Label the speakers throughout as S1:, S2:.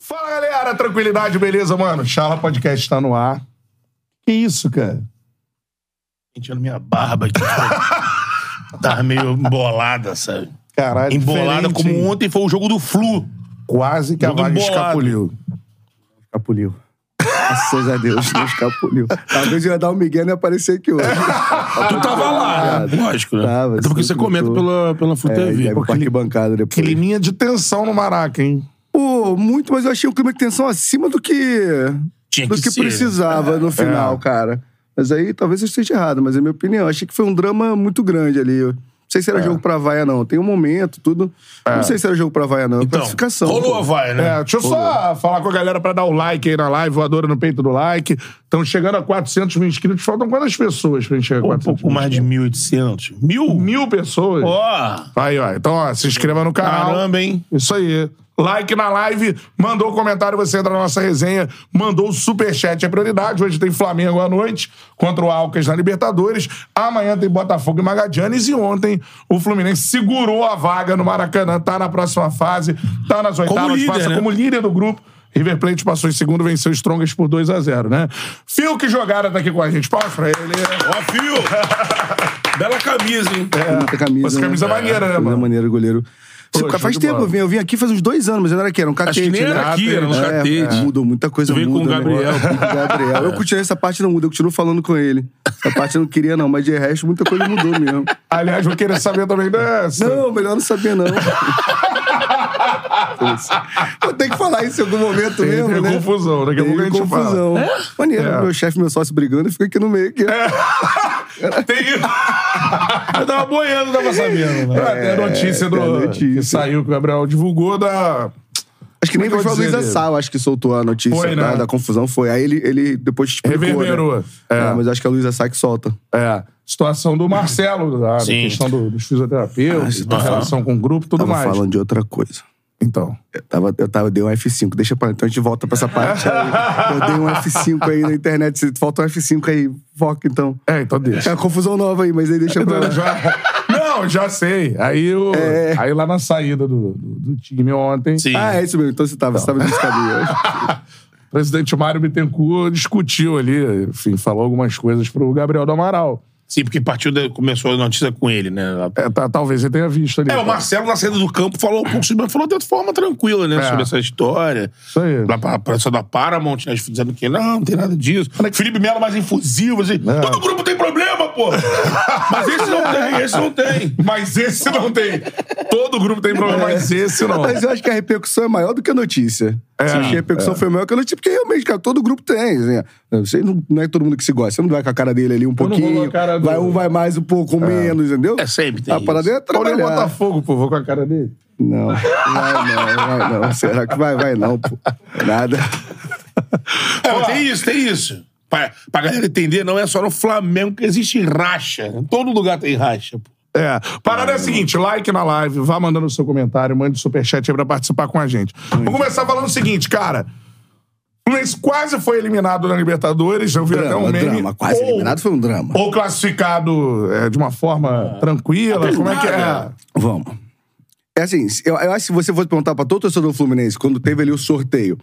S1: Fala, galera. Tranquilidade, beleza, mano? Charla Podcast tá no ar. Que isso, cara?
S2: sentindo minha barba aqui. sabe? Tava meio embolada, sabe?
S1: Caralho,
S2: Embolada
S1: diferente,
S2: como
S1: hein?
S2: ontem foi o jogo do Flu.
S1: Quase que a
S2: Jogo
S1: vaga
S2: embolado.
S1: escapuliu.
S3: Escapuliu. Graças a Deus, não escapuliu. Talvez eu ia dar
S1: um
S3: o Miguel e não ia aparecer aqui hoje.
S2: Ah, tu tava lá, lógico, né?
S3: Tava,
S2: Até porque
S3: sim,
S2: você comenta
S3: tô.
S2: pela, pela Flu
S3: É,
S2: TV.
S3: deve
S2: Pô,
S3: pra
S2: aquele-
S3: arquibancada depois.
S1: Climinha de tensão no Maraca, hein?
S3: Pô, muito, mas eu achei o clima de tensão acima do que,
S2: Tinha
S3: do
S2: que
S3: que
S2: ser. né? É.
S3: precisava no final, cara. Mas aí talvez eu esteja errado, mas é minha opinião. Achei que foi um drama muito grande ali. Eu Não sei se
S2: É.
S3: era jogo pra vaia, não. Tem um momento, tudo. Não sei se era jogo pra vaia, não.
S2: Então,
S3: Classificação.
S2: rolou
S3: pô.
S2: a vai, né?
S1: É, deixa eu só falar com a galera pra dar o like aí na live, voadora no peito do like. Estamos chegando a 400 mil inscritos. Faltam quantas pessoas pra gente chegar a
S2: um
S1: 400
S2: pouco mais de 1.800. Mil?
S1: mil pessoas?
S2: Ó,
S1: Aí, ó. Então, ó, se inscreva no canal.
S2: caramba, hein?
S1: Isso aí. Like na live, mandou o comentário, você entra na nossa resenha, mandou o superchat, é prioridade. Hoje tem Flamengo à noite contra o Alcas na Libertadores. Amanhã tem Botafogo e Magadianes. E ontem o Fluminense segurou a vaga no Maracanã, tá na próxima fase, tá nas oitavas,
S2: líder,
S1: passa
S2: né?
S1: como líder do grupo. River Plate passou em segundo, venceu o Strongest por 2 a 0 né? Fio que jogada tá aqui com a gente. Palmas pra ele.
S2: Ó, fio! Bela camisa, hein?
S3: Com É, muita camisa.
S1: Essa camisa maneira, né,
S3: Camisa
S1: mano?
S3: maneira, goleiro.
S1: Pô, show
S3: faz
S1: de
S3: tempo,
S1: bola.
S3: eu vim, eu vim aqui faz uns dois anos, mas eu não era aqui, era um catete,
S2: Acho que nem
S3: né?
S2: era aqui, era um
S3: É,
S2: catete.
S3: é, mudou muita coisa,
S2: Tu veio com o
S3: muda, né?
S2: Gabriel.
S3: Eu vim com o Gabriel. Eu continuei essa parte não muda, eu continuo falando com ele. Essa parte eu não queria não, mas de resto muita coisa mudou mesmo.
S1: Aliás, vou querer saber também dessa.
S3: Não, é melhor não saber não. eu tenho que falar isso em algum momento mesmo,
S1: Teve
S3: né?
S1: confusão, daqui a pouco a
S3: Teve
S1: gente fala.
S3: confusão. Maneiro,
S1: É.
S3: meu chefe, meu sócio brigando, eu fico aqui no meio. Aqui.
S1: Tem
S2: Eu tava boiando, tava sabendo, né?
S1: Ah, tem a notícia do
S3: É, tem a notícia.
S1: que saiu que o Gabriel divulgou da
S3: Acho que nem
S1: Como
S3: foi
S1: é que eu
S3: a
S1: vou dizer,
S3: Luísa
S1: Diego?
S3: Sal, acho que soltou a notícia
S1: Foi,
S3: da,
S1: né?
S3: da confusão. Foi. Aí ele, ele depois explicou,
S1: Reverberou,
S3: Né?
S1: é.
S3: É, mas acho que a Luísa Sá que solta.
S1: é, situação do Marcelo, da da
S2: Sim.
S1: questão do- dos fisioterapeutas,
S3: Ah,
S1: da
S2: tá
S1: relação com o grupo, tudo
S3: Tava
S1: mais.
S3: falando de outra coisa.
S1: Então,
S3: Eu, tava, eu, tava, eu dei um F5, deixa pra Então a gente volta pra essa parte aí. Eu dei um F5 aí na internet. se Falta um F5 aí, foca então.
S1: é, então
S3: É
S1: deixa.
S3: uma confusão nova aí, mas aí deixa pra lá.
S1: Já- não, já sei. Aí o
S3: É.
S1: aí lá na saída do, do, do time ontem,
S2: Sim.
S3: Ah, é isso mesmo. Então você tava, você tava nesse caminho.
S1: o presidente Mário Bittencourt discutiu ali, enfim, falou algumas coisas pro Gabriel do Amaral.
S2: Sim, porque partiu da- começou a notícia com ele, né?
S1: É, tá- talvez ele tenha visto ali.
S2: É, o Marcelo na saída do campo falou um pouco sobre, falou de forma tranquila, né?
S1: É.
S2: Sobre essa história.
S1: Isso aí.
S2: Lá pra, pra, só da Paramount, né? Dizendo que não, não tem nada disso. Felipe Melo mais infusivo, assim.
S1: É.
S2: Todo grupo tem problema, pô! Mas esse não tem, esse não tem.
S1: Mas esse não tem. Todo grupo tem problema, mas é esse não.
S3: É.
S1: É,
S3: Mas eu acho que a repercussão é maior do que a notícia. eu acho que a repercussão foi maior que a notícia, porque realmente, cara, todo grupo tem. Assim, você não, não é todo mundo que se gosta. Você não vai com a cara dele ali um
S1: Quando rolou
S3: pouquinho.
S1: a cara do-
S3: Vai um, vai mais um pouco menos, entendeu?
S2: É, sempre tem
S3: A parada
S2: isso.
S3: é
S1: Olha o
S3: trabalhar.
S1: Botafogo, pô, vou com a cara dele.
S3: Não, vai não, vai não. Será que vai? Vai não, pô. Nada.
S2: É, mas tem isso, tem isso. Pra, pra galera entender, não é só no Flamengo que existe racha. Em todo lugar tem racha, pô.
S1: É. Parada é a seguinte: like na live, vá mandando o seu comentário, mande o superchat aí pra participar com a gente. Vou começar falando o seguinte, cara. O Fluminense quase foi eliminado na Libertadores, eu vi até um
S3: Drama,
S1: meme.
S3: drama. Quase
S1: ou,
S3: eliminado foi um drama. Ah.
S1: Ou classificado é, de uma forma tranquila, como é que é?
S2: Nada.
S3: Vamos. É assim, se- eu, eu acho que se você fosse perguntar pra todo torcedor fluminense, quando teve ali o sorteio,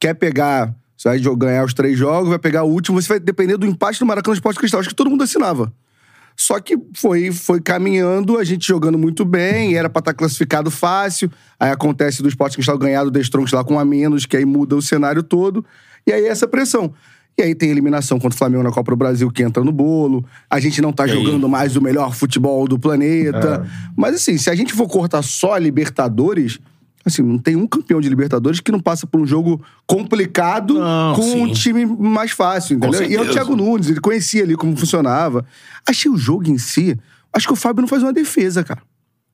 S3: quer pegar, você vai jo- ganhar os três jogos, vai pegar o último, você vai depender do empate do Maracanã Esporte Cristal. Acho que todo mundo assinava. Só que foi, foi caminhando, a gente jogando muito bem, era pra estar classificado fácil. Aí acontece do Esporte Cristal ganhar do Destronques lá com um a menos, que aí muda o cenário todo. E aí essa pressão. E aí tem eliminação contra o Flamengo na Copa do Brasil, que entra no bolo. A gente não tá
S2: aí?
S3: jogando mais o melhor futebol do planeta.
S2: É.
S3: Mas assim, se a gente for cortar só a Libertadores, assim, não tem um campeão de Libertadores que não passa por um jogo complicado
S2: Não,
S3: com
S2: sim.
S3: um time mais fácil, entendeu? E é o
S2: certeza.
S3: Thiago Nunes, ele conhecia ali como funcionava. Achei o jogo em si. Acho que o Fábio não faz uma defesa, cara.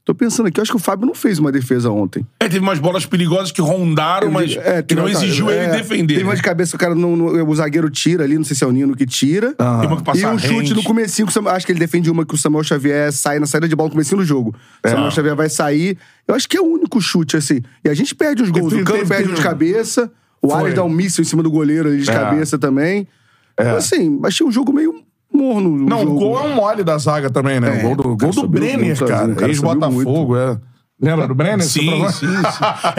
S3: Tô pensando aqui, eu acho que o Fábio não fez uma defesa ontem.
S2: É, teve umas bolas perigosas que rondaram, mas
S3: É,
S2: que
S3: teve
S2: não
S3: uma-
S2: exigiu
S3: é,
S2: ele defender. né?
S3: Teve uma de cabeça, o cara não, não- o zagueiro tira ali, não sei se é o Nino que tira.
S2: Tem uma que
S3: E
S2: passa
S3: um chute
S2: rente.
S3: no comecinho, que o Samuel- acho que ele defende uma que o Samuel Xavier sai na saída de bola no comecinho do jogo. O Samuel
S2: Tá.
S3: Xavier vai sair. Eu acho que é o único chute, assim. E a gente perde os gols.
S1: teve-
S3: o Cano
S1: teve-
S3: perde um de cabeça. O
S1: Foi.
S3: Arias dá um míssil em cima do goleiro ali de
S1: É.
S3: cabeça também.
S2: É.
S3: Então, assim, achei o jogo meio morno. o
S1: Não,
S3: jogo.
S1: o gol é um mole da zaga também, né?
S3: É,
S1: o gol do,
S3: o
S1: gol
S3: cara
S1: do
S3: subiu
S1: Brenner,
S3: muito, o
S1: cara.
S3: cara subiu
S1: Ex-Botafogo, é. Lembra do Brenner? Você
S2: Sim,
S1: falou?
S2: sim, sim.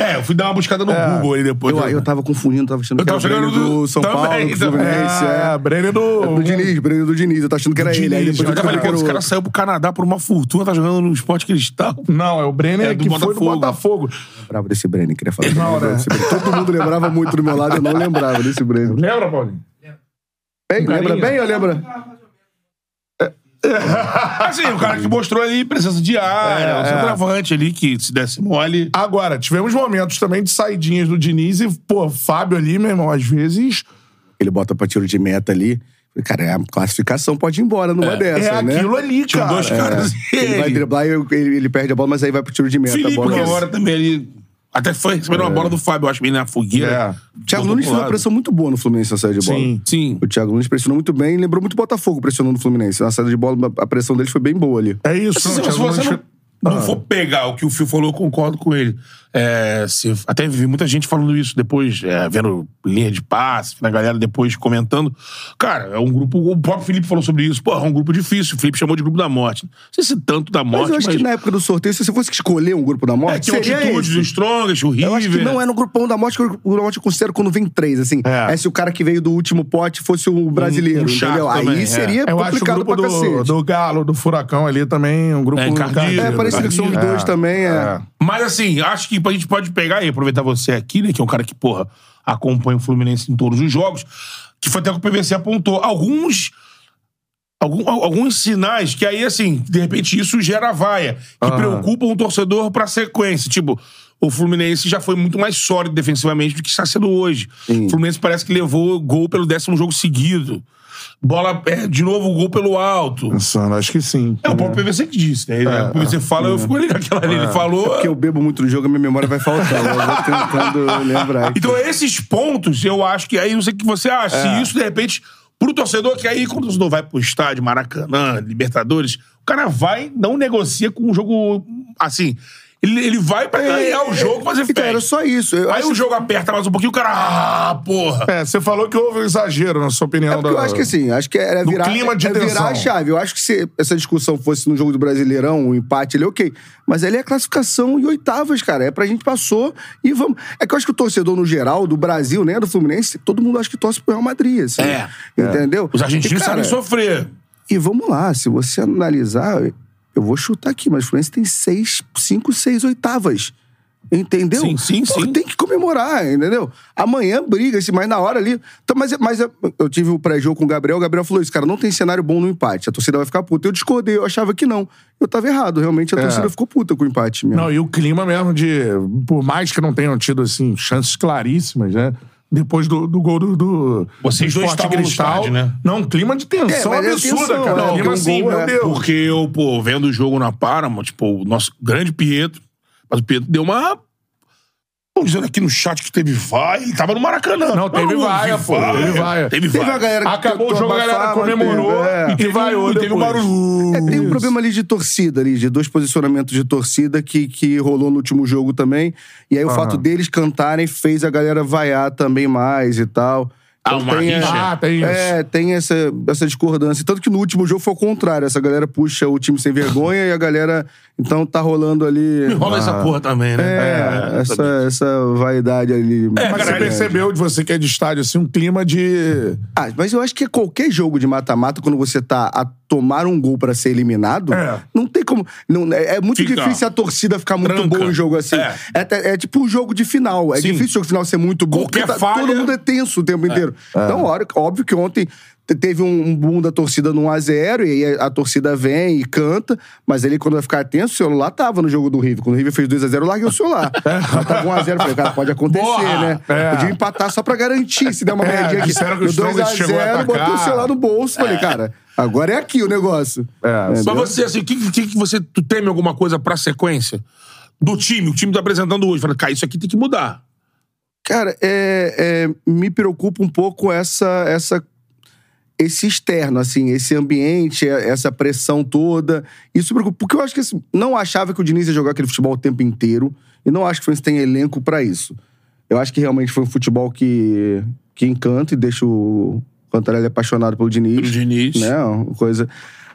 S2: É, eu fui dar uma buscada no Google aí depois. né?
S3: Eu, eu tava confundindo, tava achando
S2: é. Eu
S3: que era
S2: tava
S3: o Breno
S2: chegando
S3: do,
S2: do-
S3: São
S2: também,
S3: Paulo, do
S2: também.
S3: Fluminense.
S1: É,
S3: É,
S1: Brenner do...
S3: Do Diniz, Breno do Diniz. Eu tava achando que era ele. Aí
S2: Diniz,
S3: depois
S2: eu
S3: eu
S2: já falei,
S3: que
S2: pô,
S3: era
S2: esse
S3: o
S2: cara saiu pro Canadá por uma fortuna, tá jogando no esporte cristal.
S1: Não, é o Brenner
S2: É, do
S1: que foi do
S2: Botafogo.
S1: Botafogo.
S3: lembrava desse Breno, queria falar.
S1: Não, né?
S3: Desse Breno. Todo mundo lembrava muito do meu lado, eu não lembrava desse Breno.
S1: Lembra, Paulinho?
S3: Bem, lembra
S1: carinha.
S3: bem ou lembra?
S2: Assim, o cara que mostrou ali presença diária, o centroavante ali que se desse mole.
S1: Agora, tivemos momentos também de saidinhas do Diniz e, pô, Fábio ali, meu irmão, às vezes
S3: Ele bota pra tiro de meta ali. Cara, é a classificação pode ir embora numa dessas,
S1: é
S3: né?
S1: aquilo ali,
S2: Tinha
S1: cara.
S2: dois
S1: É.
S2: caras e
S3: Ele vai
S2: ele.
S3: driblar e ele, ele perde a bola, mas aí vai pro tiro de meta.
S2: Felipe,
S3: a bola é
S2: uma hora também ali. Até foi recebendo uma bola do Fábio, eu acho, bem na fogueira.
S1: É.
S3: Thiago
S2: Botou
S3: Nunes
S2: pro
S3: fez uma
S2: lado.
S3: pressão muito boa no Fluminense na saída de bola.
S1: Sim.
S2: Sim.
S3: O Thiago Nunes pressionou muito bem, lembrou muito o Botafogo pressionando o Fluminense. Na saída de bola, a pressão dele foi bem boa ali.
S1: É isso.
S3: assim,
S2: Se,
S1: não,
S2: se
S1: Thiago
S2: você
S1: Nunes-
S2: não, não
S3: Ah.
S2: for pegar o que o Fio falou, eu concordo com ele. É, se- até vi muita gente falando isso depois, é, vendo linha de passe, a galera depois comentando. Cara, é um grupo. O próprio Felipe falou sobre isso. Pô, é um grupo difícil. O Felipe chamou de grupo da morte. Não sei se tanto da
S3: Mas
S2: morte,
S3: eu
S2: mas.
S3: acho que na época do sorteio, se você fosse escolher um grupo da morte,
S2: É que o
S3: seria
S2: altitude
S3: esse.
S2: do Strongest, o River.
S3: Eu acho que não é no grupão da morte que o grupão da morte eu considero quando vem três, assim.
S1: É.
S3: É, se o cara que veio do último pote fosse o brasileiro,
S2: um chato
S3: entendeu?
S2: também, é.
S3: Aí seria
S1: Eu acho o
S3: complicado
S1: grupo
S3: pra
S1: do,
S3: cacete.
S1: do Galo, do Furacão ali também, um grupo... Tá
S2: É, encardido.
S3: É, parecido que são os
S2: É.
S3: dois também, é.
S2: Mas assim, acho que a gente pode pegar e aproveitar você aqui, né? Que é um cara que, porra, acompanha o Fluminense em todos os jogos. Que foi até o que o PVC apontou. Alguns. algum- al- alguns sinais que aí, assim, de repente isso gera vaia. Que preocupa um torcedor pra sequência. Tipo. O Fluminense já foi muito mais sólido defensivamente do que está sendo hoje. O Fluminense parece que levou gol pelo décimo jogo seguido. Bola, é, de novo, gol pelo alto.
S1: Pensando, acho que sim.
S2: É o próprio PVC que disse, né? o PVC fala, eu fico ali naquela ali. Ele falou.
S3: É Porque eu bebo muito no jogo, a minha memória vai faltando. eu vou tentando lembrar. aqui.
S2: Então, esses pontos, eu acho que aí não sei o que você acha.
S3: É.
S2: Se isso, de repente, pro torcedor, que aí, quando o torcedor vai pro estádio, Maracanã, Libertadores, o cara vai, não negocia com um jogo assim. Ele, ele vai pra ganhar o jogo, fazer
S3: É, Então, era
S2: festa.
S3: só isso. Eu
S2: Aí
S3: acho
S2: o jogo aperta mais um pouquinho, o cara. Ah, porra!
S1: É, você falou que houve um exagero, na sua opinião.
S3: É porque
S1: da-
S3: eu acho que assim, acho que era
S1: Do
S3: virar,
S1: clima de
S3: é virar
S1: tensão.
S3: a chave. Eu acho que se essa discussão fosse no jogo do Brasileirão, o empate ali, ok. Mas ali é classificação e oitavas, cara. É pra gente passou e vamos. É que eu acho que o torcedor, no geral, do Brasil, né, do Fluminense, todo mundo acha que torce pro Real Madrid, assim.
S2: É.
S3: Entendeu?
S2: Os argentinos
S3: e, cara,
S2: sabem sofrer.
S3: E vamos lá, se você analisar, eu vou chutar aqui, mas o Fluminense tem seis, cinco, seis oitavas. Entendeu?
S2: Sim, sim,
S3: Pô,
S2: sim.
S3: Tem que comemorar, entendeu? Amanhã briga-se, mas na hora ali. Então, mas mas eu- eu tive o pré-jogo com o Gabriel, o Gabriel falou isso, cara, não tem cenário bom no empate, a torcida vai ficar puta. Eu discordei, eu achava que não. Eu tava errado, realmente
S2: É.
S3: a torcida ficou puta com o empate mesmo.
S1: Não, e o clima mesmo de. Por mais que não tenham tido, assim, chances claríssimas, né? Depois do, do gol do. do
S2: Vocês
S1: do
S2: dois
S1: Sport
S2: estavam no estádio, né?
S1: Não, um clima de tensão
S3: É, mas é
S1: absurda,
S3: tensão,
S1: cara.
S3: né?
S1: Clima
S3: Porque um
S1: assim,
S3: gol
S1: meu
S3: é-
S1: Deus.
S2: Porque eu, pô, vendo o jogo na Paramount, tipo, o nosso grande Pietro, mas o Pietro deu uma. Estão dizendo aqui no chat que teve vai, ele tava no Maracanã.
S1: Não, teve
S2: Eu
S1: vaia,
S2: vi
S1: pô, teve vaia.
S2: é. Teve
S3: Teve
S2: vaia.
S3: a galera que
S1: Acabou o
S3: tentou
S1: jogo, a galera
S3: abafar, mas
S1: comemorou
S3: teve- é.
S1: e teve, vaiou
S2: e teve um
S1: depois.
S2: barulho.
S3: É, tem um problema ali de torcida, ali, de dois posicionamentos de torcida que, que rolou no último jogo também. E aí o fato deles cantarem fez a galera vaiar também mais e tal.
S2: Ah, uma
S3: tem, é,
S2: rixa.
S1: Ah, tem isso.
S3: é, tem essa, essa discordância. Tanto que no último jogo foi o contrário. Essa galera puxa o time sem vergonha e a galera. Então tá rolando ali.
S2: Rola essa porra também, né?
S3: É, essa,
S2: também.
S3: essa vaidade ali.
S1: É, Mas
S2: cara,
S1: você percebeu de você que é de estádio, assim, um clima de.
S3: Ah, mas eu acho que qualquer jogo de mata-mata, quando você tá a tomar um gol pra ser eliminado,
S1: É.
S3: não tem como. não- é é muito
S2: Fica.
S3: difícil a torcida ficar muito
S2: Tranca.
S3: boa em jogo assim.
S2: É.
S3: É, até- é tipo um jogo de final. É
S2: Sim.
S3: difícil o jogo de final ser muito bom,
S2: Qualquer
S3: porque tá-
S2: falha- É.
S3: todo mundo é tenso o tempo inteiro. Então, óbvio, óbvio que ontem te- teve um, um boom da torcida no 1x0, e aí a, a torcida vem e canta, mas ele, quando vai ficar tenso, o celular tava no jogo do River. Quando o River fez 2x0, eu larguei o celular. Mas tava 1x0, falei, cara, pode acontecer,
S2: Boa!
S3: né?
S1: É.
S3: Podia empatar só pra garantir, se der uma
S1: É,
S3: merda aqui.
S1: disseram que o
S3: No
S1: Strongest chegou a
S3: 2x0,
S1: atacar.
S3: botei o celular no bolso, falei, cara, agora é aqui o negócio.
S1: É,
S3: Entendeu?
S2: Mas você, assim, o que, que, que você tu teme alguma coisa pra sequência? Do time, o time tá apresentando hoje. Fala, cara, isso aqui tem que mudar.
S3: Cara, é, é, me preocupa um pouco essa, essa, esse externo, assim, esse ambiente, é- essa pressão toda. Isso me preocupa, porque eu acho que assim, não achava que o Diniz ia jogar aquele futebol o tempo inteiro e não acho que o Fluminense tem elenco pra isso. Eu acho que realmente foi um futebol que, que encanta e deixa o Cantarelli apaixonado pelo
S2: O
S3: Diniz.
S2: Diniz.
S3: Né? Uma coisa.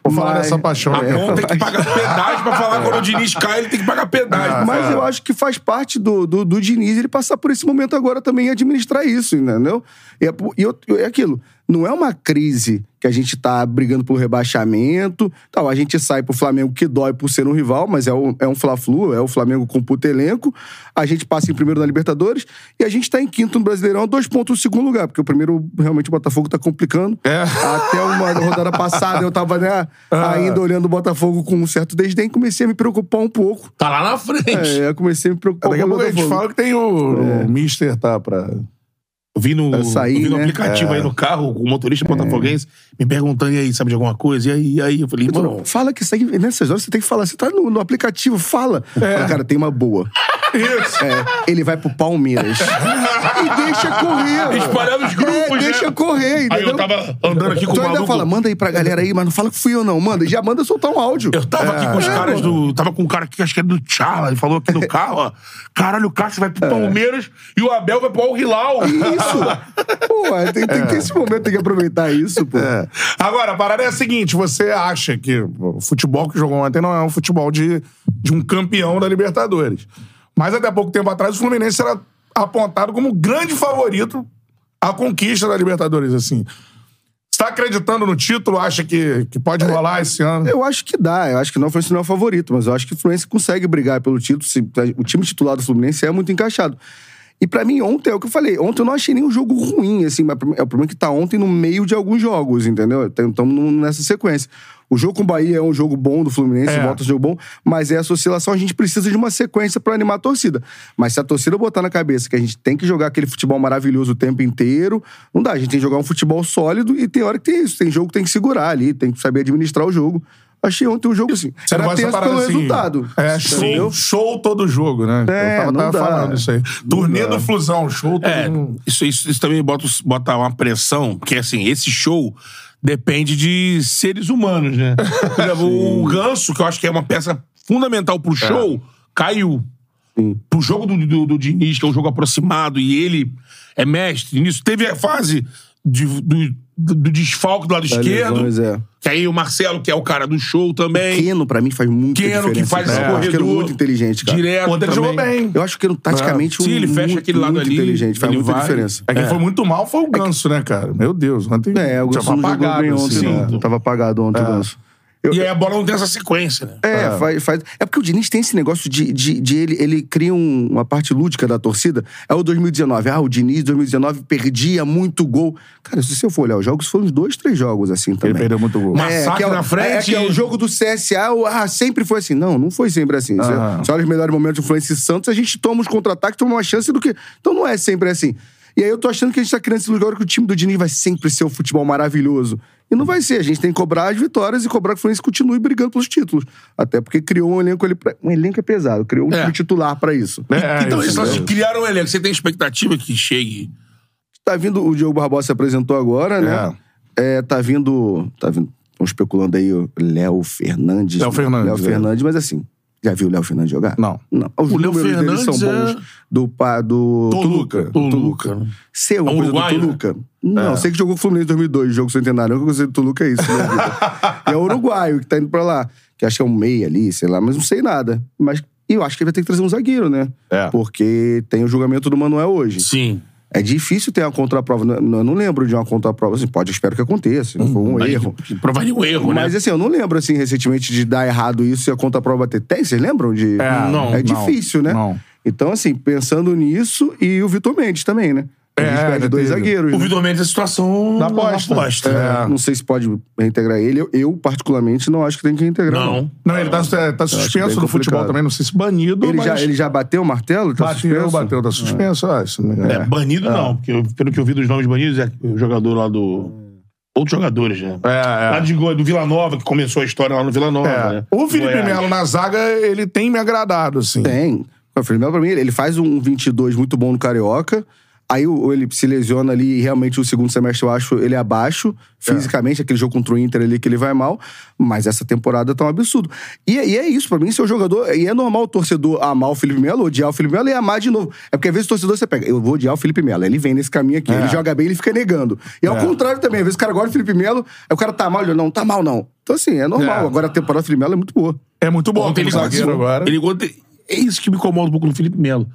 S1: Vou falar dessa paixão.
S2: A
S1: É.
S2: Bom, Então, tem que pagar pedágio pra falar quando o Diniz cai, ele tem que pagar pedágio.
S3: Mas eu acho que faz parte do, do, do Diniz ele passar por esse momento agora também e administrar isso, entendeu? E é, por- e eu- é aquilo. Não é uma crise que a gente tá brigando pelo rebaixamento. Tal. A gente sai pro Flamengo que dói por ser um rival, mas é, o- é um Fla-Flu, é o Flamengo com puto elenco. A gente passa em primeiro na Libertadores e a gente tá em quinto no Brasileirão, dois pontos do segundo lugar, porque o primeiro realmente o Botafogo tá complicando.
S1: É.
S3: Até uma rodada passada eu tava né, ainda olhando o Botafogo com um certo desdém, comecei a me preocupar um pouco.
S2: Tá lá na frente.
S3: É, eu comecei a me preocupar
S1: Daqui a
S3: com o
S1: pouco a gente
S3: Botafogo.
S1: fala que tem o,
S3: É.
S1: o Mister, tá? Pra...
S2: Eu vi no,
S3: Pra sair,
S2: eu vi no
S3: né? É.
S2: aplicativo aí no carro, o motorista botafoguense me perguntando, e aí, sabe de alguma coisa? E aí, e aí eu falei,
S3: Então,
S2: mano...
S3: Fala que isso aí, nessas horas você tem que falar. Você tá no, no aplicativo, fala. Fala, cara, tem uma boa.
S1: Isso!
S3: É, ele vai pro Palmeiras. e deixa correr.
S2: Espalhar nos grupos,
S3: é, deixa
S2: né?
S3: correr, entendeu?
S2: Aí eu tava andando aqui com
S3: tu
S2: o
S3: ainda
S2: maluco...
S3: fala, manda aí pra galera aí, mas não fala que fui eu não. Manda, já manda soltar um áudio.
S2: Eu tava aqui com os
S3: É,
S2: caras
S3: mano.
S2: do. Tava com um cara que acho que era do Tchala, ele falou aqui no carro, ó. Caralho, o Cássio vai pro
S3: É.
S2: Palmeiras e o Abel vai pro Al Hilal.
S3: Isso. Pô, é, tem, tem que ter esse momento, tem que aproveitar isso, pô.
S1: É. Agora, a parada é a seguinte: você acha que o futebol que jogou ontem não é um futebol de, de um campeão da Libertadores. Mas até pouco tempo atrás, o Fluminense era apontado como o grande favorito à conquista da Libertadores, assim. Você tá acreditando no título? Acha que, que pode rolar esse ano?
S3: É. Eu acho que dá. Eu acho que não, o Fluminense não é o favorito, mas eu acho que o Fluminense consegue brigar pelo título. se- o time titular do Fluminense é muito encaixado. E pra mim, ontem é o que eu falei. Ontem eu não achei nenhum jogo ruim, assim, mas é o problema é que tá ontem no meio de alguns jogos, entendeu? Estamos nessa sequência. O jogo com o Bahia é um jogo bom do Fluminense,
S1: É.
S3: volta a ser um jogo bom, mas é essa oscilação, a gente precisa de uma sequência pra animar a torcida. Mas se a torcida botar na cabeça que a gente tem que jogar aquele futebol maravilhoso o tempo inteiro, não dá. A gente tem que jogar um futebol sólido e tem hora que tem isso. Tem jogo que tem que segurar ali, tem que saber administrar o jogo. Achei ontem um jogo assim.
S1: Você não
S3: era
S1: gosta dessa
S3: tenso
S1: parada
S3: pelo
S1: assim,
S3: resultado.
S1: É, show,
S3: entendeu?
S1: show todo jogo, né?
S3: É,
S1: Eu tava,
S3: não
S1: tava
S3: dá.
S1: falando isso aí. Turnê do Flusão, show todo
S2: É,
S1: mundo.
S2: isso, isso, isso também bota, os- bota uma pressão, porque assim, esse show depende de seres humanos, né? Por exemplo, o ganso, que eu acho que é uma peça fundamental pro show, caiu. Pro jogo do, do, do Diniz, que é um jogo aproximado, e ele é mestre nisso. Teve a fase de- do, do- do desfalque do lado esquerdo.
S3: lesões, é.
S2: Que aí o Marcelo, que é o cara do show também.
S3: Keno, pra mim, faz muito diferença.
S2: Keno, que faz esse
S3: cara. Eu acho
S2: corredor.
S3: Keno muito inteligente, cara.
S2: Direto.
S1: Ontem ele jogou
S2: também.
S1: bem.
S3: Eu acho que Keno, taticamente,
S2: É.
S3: um
S2: Se ele fecha
S3: muito,
S2: aquele lado
S3: muito
S2: ali,
S3: inteligente. Faz
S2: ele
S3: muita
S2: vai.
S3: diferença.
S1: É quem foi muito mal foi o Ganso, né, cara? Meu Deus, ontem
S3: É, o Ganso
S1: tinha
S3: não jogou
S1: apagado,
S2: né?
S3: bem ontem, né?
S1: assim,
S3: não. Tava apagado
S2: É.
S3: ontem, o Ganso. Eu-
S2: E aí a bola não tem essa sequência, né?
S3: É, Faz, faz. É porque o Diniz tem esse negócio de, de, de ele, ele cria um- uma parte lúdica da torcida. É o 2019. Ah, o Diniz, 2019, perdia muito gol. Cara, se você for olhar os jogos, foram uns dois, três jogos assim também.
S1: perdeu muito gol.
S2: Massacre
S3: que é o-
S2: na frente.
S3: É, que é o jogo do CSA, o- ah, sempre foi assim. Não, não foi sempre assim. Se-
S1: Aham.
S3: Se olha os melhores momentos do Fluminense e Santos, a gente toma os contra-ataques, toma uma chance do que... Então não é sempre assim. E aí eu tô achando que a gente tá criando esse lugar que o time do Diniz vai sempre ser o futebol maravilhoso. E não vai ser. A gente tem que cobrar as vitórias e cobrar que o Fluminense continue brigando pelos títulos. Até porque criou um elenco ali... Pra... Um elenco é pesado. Criou um
S2: É.
S3: time titular pra isso.
S1: É,
S2: então, eles
S1: isso
S2: só
S1: mesmo.
S2: se criaram um elenco. Você tem expectativa que chegue.
S3: Tá vindo, o Diogo Barbosa se apresentou agora, né? É, tá vindo. Tá vindo. Estão especulando aí o Léo Fernandes.
S1: Léo Fernandes,
S3: Léo
S1: é.
S3: Fernandes, mas assim. Já viu o Léo Fernandes jogar?
S1: Não.
S3: Não. Os
S2: O Léo
S3: números dele são
S2: Fernandes é-
S3: bons. Do, pa- do
S2: Toluca.
S3: Toluca.
S2: Toluca.
S3: Ser
S2: É
S3: alguma
S2: um
S3: coisa
S2: uruguaio,
S3: do Toluca? Não, sei que jogou com o Fluminense em 2002, jogo centenário. A única coisa do Toluca é isso. né, vida? e é o uruguaio que tá indo pra lá. Que acho que é um meia ali, sei lá, mas não sei nada. Mas e eu acho que ele vai ter que trazer um zagueiro, né?
S1: É.
S3: Porque tem o julgamento do Manuel hoje.
S2: Sim.
S3: É difícil ter uma contraprova. Eu não- eu não lembro de uma contraprova. Assim, pode, eu espero que aconteça. Não foi um
S1: Uhum.
S2: Aí,
S3: erro.
S2: Provaria um erro,
S3: Mas
S2: né?
S3: assim, eu não lembro assim recentemente de dar errado isso e a contraprova ter. Tem? Vocês lembram de.
S1: É, não,
S3: É
S1: não,
S3: difícil, né?
S1: não.
S3: Então, assim, pensando nisso e o Vitor Mendes também, né? A gente
S1: É,
S3: perde
S1: ainda
S3: dois
S1: teve.
S3: zagueiros.
S2: O
S3: né?
S2: Vitor Mendes é a situação
S1: Da
S2: da
S1: aposta.
S2: aposta.
S1: É.
S3: Não sei se pode reintegrar ele. Eu, eu, particularmente, não acho que tem que reintegrar.
S2: Não.
S1: Não, ele tá, tá suspenso
S3: bem
S1: do futebol
S3: complicado.
S1: também, não sei se banido,
S3: Ele,
S1: mas
S3: já, ele já bateu o martelo? Tá
S1: bateu,
S3: suspenso?
S1: bateu, tá suspenso. Ah, isso não
S2: É, banido não, porque eu- pelo que eu vi dos nomes banidos, é o jogador lá do. Outros jogadores, né?
S1: É,
S2: Lá
S1: é.
S2: de Go- do Vila Nova, que começou a história lá no Vila Nova.
S1: É.
S2: Né?
S1: O Felipe
S2: Goiás.
S1: Melo na zaga, ele tem me agradado, assim.
S3: Tem. O Felipe Melo, pra mim, ele faz um 22 muito bom no Carioca. Aí o- ele se lesiona ali e realmente o segundo semestre eu acho ele é abaixo, fisicamente, aquele jogo contra o Inter ali que ele vai mal, mas essa temporada tá um absurdo. E, é- e é isso, pra mim, seu jogador. E é normal o torcedor amar o Felipe Melo, odiar o Felipe Melo e amar de novo. É porque às vezes o torcedor você pega, eu vou odiar o Felipe Melo, ele vem nesse caminho aqui, ele joga bem ele fica negando. E ao contrário também, às vezes o cara gosta do Felipe Melo, aí o cara tá mal, ele não, tá mal não. Então assim, é normal.
S1: É.
S3: Agora a temporada do Felipe Melo é muito boa.
S1: É muito bom
S2: Ontem
S1: ter um
S2: ele
S1: zagueiro agora.
S2: Ele ontem- É isso que me incomoda um pouco no Felipe Melo.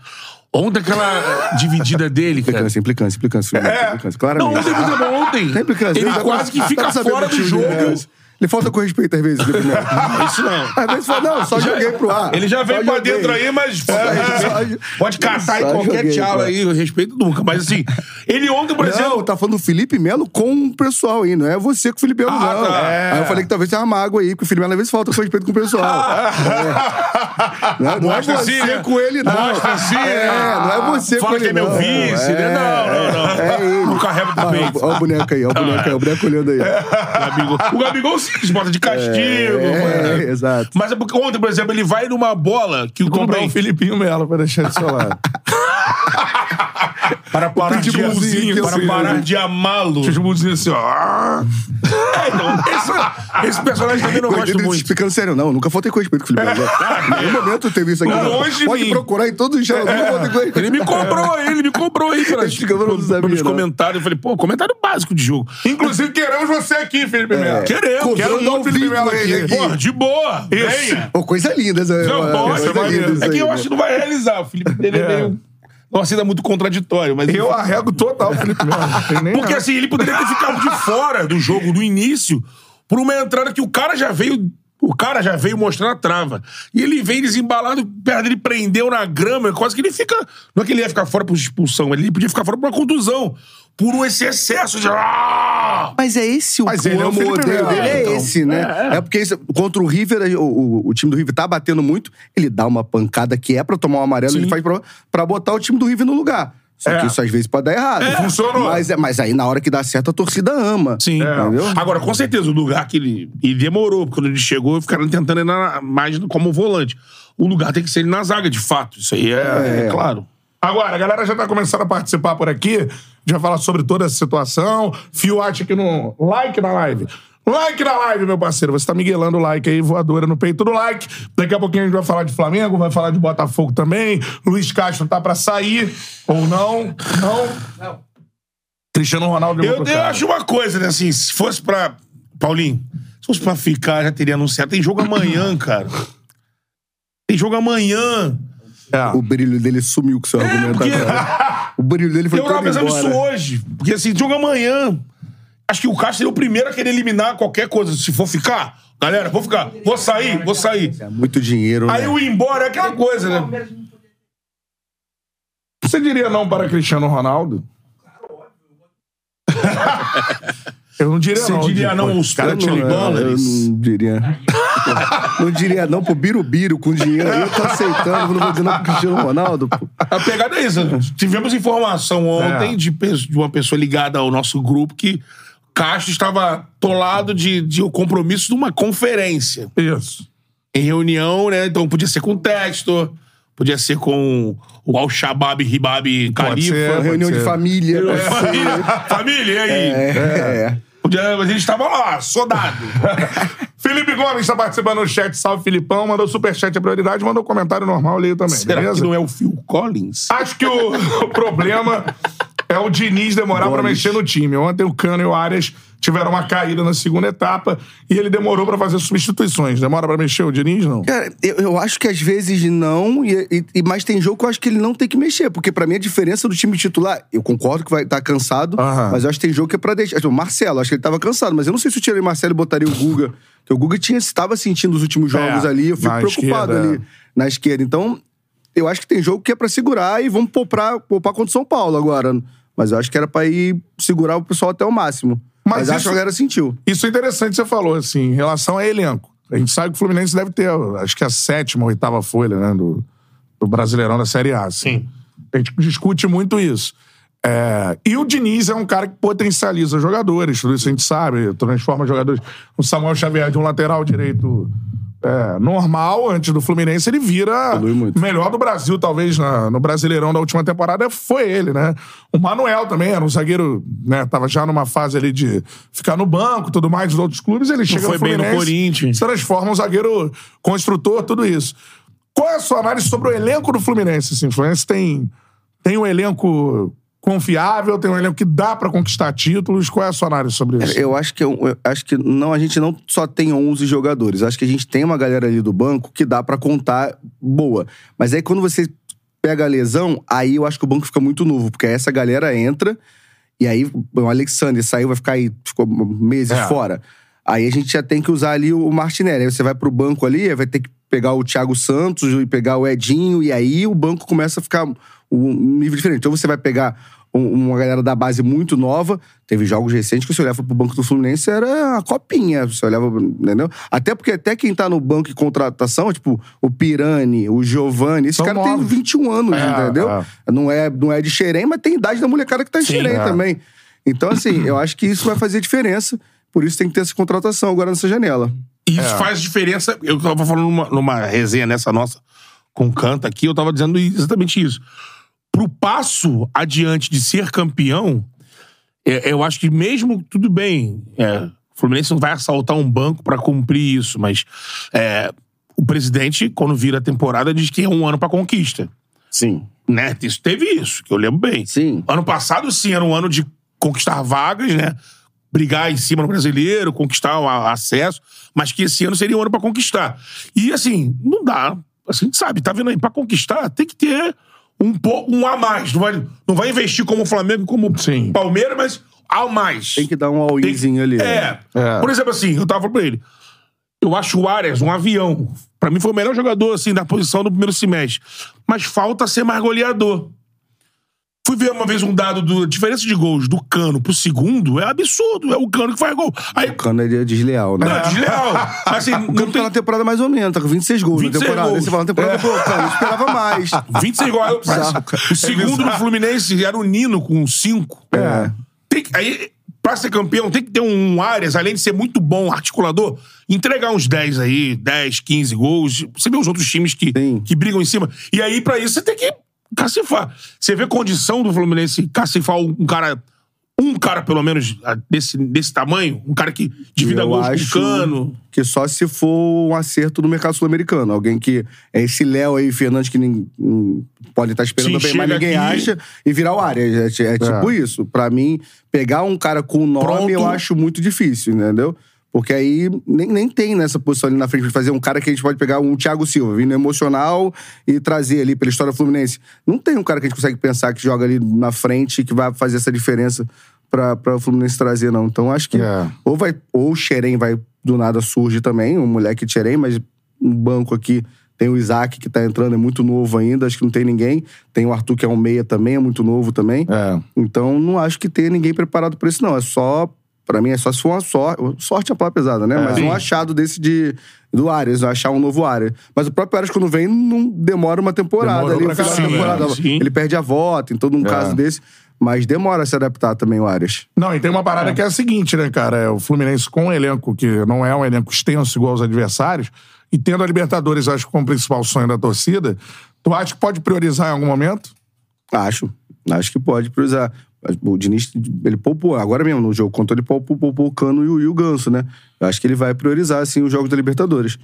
S2: Ontem aquela eh, dividida dele, cara.
S3: Implicância, implicância, implicância, Felipe Melo, implicância,
S2: É. Não,
S3: claramente.
S2: ontem, por exemplo, ontem.
S3: Tem implicância. tá
S2: Ele
S3: Dá pra-
S2: quase que
S3: dá pra
S2: fica
S3: saber
S2: fora do
S3: motivo
S2: jogo.
S3: dele, né? Ele falta com respeito às vezes, Felipe Melo.
S2: Isso não.
S3: Às vezes fala, não, só joguei pro ar.
S2: Ele já veio
S3: Só
S2: pra
S3: joguei.
S2: dentro aí, mas.
S1: É,
S3: joguei.
S2: pode catar em
S3: Só
S2: qualquer
S3: joguei,
S2: tchau
S3: pô.
S2: aí, eu respeito nunca. Mas assim, ele ontem, por
S3: Não,
S2: exemplo.
S3: tá falando do Felipe Melo com o pessoal aí, não é você com o Felipe Melo,
S2: Ah,
S3: não.
S2: tá.
S3: Aí eu falei que talvez tenha uma mágoa aí, porque o Felipe Melo às vezes falta com respeito com o pessoal. É. Não, é- não é
S2: Ah. Mostra
S3: você
S2: assim, né?
S3: com ele, não.
S2: Mostra assim,
S3: é,
S2: né?
S3: não é você
S2: Fala
S3: com ele,
S2: que é meu
S3: não.
S2: vice, né? Não, não, não.
S3: É ele.
S2: Não carrega pro
S3: Olha
S2: peito.
S3: o boneco aí, ó o
S2: Tá.
S3: boneco aí, ó o boneco olhando aí.
S2: Gabigol. O Gabigol sim, se bota de castigo.
S3: É,
S2: mano.
S3: exato.
S2: Mas é porque ontem, por exemplo, ele vai numa bola que o
S1: Vou comprar
S2: Também.
S1: um Felipinho Melo pra deixar de seu lado.
S2: Para parar de,
S1: pitbullzinho que
S2: para
S1: assim,
S2: parar
S1: né?
S2: de amá-lo.
S1: Os mundos assim, ó.
S2: É, então, esse, esse personagem também
S3: Coitado,
S2: não gosto
S3: ele
S2: muito.
S3: explicando sério, não, nunca faltei com respeito com o Felipe Melo. Em nenhum momento teve isso aqui.
S2: Não,
S3: não.
S2: longe de
S3: Pode
S2: mim. É.
S3: procurar em todo o chão, nunca faltei com
S2: Ele me cobrou aí, ele me cobrou aí pelas,
S3: Ele ficava nos amigos,
S2: pelos
S3: né?
S2: comentários. Eu falei, pô, comentário básico de jogo.
S1: Inclusive, queremos você aqui, Felipe Melo.
S2: Queremos,
S1: Quero
S3: Cobrando
S1: muito
S3: ao
S1: o Felipe
S3: vivo
S1: Melo
S3: ele
S1: aqui.
S3: aqui.
S2: Porra, de boa. Venha.
S3: Ô, coisa linda essa.
S2: Não,
S3: é,
S2: pode,
S3: coisa
S2: vai
S3: linda
S2: ver.
S3: isso
S2: É que
S3: aí,
S2: eu
S3: né?
S2: acho que não vai realizar. O Felipe dele é
S1: É.
S2: meio. Nossa, ainda é muito contraditório, mas.
S1: Eu arrego total o Felipe Melo. não tem nem
S2: Porque
S1: nada.
S2: assim, ele poderia ter ficado de fora do jogo no início por uma entrada que o cara já veio. O cara já veio mostrando a trava. E ele vem desembalado, perna dele prendeu na grama, quase que ele fica. Não é que ele ia ficar fora por expulsão, ele podia ficar fora por uma contusão. Por um esse excesso de. Ah!
S3: Mas é esse o
S1: Mas
S3: que
S1: ele é
S3: eu
S1: o
S3: amo
S1: Felipe
S3: odeio
S1: Melo,
S3: dele, é
S1: então.
S3: esse, né? É, porque isso- contra o River, o, o- o time do River tá batendo muito, ele dá uma pancada que é pra tomar um amarelo, ele faz pra, pra botar o time do River no lugar. Só
S1: É.
S3: que isso às vezes pode dar errado.
S1: funcionou. É.
S3: Mas, é- mas aí na hora que dá certo, a torcida ama.
S2: Sim.
S1: Né?
S3: Entendeu?
S2: Agora, com certeza, o lugar que ele. E demorou, porque quando ele chegou, ficaram tentando ele na- mais como volante. O lugar tem que ser ele na zaga, de fato. Isso aí é, é claro.
S1: Agora, a galera já tá começando a participar por aqui. A gente vai falar sobre toda essa situação. Então, Fio acha que não. Like na live. Like na live, meu parceiro. Você tá miguelando o like aí, voadora no peito do like. Daqui a pouquinho a gente vai falar de Flamengo, vai falar de Botafogo também. Luiz Castro tá pra sair. Ou não? Não? Não. Cristiano Ronaldo
S2: Eu,
S1: levou pro
S2: eu
S1: cara.
S2: acho uma coisa, né? Assim, se fosse pra. Paulinho, se fosse pra ficar, já teria anunciado. Tem jogo amanhã, cara. Tem jogo amanhã.
S1: É.
S3: O brilho dele sumiu tá com seu argumento
S2: porque-
S3: agora. O brilho dele foi
S2: Eu tava
S3: todo
S2: pensando isso
S3: embora.
S2: hoje. Porque assim, jogo amanhã. Acho que o Castro seria o primeiro a querer eliminar qualquer coisa. Se for ficar, galera, vou ficar. Vou sair, vou sair.
S3: É muito dinheiro,
S2: Aí
S3: né?
S2: o ir embora é aquela coisa, né?
S1: Você diria não para Cristiano Ronaldo? Eu não diria
S2: Você
S1: não.
S2: diria "Ah,
S1: Diego.
S2: não os
S1: Cara,
S2: Tony
S1: não, é.
S2: dólares?
S3: Eu não diria. não diria não pro Birubiru com dinheiro. aí Eu tô aceitando, não vou dizer não pro Cristiano Ronaldo, pô.
S2: A pegada é isso. né? Tivemos informação ontem
S1: É.
S2: de, pe- de uma pessoa ligada ao nosso grupo que Castro estava tolado de, de um compromisso de uma conferência.
S1: Isso.
S2: Em reunião, né? Então podia ser com o Textor, podia ser com o Al-Shabaab, Ribab,
S1: ser.
S2: Califa.
S3: Reunião de
S1: É, ser.
S3: família.
S2: É,
S3: pode ser.
S2: família, família, e aí?
S3: É, é.
S2: Podia, mas ele estava lá, soldado.
S1: Felipe Gomes está participando do chat. Salve, Filipão. Mandou superchat a prioridade, mandou comentário normal ali também,
S2: Será
S1: beleza?
S2: que não é o Phil Collins?
S1: Acho que o, o problema é o Diniz demorar para mexer no time. Ontem o Cano e o Arias tiveram uma caída na segunda etapa e ele demorou para fazer substituições. Demora para mexer o Diniz, não?
S3: Cara, eu, eu acho que às vezes não, e, e- e- mas tem jogo que eu acho que ele não tem que mexer, porque pra mim a diferença do time titular, eu concordo que vai estar cansado,
S1: Aham.
S3: mas eu acho que tem jogo que é pra deixar. Tipo, Marcelo, acho que ele tava cansado, mas eu não sei se eu tirei o Marcelo e botaria o Guga. Porque o Guga tinha, estava sentindo os últimos jogos
S1: É,
S3: ali, eu fico
S1: na
S3: preocupado
S1: esquerda,
S3: ali na é esquerda. Então, eu acho que tem jogo que é pra segurar e vamos poupar, poupar contra o São Paulo agora. Mas eu acho que era pra ir segurar o pessoal até o máximo.
S1: Mas
S3: Mas, acho que
S1: isso-
S3: a galera sentiu.
S1: Isso é interessante que você falou, assim, em relação a elenco. A gente sabe que o Fluminense deve ter, acho que a sétima, oitava folha, né, do, do Brasileirão da Série A. assim.
S2: Sim.
S1: A gente discute muito isso. É, e o Diniz é um cara que potencializa jogadores, tudo isso a gente sabe, transforma jogadores. O Samuel Xavier de um lateral direito é, normal, antes do Fluminense, ele vira
S3: Evolui muito.
S1: melhor do Brasil, talvez, na- no Brasileirão da última temporada, foi ele, né? O Manuel também era um zagueiro, né? Tava já numa fase ali de ficar no banco tudo mais dos outros clubes, ele chega
S2: foi
S1: no
S2: bem no
S1: Fluminense,
S2: Corinthians.
S1: se transforma um zagueiro construtor, tudo isso. Qual é a sua análise sobre o elenco do Fluminense? Assim, o Fluminense tem, tem um elenco confiável, tem um elenco que dá pra conquistar títulos. Qual é a sua análise sobre isso?
S3: Eu acho que, eu, eu acho que não, a gente não só tem 11 jogadores. Acho que a gente tem uma galera ali do banco que dá pra contar boa. Mas aí quando você pega a lesão, aí eu acho que o banco fica muito novo, porque aí essa galera entra e aí o Alexandre saiu, vai ficar aí, ficou meses
S1: É.
S3: fora. Aí a gente já tem que usar ali o Martinelli. Aí você vai pro banco ali, aí vai ter que pegar o Thiago Santos e pegar o Edinho, e aí o banco começa a ficar um nível diferente. Então você vai pegar um- uma galera da base muito nova. Teve jogos recentes que você olhava pro banco do Fluminense, era a copinha. Você olhava, entendeu? Até porque até quem tá no banco de contratação, tipo o Pirani, o Giovanni, esse
S1: São
S3: cara
S1: novos.
S3: tem 21 anos,
S1: É,
S3: entendeu?
S1: é.
S3: Não é, não é de xerém, mas tem idade da molecada que tá em
S2: Sim,
S3: xerém
S1: é.
S3: também. Então, assim, eu acho que isso vai fazer diferença. Por isso tem que ter essa contratação agora nessa janela.
S2: E isso faz diferença. Eu tava falando numa, numa resenha nessa nossa com o Canta aqui, eu tava dizendo exatamente isso. Pro passo adiante de ser campeão, é, eu acho que mesmo tudo bem, é, o Fluminense não vai assaltar um banco pra cumprir isso, mas é, o presidente, quando vira a temporada, diz que é um ano pra conquista.
S3: Sim.
S2: Né? Isso teve isso, que eu lembro bem.
S3: Sim.
S2: Ano passado, sim, era um ano de conquistar vagas, né? Brigar em cima no brasileiro, conquistar o a- acesso, mas que esse ano seria um ano pra conquistar. E assim, não dá. Assim, sabe, tá vendo aí? Pra conquistar, tem que ter um pouco um a mais. Não vai, não vai investir como o Flamengo, como
S1: Sim.
S2: o Palmeiras, mas ao mais.
S3: Tem que dar um all-inzinho ali. né?
S2: É.
S1: É.
S2: Por exemplo, assim, eu tava falando pra ele. Eu acho o Arias um avião. Pra mim foi o melhor jogador, assim, da posição no primeiro semestre. Mas falta ser mais goleador. Fui ver uma vez um dado do a diferença de gols do Cano pro segundo, é absurdo. É o Cano que faz gol. Aí,
S3: O Cano ele é desleal, né?
S2: não, é desleal. Assim,
S3: O
S2: não
S3: Cano tá
S2: tem
S3: na temporada mais ou menos, tá com 26 gols
S2: 26
S3: na temporada.
S2: gols. É.
S3: Aí você fala, na temporada, pô, Cano, eu esperava mais.
S2: 26 gols.
S3: bizarro, cara.
S2: O segundo do Fluminense era o Nino com 5.
S3: É.
S2: Tem que- aí, pra ser campeão, tem que ter um Arias, além de ser muito bom articulador, entregar uns 10 aí, 10, 15 gols. Você vê os outros times que,
S3: Sim.
S2: que brigam em cima. E aí, pra isso, você tem que cacifar. Você vê condição do Fluminense cacifar um cara. Um cara, pelo menos, a- desse, desse tamanho, um cara que divida
S3: eu
S2: gols
S3: acho
S2: com cano.
S3: Que só se for um acerto no mercado sul-americano. Alguém que. É esse Léo aí, Fernandes, que nem, hum, pode estar esperando
S2: Sim,
S3: bem, mas
S2: chega
S3: ninguém
S2: aqui.
S3: acha, e virar o área. É, ti- é tipo isso. Pra mim, pegar um cara com nome,
S2: Pronto.
S3: eu acho muito difícil, entendeu? Porque aí nem, nem tem nessa posição ali na frente pra fazer um cara que a gente pode pegar um Thiago Silva, vindo emocional e trazer ali pela história fluminense. Não tem um cara que a gente consegue pensar que joga ali na frente e que vai fazer essa diferença pra, pra o Fluminense trazer, não. Então acho que
S1: É.
S3: ou vai ou o Xerém vai do nada surge também, um moleque de Xerém, mas um banco aqui tem o Isaac que tá entrando, é muito novo ainda, acho que não tem ninguém. Tem o Arthur que é um meia também, é muito novo também.
S1: É.
S3: Então não acho que tenha ninguém preparado pra isso não, é só Pra mim é só se for uma sorte, sorte é a palavra pesada, né? Mas
S2: Sim.
S3: um achado desse de do Arias, eu achar um novo Arias. Mas o próprio Arias quando vem não demora uma temporada
S1: Demorou
S3: ali,
S1: pra
S3: o final da
S1: caramba.
S3: temporada.
S2: Sim, sim.
S3: Ele perde a volta, em todo um caso desse, mas demora a se adaptar também o Arias.
S1: Não, e tem uma parada que é a seguinte, né, cara? É, o Fluminense com um elenco que não é um elenco extenso igual os adversários, e tendo a Libertadores, acho que como principal sonho da torcida, tu acha que pode priorizar em algum momento?
S3: Acho. Acho que pode priorizar. Mas O Diniz, ele poupou. Agora mesmo, no jogo contra ele, poupou, poupou o Cano e o, e o Ganso, né? Eu acho que ele vai priorizar, assim, os jogos da Libertadores.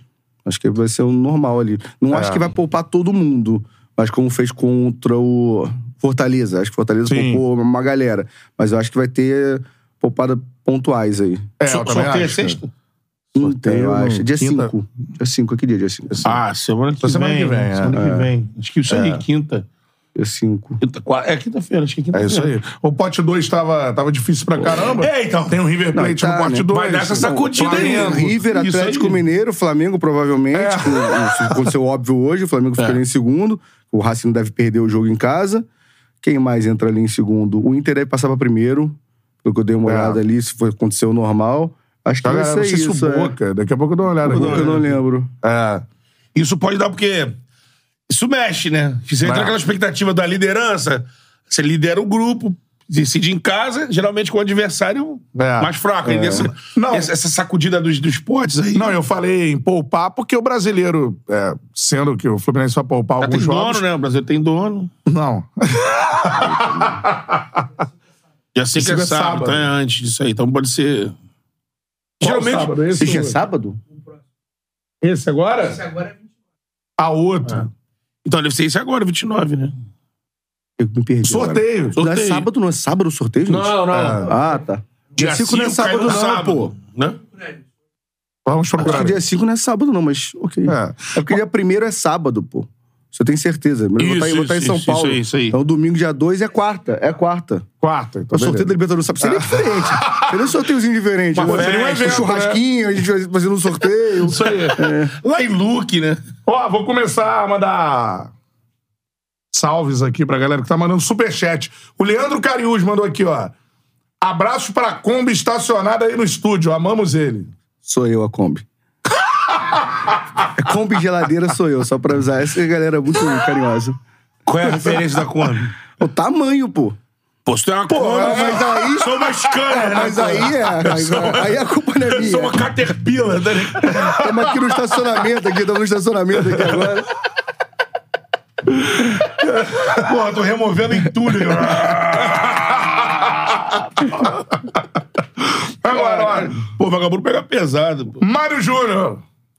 S3: Acho que vai ser o normal ali. Não
S1: É.
S3: acho que vai poupar todo mundo, mas como fez contra o Fortaleza. Acho que Fortaleza
S1: Sim.
S3: poupou uma galera. Mas eu acho que vai ter poupada pontuais aí.
S1: É,
S2: So-
S1: eu também
S2: sorteio é
S1: acho, cara.
S2: sexta?
S3: Então, eu
S1: no
S3: acho. Dia
S1: quinta.
S3: 5. Dia 5, que dia? Dia 5.
S2: Ah, semana que
S1: Semana
S2: vem.
S1: que vem, é.
S2: Semana que vem. Acho que isso aí, quinta.
S3: Dia 5.
S2: Quinta, qua- É quinta-feira, acho que é
S1: É
S2: quinta-feira.
S1: isso aí. O pote 2 tava, tava difícil pra caramba.
S2: É, então.
S1: Tem um River Plate
S3: tá,
S1: no pote Tá
S3: né?
S1: 2.
S2: Vai dar essa sacudida aí.
S3: River,
S2: Isso
S3: Atlético
S2: aí.
S3: Mineiro, Flamengo provavelmente. com- Isso aconteceu óbvio hoje, o Flamengo ficaria em segundo. O Racing deve perder o jogo em casa. Quem mais entra ali em segundo? O Inter deve passar pra primeiro, pelo que eu dei uma
S1: É.
S3: olhada ali, se foi, aconteceu normal. Acho que
S1: Tá,
S3: vai
S1: galera,
S3: ser
S1: não sei se
S3: isso,
S1: isso
S3: é.
S1: boca. Daqui a pouco eu dou uma olhada.
S3: Boca
S1: aqui.
S3: eu não lembro.
S1: É.
S2: Isso pode dar porque. Isso mexe, né? Você entra
S1: Vai.
S2: naquela expectativa da liderança. Você lidera o grupo, decide em casa, geralmente com o adversário
S1: É.
S2: mais fraco. E Essa,
S1: Não.
S2: Essa, essa sacudida dos, dos potes aí.
S1: Não, eu falei em poupar porque o brasileiro, é, sendo que o Fluminense vai poupar
S2: já tem
S1: alguns jogos.
S2: dono, né? O Brasil tem dono.
S1: Não.
S2: Já sei que é
S1: Isso
S2: sábado,
S1: é sábado.
S2: então é antes disso aí. Então pode ser. geralmente.
S1: sábado? Esse,
S3: Esse é sábado?
S1: Esse agora? Esse agora é 20. A outro.
S2: Ah, Então deve ser esse agora, 29, né?
S3: Eu me perdi. agora.
S1: Sorteio.
S3: Não é
S2: Sorteio.
S3: sábado, não é sábado o sorteio, gente?
S1: É.
S3: Ah, tá. Dia 5 não é
S2: cinco cai
S3: sábado,
S2: no
S3: não, pô.
S2: Né?
S1: Vamos
S3: Acho
S1: procurar.
S3: que dia 5 não é sábado, não, mas ok.
S1: É.
S3: É porque dia 1 é sábado, pô. Isso eu tenho certeza. Mas eu vou
S2: Isso,
S3: estar em- vou estar em
S2: isso,
S3: São
S2: isso,
S3: Paulo.
S2: isso aí, isso aí. Tá
S3: Então domingo, dia 2 é quarta. É quarta.
S1: Quarta. Então,
S3: O sorteio da
S1: beleza.
S3: Libertadores sabe?
S2: Ah.
S3: Seria diferente. Seria um sorteiozinho diferente.
S2: Uma
S3: Seria um
S2: festa,
S3: evento, churrasquinho,
S2: né?
S3: a gente vai fazendo um sorteio.
S1: Isso aí.
S3: É.
S2: Lá em Luke, né?
S1: Ó, vou começar a mandar salves aqui pra galera que tá mandando superchat. O Leandro Cariús mandou aqui, ó. Abraço pra Kombi estacionada aí no estúdio. Amamos ele.
S3: Sou eu, a Kombi. A Kombi geladeira sou eu, só pra avisar. Essa galera é muito carinhosa.
S2: Qual é a referência da Kombi?
S3: O tamanho, pô.
S2: Pô, se tu é uma Kombi,
S3: mas aí-
S2: Sou uma Scania, né?
S3: Mas aí é. Aí, aí a culpa não é
S2: Eu
S3: minha.
S2: sou uma Caterpillar, tá ligado?
S3: Estamos aqui no estacionamento, aqui, estamos no estacionamento aqui agora.
S2: Porra, tô removendo entulho.
S1: Agora, olha.
S2: Pô, vagabundo pega pesado. Pô.
S1: Mário Júnior.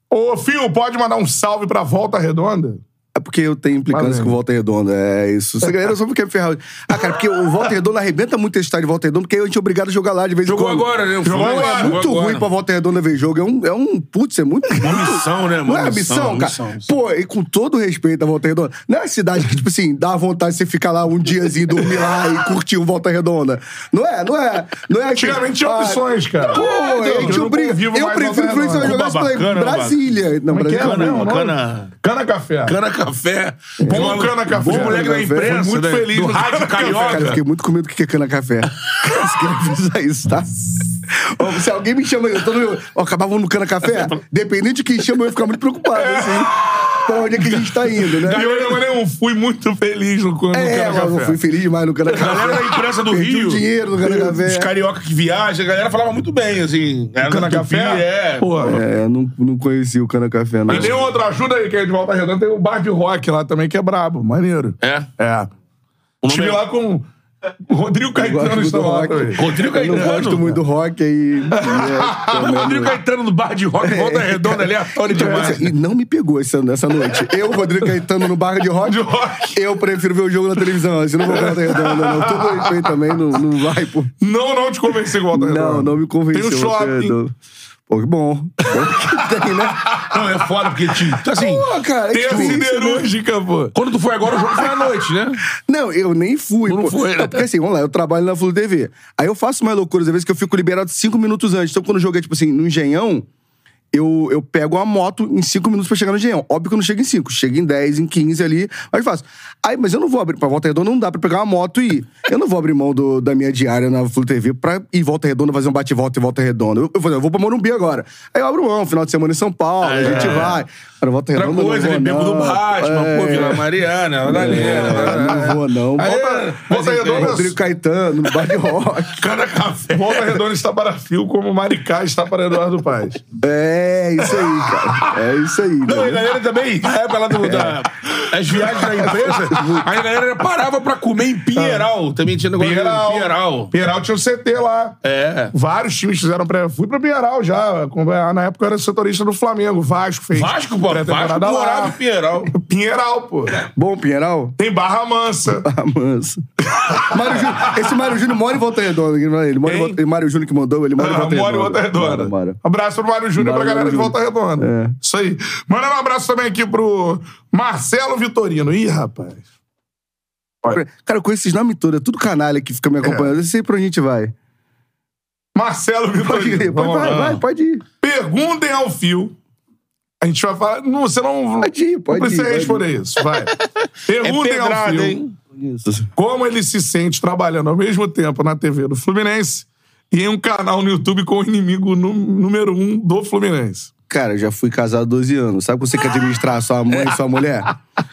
S1: Ô, Fio, pode mandar um salve pra Volta Redonda?
S3: É porque eu tenho implicância
S1: Valeu.
S3: com o Volta Redonda. É isso. Essa galera só quer me ferrar. Ah, cara, porque o Volta Redonda arrebenta muito esse estádio de Volta Redonda, porque a gente é obrigado a jogar lá de vez em
S2: Jogou
S3: quando.
S2: agora, né? O
S3: Jogou
S2: Fluminense
S3: agora. É
S2: jogou
S3: muito
S2: agora.
S3: ruim pra Volta Redonda ver jogo. É um, é um putz, é muito.
S2: Uma missão, né?
S3: Não
S2: Uma
S3: é ambição, cara.
S2: missão, missão.
S3: Pô, e com todo o respeito à Volta Redonda, não é uma cidade que, tipo assim, dá vontade de você ficar lá um diazinho, dormir lá e curtir o Volta Redonda. Não é, não é. Não é aquele-
S1: Antigamente tinha
S3: Ah,
S1: opções, cara.
S3: Pô,
S1: Então,
S3: a gente
S1: não
S3: obriga.
S1: convivo
S3: Eu
S1: mais
S3: prefiro o
S1: Volta
S3: Fluminense
S1: Redonda.
S3: jogar isso
S2: Cuba
S3: lá em
S2: bacana,
S3: Brasília. Não,
S1: Como é que é?
S3: Brasília não.
S1: Não,
S2: Cana,
S1: não.
S2: cana,
S1: Cana Café.
S2: cana café.
S1: Bom cana café.
S2: Bom moleque da
S3: É. Cana café.
S2: imprensa.
S1: Fui muito
S2: né?
S1: feliz
S2: Do
S1: no
S2: rádio
S1: cana café,
S3: Cara, eu
S2: carioca.
S3: fiquei muito com medo do que é cana café. Você quer avisar isso, tá? Ó, Se alguém me chama, eu tô no meu. Ó, acabavam no cana café,
S2: tá-
S3: dependente de quem chama, eu ia ficar muito preocupado, assim. Pra onde é que a gente tá indo, né?
S1: E eu não mandei um fui muito feliz no, no
S3: É,
S1: Cana
S3: mas eu
S1: Café.
S3: fui feliz demais no cana café.
S2: Galera da imprensa do
S3: Perdi
S2: Rio.
S3: o dinheiro é. no cana
S2: Os
S3: café.
S2: carioca que viajam, a galera falava muito bem, assim. Era
S1: Cana
S2: da Tupi,
S1: Café?
S2: É.
S1: Pô.
S3: É, eu não, não conheci o cana café, não.
S1: E tem outro, ajuda aí, que é de Volta Redonda. Tem o Bar de Rock lá também, que é brabo, maneiro.
S2: É.
S1: É.
S2: O nome
S1: Estive
S2: é-
S1: lá com o Rodrigo
S3: Eu gosto muito
S1: Caetano
S3: do
S1: estava lá
S3: rock.
S1: também.
S2: Rodrigo tá
S3: Eu não
S2: Caetano.
S3: gosto muito do rock aí.
S2: O Rodrigo Caetano do bar de rock, volta redonda ali, atório demais.
S3: então, E não me pegou essa, essa noite. Eu, Rodrigo Caetano, no bar de rock,
S1: De rock.
S3: eu prefiro ver o jogo na televisão. Assim, não vou pra Volta Redonda, não. Todo respeito também, não, não vai, pô.
S1: Não, não te convenci com Volta Redonda.
S3: Não, não me convenceu.
S1: Tem o
S3: Volta
S1: shopping.
S3: Redonda. Pô, que bom. Bom que tem, né?
S2: Não, é foda, porque tinha. Então, assim,
S3: Pô, cara, é
S1: Tem a
S3: difícil, né?
S1: siderúrgica, pô.
S2: quando tu foi agora, o jogo foi à noite, né?
S3: Não, eu nem fui.
S2: Não
S3: pô.
S2: foi, né?
S3: É porque assim, vamos lá, eu trabalho na Flu TV. Aí eu faço mais loucuras, às vezes que eu fico liberado cinco minutos antes. Então, quando o jogo é, tipo assim, no Engenhão, eu, eu pego a moto em cinco minutos pra chegar no Engenhão. Óbvio que eu não chego em cinco, chego em 10, em 15 ali, mas faço. Aí, mas eu não vou abrir pra Volta Redonda, não dá pra pegar uma moto e ir. Eu não vou abrir mão do- da minha diária na Flu TV pra ir em Volta Redonda, fazer um bate-volta e Volta Redonda. Eu, eu, vou- eu vou pra Morumbi agora. Aí eu abro mão, final de semana em São Paulo, a gente vai. Pra Volta
S2: É. Outra
S3: Redonda eu
S2: coisa,
S3: não
S2: ele
S3: vou,
S2: bebo do
S3: não.
S2: Batman,
S3: É.
S2: tipo, pô, Vila Mariana, Madalena.
S3: Não vou, não.
S2: Aí,
S3: Volta,
S2: mas
S3: volta
S2: entende.
S3: Redonda, Rodrigo Caetano, no bar de rock.
S2: Cada café.
S1: Volta Redonda está para fio, como Maricá está para Eduardo Paz.
S3: É isso aí, cara. É isso aí.
S2: Não, e a
S3: né?
S2: galera também, na época lá do, da, as viagens da empresa, aí a galera parava pra comer em Pinheiral. Também tinha negócio
S1: Pinheiral.
S2: em Pinheiral.
S1: Pinheiral tinha o CT lá.
S2: É.
S1: Vários times fizeram pré. Fui pra Pinheiral já. acompanhar. Na época eu era setorista do Flamengo. Vasco fez.
S2: Vasco, pô. Vasco
S1: pré-temporada
S2: morava em
S1: lá.
S2: Pinheiral. É.
S1: Pinheiral, pô.
S3: Bom, Pinheiral?
S1: Tem Barra Mansa.
S3: Ah, manso. Mário Júnior, esse Mário Júnior mora em Volta Redonda. Ele mora em
S1: Hein?
S3: Volta, Mário Júnior que mandou, ele mora em
S1: Ah,
S3: Volta
S1: Mora
S3: Redonda.
S1: em Volta
S3: Mora,
S1: Redonda.
S3: mora.
S1: Abraço pro Mário Júnior e pra
S3: Mário
S1: galera de
S3: Júnior.
S1: Volta Redonda.
S3: É.
S1: Isso aí. Mandando um abraço também aqui pro Marcelo Vitorino. Ih, rapaz.
S3: Cara, eu conheço esses nomes todos, é tudo canalha que fica me acompanhando. Eu sei pra onde a gente vai.
S1: Marcelo
S3: Pode
S1: Vitorino.
S3: ir, pode,
S1: Vamos
S3: vai,
S1: lá.
S3: vai, pode ir.
S1: Perguntem ao Fio A gente vai falar. Não, você não.
S3: Pode ir, pode
S1: não precisa
S3: ir, pode
S1: responder isso. Vai.
S2: É
S1: Perguntem ao
S2: pedrada,
S1: Fio
S2: hein?
S3: Isso.
S1: como ele se sente trabalhando ao mesmo tempo na TV do Fluminense e em um canal no YouTube com o inimigo nú- número um do Fluminense.
S3: Cara, eu já fui casado há 12 anos. Sabe quando você quer administrar sua mãe e sua mulher?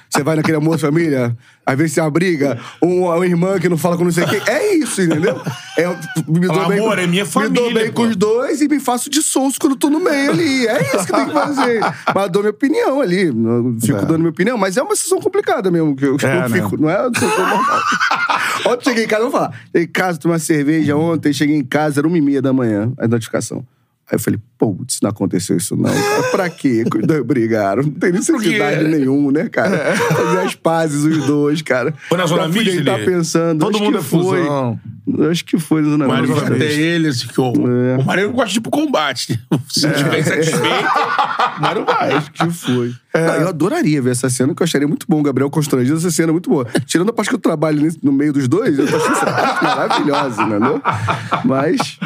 S3: Você vai naquele almoço de família, às vezes tem uma briga, um, uma irmã que não fala com não sei quem. É isso, entendeu? É, eu me dou
S2: Fala,
S3: bem
S2: amor,
S3: com,
S2: é minha
S3: Me dou
S2: família,
S3: bem com
S2: pô.
S3: os dois e me faço de sonso quando tô no meio ali. É isso que tem que fazer. Mas dou minha opinião ali. eu Fico dando minha opinião, mas é uma situação complicada mesmo que eu, que
S1: É,
S3: eu
S1: né?
S3: fico. Não é uma situação normal. Ontem cheguei em casa, eu vou falar. Cheguei em casa, tomei uma cerveja ontem, cheguei em casa, era uma e meia da manhã, a notificação. Aí eu falei, putz, não aconteceu isso não. Cara. Pra quê? Que os dois brigaram. Não tem necessidade nenhuma, né, cara? Fazer as pazes os dois, cara.
S2: Foi na Zona
S3: Já fui
S2: Mista,
S3: deitar
S2: ele?
S3: pensando.
S1: Todo
S3: acho
S1: mundo
S3: que
S1: é
S3: foi.
S1: fusão.
S3: Acho que foi na Zona
S2: O Mário
S3: Mista.
S2: vai até ele, assim, que o,
S3: É.
S2: o Mário não gosta de ir pro combate. né? Se não estiver insatisfeito, o Mário vai.
S3: Acho que foi. Não, eu adoraria ver essa cena, que eu acharia muito bom. O Gabriel constrangido, essa cena é muito boa. Tirando a parte que eu trabalho nesse- no meio dos dois, eu tô achando essa parte maravilhosa, entendeu? Mas.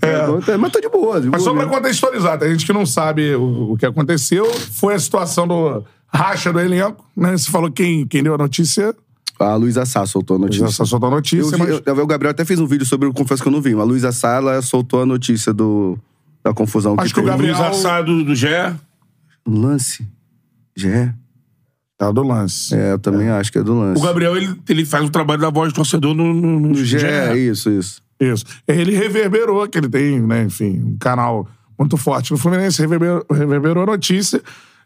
S3: é bom, tá- mas tô de boa. de
S1: Mas
S3: boa
S1: só pra
S3: mesmo.
S1: contextualizar, tem gente que não sabe o, o que aconteceu. Foi a situação do racha do elenco, né? Você falou quem, quem deu a notícia.
S3: Ah, A Luísa Sá é soltou a notícia.
S1: Já só soltou a
S3: Eu
S1: notícia,
S3: vi-
S1: mas...
S3: eu- o Gabriel até fez um vídeo sobre o Confesso que eu não vi. mas A Luísa Sá ela soltou a notícia do, da confusão
S1: Acho que o
S3: teve.
S1: Gabriel-
S2: Luiz assado do Gé.
S3: Lance? Já é?
S1: Tá do lance.
S3: É, eu também acho que é do lance.
S2: O Gabriel, ele, ele faz o trabalho da voz do torcedor no, no, no
S3: Do Gé, é isso, isso.
S1: Isso. Ele reverberou, que ele tem, né, enfim, um canal muito forte no Fluminense, reverberou, reverberou a notícia.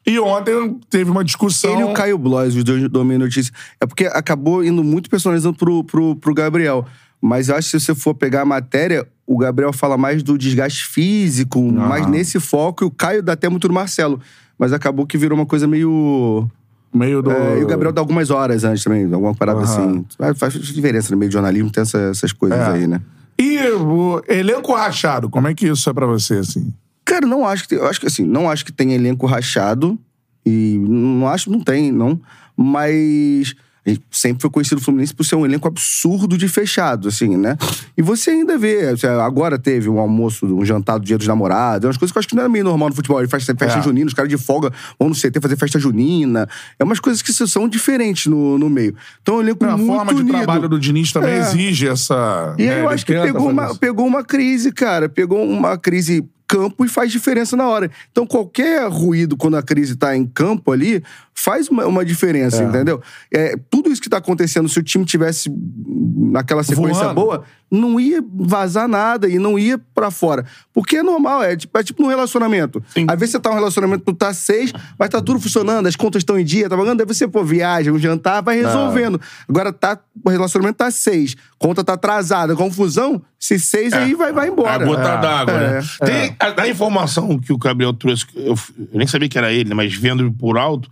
S1: E ontem teve uma discussão.
S3: Ele e o Caio Blois, os dois dominam notícia. É porque acabou indo muito personalizando pro, pro, pro Gabriel. Mas eu acho que se você for pegar a matéria, o Gabriel fala mais do desgaste físico, mais nesse foco, e o Caio dá até muito no Marcelo. Mas acabou que virou uma coisa meio.
S1: meio do.
S3: É, e o Gabriel dá algumas horas antes também, alguma parada assim. Ah, Faz diferença no meio de jornalismo, tem essa- essas coisas
S1: É.
S3: aí, né?
S1: E o elenco rachado, como é que isso é pra você, assim?
S3: Cara, não acho que tem, eu acho que assim, não acho que tem elenco rachado e não acho, não tem, não. Mas a gente sempre foi conhecido o Fluminense por ser um elenco absurdo de fechado, assim, né? E você ainda vê, assim, agora teve um almoço, um jantar do Dia dos Namorados, umas coisas que eu acho que não é meio normal no futebol, e festa, festa
S1: É.
S3: junina, os caras de folga vão no CT fazer festa junina. É umas coisas que são diferentes no, no meio. Então, é um elenco
S1: A
S3: muito
S1: forma de
S3: unido.
S1: trabalho do Diniz também
S3: É.
S1: exige essa.
S3: E
S1: né,
S3: aí eu
S1: ele
S3: acho que
S1: tenta
S3: pegou
S1: fazer
S3: uma,
S1: isso.
S3: pegou uma crise, cara. Pegou uma crise campo e faz diferença na hora. Então qualquer ruído quando a crise tá em campo ali faz uma, uma diferença, entendeu? É, tudo isso que tá acontecendo, se o time tivesse naquela sequência
S1: Voando.
S3: boa, não ia vazar nada e não ia pra fora. Porque é normal, é tipo, é tipo num relacionamento. Às vezes você tá num relacionamento, tu tá seis, mas tá tudo funcionando, as contas estão em dia, tá pagando, aí você, pô, viaja, um jantar, vai resolvendo. Agora tá, o relacionamento tá seis, conta tá atrasada, confusão, se seis aí vai, vai embora.
S2: A gota
S3: É.
S2: d'água, né?
S3: É.
S2: Tem a, a informação que o Gabriel trouxe, que eu, eu nem sabia que era ele, né? mas vendo por alto,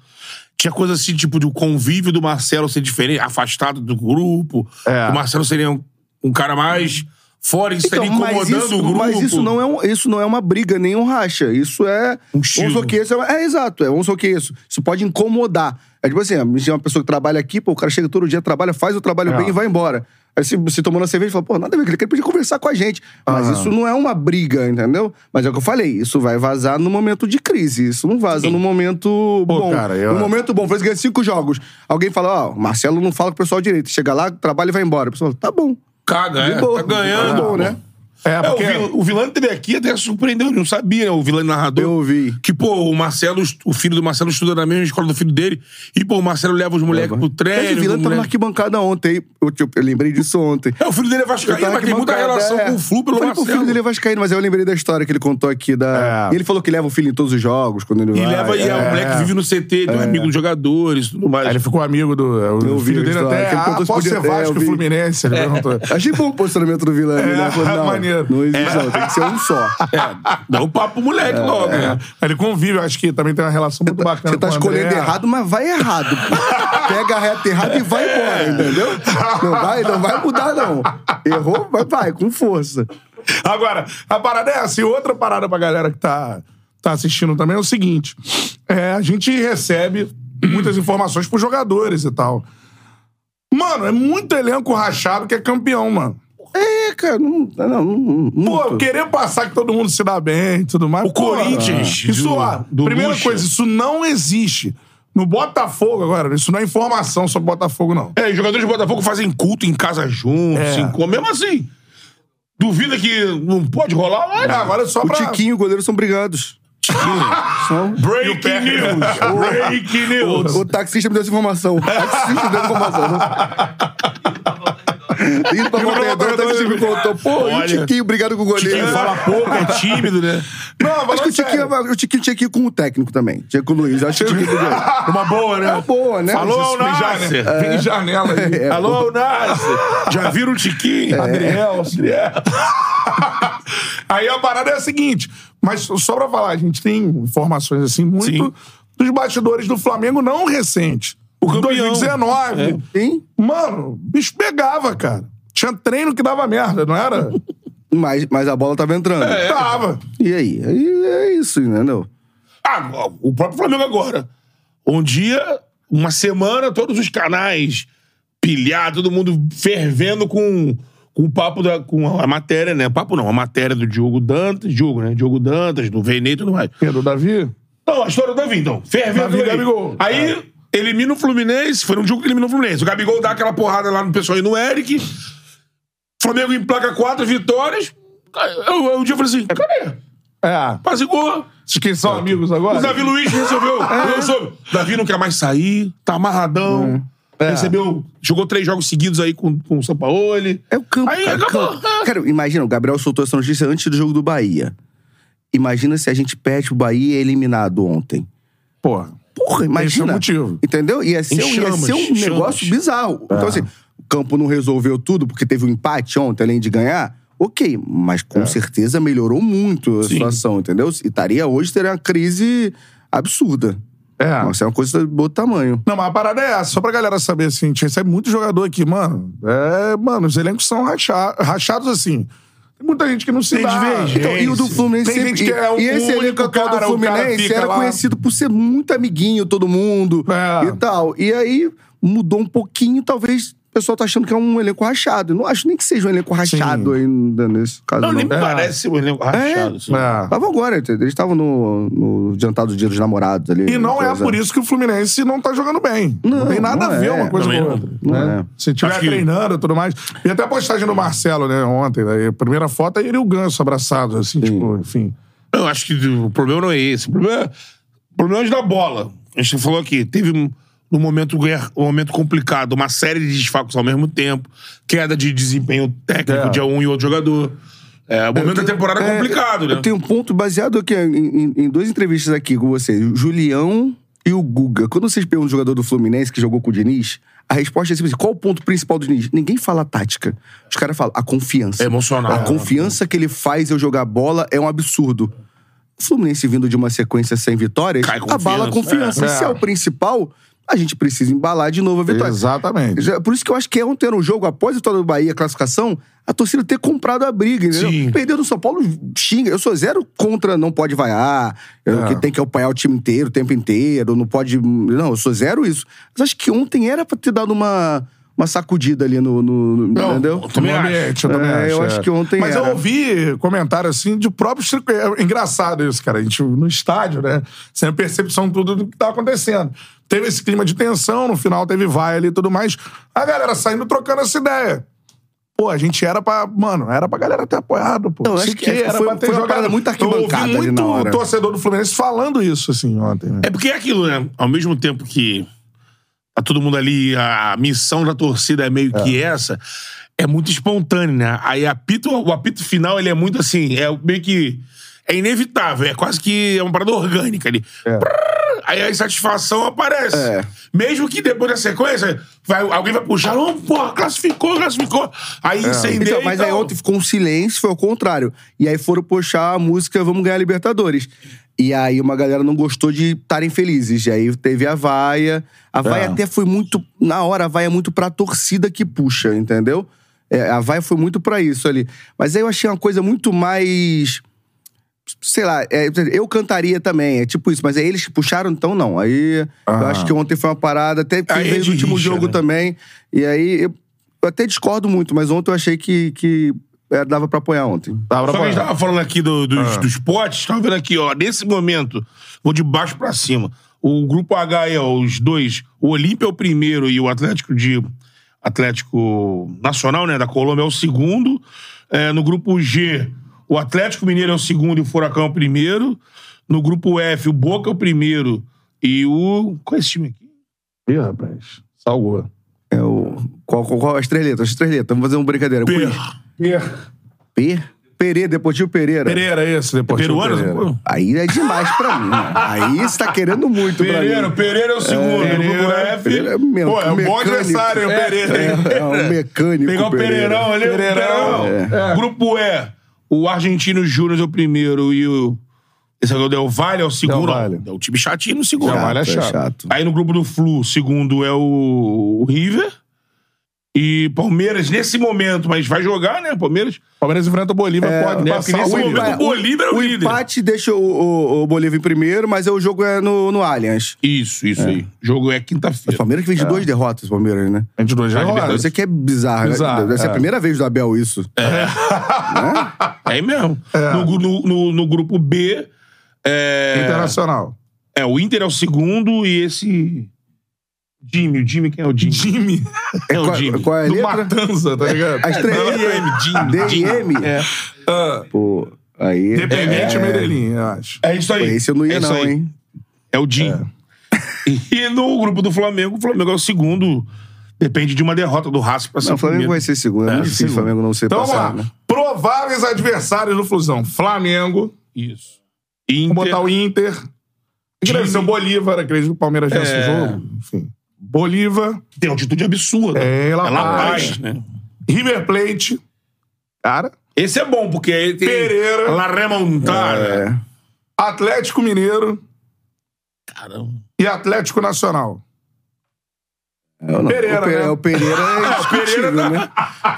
S2: tinha coisa assim, tipo, do convívio do Marcelo ser diferente, afastado do grupo.
S1: É.
S2: que O Marcelo seria um, um cara mais fora, que estaria
S3: Então,
S2: tá incomodando
S3: isso,
S2: o grupo.
S3: mas isso não é um, isso não é uma briga, nem um racha. Isso é
S2: Um estilo.
S3: Vamos que isso é, é exato, é vamos só que isso. Isso pode incomodar. É tipo assim, a gente é uma pessoa que trabalha aqui, pô, o cara chega todo dia, trabalha, faz o trabalho
S1: É.
S3: bem e vai embora. Aí se você tomando a cerveja, fala, pô, nada a ver, ele quer podia conversar com a gente.
S2: Ah.
S3: Mas isso não é uma briga, entendeu? Mas é o que eu falei, isso vai vazar no momento de crise. Isso não vaza no momento
S1: Pô,
S3: bom.
S1: cara, eu-
S3: No momento bom, fez ganha é cinco jogos. Alguém fala, ó, o Marcelo não fala com o pessoal direito. Chega lá, trabalha e vai embora. O pessoal fala, tá bom.
S2: Caga,
S3: De
S2: é,
S3: boa.
S2: tá ganhando.
S3: Tá bom, né?
S1: É,
S2: É, o,
S1: porque.
S2: Vil- o vilão teve aqui até surpreendeu, não sabia, né? O vilão narrador.
S3: Eu ouvi.
S2: Que, pô, o Marcelo, est- o filho do Marcelo estuda na mesma escola do filho dele. E, pô, o Marcelo leva os moleques pro treino.
S3: Esse
S2: os
S3: vilão tá tava na
S2: moleques-
S3: arquibancada ontem. Eu, tipo, eu- eu lembrei disso ontem.
S2: É, o filho dele é
S3: Eu
S2: vascaíno,
S3: tava
S2: mas tem muita
S3: arquibancada,
S2: relação
S3: é.
S2: com o Flu pelo
S3: Eu falei, pô,
S2: Marcelo.
S3: O filho dele é vascaíno, mas aí eu lembrei da história que ele contou aqui da...
S1: É.
S3: Ele falou que leva o filho em todos os jogos, quando ele
S2: E
S3: vai.
S2: leva, e
S3: é.
S2: é, o moleque vive no CT, tem um amigo dos jogadores, tudo mais.
S1: Aí ele ficou amigo do. é, O
S3: Eu vi
S1: filho
S3: a
S1: dele
S3: história,
S1: até.
S3: que ele
S1: Ah,
S3: perguntou se
S1: posso ser
S3: podia- é, eu
S1: Vasco e
S3: vi.
S1: Fluminense? Ele perguntou.
S3: Achei bom o posicionamento do vilão ali, né?
S1: É,
S3: Falou, não,
S1: maneiro.
S3: não existe não, tem que ser um só.
S2: É, dá um papo pro moleque logo, né?
S1: Ele convive, eu acho que também tem uma relação muito bacana.
S3: Você tá
S1: com o
S3: escolhendo
S2: é.
S1: André.
S3: errado, mas vai errado. Pega a reta errada e vai embora, entendeu? Não vai, não vai mudar, não. Errou, vai, vai, com força.
S1: Agora, a parada é essa. E outra parada pra galera que tá, tá assistindo também é o seguinte: é, a gente recebe muitas informações pros jogadores e tal. Mano, é muito elenco rachado que é campeão, mano.
S3: querer, cara. Não, não, não, não, não
S1: Pô,
S3: tô.
S1: querer passar que todo mundo se dá bem e tudo mais.
S2: O Corinthians,
S1: Isso,
S2: do-
S1: ó,
S2: do
S1: primeira
S2: Lucha.
S1: coisa, isso não existe. No Botafogo, agora, isso não é informação sobre Botafogo, não.
S2: É, os jogadores do Botafogo fazem culto em casa juntos,
S1: É.
S2: se encontram, mesmo assim. Duvida que não pode rolar lá? né?
S1: É, agora é só
S3: O
S1: pra...
S3: Tiquinho e o goleiro são brigados. São.
S2: Break news! Break news!
S3: O, o taxista me deu essa informação. O taxista deu essa informação. né? Indo pra Monteiro, o taxista me contou. Pô, e o
S2: Olha.
S3: Tiquinho brigado com o goleiro?
S2: Quem fala pouco é tímido, né?
S1: Não,
S3: Acho que o Tiquinho, é o Tiquinho tinha que ir com o técnico também. Tinha que ir com o Luiz. Acho que tinha que ir com o goleiro.
S2: Uma boa, né?
S3: É boa, né?
S2: Falou, É.
S3: Isso,
S2: Alnasser.
S1: Vem É. Vem janela aí.
S3: É,
S2: Alô, Nasser! Já viram o Tiquinho?
S1: Adriel, Adriel.
S2: É.
S1: Aí a parada é a seguinte, mas só pra falar, a gente tem informações assim muito
S2: Sim.
S1: dos bastidores do Flamengo não recente. O
S2: campeão. É.
S1: 2019.
S3: Sim,
S1: Mano, o bicho pegava, cara. Tinha treino que dava merda, não era?
S3: mas, mas a bola tava entrando.
S1: É.
S2: É.
S1: Tava.
S3: E aí? Aí é isso, entendeu?
S2: Ah, o próprio Flamengo agora. Um dia, uma semana, todos os canais pilhados, todo mundo fervendo com, com o papo da. com a matéria, né? Papo não, a matéria do Diogo Dantas, Diogo, né? Diogo Dantas, do Venê e tudo mais.
S1: Pedro Davi?
S2: Não, a história do Davi, então. Fervendo
S1: Davi,
S2: Davi,
S1: Gabigol. É.
S2: Aí elimina o Fluminense, foi um jogo que eliminou o Fluminense. O Gabigol dá aquela porrada lá no pessoal e no Eric. Flamengo emplaca quatro vitórias. Eu, eu, um dia eu falei assim: cadê?
S1: É.
S2: Apazigou.
S1: Vocês que são amigos agora?
S2: O Davi Luiz resolveu.
S1: É.
S2: Eu soube. Davi não quer mais sair, tá amarradão.
S1: É.
S2: Recebeu. Jogou três jogos seguidos aí com, com o São Paulo.
S3: É o campo.
S2: Aí
S3: cara.
S2: acabou.
S3: Campo. Cara, imagina, o Gabriel soltou essa notícia antes do jogo do Bahia. Imagina se a gente perde o Bahia e é eliminado ontem.
S1: Porra.
S3: Porra, imagina.
S1: Esse é o motivo.
S3: Entendeu? Ia ser, um- ia
S2: chamas,
S3: ser um
S2: chamas.
S3: negócio bizarro. Então, assim, o campo não resolveu tudo porque teve um empate ontem, além de ganhar. Ok, mas com certeza melhorou muito a situação, entendeu? E estaria hoje, teria uma crise absurda.
S1: É.
S3: Nossa, é uma coisa do outro tamanho.
S1: Não, mas a parada é essa, só pra galera saber, assim, a gente recebe muito jogador aqui, mano. É, mano, os elencos são racha- rachados, assim. Tem muita gente que não se
S2: Tem
S1: dá.
S2: divergência.
S1: Então,
S3: E o do Fluminense
S1: Tem
S3: sempre,
S1: gente que é o
S3: e esse
S1: único
S3: elenco atual
S1: cara,
S3: do
S1: o cara
S3: Fluminense
S1: fica
S3: era
S1: lá.
S3: conhecido por ser muito amiguinho, todo mundo
S1: É.
S3: e tal. E aí mudou um pouquinho, talvez o pessoal tá achando que é um elenco rachado. Eu não acho nem que seja um elenco rachado
S1: Sim.
S3: ainda nesse caso.
S2: Não,
S3: Não,
S2: nem
S3: Estavam
S2: parece o elenco rachado. assim.
S1: É.
S3: agora, entendeu? eles estavam no, no adiantado do dia dos namorados ali.
S1: E não é por isso que o Fluminense não tá jogando bem. Não,
S3: Não,
S1: tem nada
S3: não
S1: a ver
S3: é.
S1: uma coisa
S2: Também
S1: com a
S2: não.
S1: outra.
S3: Não
S1: né?
S3: é.
S1: Se estiver
S2: Acho que-
S1: treinando e tudo mais. E até a postagem do Marcelo, né, ontem, né, a primeira foto, ele e o Ganso abraçados, assim, tipo, enfim.
S2: Eu acho que o problema não é esse. O problema é, o problema é da bola. A gente falou aqui, teve um, um momento, ganha- um momento complicado, uma série de desfacos ao mesmo tempo, queda de desempenho técnico
S1: É.
S2: de um e outro jogador. É, o momento da temporada é complicado, né?
S3: Eu tenho um ponto baseado aqui em, em- em duas entrevistas aqui com vocês. O Julião e o Guga. Quando vocês perguntam um jogador do Fluminense que jogou com o Diniz, a resposta é sempre assim, qual o ponto principal do Diniz? Ninguém fala tática. Os caras falam a confiança.
S2: É emocional.
S3: A confiança que ele faz eu jogar bola é um absurdo. O Fluminense vindo de uma sequência sem vitórias,
S2: Cai confiança.
S3: abala a confiança.
S1: É.
S3: E se é o principal, a gente precisa embalar de novo a vitória.
S1: Exatamente.
S3: Já- Por isso que eu acho que ontem era um jogo, após a vitória do Bahia, a classificação, a torcida ter comprado a briga, entendeu?
S2: Sim.
S3: Perdeu no São Paulo, xinga. Eu sou zero contra não pode vaiar, eu-
S1: É.
S3: que tem que apanhar o time inteiro, o tempo inteiro, não pode... Não, eu sou zero isso. Mas acho que ontem era pra ter dado uma, uma sacudida ali no... no- no-
S2: Não,
S3: entendeu?
S2: Também
S1: No
S2: acho.
S1: ambiente, eu também
S3: É,
S1: acho.
S3: eu acho que ontem
S1: Mas eu
S3: era.
S1: ouvi comentário assim de próprios. tri- é Engraçado isso, cara. A gente no estádio, né? Sem a percepção tudo do que tá acontecendo. Teve esse clima de tensão, no final teve vai ali e tudo mais. A galera saindo trocando essa ideia. Pô, a gente era pra. Mano, era pra galera ter apoiado, pô.
S3: Não, eu acho
S1: Sei
S3: que- acho que foi- foi uma parada muito
S1: Eu
S3: arquibancada
S1: ouvi
S3: ali
S1: muito
S3: na hora.
S1: torcedor do Fluminense falando isso, assim, ontem. Né?
S2: É porque é aquilo, né? Ao mesmo tempo que tá todo mundo ali, a missão da torcida é meio que essa, é muito espontâneo, né? Aí apito, o apito final, ele é muito assim, é meio que. É inevitável, é quase que é uma parada orgânica ali. Prrr, Aí a insatisfação aparece.
S3: É.
S2: Mesmo que depois da sequência, vai, alguém vai puxar, não, porra, classificou, classificou. Aí incendeia.
S3: Então, mas aí
S2: então-
S3: ontem ficou um silêncio, foi ao contrário. E aí foram puxar a música Vamos Ganhar Libertadores. E aí uma galera não gostou de estarem felizes. E aí teve a vaia. A vaia até foi muito. Na hora, a vaia é muito pra torcida que puxa, entendeu? É, a vaia foi muito pra isso ali. Mas aí eu achei uma coisa muito mais. Sei lá, é, eu cantaria também, é tipo isso, mas aí eles que puxaram, então não. Aí eu
S1: Ah.
S3: acho que ontem foi uma parada, até porque
S2: Aí é
S3: veio
S2: de
S3: o último
S2: rixa,
S3: jogo
S2: né?
S3: também. E aí eu eu até discordo muito, mas ontem eu achei que, que é, dava pra apoiar ontem.
S1: Dava
S2: Só
S1: pra
S2: que a gente
S1: apanhar.
S2: tava falando aqui do- dos,
S1: Ah.
S2: dos potes, tava vendo aqui, ó. Nesse momento, vou de baixo pra cima. O grupo H é os dois. O Olímpia é o primeiro e o Atlético de. Atlético Nacional, né? Da Colômbia é o segundo. É, no grupo G, o Atlético Mineiro é o segundo e o Furacão é o primeiro. No grupo F, o Boca é o primeiro. E o. Qual é esse time aqui?
S1: Ih, rapaz. Salgou.
S3: É o. Qual, qual, qual? As três letras, as três letras. Vamos fazer uma brincadeira.
S2: Per-
S3: P. Pereira, Deportivo Pereira.
S1: Pereira, esse depois.
S2: Peruano? pô.
S3: Aí é demais pra mim. né? Aí você tá querendo muito pra
S2: Pereira,
S3: mim.
S2: Pereira é o segundo.
S1: É,
S2: no grupo
S1: Pereira,
S2: F.
S3: Pereira é meu-
S2: Pô, é um bom
S3: mecânico.
S2: adversário, o Pereira.
S3: É, é um mecânico. é.
S2: Pegar o Pereirão ali, o Pereirão.
S1: é.
S2: É. Grupo E, o Argentino Júnior é o primeiro e o. Esse aqui é o Del Valle, é o segundo.
S1: Del Valle.
S2: É o time chatinho no segundo.
S1: Del Valle.
S3: Chato,
S1: Trabalho é
S3: é
S1: chato.
S3: chato.
S2: Aí no grupo do Flu, o segundo é o, o River. E Palmeiras, nesse momento, mas vai jogar, né? Palmeiras.
S1: Palmeiras enfrenta o Bolívia, pode
S2: né,
S1: passar
S2: porque nesse
S1: o
S2: momento
S1: Bolívia.
S2: o Bolívar é o
S3: o
S2: líder.
S3: empate deixa o, o, o Bolívia em primeiro, mas é o jogo é no, no Allianz.
S2: Isso, isso aí. O jogo é
S3: O
S2: quinta-feira.
S3: Palmeiras que fez duas derrotas, o Palmeiras, né?
S1: A gente dois já
S3: Cara, isso aqui é bizarro. né?
S1: Bizarro,
S3: Deve ser
S1: é.
S3: a primeira vez do Abel isso.
S2: É aí mesmo. No, gru- no- no- no grupo B, é,
S1: Internacional.
S2: é, o Inter é o segundo e esse. Jimmy, o Jimmy, quem é o Jimmy? Jimmy. É o
S3: qual,
S2: Jimmy.
S3: qual é a
S1: Do
S3: letra?
S1: Matanza, tá ligado?
S3: As três letras. DM?
S2: É.
S3: Pô, aí...
S1: Independente
S3: é,
S1: Medellín, eu acho.
S2: É isso aí.
S3: Esse eu não ia
S2: é isso
S3: não,
S2: aí.
S3: hein?
S2: É o Jim.
S3: é.
S2: E no grupo do Flamengo, o Flamengo é o segundo. Depende de uma derrota do Racing pra ser
S3: Não, o Flamengo vai ser segundo. É, muito difícil o
S2: segundo.
S3: Flamengo não ser
S1: Então vamos
S3: passado,
S1: lá.
S3: né?
S1: Prováveis adversários do Flusão. Flamengo,
S2: Isso.
S1: vamos
S2: Inter,
S1: botar o Inter. Acredito que o Bolívar, acredito que o Palmeiras vence
S2: É.
S1: o jogo. Enfim. Bolívar,
S2: tem altitude absurda.
S1: é, La
S2: É La
S1: Paz,
S2: Paz, né?
S1: River Plate, cara,
S2: Esse é bom, porque aí tem...
S1: Pereira.
S2: La Remontada.
S3: É.
S1: Atlético Mineiro
S2: Caramba.
S1: e Atlético Nacional.
S3: Eu não.
S1: Pereira,
S3: é o, Pe- o
S1: né?
S3: Pereira é discutível, né?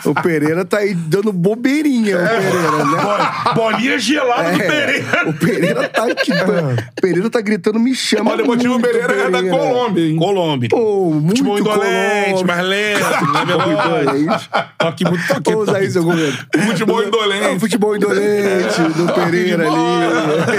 S3: O Pereira tá aí dando bobeirinha, o Pereira, né?
S2: Bol- Bolinha gelada do
S3: É,
S2: Pereira.
S3: O Pereira tá aqui. O Pereira tá gritando, me chama.
S1: Olha, o motivo
S3: muito,
S1: Pereira é da Colômbia, hein?
S2: Colômbia.
S3: Pô, muito
S2: Futebol indolente,
S3: Colômbia.
S2: mais lento,
S1: né?
S2: mais veloz.
S3: Indolente.
S2: Toque muito toque.
S3: Vamos usar isso em algum momento.
S1: tá Futebol indolente. É.
S3: É, o futebol indolente do Pereira ali.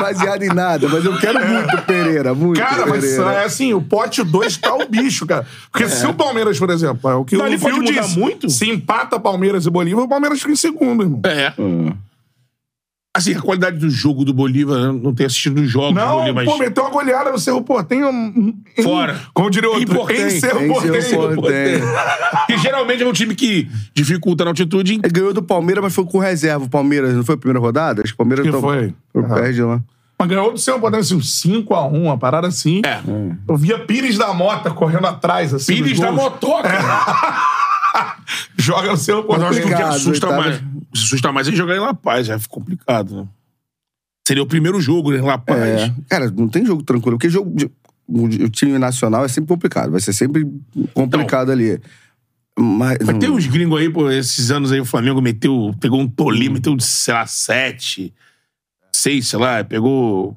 S3: Baseado em nada, mas eu quero muito o Pereira, muito
S1: Cara,
S3: o
S1: mas
S3: Pereira.
S1: é assim, o pote 2 tá o bicho, cara. Porque se o Palmeiras, por exemplo, é o que
S2: Mas
S1: o
S2: ele pode
S1: Fio
S2: mudar
S1: disse,
S2: muito?
S1: se empata Palmeiras e Bolívar, o Palmeiras fica em segundo, irmão.
S2: É.
S3: Hum.
S2: Assim, a qualidade do jogo do Bolívar, eu não tenho assistido os jogos do
S1: Não,
S2: Bolívar. mas-
S1: pô, meteu uma goleada no Cerro Portenho. hum, em-
S2: Fora.
S1: Como diria outro,
S2: Importante.
S1: em Cerro
S3: Em
S1: Portenho.
S3: Cerro Portenho.
S2: Porque geralmente é um time que dificulta na altitude.
S3: Ele ganhou do Palmeiras, mas foi com reserva. O Palmeiras não foi a primeira rodada? Acho que o Palmeiras
S1: Que
S3: tom-
S1: foi. Aham.
S3: Perde lá.
S1: Mas ganhou do Cerro Portenho, assim, 5x1, uma parada assim.
S2: É.
S1: Eu via Pires da Mota correndo atrás, assim.
S2: Pires
S1: dos
S2: da
S1: gols.
S2: motoca.
S1: Joga no Cerro
S2: Mas É, eu acho que o
S1: Portenho.
S2: que
S3: Complicado,
S2: assusta
S3: oitava.
S2: mais, assusta mais é jogar em La Paz. É complicado, né? Seria o primeiro jogo né, em La Paz.
S3: É. Cara, não tem jogo tranquilo, porque jogo. de- O o time nacional é sempre complicado, vai ser sempre
S1: Então.
S3: complicado ali. Mas,
S2: Mas tem uns gringos aí, pô, esses anos aí o Flamengo meteu, pegou um Tolima, meteu, sei lá, sete, seis, sei lá, pegou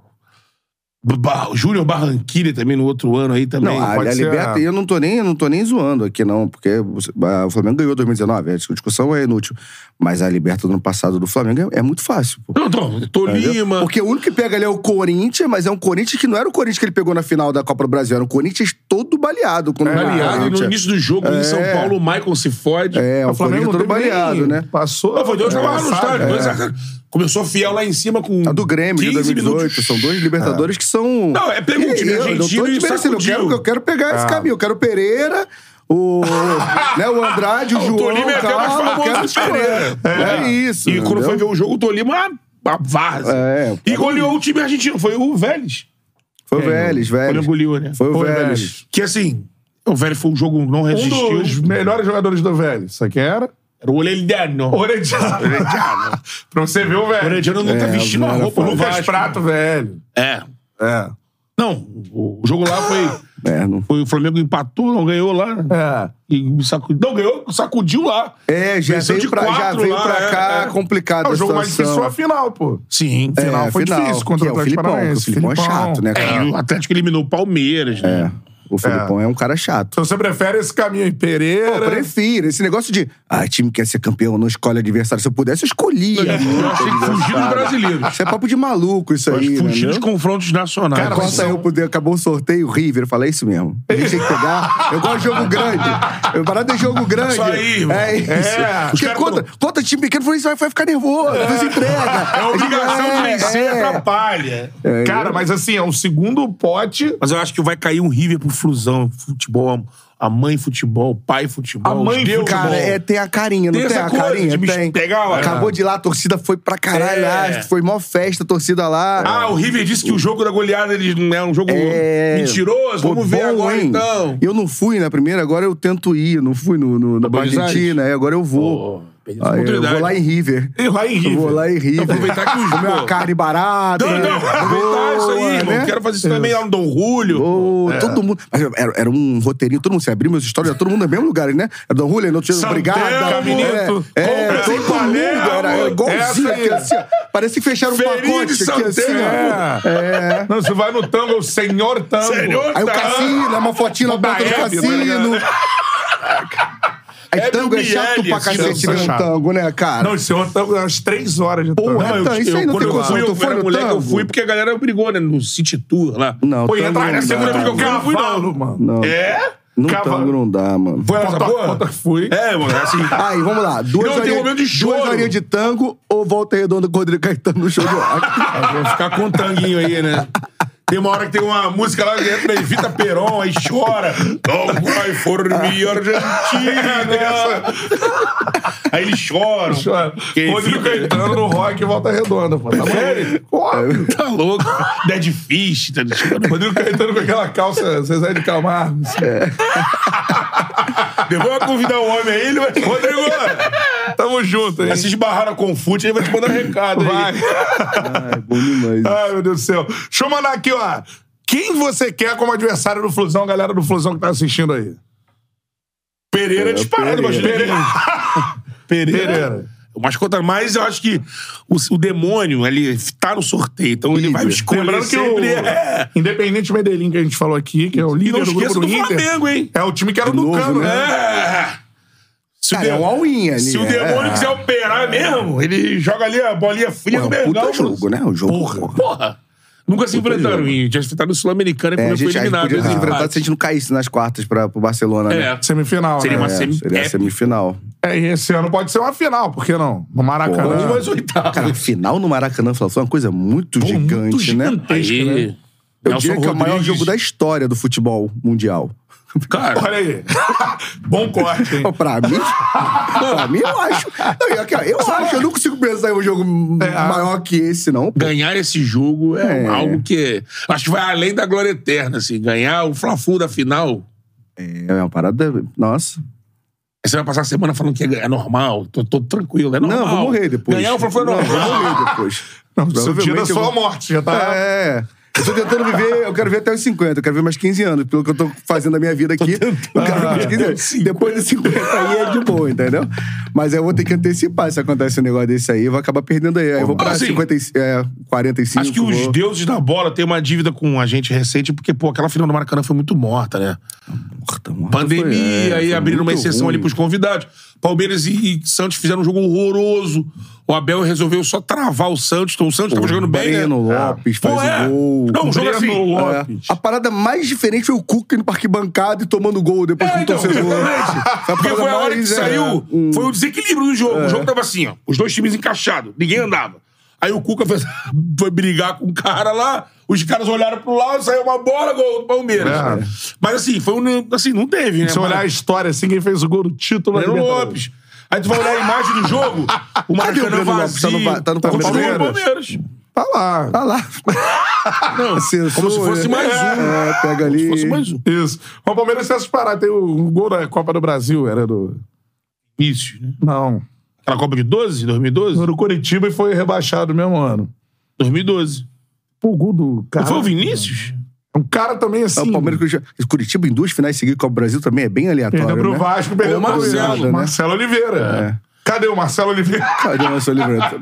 S2: Ba- Júnior Barranquilla também no outro ano aí também.
S3: Não, a,
S1: pode
S3: a
S1: ser
S3: Liberta,
S1: a-
S3: eu não tô, nem, eu não tô nem zoando aqui, não, porque você- a- o Flamengo ganhou 2019, a discussão é inútil. Mas a Liberta do ano passado do Flamengo é, é muito fácil, pô.
S2: Não, não, Tolima.
S3: Porque o único que pega ali é o Corinthians, mas é um Corinthians que não era o Corinthians que ele pegou na final da Copa do Brasil, era um Corinthians todo baleado.
S1: É,
S3: Quando era o
S2: Aliado, e no
S3: Corinthians.
S2: início do jogo, em São Paulo, o Michael se fode.
S3: É, o,
S1: O Flamengo
S3: Corinthians todo
S1: não teve
S3: baleado,
S1: nem-
S3: né?
S1: Passou.
S2: Não, foi dois
S1: É,
S2: jogos no
S1: sabe?
S2: estádio.
S1: É.
S2: dois a- Começou fiel lá em cima com.
S3: A Tá do Grêmio de
S2: 15
S3: 2018.
S2: minutos.
S3: São dois Libertadores que são.
S2: Não, é pega um time
S3: E eu- eu não tô
S2: argentino e
S3: desmerecendo, eu quero,
S2: sacudiu.
S3: eu quero pegar esse caminho. Eu quero o Pereira, o, né, o Andrade, o,
S2: O
S3: João.
S2: Tolima é até mais
S3: Calma, eu quero
S2: famoso que o Pereira.
S3: escolher. É, isso.
S2: E quando foi ver
S3: entendeu?
S2: o jogo, o Tolima, a, a várzea.
S3: É,
S2: e goleou o time argentino. Foi o Vélez.
S3: Foi o Vélez,
S2: Quando
S3: Vélez.
S2: goleou, né?
S3: Foi o
S1: Foi o
S3: Vélez.
S1: Vélez.
S2: Que assim, o Vélez foi um jogo não
S1: Um
S2: resistiu.
S1: dos melhores jogadores do Vélez. Isso aqui era?
S2: Era o Orelhano.
S1: Orediano.
S2: Orelhano.
S1: pra você ver o
S2: O
S1: Vélez.
S2: Orelhano não tá
S3: É,
S2: vestindo a
S3: não era
S2: roupa no
S3: fácil.
S1: Lucas
S2: Vasco.
S1: Prato, velho.
S2: É.
S1: É.
S2: Não, o jogo lá foi...
S3: É, não-
S2: Foi o Flamengo empatou, não ganhou lá.
S1: É.
S2: E sacudiu, não ganhou, sacudiu lá.
S3: É, já
S2: Venceu de
S3: veio pra, já
S2: quatro
S3: veio
S2: lá,
S3: pra
S2: é,
S3: cá
S2: é.
S3: complicado
S1: É, o
S3: a
S1: jogo mais difícil
S3: situação.
S1: foi a final, pô.
S2: Sim.
S3: É,
S1: final foi difícil contra
S3: que
S1: o Atlético
S3: Filipão, que
S1: Paranaense.
S3: O Filipão é
S1: Filipão.
S3: chato, né,
S2: É,
S3: cara?
S2: e o Atlético eliminou o Palmeiras, né?
S3: O Filipão é, um cara chato.
S1: Então você prefere esse caminho aí, Pereira.
S3: Eu
S2: É.
S3: prefiro. Esse negócio de, ah, time quer ser campeão, não escolhe adversário. Se eu pudesse, eu escolhia.
S2: Eu achei que fugir do brasileiro.
S3: Isso é papo de maluco, isso
S2: Mas
S3: aí.
S2: fugir
S3: né?
S2: dos confrontos nacionais.
S3: Cara, quando saiu pro acabou o sorteio, o River, eu falei isso mesmo. A gente tem que pegar. Eu gosto de jogo grande. Eu parado é jogo grande.
S2: Isso aí, irmão.
S3: É isso.
S2: É, os
S3: Porque
S2: caras
S3: contra, contra time pequeno, eu falei, isso vai vai ficar nervoso, é. não se entrega.
S2: É obrigação de
S3: né?
S2: vencer, atrapalha.
S1: Cara, mas assim, é um segundo pote.
S2: Mas eu acho que vai cair um River pro Flusão. Futebol, a- a mãe futebol, o pai futebol.
S1: A mãe
S2: os deus
S3: Cara,
S2: futebol.
S3: é, tem a carinha, não
S2: Tem
S3: tem,
S2: essa
S3: a
S2: coisa
S3: carinha?
S2: de me
S3: Tem.
S2: pegar, ué.
S3: Acabou de ir lá, a torcida foi pra caralho lá,
S2: É.
S3: foi mó festa a torcida lá.
S2: Ah, o River disse que o jogo da goleada eles não é um jogo
S3: É.
S2: mentiroso.
S3: Pô,
S2: Vamos ver
S3: bom,
S2: agora,
S3: hein?
S2: então.
S3: Eu não fui na primeira, agora eu tento ir. Não fui no, no, na
S2: Buenos
S3: Argentina, é, agora eu vou.
S2: Pô, perdi essa
S3: Aí, eu
S2: oportunidade.
S3: vou lá em River. É.
S1: E lá em
S3: Eu
S1: River.
S3: vou lá em River.
S2: aproveitar que os-
S3: Comer
S2: pô.
S3: uma carne barata.
S2: Não, não, aproveitar então, é isso aí, irmão.
S3: né?
S2: Quero fazer isso também lá no Dom Julio.
S3: Ô, Todo mundo. mas Era, era um roteirinho, todo mundo. Você abriu meus stories, era todo mundo no mesmo lugar, né? Era Don Julio, não tinha
S1: Santelmo,
S3: obrigado.
S1: Caminito,
S3: é,
S1: compra
S3: é,
S2: assim,
S3: todo
S1: em
S3: mundo.
S1: Palermo,
S3: Era, era igualzinho
S1: essa aí.
S3: aqui, assim, ó. Parece que fecharam um
S2: Feirinha
S3: pacote
S2: É, de
S3: aqui, assim, ó.
S1: É. Não, você vai no tango, é o senhor tango.
S2: Senhor
S3: Aí o
S2: Tá.
S3: cassino, é uma fotinha na
S1: Da
S3: porta do
S1: Hebe,
S3: cassino. Aí
S2: Hebe
S3: tango é chato
S2: Bieli,
S3: pra
S2: assim,
S3: cacete
S1: não,
S3: ver um
S1: chato.
S3: tango, né, cara?
S1: Não, o senhor tango é umas três horas de tango.
S3: Pô, é tango, isso aí não
S2: quando
S3: tem
S2: eu
S3: condição.
S2: fui,
S3: Tu
S2: eu
S3: foi
S2: era
S3: no
S2: moleque, eu
S3: tango?
S2: fui porque a galera brigou, né? No City Tour lá.
S3: Não,
S1: Pô, e
S3: tango
S1: entra é a
S3: não
S1: segunda vez que eu
S3: dá.
S1: quero, não fui não,
S2: Cavalo,
S1: mano.
S3: Não,
S2: É?
S3: no
S1: Cavalo.
S3: tango não dá, mano.
S2: Foi nessa
S1: Porta-
S2: porra?
S1: porta que fui.
S2: É, mano, assim.
S3: Aí, vamos lá.
S2: Não,
S3: Duas
S2: tem um
S3: horinhas
S2: momento de choro.
S3: duas horinhas de tango ou volta redonda com o Rodrigo Caetano no show Ah, de rock.
S2: Vamos ficar com o tanguinho aí, né? Tem uma hora que tem uma música lá que entra Evita Peron, aí chora. Don't cry for me, Argentina. Aí eles choram. Que
S1: é. Rodrigo
S2: fica-
S1: Caetano no rock e volta redonda, pô. Tá sério? Óbvio.
S2: Tá louco. Dead Fish. Tá...
S1: Rodrigo Caetano com aquela calça Zezé de ah, Camargo.
S2: Depois vai convidar o homem aí, ele vai... Rodrigo,
S1: Tamo junto, hein?
S2: vai se esbarrar na Confute, ele vai te mandar um recado
S3: Ai,
S2: aí.
S1: Vai.
S3: é Ah, bom demais.
S2: Ah,
S1: Ai, meu Deus do céu. Deixa eu mandar aqui, ó. Quem você quer como adversário do Flusão, galera do Flusão que tá assistindo aí?
S2: Pereira é disparado,
S3: Pereira.
S2: imagina. Pereira.
S1: Pereira.
S2: Mas conta mais, eu acho que o, o demônio, ele tá no sorteio, então ele vai
S3: Líder.
S2: escolher
S1: Lembrando que o
S2: sempre. É.
S1: Independente Medellín que a gente falou aqui, que é o
S2: E não
S1: líder do
S2: esqueça
S1: grupo
S2: do,
S1: do Inter,
S2: Flamengo, hein?
S1: é o time que era do
S3: novo,
S1: Cano,
S3: né?
S1: né?
S2: É. Se o
S3: Cara, é
S2: de-
S3: um all-in ali.
S2: Se o
S3: é.
S2: demônio quiser operar mesmo, ele joga ali a bolinha fria
S3: Pô,
S2: no
S3: é um
S2: Mengão.
S3: puta jogo, né? O jogo.
S2: Porra. Porra. Nunca se
S3: Puta
S2: enfrentaram.
S3: jogo.
S2: E já se enfrentaram no
S3: É,
S2: Sul-Americano e
S3: a
S2: primeiro foi
S3: gente, a gente
S2: eliminado. né? Ah,
S3: podia se
S2: dois
S3: enfrentar
S2: empates.
S3: se a gente não caísse nas quartas pra, pro Barcelona, né?
S2: É.
S1: Semifinal,
S2: Seria
S1: né?
S2: uma
S3: É,
S2: semi-
S3: seria
S2: épico.
S3: a semifinal.
S1: É, e esse ano pode ser uma final, por que não? No Maracanã.
S2: Ou mais oitavas.
S3: Cara, final no Maracanã Fla-Flu é uma coisa muito gigante,
S1: muito
S3: né?
S1: gigantesco, né?
S3: Eu diria que é o maior jogo da história do futebol mundial.
S2: Cara,
S1: Olha aí. Bom corte, hein?
S3: Pô, Pra mim, pra mim, eu acho. Não, e aqui, ó, eu acho, eu não consigo pensar em um jogo maior que esse, não. pô.
S2: ganhar esse jogo é,
S3: É.
S2: algo que... Acho que vai além da glória eterna, assim. Ganhar o Fla-Flu da final...
S3: É uma parada. Nossa.
S2: Aí Você vai passar a semana falando que é é normal, tô, tô tranquilo, é normal.
S3: Não, vou morrer depois.
S2: Ganhar o Fla-Flu é
S3: Não,
S2: normal.
S3: Vou morrer depois.
S1: Não, seu é dia da
S3: Provavelmente eu
S1: sua
S3: vou-
S1: morte já tá...
S3: É. Eu tô tentando viver, eu quero ver até os 50, eu quero ver mais 15 anos, pelo que eu tô fazendo da minha vida aqui. Eu quero ver mais 15
S2: Ah,
S3: anos. Depois dos 50 aí é de boa, entendeu? Mas eu vou ter que antecipar se acontece um negócio desse aí, eu vou acabar perdendo aí. Aí eu vou pra
S2: Assim,
S3: 50, e- é, 45.
S2: Acho que os
S3: vou...
S2: deuses da bola têm uma dívida com a gente recente, porque, pô, aquela final do Maracanã foi muito morta, né?
S3: Puta, mano,
S2: Pandemia,
S3: foi- é,
S2: aí
S3: foi
S2: abriram uma
S3: muito
S2: exceção
S3: ruim.
S2: ali pros convidados. Palmeiras e, e Santos fizeram um jogo horroroso. O Abel resolveu só travar o Santos. Então, o Santos tava jogando bem, né?
S3: Breno Lopes
S2: Pô,
S3: faz o
S2: é.
S3: gol.
S2: Não, um jogo
S1: Breno
S2: assim.
S1: Lopes.
S3: É. A parada mais diferente foi o Cuca indo pra arquibancada e tomando gol depois
S2: É,
S3: com o
S2: então,
S3: torcedor.
S2: exatamente.
S3: Essa
S2: Porque
S3: parada
S2: foi a hora que
S3: mais, é,
S2: saiu,
S3: um-
S2: foi o desequilíbrio do jogo. O jogo tava assim, ó. Os dois times encaixados, ninguém andava. Aí o Cuca fez- foi brigar com o cara lá, os caras olharam pro lado, saiu uma bola, gol do Palmeiras.
S1: É.
S2: Mas assim, foi um. Assim, não teve, né?
S1: Se olhar a
S2: Mas-
S1: história assim, quem fez o gol do título... da
S2: Breno
S1: Libertadores.
S2: Lopes. Aí tu vai olhar a imagem do jogo, o
S3: Cadê o
S2: Maracanã
S3: Breno Lopes? Tá
S2: vazio.
S3: no pa- tá no
S2: Tá
S3: Palmeiras?
S2: no Palmeiras.
S1: Tá lá.
S3: Tá lá.
S2: Não, como se fosse mais um.
S3: né? É, pega ali.
S2: Como se fosse mais um.
S1: Isso. O Palmeiras se essas paradas. Tem o gol da Copa do Brasil, era do...
S2: Isso, né?
S1: Não.
S2: Aquela Copa de 12, 2012?
S1: Foi do Curitiba e foi rebaixado no mesmo ano.
S2: 2012.
S1: Pô, o gol do cara...
S2: Não foi o Vinícius?
S1: Um cara também
S3: É,
S1: assim...
S3: O Palmeiras Curitiba- Curitiba em duas finais seguidas com o Brasil também é bem aleatório.
S1: Perdeu pro
S3: né?
S1: Vasco, perdeu
S3: Ou
S1: pro
S3: Marcelo,
S1: Marcelo,
S3: né?
S1: Marcelo Oliveira.
S3: É.
S1: Cadê o Marcelo Oliveira?
S3: Cadê o Marcelo Oliveira?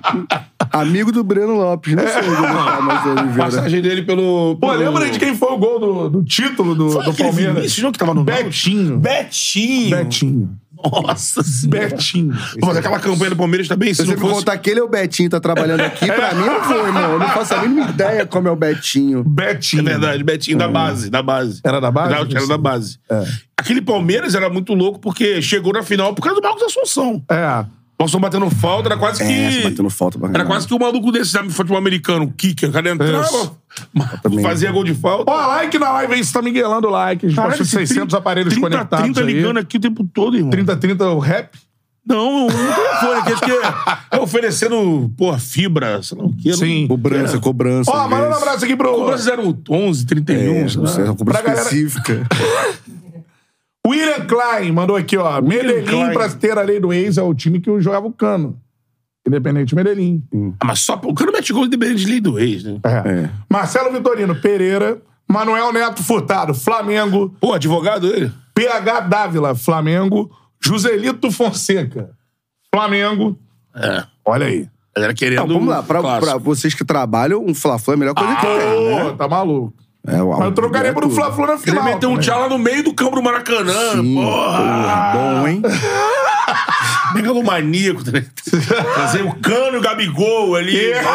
S3: Amigo do Breno Lopes, não sei onde tá o Marcelo Oliveira.
S2: Passagem dele pelo.
S1: Pô,
S2: pelo-
S1: lembra de quem foi o gol do, do título do, do
S2: aquele
S1: Palmeiras?
S2: Vinícius, não, que tava no
S1: Betinho.
S2: Betinho.
S1: Betinho.
S2: Nossa senhora.
S1: Betinho. é
S2: Pô, mas aquela campanha do Palmeiras também, se
S3: Se você
S2: não
S3: me
S2: fosse...
S3: contar aquele é o Betinho tá trabalhando aqui, pra mim não foi, irmão. Eu não faço a mínima ideia como é o Betinho.
S1: Betinho. né?
S2: É verdade, Betinho, da base, da base.
S1: Era da base? É.
S2: Era, era da base. Aquele Palmeiras era muito louco porque chegou na final por causa do Marcos Assunção.
S1: É.
S2: Nós estamos batendo falta, era quase
S3: É, você
S2: que...
S3: batendo falta pra
S2: Era
S3: caralho.
S2: quase que o maluco desse sabe, futebol americano, o kicker, o cara entrava,
S1: Isso.
S2: mas fazia gol de falta.
S1: Ó, like na live aí, você tá me guelando like. A gente
S2: Caralho,
S1: passou de
S2: esse
S1: 600
S2: 30,
S1: aparelhos
S2: 30,
S1: conectados
S2: 30
S1: aí.
S2: ligando aqui o tempo todo, irmão.
S1: 30, 30 o rap?
S2: Não, um telefone aqui, acho que é, é oferecendo, porra, fibra, sei lá o quê.
S1: Sim.
S3: Cobrança, cobrança.
S1: Ó, manda um
S3: às vezes.
S1: abraço aqui pro...
S2: Não, cobrança 011, 31,
S3: É,
S2: sei
S3: não
S2: lá.
S3: sei, é uma cobrança
S1: Pra galera-
S3: específica.
S1: William Klein mandou aqui, ó. Medellín,
S2: Klein.
S1: pra ter a lei do ex, é o time que jogava o Cano. Independente Medellín.
S2: Ah, mas só o cara mete gol independente de lei do ex, né?
S1: É.
S3: É.
S1: Marcelo Vitorino, Pereira. Manuel Neto Furtado, Flamengo.
S2: Pô, advogado ele?
S1: PH Dávila, Flamengo. Joselito Fonseca, Flamengo.
S2: É.
S1: Olha aí.
S2: Galera
S1: É
S2: querendo. um
S3: Não, vamos lá, pra,
S2: clássico.
S3: pra vocês que trabalham, um Fla-Flu é a melhor coisa que tem.
S2: Ah,
S1: Pô,
S2: né?
S1: tá maluco.
S3: É, o-
S1: Mas eu trocaria por um Fla-Flu na
S2: Ele
S1: final. né?
S2: meteu um
S1: também.
S2: tchala no meio do campo do Maracanã,
S3: Sim,
S2: porra.
S3: porra, bom, hein?
S2: Megalomaníaco, né? Trazer o cano e o Gabigol ali.
S3: É.
S2: né?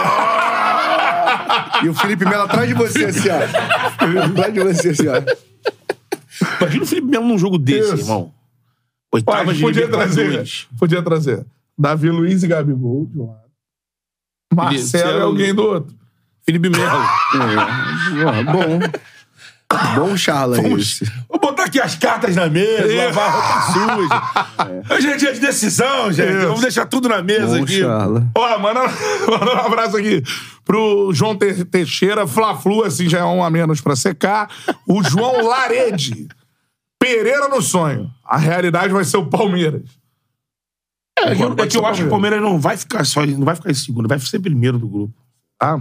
S3: E o Felipe Melo atrás de você, assim, ó. atrás de você, assim, ó.
S2: Imagina o Felipe Melo num jogo desse,
S1: Isso.
S2: irmão.
S1: Pô, a
S2: Oitavas
S1: gente
S2: de
S1: podia trazer.
S2: Libertadores.
S1: Podia trazer. Davi Luiz e Gabigol de um lado. Marcelo
S2: Marcelo-
S1: é alguém do outro.
S2: Felipe Melo.
S3: É, bom. Bom charla esse.
S2: Vou botar aqui as cartas na mesa, lavar a roupa suja. Hoje é dia de decisão, gente.
S1: Isso.
S2: Vamos deixar tudo na mesa
S3: Bom
S2: aqui.
S3: charla.
S1: Ó, manda, manda um abraço aqui pro João Te- Teixeira, Fla-Flu, assim já é um a menos pra secar. O João Larede. Pereira no sonho. A realidade vai ser o Palmeiras.
S2: É que eu, é que eu
S1: Pode
S2: acho que
S1: ser.
S2: o Palmeiras não vai ficar só, não vai ficar em segundo, vai ser primeiro do grupo.
S1: Tá?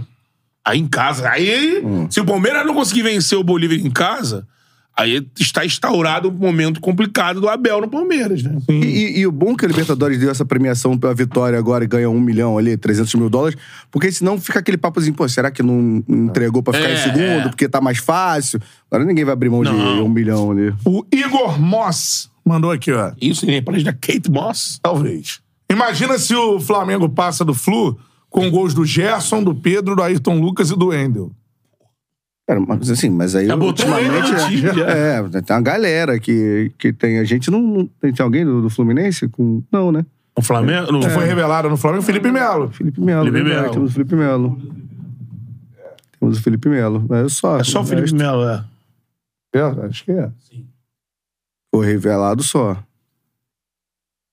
S2: Aí em casa. Aí, se o Palmeiras não conseguir vencer o Bolívia em casa, aí está instaurado um momento complicado do Abel no Palmeiras, né?
S3: E, e- e o bom que a Libertadores deu essa premiação pela vitória agora e ganha um milhão ali, 300 mil dólares, porque senão fica aquele papozinho, pô, será que não entregou pra ficar
S2: É,
S3: em segundo,
S2: é.
S3: porque tá mais fácil? Agora ninguém vai abrir mão de
S2: Não.
S3: um milhão ali.
S1: O Igor Moss mandou aqui, ó.
S2: Isso, em parece da Kate Moss.
S1: Talvez. Imagina se o Flamengo passa do Flu com gols do Gerson, do Pedro, do Ayrton Lucas e do Wendel.
S3: Cara, mas assim, mas aí
S2: Já botou um
S3: ultimamente.
S2: elenco no time, já.
S3: é, é, tem uma galera que, que tem. A gente não. não- Tem, tem alguém do, do Fluminense? Com, não, né?
S2: O Flamengo. Não
S1: Foi revelado no Flamengo Felipe Melo.
S3: Felipe Melo.
S2: Felipe
S3: verdade,
S2: Melo.
S3: Temos o Felipe Melo. Temos o Felipe Melo. É só.
S2: É só o Felipe Melo, é.
S1: É, acho que é.
S3: Foi revelado só.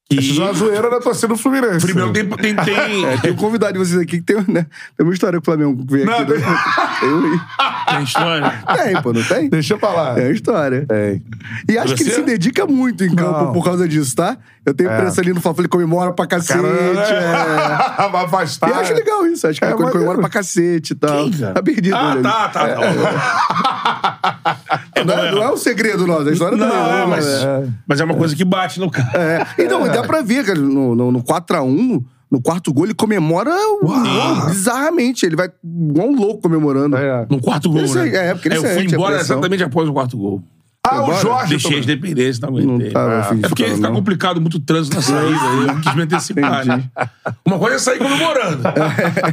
S1: Isso é uma zoeira da torcida do Fluminense.
S2: Primeiro tem. tem, tem-
S3: É, tem um convidado de vocês aqui que tem, né, tem uma história com o Flamengo que veio
S1: Não,
S3: aqui. né?
S2: tem história.
S3: Tem, tem, pô, não tem?
S1: Deixa eu falar.
S3: É a história.
S1: Tem.
S3: E acho que ele
S2: Você? É.
S3: se dedica muito em campo
S1: Não.
S3: por causa disso, tá? Eu tenho imprensa ali no Flamengo, ele comemora pra cacete. é.
S1: Vai afastar.
S3: E eu acho legal isso. Acho que
S1: É,
S3: ele comemora
S1: maneiro.
S3: pra cacete e tal.
S2: Quem, cara?
S3: Tá perdido.
S2: Ah,
S3: né?
S2: tá, tá. É,
S3: Não, é- não é um segredo nosso, a história
S2: Não,
S3: do
S2: é,
S3: Leão,
S2: mas,
S3: né?
S2: mas é uma coisa que bate no cara.
S3: É. Então, dá pra ver, cara, no, no, no 4x1, no quarto gol, ele comemora uau, bizarramente. Ele vai igual um louco comemorando.
S1: É.
S2: No quarto gol,
S3: Ele
S2: né?
S3: se- é, porque ele
S2: eu fui
S3: sente a
S2: embora
S3: pressão.
S2: exatamente após o quarto gol.
S1: Ah, o
S3: Agora?
S1: Jorge.
S2: Deixei as
S1: também.
S2: dependências, não
S3: Não
S2: aguentei.
S3: tava afim de
S2: é porque
S3: ficar,
S2: tá
S3: não.
S2: complicado, muito trânsito na saída. aí Eu quis me antecipar, né? Uma coisa é sair comemorando.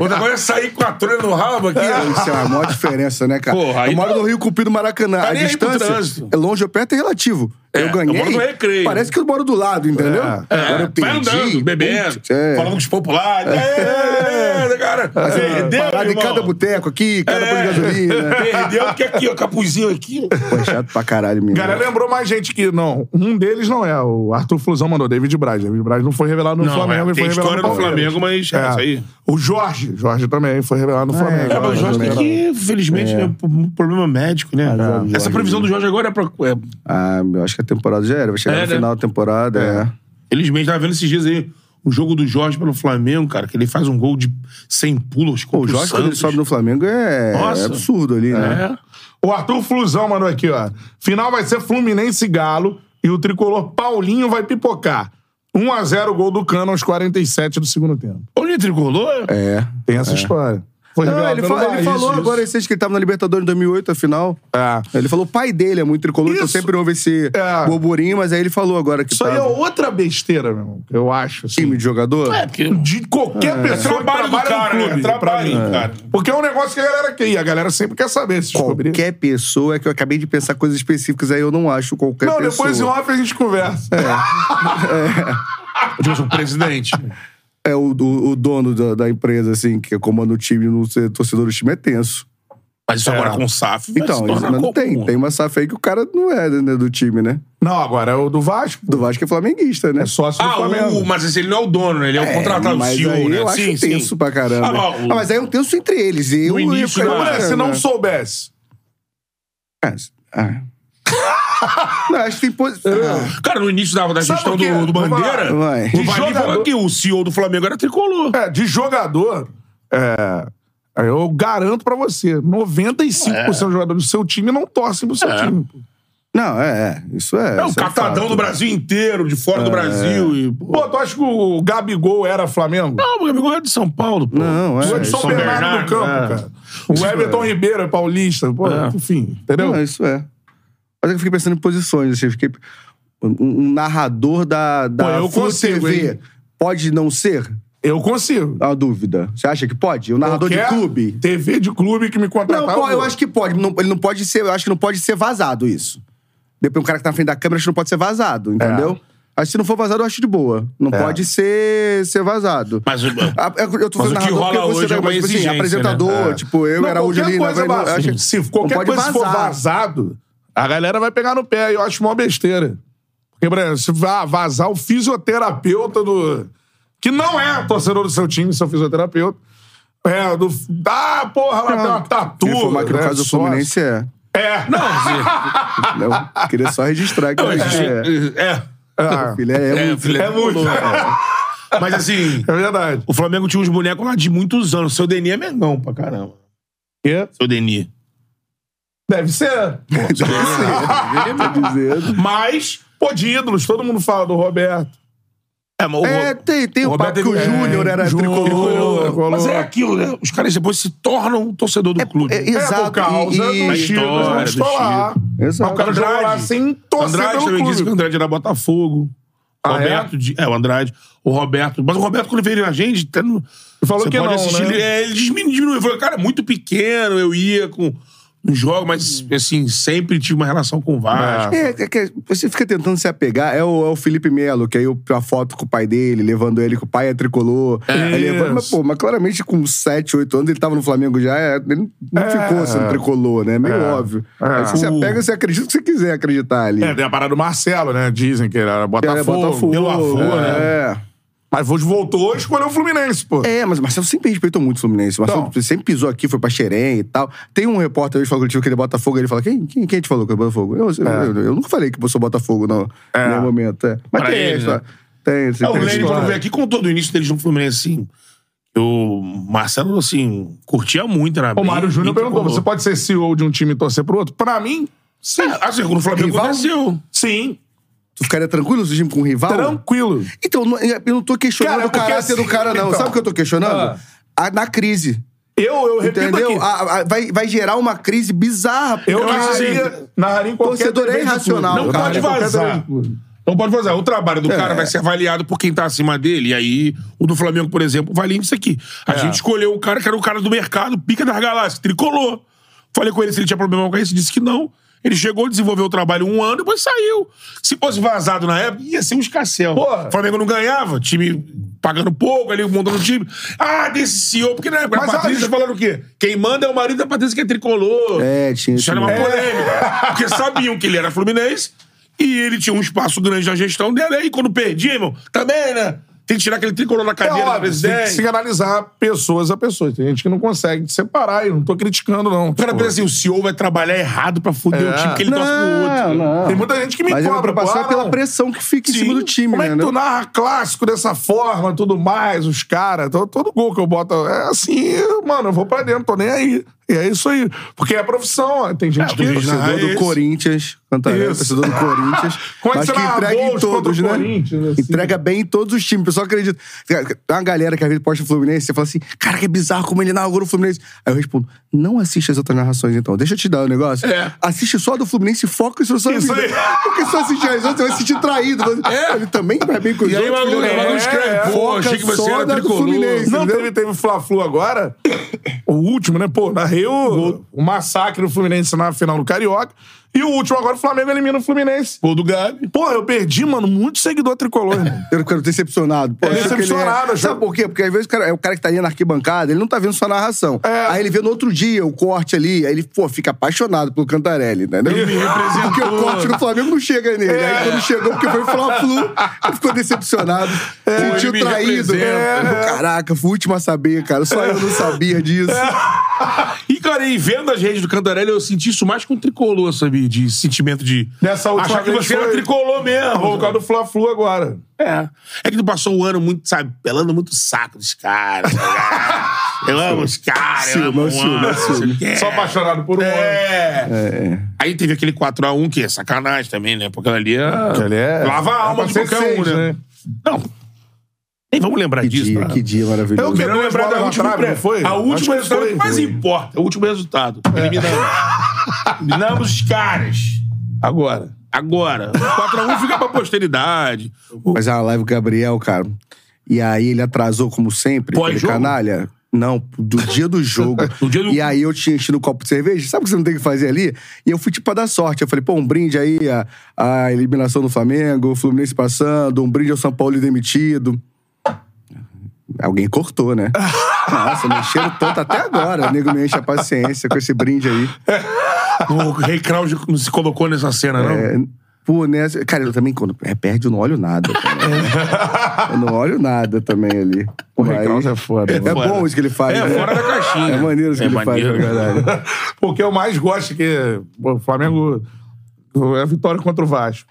S2: Outra coisa é sair com a trolha no rabo aqui. né?
S3: É, Isso é a maior diferença, né, cara?
S2: Porra, aí
S3: eu moro
S2: não-
S3: no Rio Cupido, Maracanã.
S2: Tá
S3: a
S2: nem aí pro
S3: distância
S2: trânsito.
S3: é longe ou perto é relativo. eu ganhei.
S2: eu moro no Recreio.
S3: Parece que eu moro do lado, entendeu?
S2: É,
S3: Agora eu
S2: vai
S3: perdi.
S2: andando, bebendo,
S3: putz, é.
S2: falando com os populares. É, é, cara. Perdeu,
S3: Parado em
S2: irmão.
S3: cada né? boteco aqui, cada
S2: É.
S3: posto de gasolina.
S2: Perdeu, porque aqui, ó, capuzinho aqui.
S3: Pô, é chato pra caralho, menino.
S1: Galera, lembrou mais gente que não. Um deles não é. O Arthur Flusão mandou David Braz. David Braz não foi revelado no
S2: Não,
S1: Flamengo.
S2: é,
S1: ele foi
S2: tem
S1: revelado
S2: história
S1: no
S2: no
S1: Palmeiras.
S2: Flamengo, mas é isso aí.
S1: O Jorge. Jorge também foi revelado no Flamengo.
S2: É, mas o Jorge tem que, infelizmente,
S3: É.
S2: né, um problema médico, né?
S3: Jorge.
S2: Essa previsão do Jorge agora é pra. É,
S3: Ah, eu acho que a temporada já era. Vai chegar
S2: É,
S3: no
S2: né?
S3: final da temporada. É.
S2: felizmente, tava vendo esses dias aí o jogo do Jorge pelo Flamengo, cara, que ele faz um gol de sem pulos
S3: Pô,
S2: contra
S3: o Jorge, quando ele
S2: Santos.
S3: sobe no Flamengo, é,
S2: Nossa.
S3: é absurdo ali, né?
S2: É.
S1: O Arthur Flusão mandou aqui, ó. Final vai ser Fluminense e Galo e o tricolor Paulinho vai pipocar. 1x0 gol do Cano aos 47 do segundo tempo.
S2: Onde tricolor?
S3: É.
S1: Tem essa história. Foi
S3: Não,
S1: revelado
S3: ele,
S1: pelo
S3: fa- ele
S1: Bahia,
S3: falou
S1: isso.
S3: agora recente que ele tava na Libertadores em 2008, a final.
S1: É.
S3: Ele falou o pai dele é muito tricolor, então
S1: Isso.
S3: sempre houve esse
S1: É.
S3: burburinho, mas aí ele falou agora que tá
S1: Isso aí é outra besteira, meu irmão. Eu acho, assim.
S3: time de jogador.
S2: É, porque...
S1: De qualquer pessoa que
S2: Trabalho do
S1: trabalha
S2: cara,
S1: no
S2: né?
S1: clube.
S2: Trabalho,
S1: pra mim.
S2: cara.
S1: Porque é um negócio que a galera quer. E a galera sempre quer saber se descobrir.
S3: Qualquer pessoa, é que eu acabei de pensar coisas específicas, aí eu não acho qualquer
S1: Não,
S3: pessoa.
S1: depois em off a gente conversa.
S2: Tipo assim, o presidente.
S3: É o, o- o dono da, da empresa, assim, que comanda o time, não ser torcedor do time é tenso.
S2: Mas isso agora com o SAF vai se
S3: É. Então, isso
S2: tornar
S3: mas não tem.
S2: comum.
S3: Tem uma safra aí que o cara não é né, do time, né?
S1: Não, agora é o do Vasco.
S3: Do Vasco é flamenguista, né?
S1: É sócio do
S2: Ah,
S1: Flamengo.
S2: o, mas assim, ele não é o dono, né? Ele é o contratado, o
S3: mas
S2: CEO,
S3: aí
S2: né?
S3: eu acho
S2: sim, sim.
S3: tenso pra caramba.
S2: Ah, mas o-
S3: Ah, mas aí é um tenso entre eles. E eu,
S2: início,
S3: eu ficaria
S2: né?
S1: Moleque,
S3: olhando,
S1: se não
S3: né?
S1: soubesse.
S3: É, ah. Não, acho que tem
S2: É.
S3: Ah, posição.
S2: Cara, no início da, da
S1: Sabe
S2: gestão
S1: o quê?
S2: do, do
S1: Vamos
S2: Bandeira,
S3: lá. Vai.
S2: o
S1: De
S2: Valim falou
S1: jogador-
S2: que o CEO do Flamengo era tricolor.
S1: É, de jogador, é, eu garanto pra você: 95% dos jogadores do seu time não torcem pro seu
S2: É.
S1: time.
S3: Não, é, é. Isso é.
S2: É, o
S3: isso é
S2: catadão
S3: fato.
S2: do Brasil inteiro, de fora do Brasil. E, pô,
S1: Pô, tu acha que o Gabigol era Flamengo?
S2: Não, meu amigo é de São Paulo, pô.
S3: Não, é.
S1: Tu é de
S3: isso
S1: São,
S2: São
S1: Bernardo,
S2: Bernardo,
S1: do Campo,
S2: é.
S1: cara. O Everton Ribeiro é paulista. Pô,
S2: É.
S1: enfim, entendeu?
S3: Não, isso é. Mas eu fiquei pensando em posições, assim, eu fiquei. Um, um narrador da, da
S1: Pô, eu
S3: Flu
S1: consigo,
S3: TV
S1: hein?
S3: pode não ser?
S1: Eu consigo.
S3: É uma dúvida. Você acha que pode? Um narrador de
S1: Qualquer
S3: clube?
S1: TV de clube que me
S3: Não,
S1: contratar.
S3: pô, eu
S1: vou.
S3: acho que pode. Não- ele não pode ser. Eu acho que não pode ser vazado isso. Depois um cara que tá na frente da câmera, acho que não pode ser vazado,
S2: É.
S3: entendeu? Acho que se não for vazado, eu acho de boa. Não pode ser, ser vazado.
S2: Mas,
S3: Ah, Eu, eu tô
S2: Mas
S3: falando
S2: o
S3: narrador
S2: que
S3: porque
S2: rola
S3: você
S2: hoje é
S3: tá-
S2: uma
S3: mas, tipo assim,
S2: exigência, né?
S3: apresentador,
S2: É.
S3: tipo, eu
S1: Não,
S3: era hoje
S1: qualquer
S3: ali, na
S1: coisa
S3: verdade, não, eu
S1: vaza.
S3: acho que
S1: Se
S3: não
S1: qualquer
S3: pode
S1: coisa for
S3: vazar.
S1: vazado, a galera vai pegar no pé. Eu acho uma besteira. Porque, por exemplo, se va- vazar o fisioterapeuta do. Que não é torcedor do seu time, seu fisioterapeuta. É, do. Ah, porra, lá tem uma tatu.
S3: Eu ia informar que no
S1: né,
S3: caso do
S1: sócio.
S3: Fluminense é.
S1: É.
S3: Eu queria só registrar que
S2: Não,
S3: a gente é.
S2: é. É,
S1: Ah,
S3: Filho, é,
S2: é, né?
S3: é um-
S2: filho,
S1: é muito.
S2: Mas assim,
S1: É verdade.
S2: o Flamengo tinha uns bonecos lá de muitos anos. Seu Deni é mengão pra caramba. Seu Deni.
S1: Deve ser.
S2: Seu Deni é
S3: Então, tá dizendo.
S2: Mas,
S1: Pô, de ídolos, todo mundo fala do Roberto.
S2: é, mas o
S3: É,
S2: Ro-
S3: tem, tem o
S2: Roberto
S3: papo que o
S2: é,
S3: Júnior era
S1: Júnior.
S3: tricolor.
S1: Tricolor.
S2: Mas é aquilo, né? Os caras depois se tornam o torcedor do clube.
S3: é, um Exato,
S1: É por causa
S3: e-
S1: do
S3: e-
S1: Chico,
S2: História
S1: não
S2: do
S1: estou lá.
S2: Chico.
S1: Mas
S3: Exato.
S1: o cara jogou lá sem
S3: é
S1: torcer
S3: um
S2: Andrade
S1: pelo
S2: também disse que o
S1: clube.
S2: Andrade era Botafogo.
S1: Ah,
S2: Roberto, de- é? o Andrade. O Roberto. Mas o Roberto, quando veio na gente, até no,
S1: falou
S2: você
S1: que
S2: pode
S1: não,
S2: assistir,
S1: né?
S2: ele, é, ele disminu- diminuiu. Ele falou, cara, muito pequeno, eu ia com um jogo,
S1: Hum.
S2: mas assim, sempre tive uma relação com o Vasco.
S3: É, é que você fica tentando se apegar. É o, é o Felipe Melo, que aí eu- a foto com o pai dele, levando ele, que o pai é tricolor. Aí
S1: Isso.
S3: levando- mas, pô, mas claramente com 7, 8 anos ele tava no Flamengo já, é, ele não
S1: É.
S3: ficou sendo tricolor, né? Meio óbvio.
S1: É.
S3: Aí você se apega, você acredita o que você quiser acreditar ali.
S1: É, tem a parada do Marcelo, né? Dizem que ele era
S3: É,
S1: Botafogo. né?
S2: meu avô,
S3: é.
S1: Mas hoje voltou e escolheu o Fluminense, pô.
S3: É, mas o Marcelo sempre respeitou muito o Fluminense. O Marcelo
S1: Então.
S3: sempre pisou aqui, foi pra Xerém e tal. Tem um repórter hoje falando que ele é Botafogo, ele fala: quem, quem, quem te falou que é Botafogo? Eu, eu, eu, eu nunca falei que eu sou Botafogo, não.
S1: É.
S3: É. Nenhum momento. É. Mas
S2: Pra
S3: tem
S2: ele,
S3: essa.
S2: né?
S3: Tem, tem,
S2: É, o
S3: tem
S2: Lênin,
S3: história.
S2: quando veio aqui, contou do início deles no Fluminense, assim. O Marcelo, assim, curtia muito, né?
S1: o Mário Júnior perguntou: você pode ser CEO de um time e torcer pro outro? Pra mim, sim.
S2: Assim, quando o Flamengo
S3: Rival?
S2: aconteceu.
S1: Sim.
S3: Tu ficaria tranquilo se o time com um rival?
S1: Tranquilo.
S3: Então, não- eu não tô questionando
S1: Cara,
S3: o
S1: porque
S3: caráter
S1: assim-
S3: do cara, não.
S1: então.
S3: Sabe o que eu tô questionando?
S1: Ah.
S3: A- na crise.
S1: Eu, eu repito
S3: Entendeu? Ah,
S1: aqui.
S3: A- a- vai, vai gerar uma crise bizarra.
S1: Eu,
S3: porque-
S1: narraria, narraria em qualquer
S3: assim, Torcedor é
S1: TV de clube.
S3: irracional,
S1: Não
S3: cara.
S1: pode
S3: É
S1: vazar. É.
S2: Não um. Então pode vazar. O trabalho do cara vai ser avaliado por quem tá acima dele. E aí, o do Flamengo, por exemplo, vale isso aqui. A
S1: É.
S2: gente escolheu o cara que era o cara do mercado, pica das galáxias, tricolor. Falei com ele se ele tinha problema com isso, disse que não. Ele chegou, desenvolveu o trabalho um ano e depois saiu. Se fosse vazado na época, ia ser um escarcel.
S1: Porra.
S2: O Flamengo não ganhava, time pagando pouco, ali montando o time. Ah, desse CEO, porque na época
S1: Mas
S2: a Patrícia
S1: a-
S2: falando o quê? Quem manda é o marido da Patrícia que é tricolor.
S3: É, tinha
S2: Isso
S3: isso
S2: era uma
S3: mesmo.
S2: polêmica. Porque sabiam que ele era Fluminense e ele tinha um espaço grande na gestão dele. Aí quando perdia, irmão, também, né? Tem que tirar aquele tricolor da
S1: É
S2: cadeira do
S1: óbvio, tem que
S2: presidente.
S1: se analisar pessoas a pessoas. Tem gente que não consegue separar, eu não tô criticando, não.
S2: O cara
S1: Tipo,
S2: pensa assim, o CEO vai trabalhar errado pra foder
S1: É.
S2: o time, porque ele torce pro outro.
S3: não.
S1: Tem muita gente que me
S3: Mas
S1: cobra,
S3: eu vou
S1: pô,
S3: passar
S1: ah,
S3: pela
S1: não.
S3: pressão que fica em
S2: Sim.
S3: cima do time,
S1: Como é
S3: né?
S1: que tu narra clássico dessa forma, tudo mais, os caras, todo, todo gol que eu boto, é assim, eu- mano, eu vou pra dentro, tô nem aí. E é isso aí. Porque é a profisão, ó. tem gente
S2: É,
S1: que...
S2: do juiz narrar
S3: Torcedor do
S2: isso. é
S3: Corinthians, Cantarela,
S1: Isso.
S3: torcedor do Corinthians.
S1: Quando
S3: mas
S1: você
S3: que
S1: narra
S3: entrega em
S1: gols contra o
S3: todos, né?
S1: Corinthians, assim.
S3: Entrega bem em todos os times. O pessoal acredita. Tem uma galera que às vezes posta o Fluminense, você fala assim, cara, que bizarro como ele inaugura o Fluminense. Aí eu respondo, não assiste as outras narrações então, deixa eu te dar o negócio.
S2: É.
S3: Assiste só a do Fluminense e foca em sua sua
S1: Isso
S3: vida.
S1: aí.
S3: Porque se você assistir as outras, você vai se sentir traído. Ele também vai bem com os
S2: É. E aí,
S3: outros.
S2: o maluco-
S3: filho
S2: o
S3: da
S2: maluco
S3: mãe.
S2: escreve,
S3: É,
S2: pô,
S3: foca
S2: achei que você
S3: só
S2: era
S3: na do
S2: tricolor.
S3: Fluminense,
S1: Não,
S3: entendeu?
S1: teve, teve Fla-Flu agora. O último, né? Pô, na Rio, o, massacre do Fluminense na final do Carioca. E o último agora, o Flamengo elimina o Fluminense.
S2: Gol do Gabi.
S1: Porra, eu perdi, mano, muito seguidor tricolor, irmão.
S3: Eu quero decepcionado. Pô,
S1: É,
S3: achei que ele
S1: decepcionado,
S3: é...
S1: achou.
S3: Sabe por quê? Porque às vezes o cara, é o cara que tá ali na arquibancada, ele não tá vendo só a narração.
S1: É.
S3: Aí ele vê no outro dia o corte ali, aí ele, pô, fica apaixonado pelo Cantarelli, né? Ele
S2: me representou.
S3: Porque o corte do Flamengo não chega nele. Aí quando chegou, porque foi Fla-Flu, ele ficou decepcionado, sentiu
S2: ele me
S3: traído.
S2: representa.
S3: É. Caraca, fui o último a saber, cara. Só eu não sabia disso.
S2: E, cara, e vendo as redes do Cantarelli, eu senti isso mais com tricolor, sabe? De sentimento de.
S1: Nessa última
S2: Achar que
S1: vez
S2: você era
S1: foi-
S2: tricolor mesmo.
S1: Vou colocar do Fla-Flu agora.
S2: É. É que tu passou o ano muito, sabe, pelando muito o saco dos caras. tá ligado? eu amo os caras, né, eu
S3: Ciúme,
S2: amo o
S3: ciúme,
S2: ano, não sei
S3: ciúme.
S2: o quê.
S1: Só apaixonado por um
S2: É.
S3: É.
S2: Aí teve aquele 4x1, que é sacanagem também, né? Porque ali é.
S1: Aquele é-
S2: Lava a alma
S1: é pra
S2: de
S1: ser
S2: qualquer um, né?
S1: seis, né?
S2: Não. Nem vamos lembrar
S3: Que
S2: disso,
S3: dia,
S2: tá?
S3: que dia
S1: É o
S3: maravilhoso.
S1: quê?
S2: Quero lembrar da
S1: Bola na
S2: última
S1: trave,
S2: pré.
S1: não foi?
S2: A
S1: Acho
S2: última
S1: que
S2: resultado
S1: foi.
S2: que mais
S1: Foi.
S2: importa. O último resultado.
S3: É.
S2: Eliminamos. Eliminamos os caras.
S1: Agora.
S2: Agora. 4x1 fica pra posteridade. O-
S3: Mas a live com o Gabriel, cara. E aí ele atrasou, como sempre, aquele
S2: Pós-jogo?
S3: canalha. Não, do dia do jogo.
S2: Do dia do-
S3: E aí eu tinha enchido o copo de cerveja. Sabe o que você não tem que fazer ali? E eu fui tipo pra dar sorte. Eu falei, pô, um brinde aí a, a eliminação do Flamengo, o Fluminense passando, um brinde ao São Paulo demitido. Alguém cortou, né? Nossa, me encheram tanto até agora. O nego me enche a paciência com esse brinde aí.
S2: O Rei Kraus não se colocou nessa cena, não?
S3: É, pô, né? Cara, eu também, quando é, perde, eu não olho nada. cara. eu não olho nada também ali.
S1: O
S3: Mas-
S1: Recalce é foda.
S3: É,
S1: mano.
S2: foda.
S3: bom isso que ele faz.
S2: É,
S3: né?
S2: fora da caixinha.
S3: É maneiro isso que
S2: É
S3: ele
S2: maneiro.
S3: faz, na verdade.
S1: Porque eu mais gosto é que pô, o Flamengo é a vitória contra o Vasco.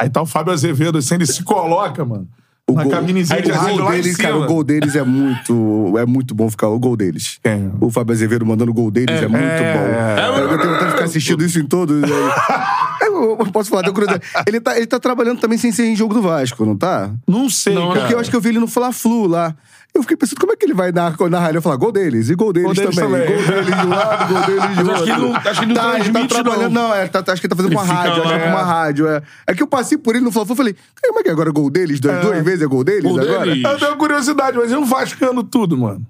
S1: Aí tá o Fábio Azevedo, assim, ele se coloca, mano.
S3: O
S1: na
S3: gol-
S1: camisinha
S2: Aí
S1: de
S2: o
S1: Azevedo
S3: O
S1: lá
S3: gol
S1: em
S3: deles,
S1: cima.
S3: cara, o gol deles é muito, é muito bom ficar o gol deles.
S1: Quem?
S3: O Fábio Azevedo mandando o gol deles é, muito
S1: é.
S3: bom.
S2: É,
S3: eu tenho vontade de ficar assistindo isso em todos. né? Eu, eu posso falar, tenho curiosidade. Ele tá, ele tá trabalhando também sem ser em jogo do Vasco, não tá?
S1: Não sei,
S2: Não,
S1: cara.
S3: Porque eu acho que eu vi ele no Fla-Flu lá. Eu fiquei pensando, como é que ele vai narrar na rádio? Eu falar, gol deles, e gol deles,
S1: Gol deles
S3: também.
S1: também.
S3: Gol deles de um lado, gol deles de
S2: Mas
S3: outro.
S2: acho que ele não- acho que ele não
S3: tá,
S2: transmite,
S3: tá trabalhando, não. é, tá- tá- acho que ele tá fazendo com a
S2: Ele fica
S3: rádio, acho que é
S2: lá.
S3: com uma rádio. É. é que eu passei por ele no Fla-Flu e falei, cara, como é que é agora gol deles? Duas, duas vezes é gol deles
S2: Gol
S3: agora?
S2: deles.
S1: Eu tenho curiosidade, mas eu vascando tudo, mano.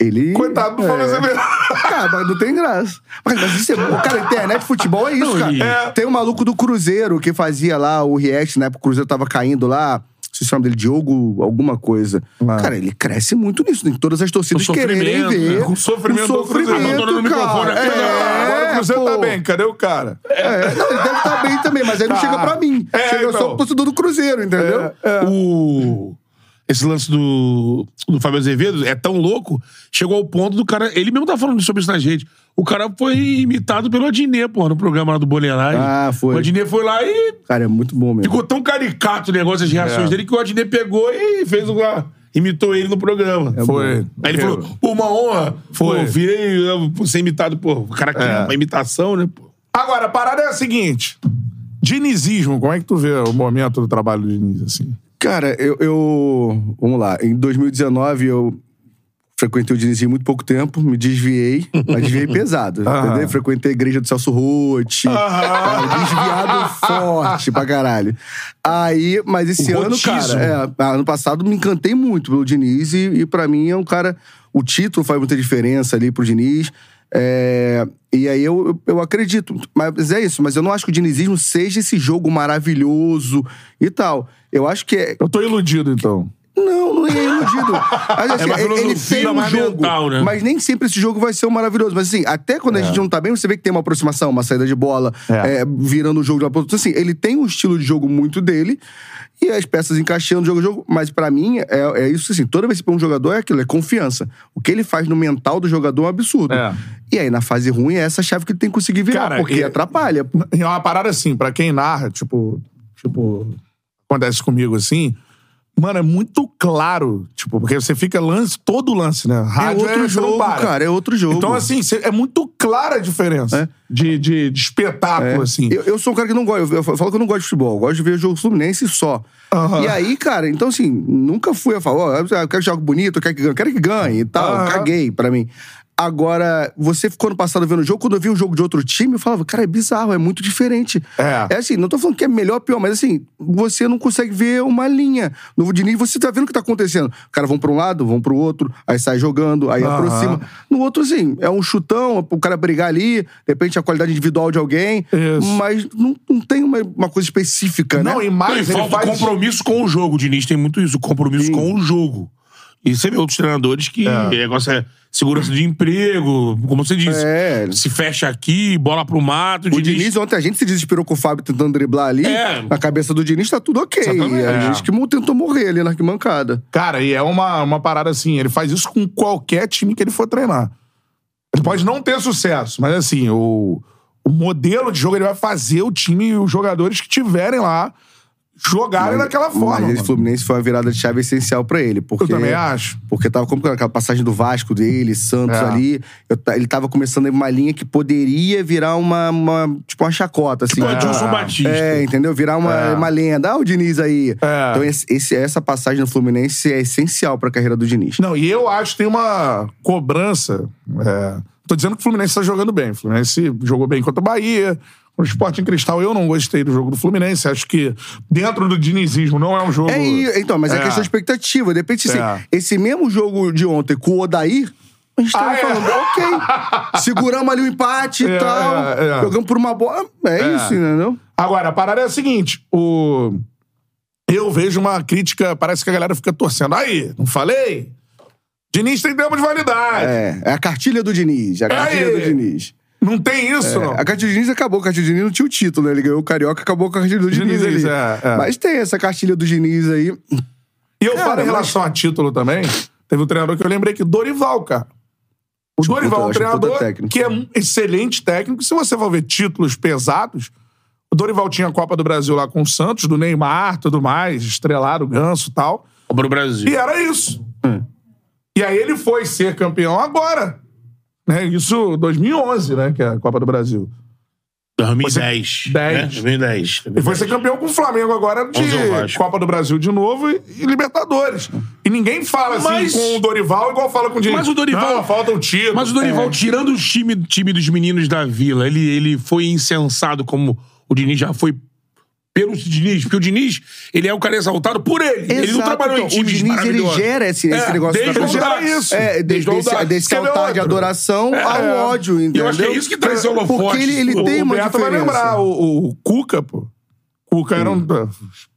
S3: Ele...
S1: Coitado do Fábio Azevedo.
S3: Cara, mas não tem graça. Mas, mas isso é. Cara, internet, futebol é isso,
S2: Não,
S3: cara.
S2: e-
S1: É.
S3: Tem um maluco do Cruzeiro que fazia lá o react, na época o Cruzeiro tava caindo lá. Se é o nome dele, Diogo, alguma coisa. Cara, ele cresce muito nisso, em todas as torcidas
S2: Ah. O sofrimento,
S3: querem ver.
S2: né?
S1: O sofrimento do Cruzeiro.
S3: sofrimento,
S2: Abandonando o microfone.
S3: cara. É,
S1: Agora o Cruzeiro tá
S3: pô.
S1: bem, cadê o cara?
S3: É, não, ele deve estar bem também, mas aí não
S1: Tá.
S3: chega pra mim.
S1: É,
S3: chega só
S1: então. É.
S3: pro torcedor do Cruzeiro, entendeu?
S2: O... Esse lance do, do Fábio Azevedo é tão louco, chegou ao ponto do cara. Ele mesmo tá falando sobre isso na gente. O cara foi imitado pelo Adnet, porra, no programa lá do Boleiragem.
S3: Ah, foi.
S2: O Adnet foi lá e
S3: Cara, é muito bom mesmo.
S2: ficou tão caricato o negócio, as reações
S1: É.
S2: dele, que o Adnet pegou e fez uma. Imitou ele no programa.
S1: Foi.
S2: Aí ele falou, pô, uma honra. Foi.
S1: Foi.
S2: Pô, virei eu, por ser imitado, pô. O cara que
S1: É.
S2: uma imitação, né, pô.
S1: Agora, a parada é a seguinte. Dinizismo, como é que tu vê o momento do trabalho do Diniz, assim?
S3: Cara, eu, eu- Vamos lá. Em 2019, eu frequentei o Dinizinho muito pouco tempo, me desviei, mas desviei pesado.
S1: Aham.
S3: Entendeu? Frequentei a igreja do Celso Rotti. cara, Desviado forte pra caralho. Aí, mas esse
S2: O
S3: ano,
S2: rotismo.
S3: cara, é, ano passado me encantei muito pelo Diniz e, e pra mim é um cara. O título faz muita diferença ali pro Diniz. É, e aí eu, eu, eu acredito. Mas é isso, mas eu não acho que o dinizismo seja esse jogo maravilhoso e tal. Eu acho que é,
S1: Eu tô iludido, então.
S3: não, não é iludido. Mas, assim,
S2: É uma
S3: ele
S2: filosofia
S3: tem um
S2: mais
S3: jogo,
S2: mental, né?
S3: mas nem sempre esse jogo vai ser um maravilhoso. Mas assim, até quando a gente não tá bem, você vê que tem uma aproximação, uma saída de bola,
S1: É.
S3: é, virando o jogo de uma ponta. Assim, ele tem um estilo de jogo muito dele e as peças encaixando jogo a jogo. Mas pra mim, é, é isso assim, toda vez que põe um jogador é aquilo, é confiança. O que ele faz no mental do jogador é um absurdo.
S1: É.
S3: E aí, na fase ruim, é essa chave que ele tem que conseguir virar,
S1: Cara,
S3: porque
S1: e-
S3: atrapalha.
S1: É uma parada assim, pra quem narra, tipo, tipo, acontece comigo assim, Mano, é muito claro. Tipo, porque você fica lance, todo lance, né? Rádio
S3: É outro
S1: você não
S3: jogo,
S1: para.
S3: cara, é outro jogo. É.
S1: Então, assim, cê- é muito clara a diferença de, de, de espetáculo, assim.
S3: Eu, eu sou um cara que não gosta. Eu, eu falo que eu não gosto de futebol. Eu gosto de ver jogo Fluminense só.
S1: Aham.
S3: então, assim, ah,
S1: Aham.
S3: Caguei pra mim. Agora, você ficou ano passado vendo o jogo, quando eu vi um jogo de outro time, eu falava, cara, é bizarro, é muito diferente.
S1: É.
S3: assim, não tô falando que é melhor ou pior, mas assim, você não consegue ver uma linha. No Diniz, você tá vendo o que tá acontecendo. O cara vão pra um lado, vão pro outro, aí sai jogando, aí
S1: Aham.
S3: aproxima. No outro, assim, é um chutão, o cara brigar ali, de repente a qualidade individual de alguém.
S1: Isso.
S3: Mas não, não tem uma, uma coisa específica, né?
S1: não, e
S2: Não, Então, e
S1: mais, ele
S2: falta
S1: faz...
S2: compromisso com o jogo. O Diniz tem muito isso, compromisso com o jogo. E você vê outros treinadores que o negócio é segurança de emprego, como você disse.
S3: É.
S2: Se fecha aqui, bola pro mato.
S3: O Diniz, ontem a gente se desesperou com o Fábio tentando driblar ali.
S2: É.
S3: Na cabeça do Diniz tá tudo ok.
S2: Exatamente.
S3: A
S1: É.
S3: gente que mo- tentou morrer ali na arquibancada.
S1: Cara, e é uma, uma parada assim, ele faz isso com qualquer time que ele for treinar. Ele pode não ter sucesso, mas assim, o, o modelo de jogo ele vai fazer o time e os jogadores que tiverem lá jogarem é daquela
S3: Mas
S1: forma.
S3: ele,
S1: mano.
S3: Fluminense foi uma virada de chave essencial pra ele. Porque,
S1: Eu também acho.
S3: Porque tava como que era aquela passagem do Vasco dele, Santos
S1: É.
S3: ali. Eu ta- ele tava começando uma linha que poderia virar uma, uma- tipo uma chacota, assim.
S2: Tipo o Edilson Batista.
S3: É, entendeu? Virar uma,
S1: É.
S3: uma lenda. Ah, o Diniz aí.
S1: É.
S3: Então esse- esse- essa passagem no Fluminense é essencial pra carreira do Diniz.
S1: Não, e eu acho que tem uma cobrança. é, Tô dizendo que o Fluminense tá jogando bem. O Fluminense jogou bem contra o Bahia. O Sporting Cristal, eu não gostei do jogo do Fluminense. Acho que dentro do dinizismo não é um jogo.
S3: É, e- então, mas é,
S1: É.
S3: questão de expectativa. De repente, assim,
S1: É.
S3: esse mesmo jogo de ontem com o Odair, a gente tava
S1: Ah, é?
S3: falando, ok, seguramos ali o empate e
S1: É,
S3: tal,
S1: é, é.
S3: jogamos por uma bola. É,
S1: É.
S3: isso, entendeu?
S1: Agora, a parada é a seguinte: o... eu vejo uma crítica, parece que a galera fica torcendo. Aí, não falei? Diniz tem tempo de validade.
S3: É, é a cartilha do Diniz, é a cartilha
S1: Aí.
S3: do Diniz.
S1: Não tem isso, não.
S3: É, A cartilha do Diniz acabou, a cartilha do Diniz não tinha o título, né? Ele ganhou o Carioca, acabou com a cartilha do Diniz,
S1: Diniz,
S3: ali.
S1: é, é.
S3: Mas tem essa cartilha do Diniz aí.
S1: E eu
S3: Cara,
S1: falo em
S3: mas-
S1: relação a título também. Teve um treinador que eu lembrei que Dorival, cara. O
S3: Acho um
S1: Dorival é um
S3: puta- acho um puta
S1: treinador
S3: técnico.
S1: que é um excelente técnico. Se você for ver títulos pesados, o Dorival tinha a Copa do Brasil lá com o Santos, do Neymar, tudo mais, estrelado, ganso e tal.
S2: Pro Brasil.
S1: E era isso. E aí ele foi ser campeão agora. Né? Isso 2011, né? Que é a Copa do Brasil.
S2: 2010.
S1: Dez.
S2: né? 2010.
S1: Ele foi ser campeão com o Flamengo agora
S2: Onze é o
S1: de
S2: Vasco.
S1: Copa do Brasil de novo e, e Libertadores. E ninguém fala assim
S2: Mas-
S1: com o Dorival igual fala com o Diniz.
S2: Mas o Dorival-
S1: Não, falta um É. o título.
S3: É.
S2: Mas o Dorival, tirando o time, time dos meninos da vila, ele, ele foi insensado como o Diniz já foi pelo Diniz, porque o Diniz, ele é o cara exaltado por ele. ele não
S3: Exato,
S2: trabalhou
S3: então,
S2: em times
S3: O Diniz, ele
S2: maravilhosos.
S3: gera esse, esse
S2: É,
S3: negócio da
S2: desde
S1: o
S3: torcida.
S1: Audax.
S3: É, de-
S1: Desde o
S3: desse,
S1: Audax.
S3: desse
S1: Quer ver
S3: altar de
S1: outro?
S3: adoração
S1: É.
S3: ao ódio, entendeu?
S2: Eu acho que é isso que traz o holofote.
S3: Porque ele, ele
S2: O
S3: tem
S1: o
S3: uma
S1: Beto vai
S3: diferença.
S1: lembrar, o, o Cuca, pô. Cuca era um.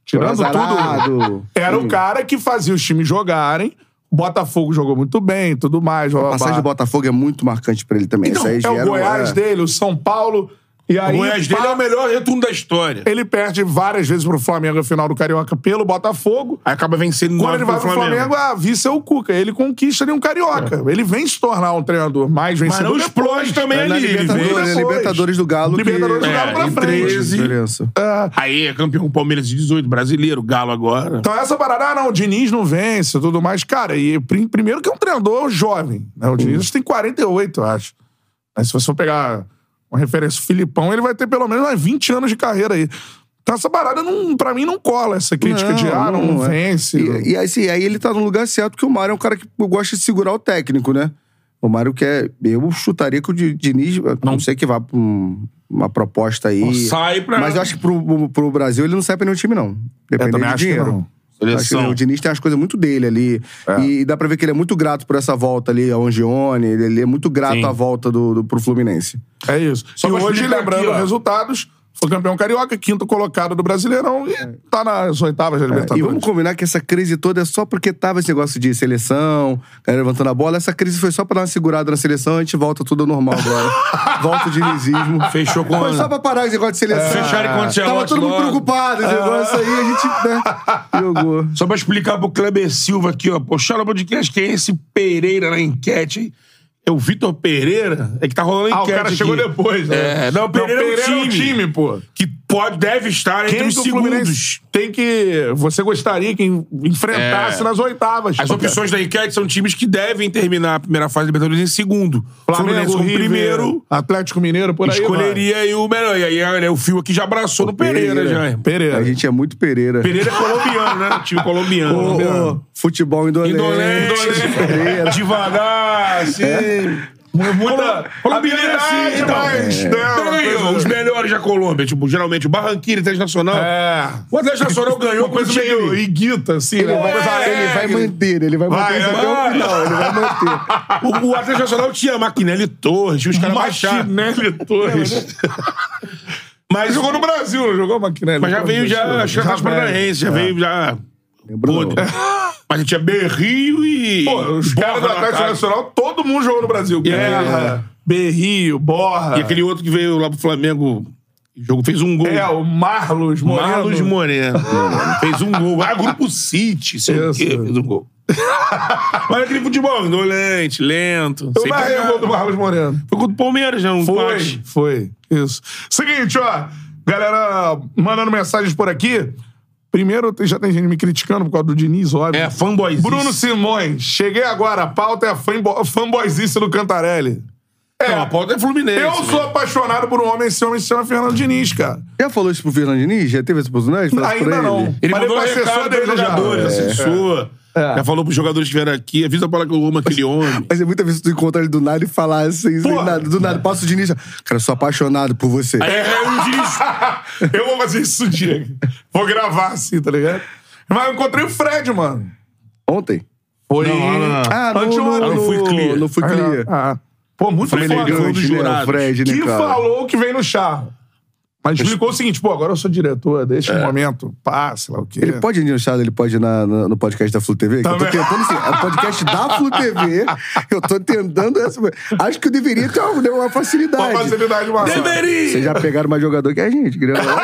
S1: Tirando
S3: Azarado.
S1: tudo. Era o cara que fazia os times jogarem. Botafogo jogou muito bem, tudo mais. blá,
S3: A
S1: blá,
S3: passagem do
S1: blá.
S3: Botafogo é muito marcante pra ele também.
S1: Então,
S3: Essa aí
S1: é
S3: gera
S1: o
S3: um-
S1: Goiás
S3: é.
S1: dele, o São Paulo. E
S2: O
S1: aí,
S2: Goiás dele
S1: pá,
S2: é o melhor retorno da história.
S1: ele perde várias vezes pro Flamengo a final do Carioca pelo Botafogo.
S2: Aí acaba vencendo
S1: Quando
S2: nove
S1: ele vai pro Flamengo, a vice é o Cuca. Ele conquista ali um carioca. Ele vem se tornar um treinador mais
S2: É. Mas
S1: vencedor.
S2: não explode também
S3: É na
S2: ali. Ele
S3: Libertadores,
S2: veio
S3: né?
S2: depois.
S3: Libertadores do Galo. que-
S1: Libertadores
S2: do Galo
S3: É,
S2: pra
S3: em
S2: frente.
S3: 13. diferença.
S1: Ah,
S2: Aí é campeão com o Palmeiras de 18, brasileiro, Galo agora.
S1: Então essa parada, ah, não, o Diniz não vence tudo mais. Cara, e prim- primeiro que é um treinador jovem. Né? O Diniz tem 48, eu acho. Mas se você for pegar uma referência o Filipão, ele vai ter pelo menos mais 20 anos de carreira aí. Então essa parada, não, pra mim, não cola essa crítica de, ah, não,
S3: é.
S1: vence.
S3: E, e assim, aí ele tá no lugar certo, porque o Mário é um cara que gosta de segurar o técnico, né? O Mário quer. Eu chutaria que o Di- Diniz, a não, sei que vá pra um- uma proposta aí.
S2: Não sai pra- É,
S3: Mas eu acho que pro, pro Brasil ele não sai pra nenhum time, não.
S1: eu
S3: Dependendo
S1: também
S3: do
S1: acho que é
S3: dinheiro.
S1: não.
S3: Acho que o Diniz tem as coisas muito dele ali. E dá pra ver que ele é muito grato por essa volta ali ao Angione. Ele, ele é muito grato
S2: Sim.
S3: à volta do, do, pro Fluminense.
S1: É isso.
S2: Só
S1: e
S2: pra
S1: hoje,
S2: explicar
S1: lembrando
S2: aqui, ó.
S1: os resultados, foi campeão carioca, quinto colocado do Brasileirão e tá nas oitavas
S3: E
S2: Tá
S1: da Libertadores.
S3: vamos combinar que essa crise toda é só porque tava esse negócio de seleção, galera levantando a bola. Essa crise foi só pra dar uma segurada na seleção, a gente volta tudo ao normal agora. volta o dinizismo.
S2: Fechou com
S3: Foi
S2: a-
S3: só pra parar esse negócio de seleção.
S2: Fecharam com o
S3: Tava
S2: Ancelotti
S3: todo mundo
S2: logo. É.
S3: preocupado, esse negócio aí, a gente, né, jogou.
S2: Só pra explicar pro Kleber Silva aqui, ó. Poxa, no podcast, quem é esse Pereira na enquete, hein? É o Vitor Pereira. É que tá rolando a
S1: Ah, o
S2: enquete
S1: cara chegou
S2: aqui.
S1: depois, né?
S2: É, não, o Pereira, é, um time
S1: pô.
S2: que pode, deve estar
S1: Quem
S2: entre os
S1: que o Fluminense
S2: segundos.
S1: tem que... Você gostaria que enfrentasse
S2: É.
S1: nas oitavas. É.
S2: As
S1: pô, cara.
S2: opções da enquete são times que devem terminar a primeira fase da Libertadores em segundo.
S1: Flamengo,
S2: Fluminense como
S1: River,
S2: primeiro,
S1: Atlético Mineiro, por aí
S2: escolheria aí o melhor. E aí olha, o Fio aqui já abraçou no Pereira,
S3: Pereira.
S2: já. irmão.
S1: vai. Pereira.
S3: A gente é muito Pereira.
S2: Pereira é colombiano, né? Time colombiano.
S3: Ô, ô, futebol indolente.
S2: Indolente.
S3: Pereira.
S2: Devagar, assim. Muita é
S1: habilidade,
S2: habilidade, mas.
S1: mas,
S2: é.
S1: né, uma coisa-
S2: Os melhores da Colômbia, tipo, geralmente o Barranquilla Internacional.
S1: É.
S2: O Atlético Nacional ganhou
S1: Uma coisa
S2: com o time.
S1: meio iguita, assim,
S3: Ele
S1: né? Uma
S3: vai,
S1: coisa
S3: ele
S2: É.
S3: vai
S1: alegre.
S3: manter, ele vai manter
S1: Vai,
S3: isso até
S2: né? vai.
S3: o
S2: é,
S3: final. Ele vai manter.
S2: O, o Atlético Nacional tinha Maquinelli Torres, tinha os caras mais chatos.
S1: Maquinelli Torres.
S2: Mas,
S1: Jogou no Brasil, não jogou né? Maquinelli
S2: mas já veio, já. Acho que Atlético Paranaense,
S1: É.
S2: já veio, já.
S3: Lembrou?
S2: Podre. Mas já tinha Berrio e.
S1: Pô, os
S2: e
S1: caras do
S2: Borra no
S1: Atlético
S2: ataque. É.
S1: Nacional, todo mundo jogou no Brasil. Guerra, Berrio, Borra.
S2: E aquele outro que veio lá pro Flamengo, jogo fez um gol.
S1: É, o Marlos Moreno.
S2: Marlos Moreno. fez um gol. Ah, grupo City, sei o
S1: Isso.
S2: quê, fez um gol. Mas aquele futebol indolente, lento.
S1: Eu
S2: sem
S1: marrei o
S2: pegar.
S1: gol do Marlos Moreno.
S2: Foi contra o Palmeiras, já um
S1: Foi,
S2: empate.
S1: foi. Isso. Seguinte, ó. Galera mandando mensagens por aqui. Primeiro, já tem gente me criticando por causa do Diniz, óbvio.
S2: É, fanboy.
S1: Bruno Simões, cheguei agora. A pauta é a fanbo- fanboyzice do Cantarelli.
S2: é. Não, a pauta é Fluminense.
S1: Eu
S2: né?
S1: sou apaixonado por um homem, esse homem se chama Fernando Diniz, cara.
S3: Já falou isso pro Fernando Diniz? Já teve essa oportunidade? Fala isso pra
S1: Ainda não.
S3: Ele.
S2: Ele
S1: Falei
S2: mandou um
S1: pra assessora
S2: recado
S1: dele
S2: para os
S1: já.
S2: jogadores, assessor.
S3: É.
S2: Já falou pros jogadores que vieram aqui. Avisa pra lá que eu amo aquele homem.
S3: Mas é muita vez que tu encontra ele do nada e falar assim, sem
S1: Porra.
S3: nada, do nada. Passa o Diniz. Cara, eu sou apaixonado por você.
S2: Aí é um Diniz.
S1: Eu vou fazer isso, Diego. Vou gravar assim, tá ligado? Mas eu encontrei o Fred, mano.
S3: Ontem?
S1: Foi.
S2: Não, não, não.
S3: Ah, não, não,
S1: Anteontem.
S3: não,
S2: Não fui clear.
S3: Não fui é clear.
S1: Ah, ah. Pô, muito
S2: Foi
S1: foda.
S2: elegante,
S1: Foi um dos
S2: né, o
S1: jurados.
S3: Fred, né,
S1: Que
S3: cara?
S1: falou o que vem no charro. Mas explicou o seguinte, pô, agora eu sou diretor, deixa um momento, passa lá o quê.
S3: É. Ele pode ir no estado, ele pode ir na- na- no podcast da Flu TV? Que eu tô
S1: Também.
S3: tentando, assim, é o podcast da Flu TV. Eu tô tentando essa. Acho que eu deveria ter uma, né, uma facilidade.
S1: Uma facilidade maior.
S2: Deveria!
S3: Vocês já pegaram mais jogador que a gente, querendo ou não.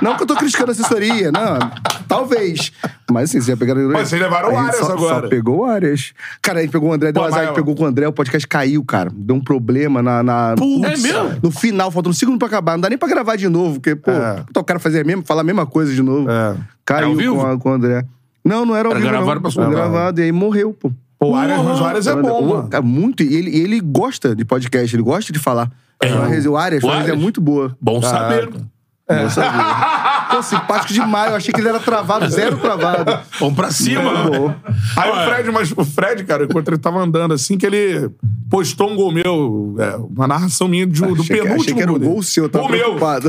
S3: Não que eu tô criticando a assessoria, não. Talvez. Mas assim, vocês já pegaram.
S1: Mas vocês levaram
S3: A gente
S1: o Arias
S3: só-
S1: agora.
S3: Só pegou o Arias. Cara, a gente pegou o André, deu
S1: Pô,
S3: azar, a
S1: mas-
S3: gente pegou com o André, o podcast caiu, cara. Deu um problema na. na...
S2: Putz, é mesmo?
S3: No final, faltando cinco minutos pra acabar. Não dá nem pra gravar de novo, porque, pô,
S1: É.
S3: puta, o cara fazer a mesma, falar a mesma coisa de novo.
S1: É.
S3: Caiu
S2: Era ao vivo?
S3: Com, a- com o André. Não, não era ao
S2: Era
S3: vivo.
S2: gravado,
S3: não.
S2: passou
S3: Foi
S2: gravado.
S3: gravado, e aí morreu, pô.
S1: Pô, o Arias, mas o Arias é bom, mano.
S3: É muito. E ele, e ele gosta de podcast, ele gosta de falar. O Arias- o Arias,
S2: O
S3: o Arias é
S2: Arias?
S3: muito boa.
S2: Bom saber.
S3: Bom saber. Pô, simpático demais. Eu achei que ele era travado, zero travado.
S2: Vamos pra cima.
S3: Muito bom.
S1: Aí
S2: Olha.
S1: o Fred, mas o Fred, cara, enquanto ele tava andando assim, que ele postou um gol meu, é, uma narração minha de, um- do
S3: achei, que-
S1: penúltimo
S3: achei que era o
S1: dele.
S3: gol seu, eu tava
S1: Gol meu.
S3: preocupado.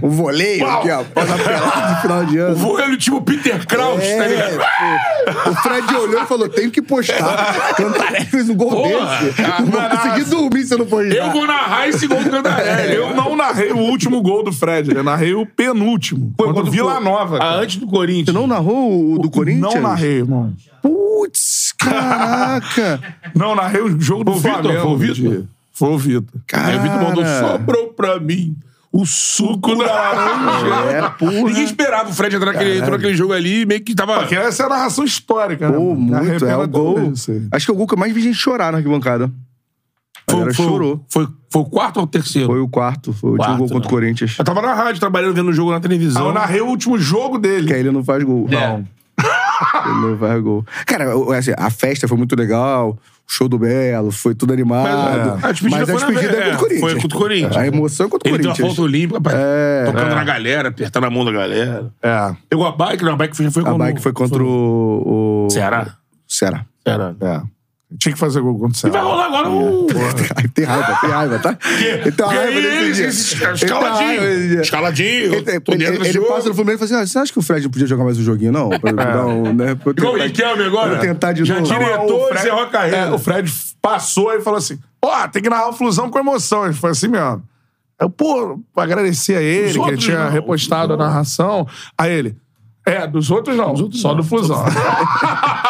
S3: O voleio,
S1: Uau.
S3: aqui, ó. Bola pelada de final de ano.
S2: Vou ele tipo Peter Kraus, tá
S3: É,
S2: ligado?
S3: pô. o Fred olhou e falou: tenho que postar. Cantarelli fez um gol
S2: Porra,
S3: desse.
S2: cara,
S3: Eu vou conseguir dormir se eu não for
S2: Eu vou narrar esse gol do Cantarelli.
S1: É,
S3: É.
S1: Eu não narrei o último gol do Fred, eu narrei o penúltimo. Foi contra o Vila Nova.
S2: Ah,
S1: cara.
S2: antes do Corinthians.
S3: É. Você não narrou o do Corinthians?
S1: Não narrei, irmão.
S3: Putz, caraca.
S1: Não, narrei o jogo do
S2: Foi o Vitor? Foi o
S1: Flamengo.
S2: Vitor?
S1: de- Foi o Vitor.
S2: Aí o Vitor mandou,
S3: Cara.
S2: sobrou pra mim o suco da laranja.
S3: É, porra.
S2: Ninguém esperava o Fred entrar naquele, entrou naquele jogo ali, meio que tava...
S1: Porque essa é a narração histórica, né?
S3: Pô,
S1: mano?
S3: muito, é
S1: Arrependa
S3: o gol.
S1: disso aí. Ah,
S3: Acho que é o gol que eu mais vi gente chorar na arquibancada. A galera chorou.
S2: Foi, foi o quarto ou o terceiro?
S3: Foi o quarto, foi o
S2: Quarto,
S3: último gol contra
S2: né?
S3: o Corinthians.
S2: Eu tava na rádio, trabalhando, vendo o jogo na
S1: Ah,
S3: um-
S2: televisão.
S1: eu narrei o último jogo
S3: Que
S1: dele.
S3: aí ele não faz gol.
S2: É.
S3: Ele não faz gol. Cara, o- assim, a festa foi muito legal, o show do Belo, foi tudo animado.
S2: Mas, é. A despedida
S3: Mas a
S2: foi na-
S3: despedida é
S2: é,
S3: contra o Corinthians.
S2: foi contra o Corinthians.
S3: A emoção é contra o
S2: Ele deu a
S3: Corinthians.
S2: volta olímpica, pra-
S3: É,
S2: tocando na galera, apertando a mão da galera.
S1: É.
S2: Pegou a bike, não, a bike foi, foi
S3: A bike foi contra o, o.
S2: Ceará.
S3: Ceará.
S2: Ceará.
S1: É. Tinha que fazer gol contra o
S2: E vai
S1: Ceará.
S2: rolar agora um o...
S3: Ai, tem raiva, tem raiva, tá? Ele tem uma
S2: Porque aí
S3: raiva desse
S2: eles-
S3: dia.
S2: esses-
S3: Ele tem uma
S2: escaladinho.
S3: raiva desse dia.
S2: Escaladinho.
S3: Ele,
S2: tô
S3: ele-
S2: dentro
S3: ele-
S2: desse
S3: ele
S2: jogo.
S3: passa no Fluminense e fala assim: ah, você acha que o Fred não podia jogar mais um joguinho, não?
S1: É.
S3: Pra, não né? Pra eu
S2: Igual o
S3: tentar-
S2: Riquelme agora.
S3: pra eu tentar de
S2: Já
S3: novo.
S2: tirei- diretor, Zé
S1: Ah, Fred,
S2: Rocarreiro.
S1: é, o Fred passou e falou assim: ó, tem que narrar o Flusão com emoção. Ele foi assim mesmo. Eu, pô, agradeci a ele,
S2: Dos
S1: que ele
S2: outros
S1: tinha
S2: não.
S1: repostado a narração. Aí ele. É, dos outros não. só do Flusão.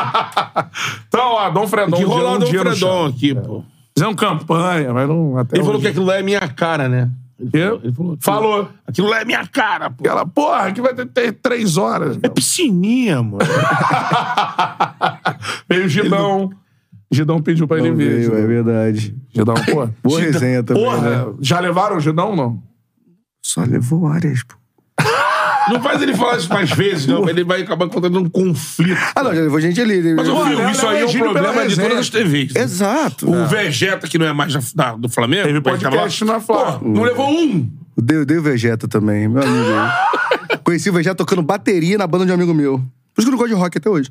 S1: então, ó, Dom Fredon.
S2: Que
S1: um dia-
S2: rolar
S1: um
S2: Dom
S1: dia no
S2: Fredon
S1: chão.
S2: aqui, pô.
S1: Fizeram campanha, mas não. Até
S2: Ele falou que
S1: hoje.
S2: aquilo lá é minha cara, né? Ele
S1: Quê?
S2: falou, ele falou, aquilo-
S1: Falou.
S2: Aquilo lá é minha cara, pô.
S1: Aquela, porra, que vai ter, ter três horas.
S2: É piscininha, mano.
S1: Meio gidão. Gidão pediu pra ele né?
S3: Não
S1: vir.
S3: veio,
S1: Gidão.
S3: é verdade.
S1: Gidão, pô.
S3: Boa
S1: Gidão-
S3: resenha também,
S2: né?
S1: Porra, já levaram o Gidão ou não?
S3: Só levou áreas, pô.
S2: Não faz ele falar isso mais vezes, não. Ele vai acabar encontrando um conflito.
S3: Ah, não, já levou gente ali. né?
S2: Mas, ô,
S1: Porra,
S2: filho,
S1: ela
S2: isso
S1: é
S2: aí é um
S1: elegível pela
S2: problema de
S1: resenha.
S2: todas as TVs. né?
S3: Exato.
S2: O Vegeta, que não é mais da- da- do Flamengo,
S1: Teve
S2: mas tava
S1: podcast
S2: lá.
S1: na Flá.
S2: Pô,
S3: Hum.
S2: Não levou um.
S3: O Deu, deu Vegeta também, meu amigo. Conheci o Vegeta tocando bateria na banda de um amigo meu. Por isso que eu não gosto de rock até hoje.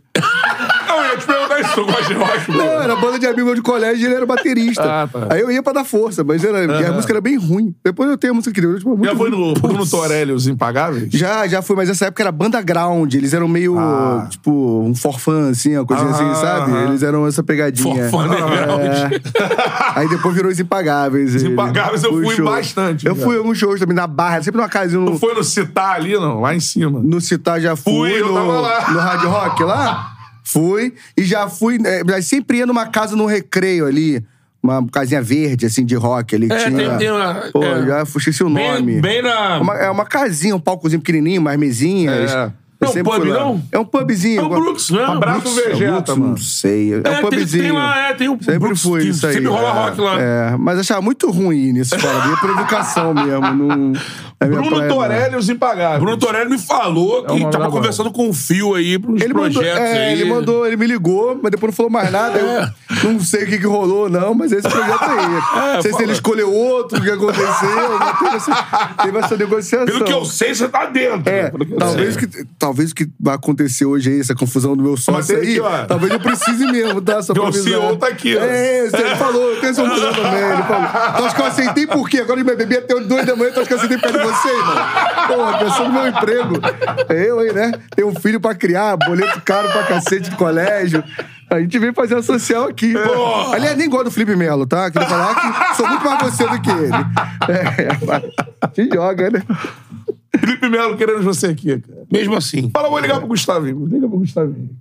S2: Não, eu ia te perguntar isso, eu gosto de rock, pô.
S3: Não, era banda de amigo meu de colégio e ele era baterista.
S1: Ah, tá.
S3: Aí eu ia pra dar força, mas era, a música era bem ruim. Depois eu tenho a música que deu. Tipo, muito
S1: Já foi
S3: ruim.
S1: no Bruno Torelli, os Impagáveis?
S3: Já, já fui, mas nessa época era banda ground. Eles eram meio,
S1: Ah.
S3: tipo, um forfã, assim, uma coisinha
S1: Ah,
S3: assim, sabe?
S1: ah.
S3: Eles eram essa pegadinha.
S2: Forfã, né,
S3: É. Aí depois virou os impagáveis. Os
S1: Impagáveis eu fui bastante,
S3: Eu
S1: já.
S3: fui em alguns shows também, na barra, sempre numa casinha.
S1: Não
S3: No,
S1: foi no Citar ali, não? Lá em cima.
S3: no Citar já fui.
S1: Fui, eu
S3: no,
S1: tava lá.
S3: no Hard Rock lá? Fui. E já fui. é, mas sempre ia numa casa num recreio ali. Uma casinha verde, assim, de rock ali. que
S2: É,
S3: tinha.
S2: tem- tem uma-
S3: Pô,
S2: é.
S3: já esqueci o
S2: Bem,
S3: nome.
S2: bem na.
S3: É uma- é uma casinha, um palcozinho pequenininho, umas mesinhas.
S1: É.
S3: Eu
S2: É um
S3: sempre
S2: pub,
S3: fui lá.
S2: não?
S3: É um pubzinho.
S2: É o Brooks, não é?
S1: Um abraço,
S2: Brooks.
S1: Vegeta,
S3: É o Brooks,
S1: mano.
S3: Não sei. É,
S2: É,
S3: um
S2: tem,
S3: pubzinho.
S2: tem lá, é, tem o
S3: Sempre
S2: Brooks,
S3: fui
S2: que
S3: isso aí.
S2: Sempre rola
S3: é,
S2: rock lá.
S3: É, mas achava muito ruim nisso, cara. Ia por educação mesmo. Não, é minha
S1: Bruno
S3: praia, não.
S1: Torelli, os Impagáveis.
S2: Bruno Torelli me falou que
S1: o nome da
S2: tava
S1: banda.
S2: conversando com o Fio aí pros
S3: Ele
S2: projetos
S3: mandou, é,
S2: aí. É.
S3: ele mandou, ele me ligou, mas depois não falou mais nada. Eu não sei o que, que rolou, não, mas esse projeto aí. não sei se
S2: fala.
S3: ele escolheu outro, o que aconteceu. mas teve, essa, teve essa negociação.
S2: Pelo que eu sei, você tá dentro.
S1: Né,
S3: É,
S2: Pelo que eu
S3: talvez
S1: assim,
S2: sei.
S3: que, talvez o que vai acontecer hoje aí, essa confusão do meu
S1: Mas
S3: sócio
S1: tem aqui,
S3: aí,
S1: ó.
S3: talvez eu precise mesmo, tá? Só
S1: Meu
S3: pra avisar.
S1: CEO tá aqui, ó.
S3: É, esse, ele falou, eu tenho essa opinião também, ele falou. Tu acha que eu aceitei por quê? Agora eu me bebi até o 2 da manhã, tu acha que eu aceitei por causa de você, irmão? Porra, pensando no meu emprego. É Eu aí, né? Tenho um filho pra criar, boleto caro pra cacete de colégio. A gente veio fazer a social aqui.
S1: É.
S3: Pô. Aliás, nem gosto do Felipe Melo, tá? Queria falar que sou muito mais você do que ele. É, mas se joga, né?
S1: Felipe Melo, queremos você aqui, cara.
S2: Mesmo assim.
S1: Fala, vou ligar pro Gustavinho. Liga pro Gustavinho.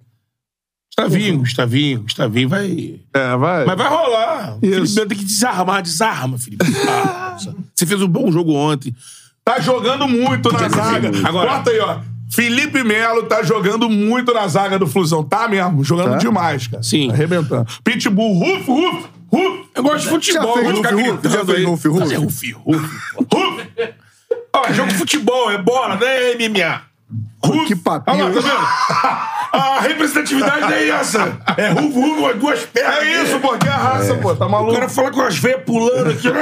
S2: Gustavinho, Gustavinho, Gustavinho vai.
S1: É, vai.
S2: Mas vai rolar.
S1: Isso.
S2: O Felipe Melo tem que desarmar, desarma, Felipe. Desarma. Você fez um bom jogo ontem.
S1: Tá jogando muito na zaga.
S2: Agora-
S1: Corta aí, ó. Felipe Melo tá jogando muito na zaga do Flusão. Tá mesmo, jogando
S3: Tá?
S1: demais, cara.
S2: Sim.
S1: Arrebentando. Pitbull, ruf, ruf, ruf.
S2: Eu gosto de futebol,
S3: fez
S2: eu gosto de
S3: Rufi,
S2: ficar
S3: Rufi? Já
S2: gritando
S3: fez
S2: aí.
S3: Rufi, Rufi?
S2: Mas é Rufi, Rufi, pô. Rufi. Ó, é jogo de futebol, é bola, não é MMA. Rufi.
S3: que papinho,
S2: Olha lá, tá
S3: hein?
S2: vendo? A representatividade é essa. É Rufi, Rufi, com as duas pernas.
S1: É isso, pô. Que é raça, pô. Tá
S2: O
S1: maluco.
S2: cara fala com as veias pulando aqui. né?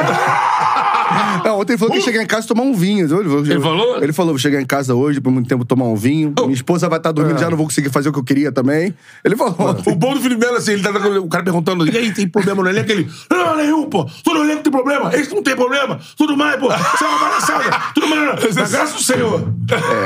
S3: Não, ontem ele falou que ia chegar em casa e tomar um vinho. Ele falou,
S2: Uh! Ele falou? Uh!
S3: Ele falou, vou chegar em casa hoje, por muito tempo, tomar um vinho. Minha esposa vai estar dormindo, já não vou conseguir fazer o que eu queria também. Ele falou
S2: O
S3: ontem.
S2: bom do Felipe Melo, assim, ele tá, o cara perguntando, e aí, tem problema no elenco? Ele, não, não, nenhum, pô. Todo elenco tem problema. Eles não tem problema. Tudo mais, pô. Isso é uma palhaçada. Tudo mais. Na graça do Senhor.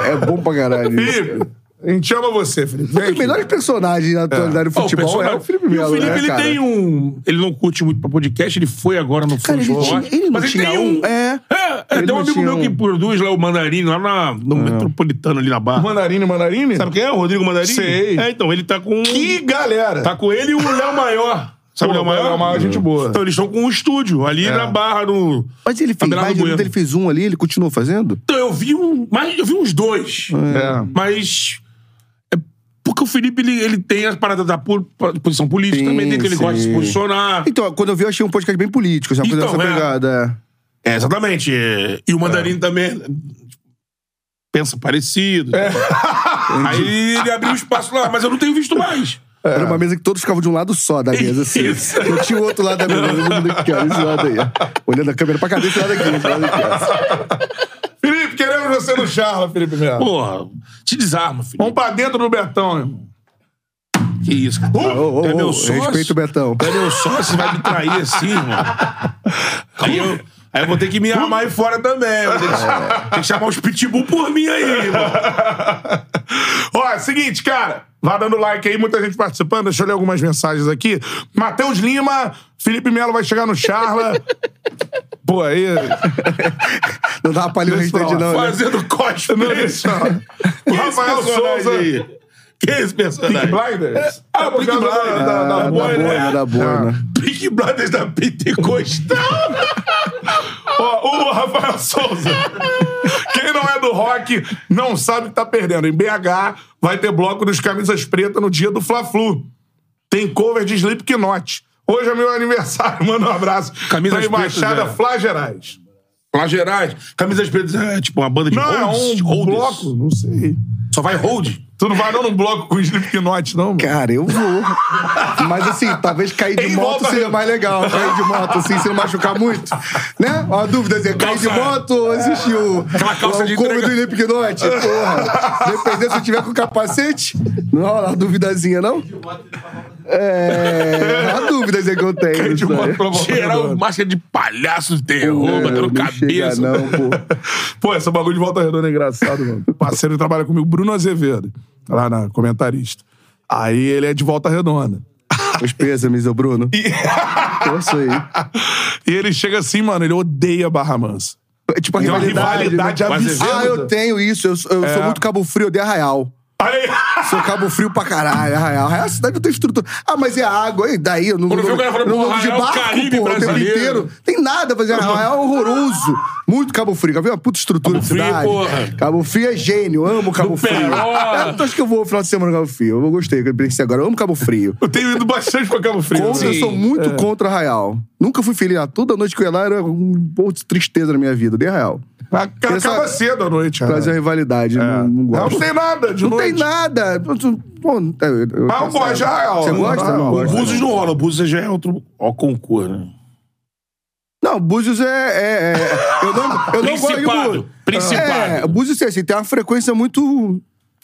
S3: É, é bom pra caralho. isso.
S1: Felipe, a gente ama você, Felipe. Vem
S3: Um dos
S1: aqui.
S3: melhores personagens na atualidade do
S2: Ó,
S3: futebol
S2: personagem-
S3: é o Felipe
S2: E
S3: Melo,
S2: O Felipe,
S3: né,
S2: ele
S3: cara?
S2: tem um... Ele não curte muito pra podcast, ele foi agora no
S3: Cara, ele
S2: futebol.
S3: tinha-
S2: eu acho.
S3: ele não
S2: Mas ele
S3: tinha
S2: tem
S3: um,
S2: um...
S3: é.
S2: É,
S3: Ele
S2: tem um
S3: não
S2: amigo
S3: tinha
S2: meu que
S3: um. É.
S2: produz lá o Mandarim, lá na- no Metropolitano, ali na Barra.
S1: Mandarini, Mandarini?
S2: Sabe quem é? O Rodrigo Mandarim?
S1: Sei.
S2: É, então, ele tá com...
S1: Que galera.
S2: Tá com ele e o Léo Maior. Sabe o
S1: Pô,
S2: Léo Maior?
S1: Léo
S3: é
S1: Maior, gente boa.
S2: Então, eles estão com um estúdio ali na Barra, no...
S3: Mas ele fez
S2: Abelardo
S3: mais,
S2: Bueno.
S3: ele fez um ali, ele continuou fazendo?
S2: Então, eu vi um. Mas eu vi uns dois.
S1: É.
S2: Mas. é porque o Felipe, ele, ele tem a parada da pu- posição política
S3: Sim,
S2: também, tem que ele
S3: sim.
S2: gosta de se posicionar.
S3: Então, quando eu vi, eu achei um podcast bem político, já
S2: Então,
S3: então, essa
S2: é.
S3: pegada.
S2: É, exatamente. é. E o Mandarim também. Pensa parecido.
S1: É.
S2: tá Aí ele abriu espaço lá, mas eu não tenho visto mais.
S3: Era uma mesa que todos ficavam de um lado só da mesa, assim.
S2: Isso.
S3: Eu tinha o outro lado da mesa, todo mundo que era esse lado aí. ó. Olhando a câmera pra cá, esse lado aqui, esse lado aqui. ó.
S1: Felipe, queremos você no Charla, Felipe Melo.
S2: Porra, te desarma, Felipe.
S1: Vamos pra dentro do Betão, irmão.
S2: Que isso, cara.
S3: Ô, ô,
S2: é
S3: ô,
S2: meu sócio.
S3: Respeita o Betão.
S2: Tu é meu sócio, vai me trair assim, irmão. Aí eu, aí eu vou ter que me armar aí fora também. Eu vou ter
S1: É.
S2: que, tem que chamar os pitbull por mim aí, irmão.
S1: Ó, é seguinte, cara. Vá dando like aí, muita gente participando. Deixa eu ler algumas mensagens aqui. Matheus Lima, Felipe Melo vai chegar no Charla. Pô, aí.
S3: Não dá pra ler o restante, não. né?
S2: Fazendo cosplay.
S1: Não, deixa eu-
S2: Que
S1: O Rafael
S2: personagem
S1: Souza.
S2: aí? Que esse
S1: Pink
S2: personagem?
S1: Blinders?
S2: Ah, Pink
S1: Por causa
S2: Blinders.
S1: Da, da, da
S3: Ah,
S1: boina.
S3: boina, da boina.
S2: Pink Brothers da Pentecostal.
S1: Ó, o Rafael Souza. Quem não é do rock não sabe que tá perdendo. Em BH vai ter bloco dos camisas pretas no dia do Fla-Flu. Tem cover de Slipknot. Hoje é meu aniversário, manda um abraço.
S2: Camisa
S1: da
S2: às pretas,
S1: Embaixada
S2: é.
S1: Flá Gerais.
S2: Lá Gerais, camisas pretas é tipo uma banda de
S1: Não, é um
S2: holds, holders.
S1: bloco, não sei.
S2: Só vai hold.
S1: Tu não vai não num bloco com Slipknot, não, mano?
S3: Cara, eu vou. Mas assim, talvez cair de
S1: Em
S3: moto
S1: volta-
S3: seria mais legal. Cair de moto, assim, se não machucar muito. Né? Uma dúvida, assim, cair de
S2: Calça-
S3: moto ou assistir o,
S2: Aquela calça
S3: o
S2: de
S3: Kombi
S2: entrega.
S3: do Slipknot? Porra. Dependendo se eu tiver com capacete, não rola uma duvidazinha, não? É. Uma dúvida assim, que eu tenho.
S1: de
S3: disso
S1: moto
S3: aí.
S1: provocador.
S2: Geral, um máscara de palhaço de terror,
S3: É,
S2: batendo
S3: não chega
S2: cabeça.
S3: Não, pô.
S1: Pô, esse bagulho de volta redonda é engraçado, mano. O parceiro que trabalha comigo, Bruno Azevedo, Tá lá na comentarista. Aí ele é de volta redonda.
S3: Os pêsames, ô Bruno. Torço aí.
S1: E ele chega assim, mano, ele odeia Barra Mansa.
S3: É tipo a
S1: Tem uma
S3: rivalidade.
S1: rivalidade
S3: né?
S1: absurda.
S3: Ah, eu tenho isso. Eu, sou- eu
S2: É.
S3: sou muito Cabo Frio, eu dei Arraial.
S1: Olha aí!
S3: Sou Cabo Frio pra caralho, Arraial. Arraial é uma cidade que tem estrutura. Ah, mas é água. E daí? Eu não
S2: Quando eu vi o cara falando,
S3: eu não
S2: porra,
S3: ando de
S2: Arraial é o
S3: barco,
S2: Caribe
S3: porra, o tempo
S2: brasileiro.
S3: inteiro. Tem nada a fazer. Arraial é horroroso. Muito Cabo Frio. Quer ver uma puta estrutura
S2: Cabo
S3: de
S2: Frio,
S3: cidade?
S2: porra.
S3: Cabo Frio é gênio. Amo Cabo Frio.
S2: Peró.
S3: Eu acho que eu vou no final de semana no Cabo Frio. Eu gostei que eu pensei agora. Eu amo Cabo Frio.
S1: Eu tenho ido bastante pra Cabo Frio.
S3: Contra, eu
S1: Sim.
S3: sou
S2: É.
S3: muito contra Arraial. Nunca fui feliz lá. Toda noite que eu ia lá era um pouco de tristeza na minha vida. Eu Dei Arraial.
S1: Acaba
S3: Essa-
S1: cedo à noite, cara.
S3: Trazer a rivalidade.
S1: É.
S3: Não, não gosto.
S1: tem nada de
S3: Não
S1: noite.
S3: tem nada. Pô, tu- pô, não tem- eu-
S1: Mas é eu gosto de Arraial.
S3: Você gosta?
S1: Não,
S3: Não,
S1: não.
S3: gosto.
S2: Búzios não rola, Búzios já é outro. Ó, concurso, né?
S3: Não, Búzios é. é- é- eu não, eu não gosto de
S2: Principado,
S3: Búzios.
S2: principado.
S3: É, Búzios é assim, tem uma frequência muito. O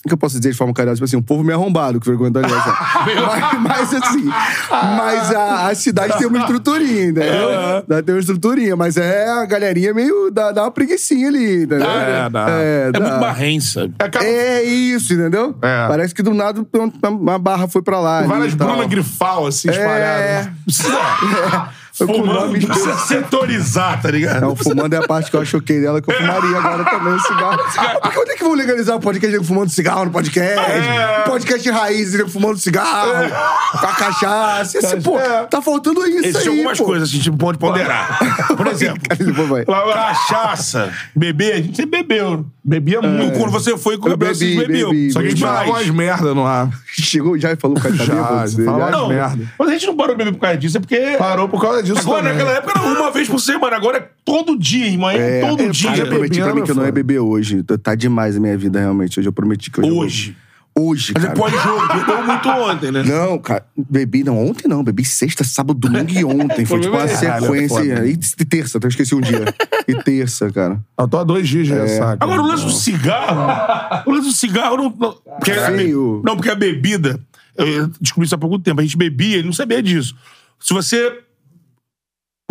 S3: que eu posso dizer de forma carinhosa? Tipo assim, um povo meio arrombado que frequenta ali. Assim. mas, mas assim. Mas a, a cidade tem uma estruturinha, entendeu? Ela Tem uma estruturinha, mas é a galerinha meio. dá, dá uma preguiçinha ali, entendeu?
S1: Dá, dá.
S3: É,
S2: É
S3: dá.
S2: muito barrença.
S1: É Cabo
S3: É isso, entendeu?
S1: É.
S3: Parece que do nada uma- uma barra foi pra lá. ali
S1: Várias
S3: e tal.
S1: Bruna Grifal, assim,
S3: Então. É.
S1: espalhadas.
S3: Foi com
S1: Fumando,
S3: nome
S1: não precisa setorizar, tá ligado?
S3: Não, fumando é a parte que eu achoquei dela, que eu fumaria agora também o cigarro. Porque onde é que vão legalizar o podcast de fumando cigarro no podcast?
S1: É.
S3: Podcast raiz, nego fumando cigarro,
S2: É.
S3: com a cachaça. Esse, pô,
S1: É.
S3: tá faltando isso aí,
S2: Existem algumas
S3: pô.
S2: coisas assim, tipo, pode ponderar. Por exemplo,
S3: Pô, vai.
S2: lá, cachaça, beber, a gente sempre bebeu.
S1: Bebia
S2: E
S1: muito.
S2: Quando você foi com o
S3: É. Eu
S2: Gabriel, você
S3: bebi,
S2: bebeu.
S3: bebi,
S2: Só
S1: Só
S2: que
S1: que a
S2: a
S1: gente falava umas
S2: gente
S1: merda no ar.
S3: Chegou já e falou, cara, tá
S1: Já,
S3: bêbado?
S1: já
S3: Você
S1: falava,
S3: já-
S1: não.
S2: Não,
S1: merda.
S2: mas a gente não parou de beber por causa disso, é porque...
S1: Parou por causa disso
S2: Agora,
S1: também.
S2: naquela época, era uma vez por semana. Agora é todo dia, irmão.
S3: É,
S2: É, todo
S3: eu
S2: dia.
S3: já prometi pra mim
S1: bebendo,
S3: que eu não ia
S1: foda.
S3: beber hoje. Tá- Tá demais a minha vida, realmente. Hoje eu prometi que eu já vou-
S2: Hoje.
S3: é Hoje,
S2: Mas é
S3: cara.
S2: pós-jogo, bebeu muito ontem, né?
S3: Não, cara, bebi não. Ontem não, bebi sexta, sábado, domingo e ontem. Foi tipo uma
S1: Caralho, tá foda. né?
S3: sequência. E t- terça, até esqueci um dia. E terça, cara.
S1: Eu tô há dois dias de ressaca.
S2: Agora, o lance do cigarro. O lance do cigarro não. não- porque a be-
S3: Feio.
S2: não, porque a bebida. Eu eu descobri isso há pouco tempo. A gente bebia e não sabia disso. Se você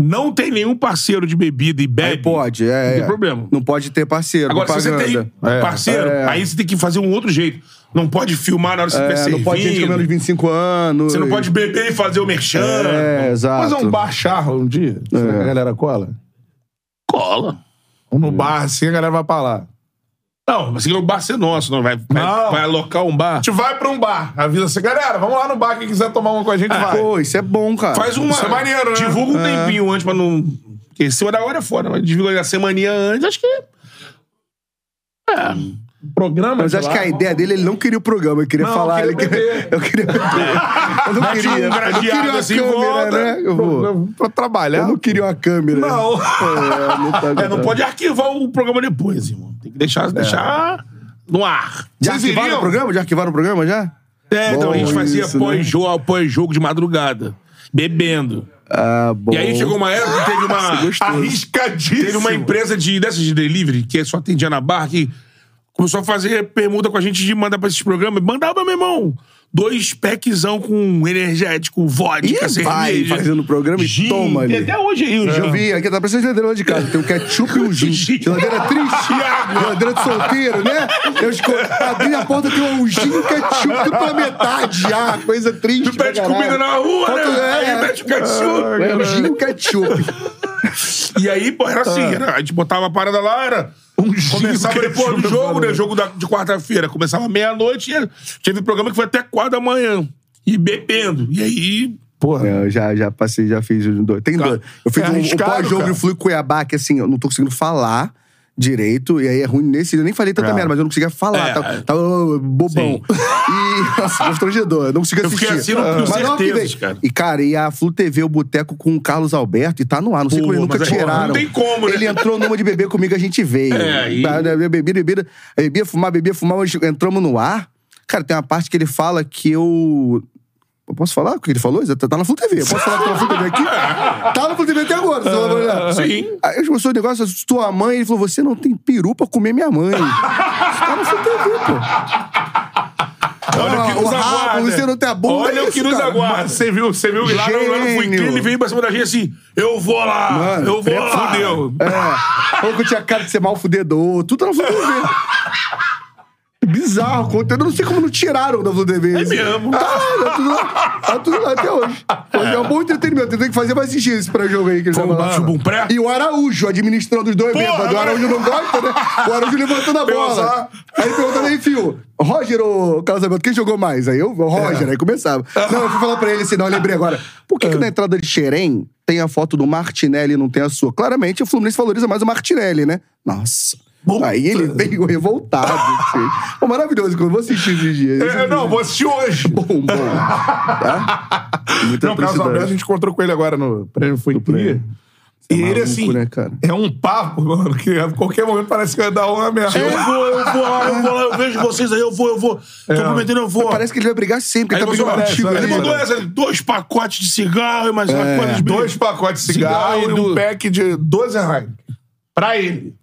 S2: não tem nenhum parceiro de bebida e bebe.
S3: Aí pode, é.
S2: Não tem
S3: é.
S2: problema.
S3: Não pode ter parceiro.
S2: Agora, se você tem um
S3: propaganda.
S1: É.
S2: parceiro,
S3: É.
S2: aí você tem que fazer um outro jeito. Não pode filmar na hora que você
S3: É,
S2: estiver
S3: não
S2: servindo.
S3: pode ter gente com menos de 25 anos.
S2: Você não pode beber e fazer o merchan.
S3: É, exato.
S1: Fazer um bar charra um dia.
S3: É.
S1: Será que a galera cola?
S2: Cola.
S1: Vamos
S3: É.
S1: no bar assim, a galera vai pra lá.
S2: Não, mas o bar ser nosso, não vai, vai-
S1: Não.
S2: vai alocar um bar.
S1: A gente vai pra um bar. Avisa assim, galera, vamos lá no bar. Quem quiser tomar uma com a gente, vai.
S3: Pô, isso é bom, cara.
S2: Faz uma.
S1: Isso é maneiro, né?
S2: Divulga um
S3: É.
S2: tempinho antes pra não. Porque em cima da hora é foda, mas divulga na semaninha antes, acho que. É.
S1: programa
S3: Mas
S1: de
S3: acho
S1: lá.
S3: que a ideia dele, ele não queria o programa, ele queria
S1: Não,
S3: falar.
S1: queria
S3: ele queria-
S1: beber.
S3: Eu queria beber. Eu não
S2: Bate um
S3: queria. Eu não queria
S2: gradeado
S3: uma
S2: assim,
S3: câmera,
S2: volta.
S3: né? Eu, vou.
S1: Pro- Pra trabalhar.
S3: eu não queria uma câmera.
S1: Não.
S3: É, não, tá-
S2: É, não pode arquivar o programa depois, irmão. Tem que
S3: É.
S2: deixar, deixar no ar.
S3: Já
S1: Vocês
S3: arquivaram
S1: iriam?
S3: o programa? Já arquivaram o programa já?
S2: É, então a gente
S3: Bom,
S2: fazia
S3: isso, né?
S2: pós-jogo pós -jogo de madrugada, bebendo.
S3: Ah, bom. é
S2: E aí chegou uma época que teve uma.
S1: Arriscadíssimo.
S2: Teve uma empresa de, dessas de delivery, que só atendia na barra, que começou a fazer permuta com a gente de mandar pra esses programas. Mandava, meu irmão, dois packzão com energético, vodka,
S3: E vai
S2: cerveja.
S3: fazendo programa e
S2: gin.
S3: toma
S2: Tem
S3: ali.
S2: até hoje aí o
S3: Eu
S2: gin.
S3: vi, aqui tá parecendo geladeira lá de casa. Tem um ketchup e um gin.
S2: Gin.
S3: Geladeira triste. Geladeira de solteiro, né? Eu escolhi, abri a porta, tem um gin e um ketchup tudo pela metade já. Coisa triste.
S2: Tu
S3: pra
S2: pede
S3: caralho.
S2: comida na rua,
S3: Quanto
S2: né?
S3: é?
S2: Aí pede o ketchup.
S3: É um gin e um ketchup.
S2: E aí, pô, era assim,
S3: Ah.
S2: era- a gente botava a parada lá, era.
S1: Um gin,
S2: Começava
S1: um
S2: depois do
S1: ketchup,
S2: jogo, né?
S1: mano.
S2: Jogo da- de quarta-feira. Começava meia-noite e era- teve programa que foi até quatro da manhã. E bebendo. E aí,
S1: Porra.
S3: É, Eu já, já passei, já fiz um dois. Tem
S2: Cara,
S3: dois. Eu fiz
S1: é
S3: um, um
S1: arriscado,
S3: pós-jogo
S1: cara.
S3: de Fluir Cuiabá, que assim, eu não tô conseguindo falar. direito, e aí é ruim nesse. Eu nem falei tanta
S2: É.
S3: merda, mas eu não conseguia falar.
S2: É.
S3: Tava, tava bobão. E. Nossa, é constrangedor. Eu não conseguia
S2: Eu fiquei
S3: assistir.
S2: assim, não- não
S3: Mas não, que
S2: certezas,
S3: vem.
S2: cara.
S3: E, cara, e a Flu TV, o boteco com o Carlos Alberto, e tá no ar. Não sei
S2: Pô,
S3: como eles nunca
S2: mas é-
S3: tiraram.
S2: não tem como, né?
S3: Ele entrou numa de beber comigo, a gente veio. né,
S2: É, e-
S3: Bebia, bebia, bebia, bebia, fumar, bebia, fumar, mas entramos no ar. Cara, tem uma parte que ele fala que eu. Eu posso falar o que ele falou? Tá tá na Flu TV. Eu posso falar que tá na Flu TV aqui? Tá na Flu TV até agora. você não vai olhar.
S2: Sim.
S3: Aí eu começou o negócio, tua mãe, ele falou: você não tem peru pra comer minha mãe. tá na Flu TV, pô.
S2: Olha o que
S3: Ah,
S2: nos
S3: o rabo,
S2: aguarda.
S3: você não tem a bunda,
S2: Olha
S3: é
S2: o que
S3: isso,
S2: nos
S3: cara.
S2: aguarda. Você viu, você viu lá no lá no Fui
S3: Gênio.
S2: Clean, ele veio pra cima da gente assim: eu vou lá,
S3: Mano,
S2: eu vou
S3: prepara.
S2: lá. Fudeu.
S3: É. Falou que eu tinha cara de ser mal fudedor, tudo tá na Flu TV. Bizarro, conteúdo. Eu não sei como não tiraram da Flu TV.
S2: É mesmo.
S3: Tá lá, tá tudo lá. Tá tudo lá até hoje. Mas é um bom entretenimento. Tem que fazer pra assistir esse pré-jogo aí que eles
S2: Vamos
S3: estavam lá.
S2: lá, Chubum tipo um Pré?
S3: E o Araújo administrando os dois
S2: Porra,
S3: mesmo. O Araújo não gosta, né? O Araújo levantando a
S2: Pensar.
S3: bola. Aí ele perguntando aí, fio. Roger ou Carlos Alberto, quem jogou mais? Aí eu, o Roger,
S1: É.
S3: aí começava. Não, eu fui falar pra ele assim, não, eu lembrei agora. Por que, que na entrada de Xerém tem a foto do Martinelli e não tem a sua? Claramente o Fluminense valoriza mais o Martinelli, né? Nossa. Aí
S1: é.
S3: ele veio revoltado. assim. Pô, maravilhoso, que eu vou assistir esse dia. Esse
S1: É, não, vou assistir hoje.
S3: Bom, bom. Tá? Muita
S1: Não, o Carlos Alberto, a
S3: atrocidade.
S1: gente encontrou com ele agora no Prêmio Fui Clear.
S3: prêmio. Você é
S1: E ele,
S3: maluco,
S1: assim,
S3: né, cara?
S1: é um papo, mano, que a qualquer momento parece que vai dar uma merda.
S2: Eu vou, eu vou lá, eu vou lá, eu vejo vocês aí, eu vou, eu vou. Tô prometendo, eu vou.
S3: É. Parece que ele vai brigar sempre,
S2: Aí
S3: que é. tá brigando
S2: ele mandou essa,
S3: contigo.
S2: ele
S3: ali,
S2: mandou
S3: mano.
S2: essa, dois pacotes de cigarro e mais uma coisa de
S1: Dois pacotes de cigarro,
S2: Cigarro
S1: e um
S2: do-
S1: pack de 12 Heineken. Pra ele.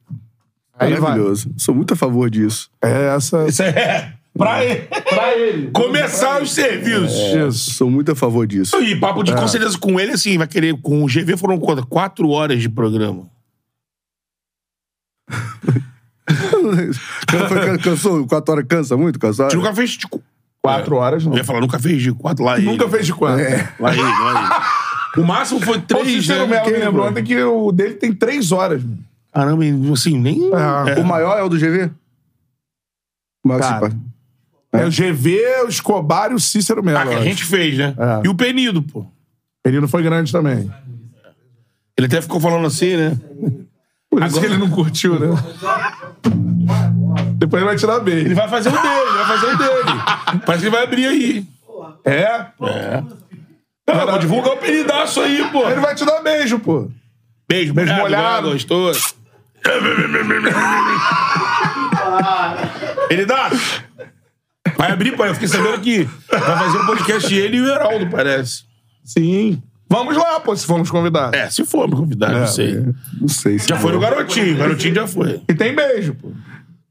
S1: Aí vai.
S3: Maravilhoso. Sou muito a favor disso.
S1: É essa.
S2: Isso é. Pra ele.
S1: Pra ele.
S2: Começar os serviços.
S1: Isso.
S3: Sou muito a favor disso.
S2: E papo
S1: É.
S2: de com certeza com ele, assim, vai querer. Com o GV foram quanto? Quatro horas de programa.
S3: Cansou? Quatro horas cansa muito? Cansa?
S2: A gente nunca fez de. qu-
S1: Quatro horas, não.
S2: Eu ia falar, nunca fez de quatro lá.
S1: Nunca
S2: ele.
S1: fez de quatro. É.
S2: Lá ele, lá ele. O máximo foi
S1: O
S2: três,
S1: Cícero
S2: né?
S1: Melo me
S2: Porque-
S1: lembrou ontem que o dele tem três horas. mano.
S2: Caramba, assim, nem.
S1: É.
S3: O maior é o do GV? O maior que
S1: Cara.
S3: se pa-
S1: É o GV, o Escobar e o Cícero Melo.
S2: Ah, que a
S1: eu
S2: gente fez, né?
S1: É.
S2: E o Penido, pô.
S1: acho. Ele não foi grande também.
S2: Ele até ficou falando assim, né?
S1: Por isso
S2: Agora-
S1: que ele não curtiu, né? Depois ele vai tirar
S2: Ele
S1: bem.
S2: vai fazer o dele, ele vai fazer o dele. Parece que ele vai abrir aí.
S1: É?
S2: Ah, vou divulgar o penidaço aí, pô.
S1: Ele vai te dar beijo, pô.
S2: Beijo,
S1: Beijo
S2: molhado,
S1: molhado.
S2: molhado, gostoso. Ele dá. Vai abrir, pai. Eu fiquei sabendo que vai fazer um podcast ele e o Heraldo, parece.
S1: Sim. Vamos lá, pô, se formos convidados.
S2: É, se for me convidar, não sei.
S1: é.
S3: Não sei. Se
S2: Já foi no Garotinho, o Garotinho já foi.
S1: E tem beijo, pô.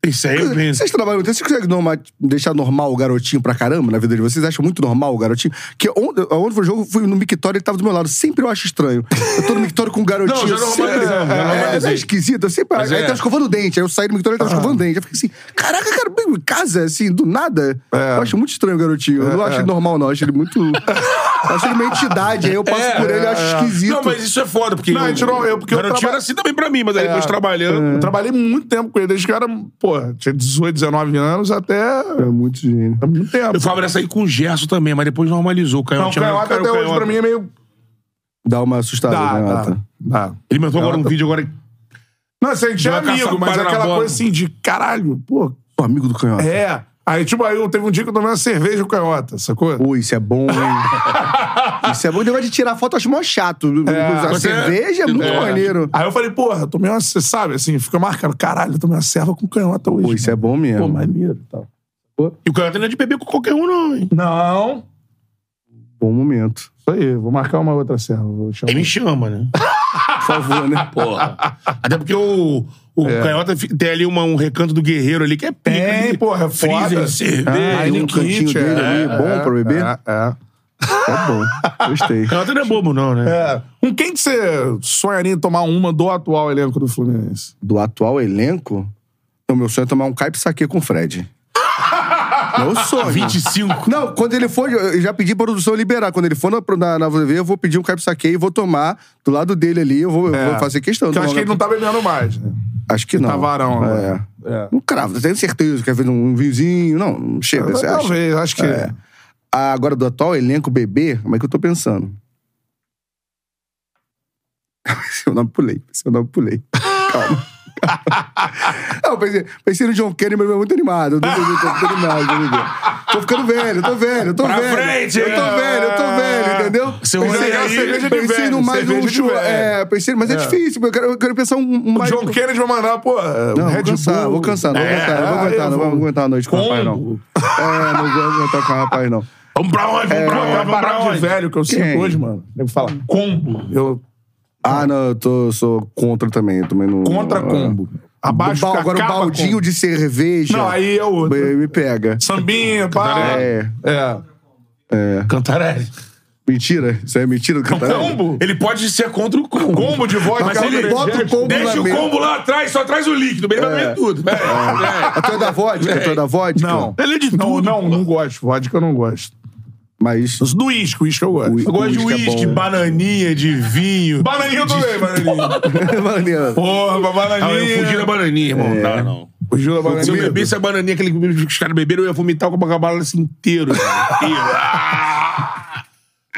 S2: Isso aí é eu penso.
S3: Vocês trabalham muito. Vocês conseguem norma- deixar normal o garotinho pra caramba na vida de vocês? Vocês acham muito normal o garotinho? Que onde, onde foi o jogo, eu fui no Mictório ele tava do meu lado. Sempre eu acho estranho. Eu tô no Mictório com o garotinho.
S2: Não, já
S3: sempre-
S2: normalizamos, já
S3: é, é,
S2: normalizei.
S3: esquisito. Eu sempre.
S2: Mas
S3: aí
S2: é. Ah.
S3: tava escovando o dente. Aí eu saí do Mictório ele tava escovando o dente. Eu fiquei assim, caraca, cara, bem em casa, assim, do nada.
S1: É.
S3: Eu acho muito estranho o garotinho. Eu não
S1: É,
S3: acho
S1: é.
S3: ele normal, não. Eu acho ele muito. eu acho ele uma entidade. Aí eu passo
S2: É,
S3: por ele, eu acho
S1: é, é.
S3: esquisito.
S2: Não, mas isso é foda, porque.
S1: Não, a gente não- eu- porque eu
S2: Garotinho
S1: traba- É.
S2: era assim também pra mim, mas aí depois trabalhando.
S1: Eu trabalhei muito tempo com ele, desde que eu era, pô, tinha 18, 19 anos até.
S3: É muito gênio.
S1: há muito tempo.
S2: Eu ficava nessa aí com o Gerson também, mas depois normalizou. O
S1: É. Não, o
S2: Canhote era-
S1: canhota
S2: era o
S1: até hoje
S2: Canhota.
S1: pra mim é meio.
S3: Dá uma assustada,
S1: Dá,
S3: né,
S1: dá,
S3: Nata?
S1: dá.
S2: Ele mandou agora um vídeo agora.
S1: Não, assim, a gente é
S2: Vai caçar
S1: amigo,
S2: um
S1: mas
S2: cara na
S1: aquela
S2: bola.
S1: coisa assim de caralho, pô,
S3: Pô, amigo do canhota.
S1: é. Aí, tipo, aí eu teve um dia que eu tomei uma cerveja com o canhota, sacou?
S3: Pô, isso é bom, hein? isso é bom. O negócio de tirar foto eu acho mó chato. A
S2: Você-
S3: cerveja é muito
S2: É.
S3: maneiro.
S1: Aí eu falei, porra, eu tomei uma, você sabe, assim, fica marcando, caralho, eu tomei uma serva com canhota hoje. né?
S3: Pô, isso é tá. bom
S1: Pô,
S3: mesmo.
S1: maneiro e tal.
S2: E o Canhote não é de beber com qualquer um, não, hein?
S1: Não.
S3: Bom momento.
S1: Isso aí, vou marcar uma outra serva. Vou chamar.
S2: Aí
S3: um
S2: me chama, né?
S3: Por favor, né?
S2: Porra. Até porque o, o Canhota fi- tem ali uma- um recanto do guerreiro ali que é pica.
S1: É. Tem,
S2: ali.
S1: porra, é foda. É.
S2: Freezer, cerveja.
S3: Ah,
S1: Aí
S3: tem um
S1: no
S3: cantinho
S1: kit,
S3: dele
S1: é,
S3: ali, bom pra beber.
S1: É, é.
S3: É bom. Gostei.
S2: Canhota não é bobo, não, né?
S1: É. Com quem que você sonharia em tomar uma do atual elenco do Fluminense?
S3: Do atual elenco, o meu sonho é tomar um caipisaque com o Fred. Meu sonho.
S2: 25.
S3: Não, quando ele for, eu eu já pedi pra produção liberar. Quando ele for na, na, na TV, eu vou pedir um caipisaque e vou tomar do lado dele ali. Eu vou, eu vou fazer questão. de
S1: Porque eu acho É. que
S3: tomar
S1: ele não tá bebendo mais, né?
S3: Acho que É. não.
S1: Tá varão,
S3: é.
S1: né?
S3: é. Não cravo, eu tenho certeza que vai vir um vinhozinho. Não, não chega. Você acha?
S1: Ah, Talvez, acho que.
S3: É. Ah, agora, do atual elenco bebê, como é que eu tô pensando? Seu nome pulei. Seu nome pulei. Calma. Não, pensei, pensei no John Kenny, mas meu é muito animado. Eu Tô, tô, tô, tô animado, tô animado. Tô ficando velho, tô velho, tô
S2: Pra
S3: velho.
S2: frente,
S3: eu tô
S2: é.
S3: velho, eu tô velho,
S1: Ah.
S3: entendeu?
S2: Seu
S3: pensei,
S2: olho aí,
S3: pensei
S1: cerveja
S3: no mais um
S1: de velho, cerveja de
S3: churro.
S1: velho.
S3: É, pensei, mas é, difícil, eu quero, eu quero pensar um, um
S1: O
S3: mais.
S1: John Kennedy vai mandar, pô.
S3: Não,
S1: Red
S3: vou cansar,
S1: Bull.
S3: vou cansar, não vou
S1: É,
S3: aguentar, não vou
S1: ah,
S3: aguentar,
S1: eu
S3: não vou
S1: vou-
S3: aguentar a noite com o rapaz, não.
S2: Combo.
S3: É, não vou aguentar com o rapaz, não.
S2: Vamos pra onde? Vamos pra
S1: Pô,
S2: onde?
S1: é a
S2: Vamos pra
S1: parada de
S2: onde?
S1: velho que eu sinto
S3: Quem?
S1: hoje, mano. Devo falar.
S2: Combo.
S1: Eu
S3: Ah, não, eu tô, eu sou contra também. Eu também não, Ah.
S1: contra combo. Abaixo
S3: Ba-
S1: da
S3: agora o
S1: capa
S3: baldinho
S1: combo.
S3: de cerveja.
S1: Não, aí é outro.
S3: me me pega.
S1: Sambinha, pá.
S3: É.
S1: É.
S2: Cantarelli.
S3: Mentira? Isso é mentira do Cantarelli?
S2: Combo? Ele pode ser contra o combo.
S1: Combo de voz,
S2: mas
S1: cara,
S2: ele
S1: bota
S3: o combo
S2: Deixa
S3: na
S2: o
S3: mesa.
S2: combo lá atrás, só traz o líquido. Ele vai beber tudo. É.
S3: A tua é da vodka? A tua é da vodka?
S1: Não.
S2: Ele é de
S1: não,
S2: tudo,
S1: Não,
S2: pô.
S1: não gosto. Vodka eu não gosto.
S3: Mas.
S1: Do uísque, uísque eu gosto.
S3: Ui-
S2: Eu gosto de
S3: Uísque é
S2: uísque,
S3: bom.
S2: bananinha, de vinho.
S1: Bananinha eu também, bananinha.
S3: Maneiro.
S1: Porra,
S2: Não, eu fugi da
S1: é bananinha.
S2: bananinha, irmão. Não, dá, não.
S1: Fugiu da
S2: Se eu
S1: bananinha.
S2: bebesse a bananinha aquele que os caras beberam, eu ia vomitar o Copacabana assim, inteiro. cara, inteiro. Ah!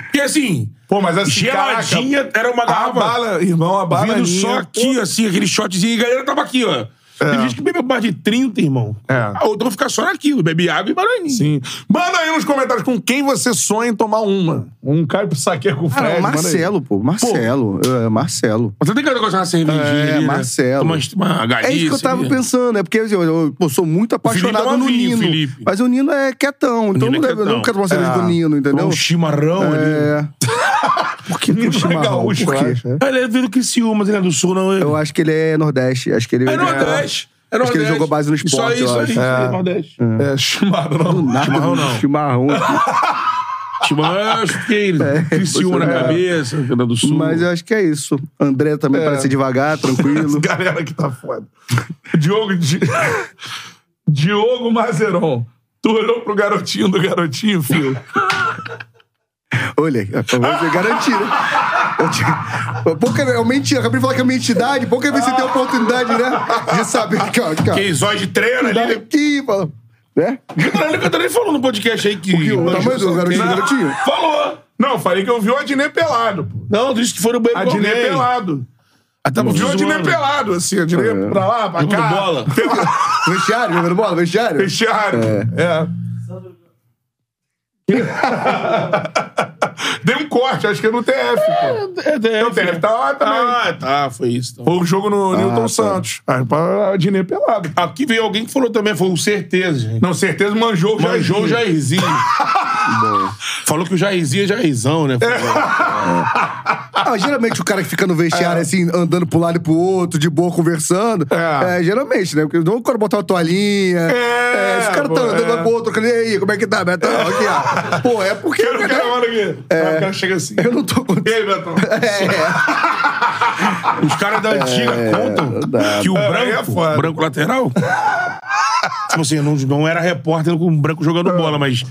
S2: Porque assim,
S1: Pô, mas assim,
S2: geladinha
S1: caraca,
S2: era uma
S1: A
S2: garrafa
S1: bala, irmão, a bala. é
S2: vindo só aqui, assim, aquele shotzinho. E a galera tava aqui, ó.
S3: É.
S2: Tem gente que bebeu mais de 30, irmão.
S1: É.
S2: A outra vai ficar só naquilo. Bebe água e bananinha.
S1: Sim. Manda aí nos comentários com quem você sonha em tomar uma. Um Caio Psaque com é o
S3: Ah,
S1: Fred.
S3: não,
S1: manda aí.
S3: Marcelo, pô. Marcelo. É, Marcelo.
S2: Mas você tem que negócio na cervejinha
S3: É,
S2: ali, né?
S3: Marcelo.
S2: Uma, uma galinha.
S3: É isso que eu
S2: né?
S3: tava pensando, é porque assim, eu, eu, pô, sou muito
S2: toma
S3: apaixonado no
S2: vinho,
S3: Nino.
S2: Felipe.
S3: Mas o Nino é quietão, então
S2: Nino
S3: não
S2: é
S3: deve, eu
S2: quietão.
S3: não quero tomar cerveja
S1: É.
S3: do Nino, entendeu?
S2: Um chimarrão ali.
S3: É. Por que
S1: Nino é
S3: pro chimarrão?
S1: gaúcho,
S3: Por quê?
S1: eu acho, é.
S2: Ele é do Criciúma, ele é do Sul, não. É,
S3: Eu acho que ele é Nordeste. Acho que ele
S2: é Nordeste. É Nordeste.
S3: Acho que ele jogou base no esporte,
S2: Isso
S3: eu
S2: aí,
S3: acho.
S2: isso aí. É. Nordeste.
S1: É, chimarrão.
S2: Chimarrão não.
S3: Chimarrão.
S2: Chimarrão, é, chuteiro. Criciúma na
S3: É.
S2: cabeça, Rio Grande do Sul.
S3: Mas eu acho que é isso. André também parece devagar,
S1: Essa
S3: tranquilo.
S1: galera que tá foda. Diogo. Di... Diogo Mazeron. Tu olhou pro garotinho do garotinho, filho?
S3: Olha, é você garantido. Eu te- Pouca, eu menti, eu acabei de falar que é minha entidade, pouca vez você tem a oportunidade, né? De saber. Cara, cara.
S2: Quem zóio de treino ali. né?
S3: Aqui, fala. Né?
S2: Caralho, o Cantarelli falou tá no podcast aí que... Tá,
S3: Que o tamanho do garotinho, do garotinho.
S1: Falou! Não, falei que eu vi o Adnet pelado. pô.
S2: Não, disse que foi no banheiro com
S1: Adnet
S2: alguém.
S1: pelado.
S3: Ah, tá
S2: Até
S1: Eu vi o Adnet pelado, assim. Adnet
S3: É.
S1: pra lá, pra
S2: Jogando
S1: cá.
S2: bola.
S1: Pelado.
S3: Vestiário, jogando bola, vestiário?
S1: Vestiário. É. Dei um corte, acho que é no TF, pô.
S2: É,
S1: É, o TF tá lá também.
S2: Ah, tá, foi isso. então.
S1: Foi o jogo no Newton
S3: tá.
S1: Santos. Aí pra Adnet pelado.
S2: Aqui veio alguém que falou também, foi o Certeza, gente.
S1: Não, certeza manjou o
S2: Manjou o
S1: Jairzinho.
S2: Jairzinho. Falou que o Jairzinho é Jairzão, né?
S3: Ah, geralmente o cara que fica no vestiário, assim, andando pro lado e pro outro, de boa, conversando.
S1: É.
S3: É, geralmente, né? Porque não o cara botar uma toalhinha.
S1: É,
S3: É, esse cara tá
S1: pô,
S3: andando
S1: é.
S3: lá pro outro, cara, e aí, como é que tá, Betão? Aqui, ó. Pô, é porque.
S1: Quero, quero, olha aqui. Aí O cara chega assim.
S3: É. Eu não tô
S1: E
S3: contando.
S1: aí, Betão?
S3: É,
S2: Os caras da antiga contam que o
S1: É, aí é
S2: branco,
S1: foda.
S2: branco lateral, tipo assim, não, não era repórter com o branco jogando bola, mas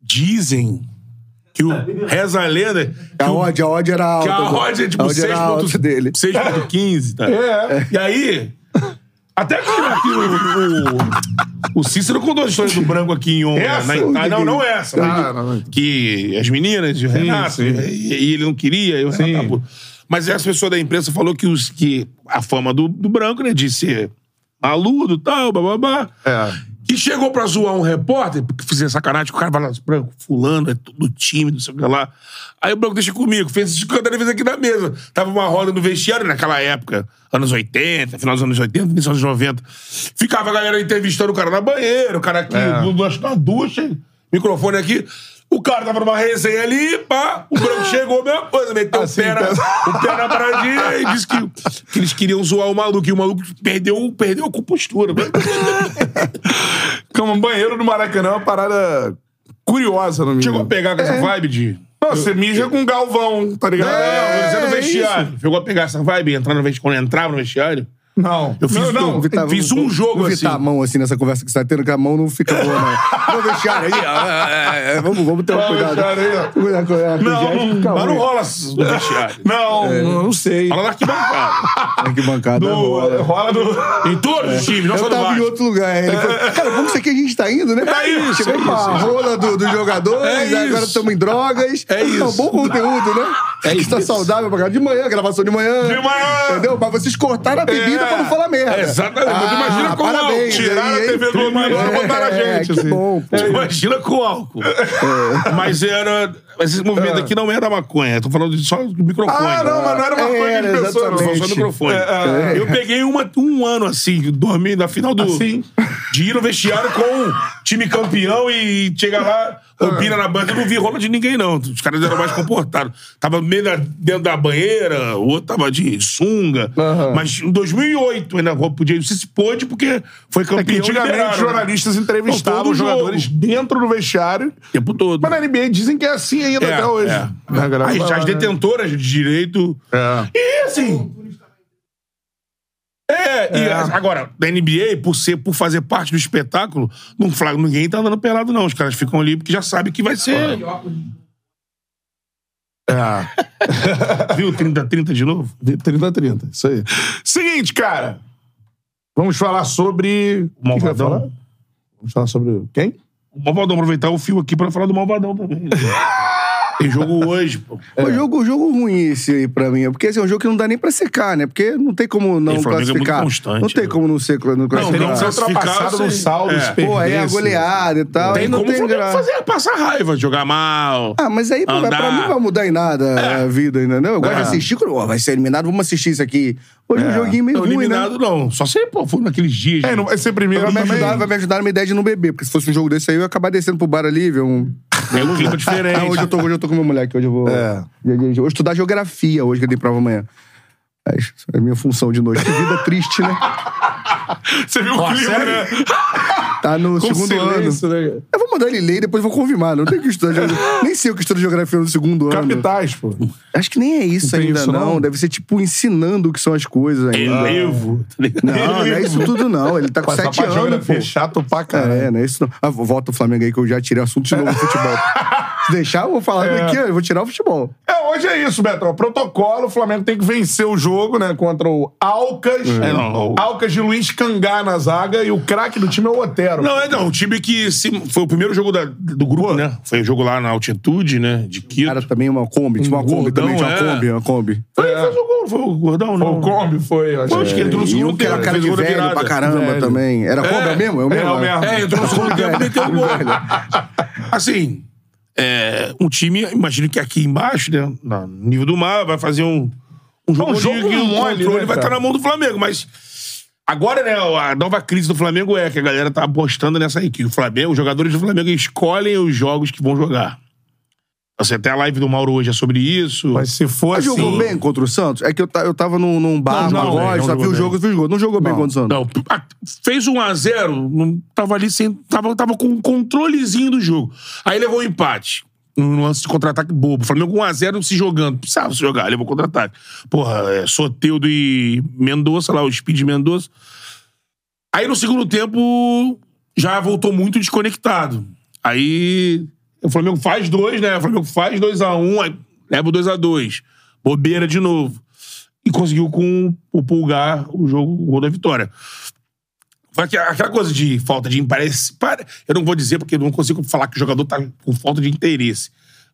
S2: dizem que o reza a lenda que,
S3: A
S2: o-
S3: odd, a odd era alta.
S2: que a Rod é tipo
S3: A odd era alta
S2: 6.15,
S3: dele.
S2: 6.15, tá?
S1: É.
S2: E aí, até que aqui o, o, o Cícero contou a história do branco aqui em Om,
S1: Essa?
S2: na Itália. Ah, Não, não essa. mas
S1: É Ah, não.
S2: que as meninas, o Renato,
S1: sim.
S2: E, e ele não queria, e o Renato tava puto. Mas essa pessoa da imprensa falou que, os, que a fama do, do branco, né, de ser maludo e tal, bababá.
S1: É.
S2: Que chegou pra zoar um repórter, porque fizer sacanagem, que o cara fala, branco, fulano, é do time, não sei o que lá. Aí o branco deixa comigo, fez isso que o André fez aqui na mesa. Tava uma roda no vestiário naquela época, anos 80, final dos anos 80, início dos anos 90. Ficava a galera entrevistando o cara na banheira, o cara aqui,
S1: É.
S2: du- duas- na ducha, microfone aqui. O cara tava numa resenha ali, pá, o branco chegou, mesma coisa, meteu
S1: Assim,
S2: o, pé na, o pé na paradinha e disse que, que eles queriam zoar o maluco, e o maluco perdeu, perdeu a compostura.
S1: Cama, banheiro no Maracanã é uma parada curiosa, no mínimo.
S2: Chegou a pegar com
S3: É.
S2: essa vibe de.
S1: Não, você mija com galvão, tá ligado?
S2: É,
S1: É,
S2: eu dizendo
S1: é
S2: vestiário. Chegou a pegar essa vibe, entrar no vestiário. Quando eu entrava no vestiário.
S1: isso. Não.
S2: Eu fiz
S1: não, não.
S2: tudo.
S3: Vitava,
S2: Fiz um
S3: não-
S2: jogo
S3: não
S2: assim.
S3: Vitar a mão assim nessa conversa que você tá tendo, que a mão não fica boa, não. Vamos deixar aí. ah, é, é, é, Vamos, vamos ter um
S1: Vamos
S3: cuidado.
S1: deixar aí, ó.
S3: Cuidado com a- é com
S1: Não,
S3: o gesto, fica
S2: Mas não
S3: ruim.
S2: rola s- no vestiário. É.
S1: Não, é, não, não sei.
S2: Fala na arquibancada.
S3: Arquibancada
S1: Do-
S3: rola.
S1: rola do.
S2: Em todos os times, não só
S3: né? É. Eu tava
S2: do
S3: em
S2: Vasco.
S3: outro lugar. Ele falou, cara, bom que isso aqui a gente tá indo, né?
S2: É isso,
S3: Chegou
S2: é
S3: com a
S2: isso.
S3: rola do- dos jogadores,
S2: É
S3: agora
S2: isso.
S3: estamos em drogas.
S2: É
S3: Tá
S2: isso.
S3: bom conteúdo, né? É isso. Tá saudável pra caralho. De manhã, gravação de manhã.
S2: De manhã!
S3: Entendeu? Mas vocês cortaram a bebida
S1: É.
S3: pra não falar merda. Ah,
S2: Exatamente. Mas imagina com
S3: parabéns,
S2: álcool. Tiraram
S3: hein,
S2: a TV do
S3: hein?
S2: Amaro e botaram a
S3: É,
S2: gente,
S3: Que
S2: assim.
S3: bom, pô.
S2: Tu Imagina com álcool. Mas era. Mas esse
S3: Ah.
S2: movimento aqui não era maconha. Tô falando de só do microfone.
S1: Ah, não, mas não era uma
S3: É,
S1: coisa de
S3: era
S1: pessoa.
S2: Só
S3: exatamente.
S2: só microfone.
S1: É,
S2: Eu peguei uma, um ano assim, dormindo na final do.
S1: Assim?
S2: De ir no vestiário com o time campeão e chegar lá,
S1: Ah.
S2: opina na banca. Eu não vi rola de ninguém, não. Os caras eram mais comportados. Tava meio na- dentro da banheira, o outro tava de sunga.
S3: Aham.
S2: Mas em 2008 ainda podia. Não sei se pôde, porque foi
S1: É que
S2: campeão. liberaram,
S1: antigamente
S2: né?
S1: jornalistas
S2: Não,
S1: entrevistavam
S2: todo
S1: os jogadores
S2: jogo.
S1: dentro do vestiário.
S2: o tempo todo.
S1: Mas na NBA dizem que é assim ainda
S2: É,
S1: até hoje.
S2: é.
S1: Né, a galera
S2: As-
S1: fala,
S2: as
S1: né?
S2: detentoras de direito.
S1: É.
S2: E assim. É, e
S1: É.
S2: as- agora, da NBA, por, ser, por fazer parte do espetáculo, não, fla- ninguém tá andando pelado, não. Os caras ficam ali porque já sabem que vai ser.
S1: É.
S2: Viu? 30-30 de novo?
S1: 30 a 30, isso aí. Seguinte, cara. Vamos falar sobre.
S2: O
S1: O que que eu ia
S2: Malvadão.
S1: falar? Vamos falar sobre quem?
S2: O Malvadão, aproveitar o fio aqui pra falar do Malvadão também. né? Tem jogo hoje, pô.
S3: O jogo, o jogo ruim esse aí pra mim. Porque assim, é um jogo que não dá nem pra secar, né? Porque não tem como não
S2: E o Flamengo é muito
S3: classificar.
S2: constante,
S3: não tem
S2: né?
S3: como não ser não
S2: Teria
S3: classificar.
S2: não,
S1: que ser
S2: classificar,
S1: ultrapassado
S2: sim.
S1: no saldo.
S2: É.
S1: se
S3: Pô, aí a
S1: perdesse.
S3: goleada e tal.
S2: Tem
S3: aí não
S2: como
S3: tem
S2: fazer-
S3: graça.
S2: fazer passar raiva, jogar mal.
S3: Ah, mas aí não vai- pra
S2: Andar.
S3: mim não vai mudar em nada a vida, entendeu? Eu gosto de
S2: É.
S3: assistir, quando, ó, vai ser eliminado, vamos assistir isso aqui. Hoje é um joguinho meio
S2: Não,
S3: ruim, né?
S2: eliminado, não. Só se pô, for naqueles dias.
S1: É, não vai ser primeiro
S3: Vai me,
S1: também.
S3: ajudar, vai me ajudar numa ideia de não beber, porque se fosse um jogo desse aí, eu ia acabar descendo pro bar ali, ver um.
S2: Tem um clima diferente.
S3: Ah, hoje eu tô, hoje eu tô com meu moleque, hoje eu vou.
S1: É.
S3: Hoje eu vou estudar geografia, hoje que eu tenho prova amanhã. Mas isso é a minha função de noite. Que vida triste, né?
S1: Você viu o clima,
S2: sério?
S1: né?
S3: Tá no
S1: Com
S3: segundo ano.
S1: silêncio, né?
S3: Eu vou mandar ele ler e depois vou confirmar. Não tem que estudar geografia. Nem sei o que estudo geografia no segundo ano.
S1: Capitais, pô.
S3: Acho que nem é isso
S1: Não tem
S3: ainda,
S1: isso,
S3: não.
S1: não?
S3: Deve ser, tipo, ensinando o que são as coisas
S2: Ah. né?
S3: ainda.
S2: Elevo. tá ligado?
S3: Não, não é isso tudo, não. Ele tá com
S1: Mas
S3: sete
S1: rapaz,
S3: anos,
S1: geografia
S3: pô.
S1: é chato pra caralho.
S3: É, não é isso não. Ah, volta o Flamengo aí que eu já tirei assunto de novo do futebol. Se deixar, eu vou falar
S1: É.
S3: daqui, ó, eu vou tirar o futebol.
S1: É, hoje é isso, Beto. Protocolo, o Flamengo tem que vencer o jogo, né? Contra o Alcas.
S2: É, não, o-
S1: Alcas de Luiz Cangá na zaga e o craque do time é o Otero.
S2: Não, é não. O time que se- foi o primeiro jogo da- do grupo, né? Foi o jogo lá na altitude, né? De Quito.
S3: Cara, também uma Kombi, tinha uma
S2: Um
S3: Kombi também, tinha
S2: gordão,
S3: uma
S2: é.
S3: Kombi, uma Kombi.
S2: foi, fez o gol, foi o Gordão,
S1: Foi
S2: não.
S1: o Kombi, foi. eu acho. é.
S2: Foi, acho que ele entrou no
S3: E
S2: segundo
S3: um que era
S2: tempo,
S3: cara
S2: fez
S3: de
S2: gol da
S3: velho
S2: virada.
S3: pra caramba
S1: Velho.
S3: também. Era Kombi é. mesmo? É o mesmo?
S1: É o mesmo.
S2: É, entrou no segundo tempo e meteu o gol. Assim, é, um time, imagino que aqui embaixo, né? na- No nível do mar, vai fazer um, um jogo,
S1: um
S2: onde
S1: jogo
S2: que
S1: mole,
S2: o controle
S1: né,
S2: vai estar
S1: cara?
S2: na mão do Flamengo, mas. Agora, né, a nova crise do Flamengo é que a galera tá apostando nessa aí, que o Flamengo, os jogadores do Flamengo escolhem os jogos que vão jogar. Assim, até a live do Mauro hoje é sobre isso.
S1: Mas se for
S3: Mas
S1: assim...
S3: jogou bem contra o Santos? É que eu, ta- eu tava num, num bar,
S2: Não,
S3: numa
S2: não,
S3: loja,
S2: não
S3: só vi
S2: jogou
S3: o
S2: bem.
S3: jogo, vi o jogo. Não jogou bem contra o Santos.
S2: Não, a- fez um a zero, não tava ali sem, tava, tava com um controlezinho do jogo. Aí levou um empate. Um lance de contra-ataque bobo. O Flamengo 1x0 se jogando. Precisava se jogar, levou contra-ataque. Porra, é, Soteudo e Mendonça, lá, o Speed Mendonça. Aí no segundo tempo já voltou muito desconectado. Aí o Flamengo faz dois, né? O Flamengo faz 2 a 1 um, aí leva o 2 a 2 Bobeira de novo. E conseguiu com o pulgar o jogo, o gol da vitória. Foi aqua- Aquela coisa de falta de interesse. para- Eu não vou dizer porque eu não consigo falar que o jogador tá com falta de interesse.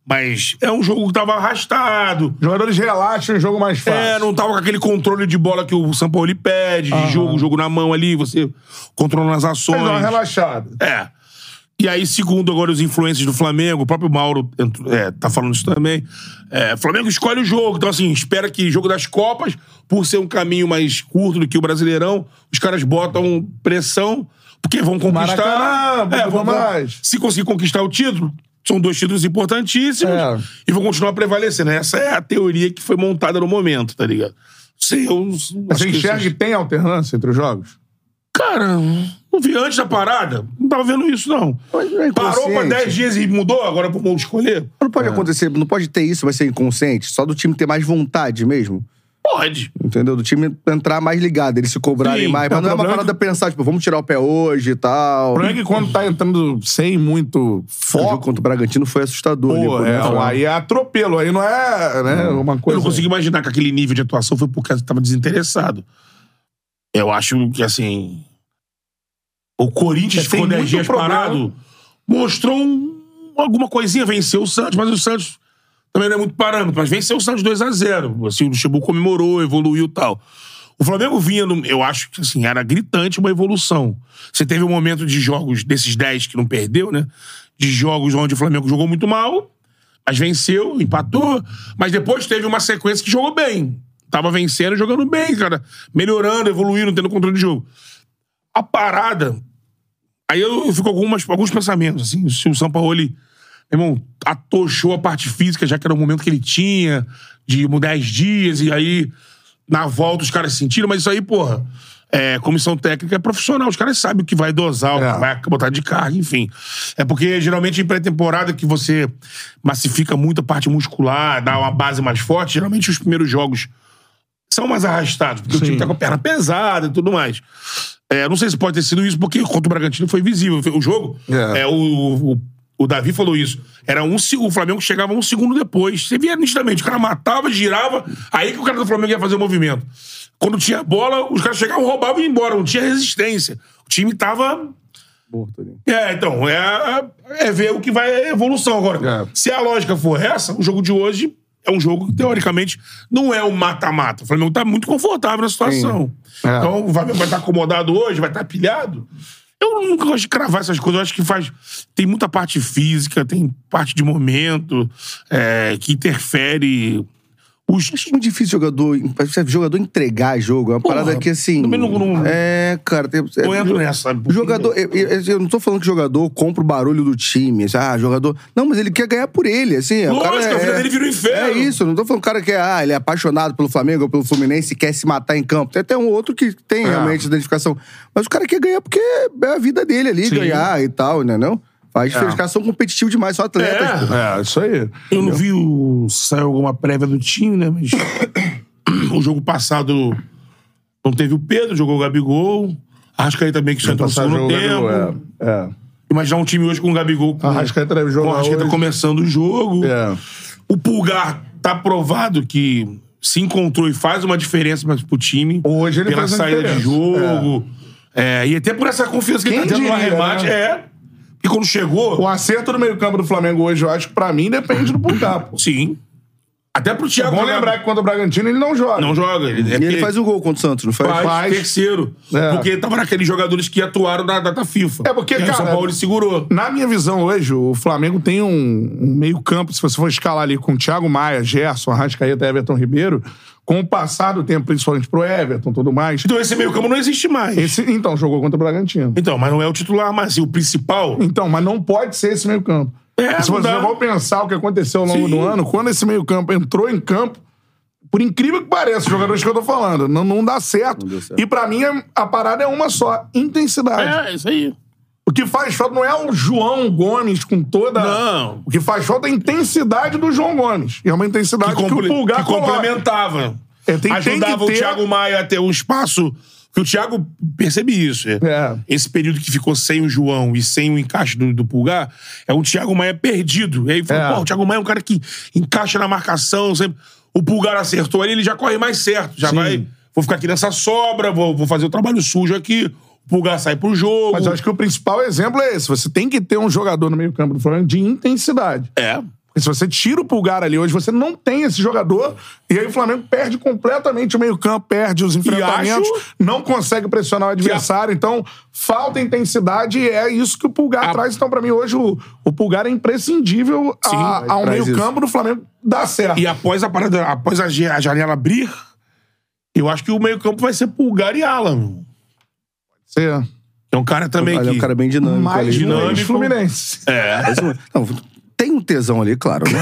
S2: Mas é um jogo que tava arrastado.
S1: Jogadores relaxam, o jogo mais fácil.
S2: É, não tava com aquele controle de bola que o Sampaoli pede, de jogo, jogo na mão ali, você controlando as ações.
S1: Mas dá uma relaxada.
S2: É. E aí, segundo agora os influencers do Flamengo, o próprio Mauro entrou- é, tá falando isso também. É, Flamengo escolhe o jogo. Então, assim, espera que jogo das Copas, por ser um caminho mais curto do que o Brasileirão, os caras botam pressão, porque vão conquistar. é,
S1: Maracanã, tudo mais.
S2: Se conseguir conquistar o título, são dois títulos importantíssimos
S1: É.
S2: e vão continuar prevalecendo. Essa é a teoria que foi montada no momento, tá ligado? Sei, eu. acho
S1: Você
S2: que
S1: enxerga que tem alternância entre os jogos?
S2: Cara, não vi antes da parada. Não tava vendo isso, não.
S3: Mas não é
S2: Parou pra
S3: inconsciente.
S2: 10 dias e mudou, agora pro mundo escolher?
S3: Não pode acontecer, não pode ter isso, vai ser inconsciente. Só do time ter mais vontade mesmo.
S2: Pode.
S3: Entendeu? Do time entrar mais ligado, eles se cobrarem
S2: Sim.
S3: mais.
S1: É,
S3: Mas não é
S1: o
S3: uma
S1: problema é
S3: parada pensar, tipo, vamos tirar o pé hoje e tal.
S1: O problema é que quando tá entrando sem muito
S3: O jogo
S1: foco,
S3: contra o Bragantino foi assustador. ali,
S1: pô,
S3: pô, né?
S1: é, aí é atropelo, aí não é né, uma
S2: Eu
S1: coisa...
S2: não consigo imaginar que aquele nível de atuação foi porque tava desinteressado. Eu acho que, assim. O Corinthians
S1: É, tem
S2: ficou 10
S1: muito
S2: dias
S1: problema.
S2: parado, mostrou um- alguma coisinha, venceu o Santos, mas o Santos também não é muito parâmetro, mas venceu o Santos 2x0. Assim, o Luxemburgo comemorou, evoluiu e tal. O Flamengo vinha, no- eu acho que assim, era gritante uma evolução. Você teve um momento de jogos desses 10 que não perdeu, né? De jogos onde o Flamengo jogou muito mal, mas venceu, empatou, mas depois teve uma sequência que jogou bem. Tava vencendo, jogando bem, cara, melhorando, evoluindo, tendo controle de jogo. A parada Aí eu, eu fico com algumas, alguns pensamentos, assim. Se o Sampaoli, meu irmão, atochou a parte física, já que era o momento que ele tinha, de mudar 10 dias, e aí na volta os caras sentiram, mas isso aí, porra, é, comissão técnica é profissional, os caras sabem o que vai dosar, o
S1: É.
S2: que vai botar de carga, enfim. É porque geralmente em pré-temporada que você massifica muito a parte muscular, dá uma base mais forte, geralmente os primeiros jogos são mais arrastados, porque o time tá com a perna pesada e tudo mais. É, não sei se pode ter sido isso, porque contra o Bragantino foi visível. O jogo,
S1: É.
S2: é, o, o, o Davi falou isso. Era um, se- o Flamengo chegava um segundo depois. Você via nitidamente, o cara matava, girava, aí que o cara do Flamengo ia fazer o movimento. Quando tinha bola, os caras chegavam, roubavam e iam embora. Não tinha resistência. O time tava
S3: Morto ali.
S2: é, então, é, é ver o que vai é evolução agora.
S1: É.
S2: Se a lógica for essa, o jogo de hoje é um jogo que, teoricamente, não é um mata-mata. O Flamengo tá muito confortável na situação.
S1: É.
S2: Então, o Flamengo vai estar acomodado hoje, vai estar pilhado. Eu nunca gosto de cravar essas coisas. Eu acho que faz. Tem muita parte física, tem parte de momento é, que interfere. Os,
S3: Acho muito difícil jogador, jogador entregar jogo. É uma
S2: Porra,
S3: parada que assim.
S2: também não- não-
S3: é, cara, tem, é,
S2: eu entro nessa. sabe?
S3: O Jogador, eu, eu- eu não tô falando que o jogador compra o barulho do time. assim, Ah, jogador. Não, mas ele quer ganhar por ele, assim. é, o
S2: Lógico,
S3: cara
S2: a vida
S3: é-
S2: dele vira um inferno.
S3: É isso, eu não tô falando que o cara que é, ah, ele é apaixonado pelo Flamengo ou pelo Fluminense e quer se matar em campo. Tem até um outro que
S2: É.
S3: tem realmente identificação. Mas o cara quer ganhar porque é a vida dele ali,
S2: Sim.
S3: ganhar e tal, né? Não? Faz diferença. Os caras são competitivos demais, são atletas.
S2: É.
S3: pô.
S1: É, isso aí.
S2: Eu não vi o... saiu alguma prévia do time, né? Mas o jogo passado não teve o Pedro, jogou o Gabigol. Arrascaeta também que só entrou no
S1: Passar
S2: Então, segundo
S1: jogo,
S2: tempo.
S1: né, Gabigol, é.
S2: Imaginar um time hoje com o Gabigol. Com...
S1: Arrascaeta deve
S2: com o
S1: jogar
S2: Arrascaeta
S1: hoje.
S2: começando o jogo.
S1: É.
S2: O Pulgar tá provado que se encontrou e faz uma diferença mas pro time.
S1: Hoje ele
S2: Pela
S1: faz uma
S2: saída de
S1: diferença.
S2: jogo. É, e até por essa confiança que ele
S1: Quem
S2: tá tendo no
S1: diria,
S2: arremate.
S1: né?
S2: É. E quando chegou.
S1: O acerto do meio-campo do Flamengo hoje, eu acho que pra mim depende do Pulgar, pô.
S2: Sim. Até pro Thiago.
S1: Vamos
S2: jogar-
S1: É lembrar que contra o Bragantino ele não joga.
S2: É Não joga. Ele, é
S3: E ele
S2: aquele-
S3: faz o gol contra o Santos, não faz?
S2: faz,
S1: faz.
S2: terceiro.
S1: É.
S2: Porque tava naqueles jogadores que atuaram na data FIFA.
S1: É, porque,
S2: e aí o São
S1: cara,
S2: Paulo ele segurou.
S1: Na minha visão hoje, o Flamengo tem um, um meio-campo, se você for escalar ali com Thiago Maia, Gerson, Arrascaeta, Everton Ribeiro, com o passar do tempo, principalmente pro Everton e tudo mais.
S2: Então esse meio-campo não existe mais.
S1: Esse, então, jogou contra o Bragantino.
S2: Então, mas não é o titular, mas assim, o principal.
S1: Então, mas não pode ser esse meio-campo.
S2: É,
S1: se
S2: não
S1: você
S2: dá.
S1: for pensar o que aconteceu ao longo
S2: Sim.
S1: do ano, quando esse meio-campo entrou em campo, por incrível que pareça, os jogadores que eu tô falando, não, não dá certo.
S3: certo.
S1: E pra mim, a- a parada é uma só: intensidade.
S2: É, isso aí.
S1: O que faz falta não é o João Gomes com toda.
S2: Não.
S1: O que faz falta é a intensidade do João Gomes. E é uma intensidade
S2: Que,
S1: que,
S2: comple-
S1: o Pulgar
S2: que complementava.
S1: É, tem- tem
S2: Ajudava
S1: que ter-
S2: o Thiago Maia a ter um espaço. Que o Thiago percebi isso. É.
S1: É.
S2: Esse período que ficou sem o João e sem o encaixe do, do Pulgar, é um Thiago Maia perdido. E aí falou,
S1: É.
S2: pô, o Thiago Maia é um cara que encaixa na marcação. Sempre... O Pulgar acertou ali, ele já corre mais certo. Já
S1: Sim.
S2: vai. Vou ficar aqui nessa sobra, vou, vou fazer o trabalho sujo aqui. O Pulgar sai pro jogo.
S1: Mas eu acho que o principal exemplo é esse. Você tem que ter um jogador no meio-campo do Flamengo de intensidade.
S2: É.
S1: Porque se você tira o pulgar ali hoje, você não tem esse jogador, e aí o Flamengo perde completamente o meio-campo, perde os enfrentamentos,
S2: acho-
S1: não consegue pressionar o adversário. Então, falta intensidade e é isso que o pulgar
S2: A-
S1: traz. Então, pra mim, hoje, o, o pulgar é imprescindível
S2: Sim,
S1: a- ao
S3: traz
S1: meio-campo do Flamengo dar certo.
S2: E após a parada, após a, ge- a janela abrir, eu acho que o meio-campo vai ser Pulgar e Alan. meu.
S1: Você-
S2: É um cara também
S3: Ele é
S2: que.
S3: um cara bem dinâmico
S1: Mais
S3: ali.
S2: dinâmico.
S1: dinâmico. Fluminense.
S2: É.
S3: Mas, não, tem um tesão ali, claro, né?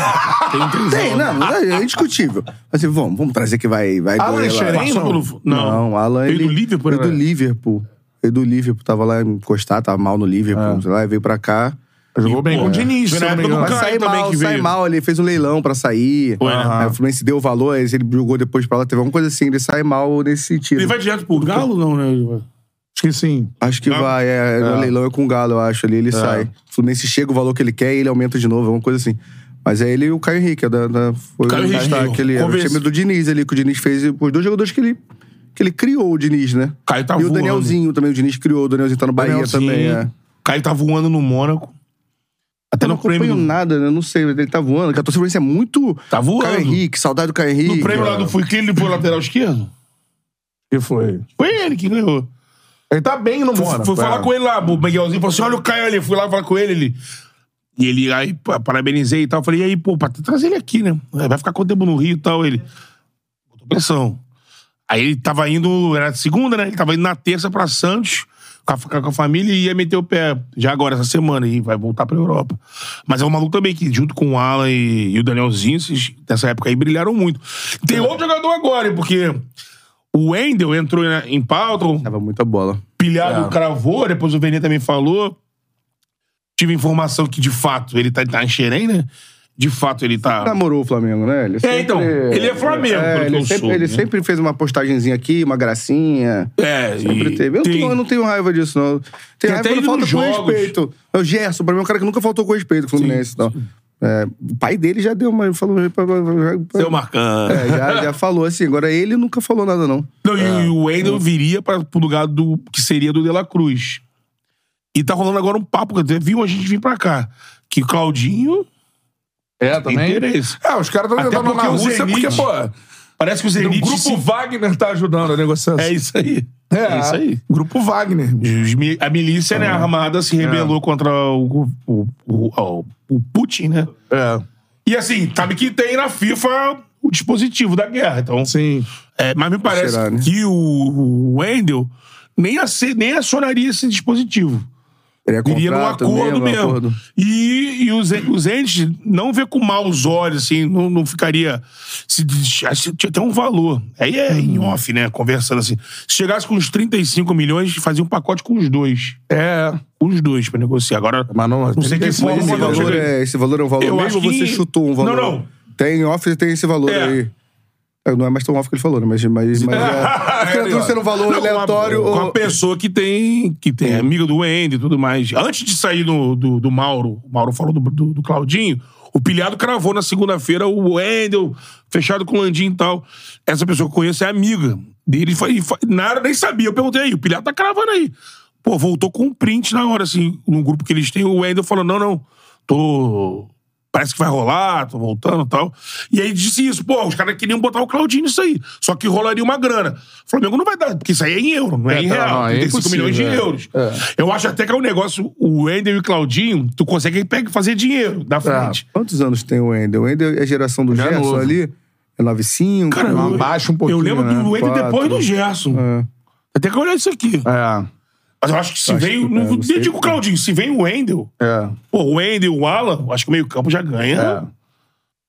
S2: Tem um tesão,
S3: Tem,
S2: né?
S3: não, mas é indiscutível. Mas assim, vamos, vamos trazer que vai, vai
S1: Alan
S3: doer lá.
S1: Xerém,
S2: Passou
S1: não?
S2: pelo-
S3: Não,
S2: Não.
S3: o Alan.
S2: Veio
S3: ele,
S2: do Liverpool,
S3: veio
S2: né?
S3: do Liverpool. Veio do Liverpool, tava lá encostar, tava mal no Liverpool,
S2: É.
S3: sei lá, e veio pra cá.
S1: Jogou bem
S2: pô,
S1: com o Diniz,
S2: foi
S1: se
S2: na
S1: não me
S2: época do
S1: engano.
S3: Mas
S2: Caio
S3: sai
S2: um também
S3: mal,
S2: que
S3: sai
S2: veio.
S3: mal, ele fez um leilão pra sair.
S2: Foi, né?
S3: Aí O Fluminense deu o valor, aí ele jogou depois pra lá, teve alguma coisa assim, ele sai mal nesse sentido.
S2: Ele vai direto pro Galo, não, né? Ele vai-
S1: Acho que sim.
S3: Acho que
S2: Galo?
S3: vai, é,
S2: Ah.
S3: o leilão é com o Galo, eu acho, ali ele sai. O Fluminense chega o valor que ele quer e ele aumenta de novo, alguma coisa assim. Mas é ele e o Caio Henrique, é da, da- foi
S2: Caio
S3: o
S2: Henrique,
S3: destaque ali. Era o
S2: convence.
S3: time do Diniz ali, que o Diniz fez, os dois jogadores que ele, que ele criou, o Diniz, né?
S2: Caio tá
S3: e o
S2: voando.
S3: Danielzinho também, o Diniz criou, o Danielzinho tá no Bahia
S2: Danielzinho.
S3: também, é.
S2: Caio tá voando no Mônaco. Até
S3: Eu
S2: no
S3: não acompanho
S2: prêmio. do-
S3: nada, né? Eu Não sei, mas ele tá voando. que A torcida fluminense é muito.
S2: Tá voando.
S3: Caio Henrique, saudade do Caio Henrique.
S2: No prêmio lá do Fui, quem ele foi lateral esquerdo?
S1: E foi.
S2: Foi ele que ganhou.
S1: Ele tá bem no Mônaco.
S2: Fui falar
S1: é.
S2: com ele lá, o Miguelzinho falou assim: olha o Caio ali. Fui lá falar com ele, ele. E ele aí pa- parabenizei e tal. Falei, e aí, pô, pra trazer ele aqui, né? Vai ficar quanto tempo no Rio e tal? Ele. Botou pressão. Aí ele tava indo, era segunda, né? Ele tava indo na terça pra Santos com a, fa- com a família e ia meter o pé já agora, essa semana, e vai voltar pra Europa. Mas é um maluco também que, junto com o Alan e, e o Danielzinho, esses, nessa época aí brilharam muito. Tem outro jogador agora, hein, porque o Wendel entrou né, em pauta, o
S3: Tava muita bola.
S2: pilhado cravou, depois o Vene também falou. Tive informação que, de fato, ele tá, tá em Xerém, né? De fato, ele tá.
S3: Namorou o Flamengo, né? Ele sempre-
S2: então, ele é Flamengo, pelo que
S3: ele
S2: eu
S3: sempre,
S2: soube,
S3: ele
S2: né?
S3: sempre fez uma postagenzinha aqui, uma gracinha.
S2: É,
S3: Sempre
S2: e
S3: teve. Eu, não
S2: tem-
S3: tenho- eu não tenho raiva disso, não.
S2: Tem
S3: Tem raiva
S2: até
S3: quando
S2: ido
S3: falta
S2: nos
S3: com
S2: jogos.
S3: respeito. É O Gerson, pra mim, é um cara que nunca faltou com respeito com o Fluminense. não. É, o pai dele já deu uma. Falou,
S2: Seu Marcão.
S3: É, já, já falou assim. Agora ele nunca falou nada, não.
S2: Não, e o Wendel viria para pro lugar do que seria do De La Cruz. E tá rolando agora um papo, que até viu a gente vir pra cá. Que o Claudinho
S1: É,
S2: tem
S1: também.
S2: interesse.
S1: É, os caras estão
S2: Até
S1: tentando na
S2: porque o
S1: Rússia é
S2: Zenit-
S1: porque, pô,
S2: Parece que o
S1: o
S2: Zenit...
S1: grupo
S2: se-
S1: Wagner tá ajudando a negociação.
S2: É isso aí. É, isso aí.
S1: Grupo Wagner.
S2: Os mi- A milícia,
S1: É.
S2: né, armada, se rebelou contra o, o, o, o- o Putin, né?
S1: É.
S2: E assim, sabe que tem na FIFA o dispositivo da guerra. Então,
S1: Sim.
S2: É, mas me parece
S3: Será, né?
S2: que o, o Wendel nem, ace- nem acionaria esse dispositivo.
S3: Ele é
S2: Viria num
S3: contrato
S2: acordo mesmo.
S3: é um acordo.
S2: E, e os, en- os entes não vê com maus olhos, assim, não, não ficaria. Se, des- acho que tinha até um valor. Aí é em off, né? Conversando assim. Se chegasse com uns 35 milhões, fazia um pacote com os dois.
S1: É.
S2: Os dois pra negociar. Agora.
S1: Mas não,
S2: não sei que
S1: esse-
S2: forma
S3: Esse
S2: o valor
S3: valor,
S2: chega-
S3: é, esse valor é um valor
S2: Eu
S3: mesmo
S2: acho
S3: ou
S2: que-
S3: você chutou um valor?
S2: Não, não.
S3: Tem off e tem esse valor
S2: É.
S3: aí. É, Não é mais tão off que ele falou, né? Mas, mas, mas é. Fica tudo sendo um valor
S2: Não, com uma-
S3: aleatório.
S2: Com
S3: ou-
S2: uma, pessoa que tem. Que tem é amigo do Wendy e tudo mais. Antes de sair do, do, do Mauro, o Mauro falou do, do, do Claudinho. O pilhado cravou na segunda-feira o Wendel, fechado com o Landim e tal. Essa pessoa que eu conheço é amiga dele. Foi, foi, nada, nem sabia. Eu perguntei aí, o pilhado tá cravando aí. Pô, voltou com um print na hora, assim, num grupo que eles têm. O Wendel falou: não, não, tô. Parece que vai rolar, tô voltando e tal. E aí disse isso, pô, os caras queriam botar o Claudinho nisso aí. Só que rolaria uma grana. O Flamengo não vai dar, porque isso aí é em euro, não é,
S1: É,
S2: em
S1: tá,
S2: real.
S1: não, é
S2: 35
S1: impossível,
S2: milhões de
S1: é.
S2: euros.
S1: É.
S2: Eu acho até que é um negócio, o Wendel e o Claudinho, tu consegue pe- fazer dinheiro
S1: É,
S2: da
S3: Ah,
S2: frente.
S3: quantos anos tem o Wendel? O Wendel é a geração do
S1: Já é
S3: Gerson
S1: novo.
S3: ali? É 95?
S2: Cara, eu-
S1: Abaixa um pouquinho,
S2: eu lembro
S1: né?
S2: do Wendel depois
S3: Quatro. É.
S2: do Gerson. Até que olhar isso aqui.
S1: É.
S2: Mas eu acho que se
S3: Acho
S2: vem.
S3: que- é,
S2: não,
S3: não sei.
S2: digo o Claudinho, se vem o Wendel.
S1: É.
S2: Pô, o Wendel e o Alan, eu acho que o meio-campo já ganha.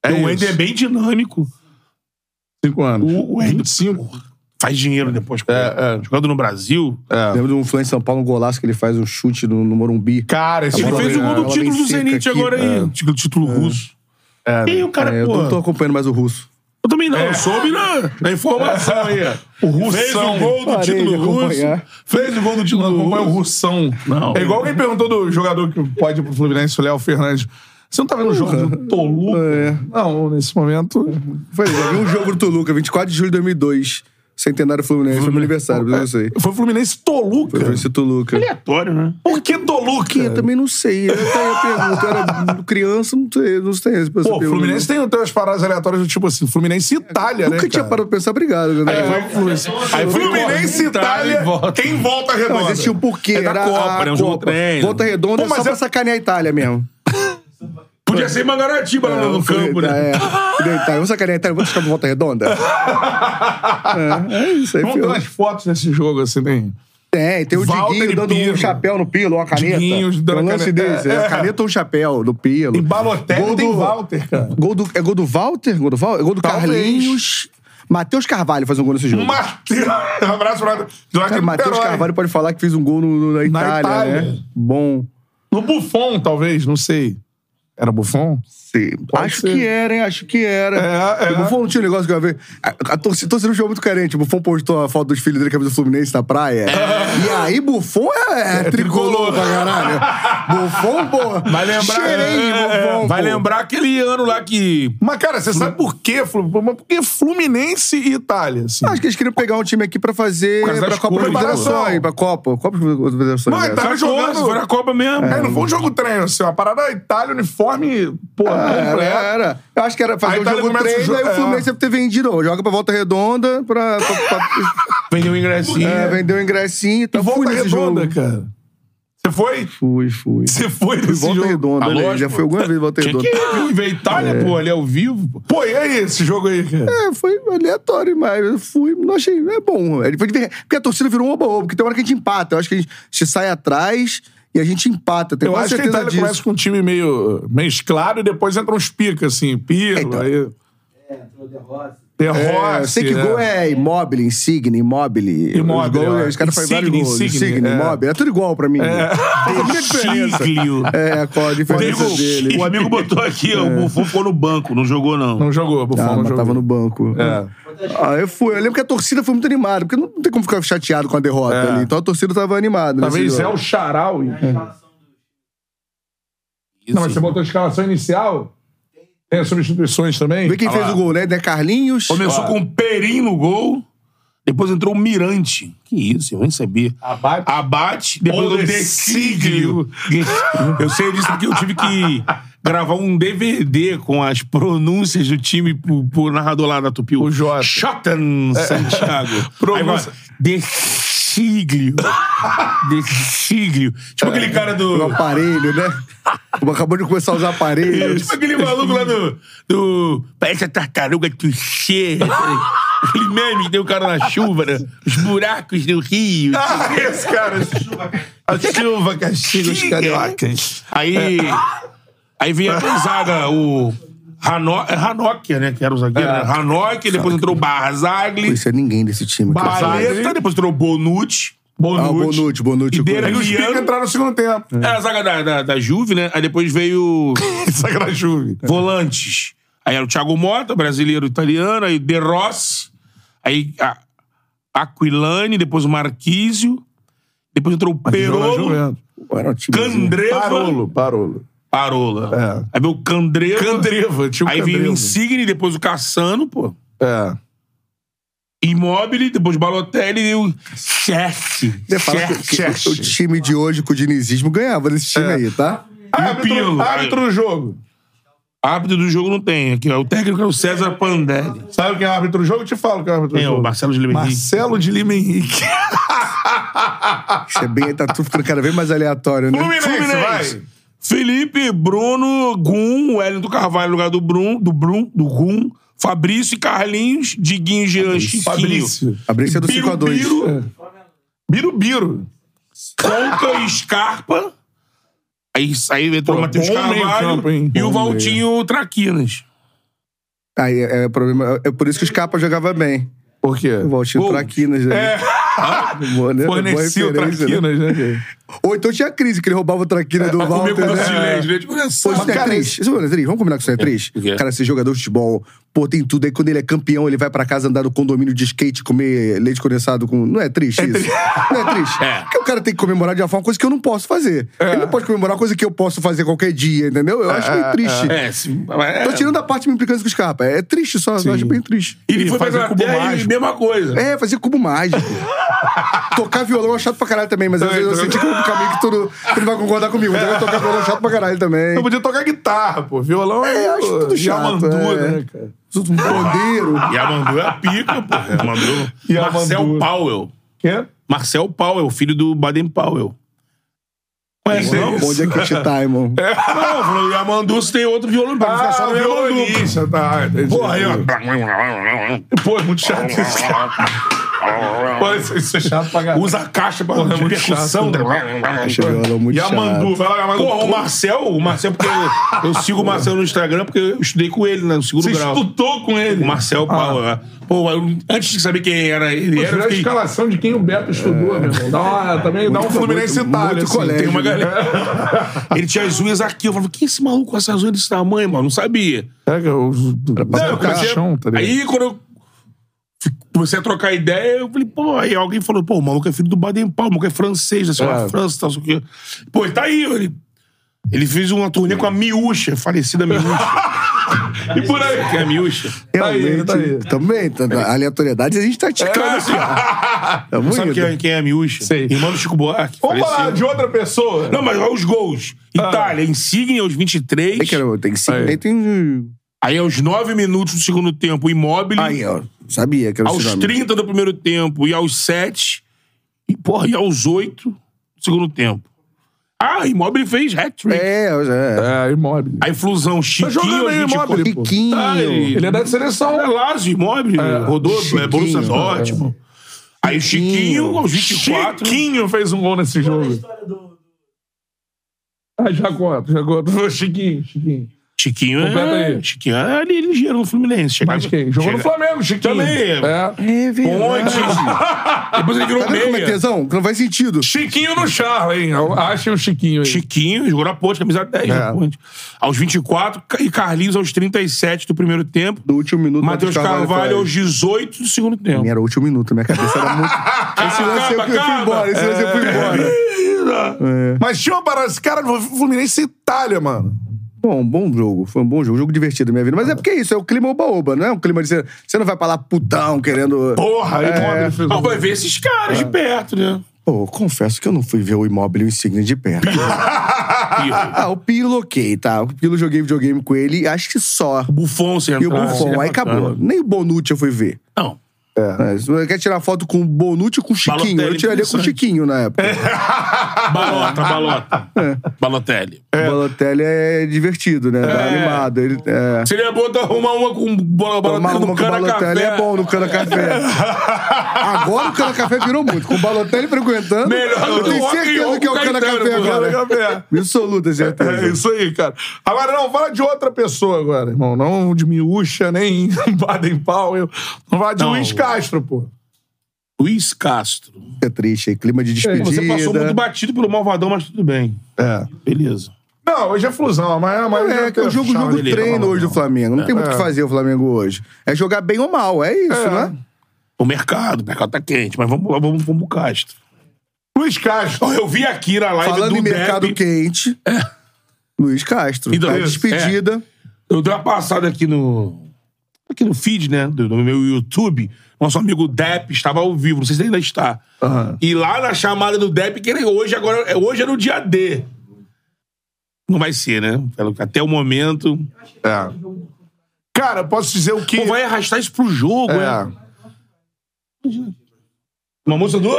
S1: É.
S2: o
S1: isso.
S2: Wendel é bem dinâmico.
S1: Cinco anos.
S2: O, o Wendel
S1: 25.
S2: faz dinheiro depois.
S1: É, é.
S2: Jogando no Brasil.
S1: É.
S3: Lembro de um Fluminense São Paulo, um golaço que ele faz um chute no, no Morumbi.
S1: Cara, esse
S2: Ele
S3: bola
S2: fez o
S3: vem-
S2: gol
S3: a
S2: do
S3: bola
S2: título
S3: vem
S2: do
S3: seca
S2: Zenit
S3: aqui,
S2: agora aí. Título, título russo. E aí o cara,
S3: É, eu
S2: pô.
S3: não tô acompanhando mais o russo.
S2: Eu também não, eu soube na, na informação aí.
S1: O Russão.
S2: Fez o gol do
S3: Parei
S2: título
S3: de
S2: russo.
S3: acompanhar.
S1: Fez o gol do título. Não acompanha o Russão.
S2: Não.
S1: É igual quem perguntou do jogador que pode ir pro Fluminense, o Léo Fernandes. Você não tá vendo o jogo do Toluca?
S3: É.
S1: Não, nesse momento.
S3: Foi, eu vi um jogo do Toluca, 24 de julho de 2002. Centenário Fluminense, foi meu aniversário, mas eu não sei.
S1: Foi Fluminense
S3: Foi
S1: Toluca.
S3: Fluminense e Toluca.
S2: Aleatório, né?
S1: Por que Toluca?
S3: Eu também não sei. Eu até ia perguntar, era criança, não sei, não sei. essa
S1: Pô,
S3: pergunta,
S1: Fluminense tem tem umas paradas aleatórias do tipo assim, Fluminense e Itália,
S3: não.
S2: tá,
S1: né?
S3: Nunca tinha
S1: cara? É.
S3: parado pra pensar, obrigado. galera.
S1: Aí foi Fluminense. Aí foi Fluminense e Itália,
S2: Itália e volta.
S1: quem volta
S3: Não,
S1: redonda.
S3: mas existia um porquê.
S2: É da
S3: era
S2: Copa,
S3: a
S2: né? Um jogo
S3: Copa.
S2: treino.
S3: Volta redonda
S1: Pô, mas
S3: é só
S1: é-
S3: pra sacanear a Itália mesmo.
S2: Podia ser Mangaratiba lá no campo, né?
S3: É. Da Itália. Vamos sacanear a Itália, vamos ficar pra volta redonda? é, é isso aí,
S1: Vamos ter
S3: filho.
S1: umas fotos desse jogo, assim,
S2: né?
S1: tem.
S3: Tem, tem o
S1: Walter e
S3: Diguinho dando
S1: Pirlo.
S3: um chapéu no Pilo, uma caneta.
S1: Diguinho dando
S3: Tem um
S1: a
S3: lance
S1: caneta.
S3: desse.
S1: É,
S3: É,
S1: é.
S3: caneta ou chapéu do Pilo.
S1: E Balotelli tem Walter, cara.
S3: Gol do, é gol do Walter? Gol do, Val, é gol do
S1: Talvez.
S3: Carlinhos. Matheus Carvalho faz um gol nesse jogo.
S1: Matheus. Abraço pra
S3: Cara,
S1: Joaquim
S3: Matheus
S1: Perói.
S3: Carvalho pode falar que fez um gol no- no- na, Itália,
S1: Itália.
S3: né? Bom.
S1: No Buffon, talvez, não sei. Era Buffon?
S3: Sim. Acho
S1: ser.
S3: que era, hein? Acho que era.
S1: É, é.
S3: O Buffon não tinha um negócio que eu ia ver. A, a torcida, a torcida do show é muito carente. O Buffon postou a foto dos filhos dele, camisa do Fluminense na praia. E aí, Buffon é, é tricolor
S1: tricolor.
S3: pra caralho. Buffon, pô.
S2: Vai lembrar.
S3: Cheirei,
S2: é,
S3: Buffon.
S2: vai
S3: pô.
S2: lembrar aquele ano lá que.
S1: Mas, cara, você sabe por quê? Flu- mas Por que Fluminense e Itália? assim?
S3: Acho que eles queriam pegar um time aqui pra fazer.
S2: Por causa
S3: Pra
S2: das
S3: Copa das
S2: cores,
S3: Confederações.
S1: né?
S3: Pra Copa. Copa das Confederações.
S1: Mas
S3: né?
S1: tá
S2: Tava jogando,
S1: jogando.
S2: foi na Copa mesmo.
S1: É, não foi um jogo treino, assim, uma parada Itália, uniforme, pô,
S3: Ah, Era,
S1: completo.
S3: era. Eu acho que era fazer
S1: Aí
S3: um
S1: tá, ele
S3: jogo
S1: começa o
S3: treino,
S1: jogo-
S3: aí o
S1: é.
S3: Fluminense deve ter vendido. ó, Joga pra volta redonda, pra, pra, pra-
S2: Vendeu o ingressinho.
S3: é, vender o ingressinho e
S1: E
S3: tal. Fui
S1: Então volta
S3: nesse
S1: redonda,
S3: jogo.
S1: cara. Você foi?
S3: Fui, fui.
S1: Você foi
S3: Fui
S1: nesse
S3: volta
S1: jogo? Ah, é
S3: redonda, É. né?
S2: Tá lógico.
S3: Já foi alguma vez volta
S2: Tinha
S3: redonda.
S2: que ir ver Itália, pô, ali ao vivo. pô.
S1: Pô, e aí esse jogo aí, cara?
S3: É, foi aleatório, mas eu fui, não achei. É bom. Ele foi diver- Porque a torcida virou um oba-oba, porque tem hora que a gente empata. Eu acho que a gente se sai atrás e a gente empata. Tem
S1: Eu
S3: quase
S1: acho que a
S3: certeza
S1: Itália
S3: disso.
S1: começa com um time meio mesclado e depois entra uns pica, assim, Pirlo,
S3: Então.
S1: aí... É, entrou
S3: É,
S1: Derrota.
S3: eu sei que
S1: né?
S3: gol é Immobile, Insigne, Immobile. Os,
S1: Immobile,
S3: gols,
S1: ó.
S3: os caras fazem vários
S1: Insigne,
S3: gols.
S1: Insigne,
S3: Insigne,
S1: é.
S3: Immobile. É tudo igual pra mim. Tem a única diferença.
S2: Chiglio.
S3: É, qual a diferença
S2: Amigo,
S3: dele?
S2: o amigo botou aqui, ó, o Buffon ficou no banco, não jogou não.
S1: Não jogou, Buffon
S3: Ah,
S1: não
S3: mas
S1: jogou.
S3: tava no banco.
S1: um É.
S3: Ah, eu fui. Eu lembro que a torcida foi muito animada, porque não tem como ficar chateado com a derrota
S1: É.
S3: ali. Então a torcida tava animada. né, nesse
S1: Talvez
S3: jogo.
S1: é o Charal.
S2: Isso.
S1: Não, mas você botou a escalação inicial? Tem as substituições também?
S3: Vê quem
S2: Ah
S3: fez
S2: lá.
S3: o gol, né? Né, Carlinhos.
S2: Começou com o Perim no gol, depois entrou o Mirante. Que isso, eu nem sabia.
S1: Abate.
S2: Abate, depois
S1: Ou
S2: o Deciglio.
S1: Deciglio.
S2: Eu sei disso porque eu tive que gravar um DVD com as pronúncias do time pro, pro narrador lá da Tupi.
S1: O Jota. É.
S2: Shotan Santiago.
S1: Pronúncia.
S2: Aí vai, Deciglio. Deciglio. Tipo aquele cara do...
S3: O aparelho, né? Acabou de começar a usar
S2: É,
S3: aparelho.
S2: tipo aquele maluco lá do. do parece a tartaruga tuxê. Aquele meme que tem o cara na chuva, né? Os buracos do rio.
S1: Ah, esse cara.
S2: A chuva castiga
S1: os cariocas.
S2: Aí. Aí vinha a pesada, o. Hano- é Hanocchia, né? Que era o
S3: É.
S2: zagueiro.
S1: É.
S2: né? Hanocchia, depois entrou o Barzagli.
S3: Isso é ninguém desse time. cara.
S2: Bareta, depois entrou o Bonucci.
S3: Ah, o Bonucci, Bonucci.
S2: E dele-
S1: Aí os
S2: Juliano.
S1: pica entraram no segundo tempo.
S2: Era a zaga da, da, da Juve, né? Aí depois veio.
S1: Essa da Juve.
S2: É. volantes. Aí era o Thiago Mota, brasileiro italiano, aí De Rossi, aí a- Aquilani, depois o Marquísio, depois entrou o Perolo,
S3: Pô, Era um time.
S2: Candreva,
S1: Parolo, parolo.
S2: Parola.
S1: É.
S2: Aí veio o Candreva,
S1: Candreva, tinha o
S2: aí veio o
S1: Candreva.
S2: Insigne, depois o Cassano, pô.
S1: É.
S2: Immobile, depois o Balotelli e o Chefe.
S3: Você fala que- que
S1: Xerxes.
S3: o time de hoje com o dinizismo ganhava desse time aí, tá?
S1: Árbitro,
S2: Pirlo.
S1: árbitro do jogo.
S2: Árbitro do jogo não tem. Aqui, ó, o técnico é o César Pandelli.
S1: Sabe quem é árbitro do jogo? Eu te falo quem é árbitro do
S2: Tem ó,
S1: jogo.
S2: o Marcelo de Lemenis.
S1: Marcelo de Lima Henrique.
S3: Isso é bem. Tá tudo ficando cada vez mais aleatório, né?
S1: Fluminense, vai.
S2: Felipe, Bruno, Gum, Wellington Carvalho no lugar do Bruno, do Bruno, do Gum, Fabrício e Carlinhos, Diguinho, Jean, Chiquinho.
S1: Fabrício. É.
S3: Abrir é do 5x2.
S2: Birubiru,
S1: Biro Biro.
S2: Conca e Scarpa. Aí, aí entrou o
S1: Pô,
S2: Matheus
S1: bom meio
S2: Carvalho
S1: campo, hein?
S2: e o
S1: Bom
S2: Valtinho Traquinas.
S3: Aí é, é problema. É por isso que os capas jogavam bem.
S1: Por quê?
S3: O Valtinho
S2: Gol.
S3: Traquinas.
S2: É.
S3: né? Boa, né? Boa
S1: Fornecia o
S3: referência, né?
S1: Traquinas, né? cara?
S3: Ou então tinha a crise, que ele roubava o Traquina do
S2: É, tá Comigo
S3: Walter.
S2: com Tipo, o
S3: né?
S2: Silêncio, direito
S3: Pô, isso
S2: coração.
S3: não é triste. Isso não é triste? Vamos combinar que isso não é triste?
S2: O quê?
S3: Cara, ser jogador de futebol, pô, tem tudo. Aí quando ele é campeão, ele vai pra casa andar no condomínio de skate, comer leite condensado com. Não é triste isso? Não é triste?
S2: É.
S3: Porque o cara tem que comemorar de uma forma, coisa que eu não posso fazer. Ele não pode comemorar coisa que eu posso fazer qualquer dia, entendeu? Eu acho meio triste.
S2: É, sim, é.
S3: Tô tirando a parte minha implicância com os capas. É triste só, eu acho bem triste.
S2: é. E ele foi pra
S3: um
S1: fazer um cubo
S2: Inglaterra e
S1: mágico.
S2: mesma coisa.
S3: É, fazer cubo mágico. tocar violão é chato pra caralho também, mas às vezes eu senti que o caminho que tu não, tu não vai concordar comigo. Então eu tocar violão é chato pra caralho também.
S1: Eu podia tocar guitarra, pô. Violão é,
S3: É, eu acho tudo chato.
S1: Yamandu,
S3: é.
S1: né, cara?
S3: Um pandeiro.
S2: E a Mandu é a pica, pô. A Mandu-
S1: E a
S2: Marcel
S1: Mandu.
S2: Powell.
S1: Quê?
S2: Marcel Powell, filho do Baden Powell. Conhece não?
S3: Bom dia, Kit Timon.
S1: É,
S2: Não, falou, e a Mandu você tem outro violão
S1: Ah,
S2: pra ficar só no violão.
S1: violonista, tá. entendi.
S2: Porra, aí, ó.
S1: Pô, é muito chato esse cara. Pô, isso, isso é chato pra caralho. é
S2: Usa a caixa pra né? de
S1: muito
S2: percussão.
S1: chato,
S3: Caixa de violão é muito
S1: E a Mandu,
S3: chato.
S1: vai lá, a Mandu.
S2: Porra, o Marcel, o Marcel, porque eu, eu sigo o Marcel no Instagram, porque eu estudei com ele, né? No segundo
S1: Você
S2: grau.
S1: estudou com ele.
S2: O Marcel, é.
S1: Ah.
S2: pô, eu- antes de saber quem era, ele
S1: Pô,
S2: era. eu
S1: tirar a
S2: fiquei-
S1: escalação de quem o Beto estudou, meu irmão. Dá uma, também dá um
S3: Muito-
S1: Fluminense
S3: muito-
S1: Itália.
S3: muito
S1: assim.
S3: colégio.
S2: Tem uma galera. né? Ele tinha as unhas aqui. Eu falava, que esse maluco com essas unhas desse tamanho, mano? Não sabia.
S1: Pega os.
S3: passar
S1: Não,
S3: o cara.
S1: caixão, tá ligado?
S2: Aí, quando eu fi- comecei a trocar ideia, eu falei, pô, aí alguém falou, pô, o maluco é filho do Baden Powell, o maluco é francês, da senhora
S1: É.
S2: França e tal, não sei o quê. Pô, ele tá aí, ele. Ele fez uma turnê com a Miúcha, falecida Miúcha.
S1: E por aí.
S2: que é a Miúcha.
S1: Tá aí,
S3: Realmente,
S1: tá aí.
S3: também, tá, a aleatoriedade a gente tá ticando assim. É
S2: Sabe
S3: muito.
S2: quem é, quem é a Miúcha?
S1: Sei.
S2: Irmã do Chico Buarque.
S1: Vamos
S2: faleceu.
S1: falar de outra pessoa.
S2: Não, mas olha os gols.
S1: Ah.
S2: Itália, Insigne aos 23.
S3: É que era- Tem cinco,
S1: Aí.
S3: aí tem.
S2: Aí aos 9 minutos do segundo tempo, Imóvel.
S3: Aí, ó. Sabia que era o
S2: aos 30 do primeiro tempo e aos 7. E, porra, e aos 8 do segundo tempo. Ah, Imóvel fez hat-trick.
S3: É, é.
S1: É, imóvel.
S2: Aí Flusão, Chiquinho
S1: jogando
S2: aos
S1: aí,
S2: 24.
S1: Immobile, pô.
S3: Chiquinho.
S2: Tá, ele-
S1: Ele é da seleção.
S2: É Lazio, Imóvel, Rodolfo, é
S3: Chiquinho,
S2: Borussia
S3: é.
S2: Dortmund. Aí o Chiquinho aos 24.
S1: Chiquinho fez um gol nesse jogo. Ah, já conta, já conta. Chiquinho, Chiquinho.
S2: Chiquinho
S1: Completa
S2: é...
S1: aí.
S2: Chiquinho é ali ligeiro no Fluminense. Chegava-
S1: Mas quem? Jogou no
S2: chega-
S1: Flamengo, Chiquinho.
S2: Também.
S1: É.
S3: É verdade.
S2: Pontes. Depois ele virou
S3: Tá vendo como é
S2: meia.
S3: tesão? Que não faz sentido.
S1: Chiquinho no Charla, hein? Achem o Chiquinho aí.
S2: Chiquinho jogou na ponte, camisa 10
S1: É.
S2: na ponte. Aos 24 e Carlinhos aos 37 do primeiro tempo.
S3: Do último minuto.
S2: Matheus Carvalho, aos 18 do segundo tempo.
S3: Minha Era o último minuto, minha cabeça era muito. Esse lance eu que
S2: acaba,
S3: eu fui
S2: acaba. É.
S3: embora, esse lance eu fui embora.
S1: Mas tinha uma parada, esse cara do Fluminense e Itália, mano.
S3: Bom, bom jogo. Foi um bom jogo. Jogo divertido, minha vida. Mas é porque é isso, é o clima oba-oba, não é um clima de você. Você não vai pra lá putão querendo.
S1: Porra, aí
S3: É.
S1: Immobile fez
S2: Ah,
S1: um
S2: vai ver esses caras de perto, né?
S3: Pô, confesso que eu não fui ver o imóvel insigne de perto. ah, o Pirlo, ok, tá. O Pirlo joguei videogame com ele, acho que só.
S2: Buffon, você
S3: E o Buffon, aí acabou. Nem o Bonucci eu fui ver.
S2: é Não.
S3: É, se você quer tirar foto com o Bonucci ou com o Chiquinho?
S2: Balotelli,
S3: eu tiraria com o
S2: interessante.
S3: Chiquinho na época. é.
S2: Balota, balota. Balotelli.
S3: O Balotelli é divertido, né? Tá animado. Ele, é.
S2: Seria bom tu arrumar uma com bola,
S3: Tomar uma
S2: Balotelli
S3: com
S2: no
S3: o
S2: cana
S3: Balotelli
S2: café.
S3: é bom no cana café. Agora o cana café virou muito. Com o Balotelli frequentando,
S2: Melhor
S3: eu
S2: do
S3: tenho
S2: Rock in Rio
S3: certeza que é o
S2: com o
S3: cana
S2: Caetano,
S3: café
S2: pô.
S3: agora.
S1: café.
S3: Absoluta
S1: É
S3: certeza.
S1: isso aí, cara. Agora não, fala de outra pessoa agora, irmão. Não de Miúcha, nem Baden Powell. Não fala de
S2: Não.
S1: Luiz Castro, pô.
S2: Luiz Castro.
S3: É triste, aí, clima de despedida.
S2: Você passou muito batido pelo Malvadão, mas tudo bem.
S1: É.
S2: Beleza.
S1: Não, hoje é fusão, mas, mas
S3: É, que eu jogo
S1: Chama
S3: jogo
S1: ele.
S2: tá
S3: treino hoje do Flamengo. Não tem muito o
S1: É.
S3: que fazer o Flamengo hoje. É jogar bem ou mal, é isso,
S1: É.
S3: né?
S2: O mercado, o mercado tá quente, mas vamos lá, vamos, vamos pro Castro.
S1: Luiz Castro.
S2: Ó, Eu vi aqui na live
S3: Falando
S2: do
S3: em mercado
S2: Depp.
S3: quente, Luiz Castro.
S2: Então,
S3: tá
S2: isso,
S3: despedida.
S2: Eu dei uma passada aqui no. Aqui no feed, né? Do, do meu YouTube. Nosso amigo Depp estava ao vivo, não sei se ainda está.
S3: Ah.
S1: Aham.
S2: E lá na chamada do Depp, que ele hoje, agora, é- hoje é no dia D. Não vai ser, né? Pelo- Até o momento.
S1: É. Cara, posso dizer o que.
S2: Pô, vai arrastar isso pro jogo, é.
S1: É.
S2: Uma moça do?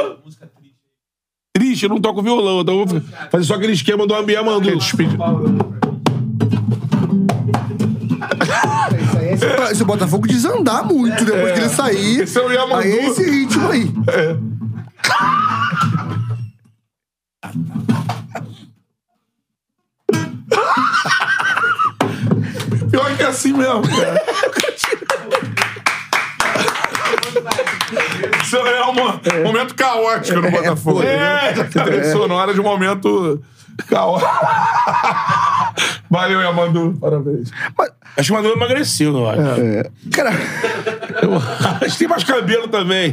S2: Triste, eu não toco violão, então eu vou fazer só aquele esquema do Ambiá Mandu.
S3: Se o Botafogo desandar muito depois que ele sair,
S1: Esse é o Yamandu.
S3: aí é esse ritmo aí.
S1: Pior que é assim mesmo, cara. Isso é um momento caótico no Botafogo.
S3: foi,
S2: né?
S1: É, já trilha sonora de um momento caótico. Valeu, Yamandu. Parabéns.
S2: Acho que o Mandu emagreceu, eu acho.
S3: É. Cara,
S2: Acho que tem mais cabelo também.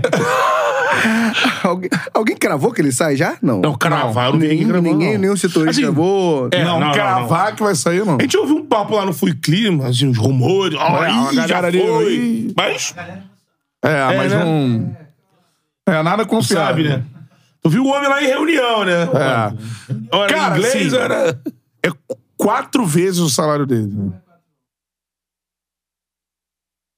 S3: alguém, alguém cravou que ele sai já? Não.
S2: Não, cravaram, ninguém
S3: ninguém,
S2: cravou,
S3: ninguém,
S2: não.
S3: nenhum setorista
S2: Assim,
S3: cravou.
S2: é,
S1: não,
S2: não, não,
S1: cravar que vai sair, não.
S2: A gente ouviu um papo lá no Fui Clima, assim, uns rumores. ó,
S1: É, uma
S2: ih, já
S1: galera ali,
S2: foi.
S1: ih.
S2: Mas,
S1: É, mas
S2: né?
S1: não. É nada confiável.
S2: sabe, né? Tu viu o homem lá em reunião, né?
S1: É.
S2: Era
S1: Cara,
S2: inglês,
S1: assim,
S2: era...
S1: É quatro vezes o salário dele. né?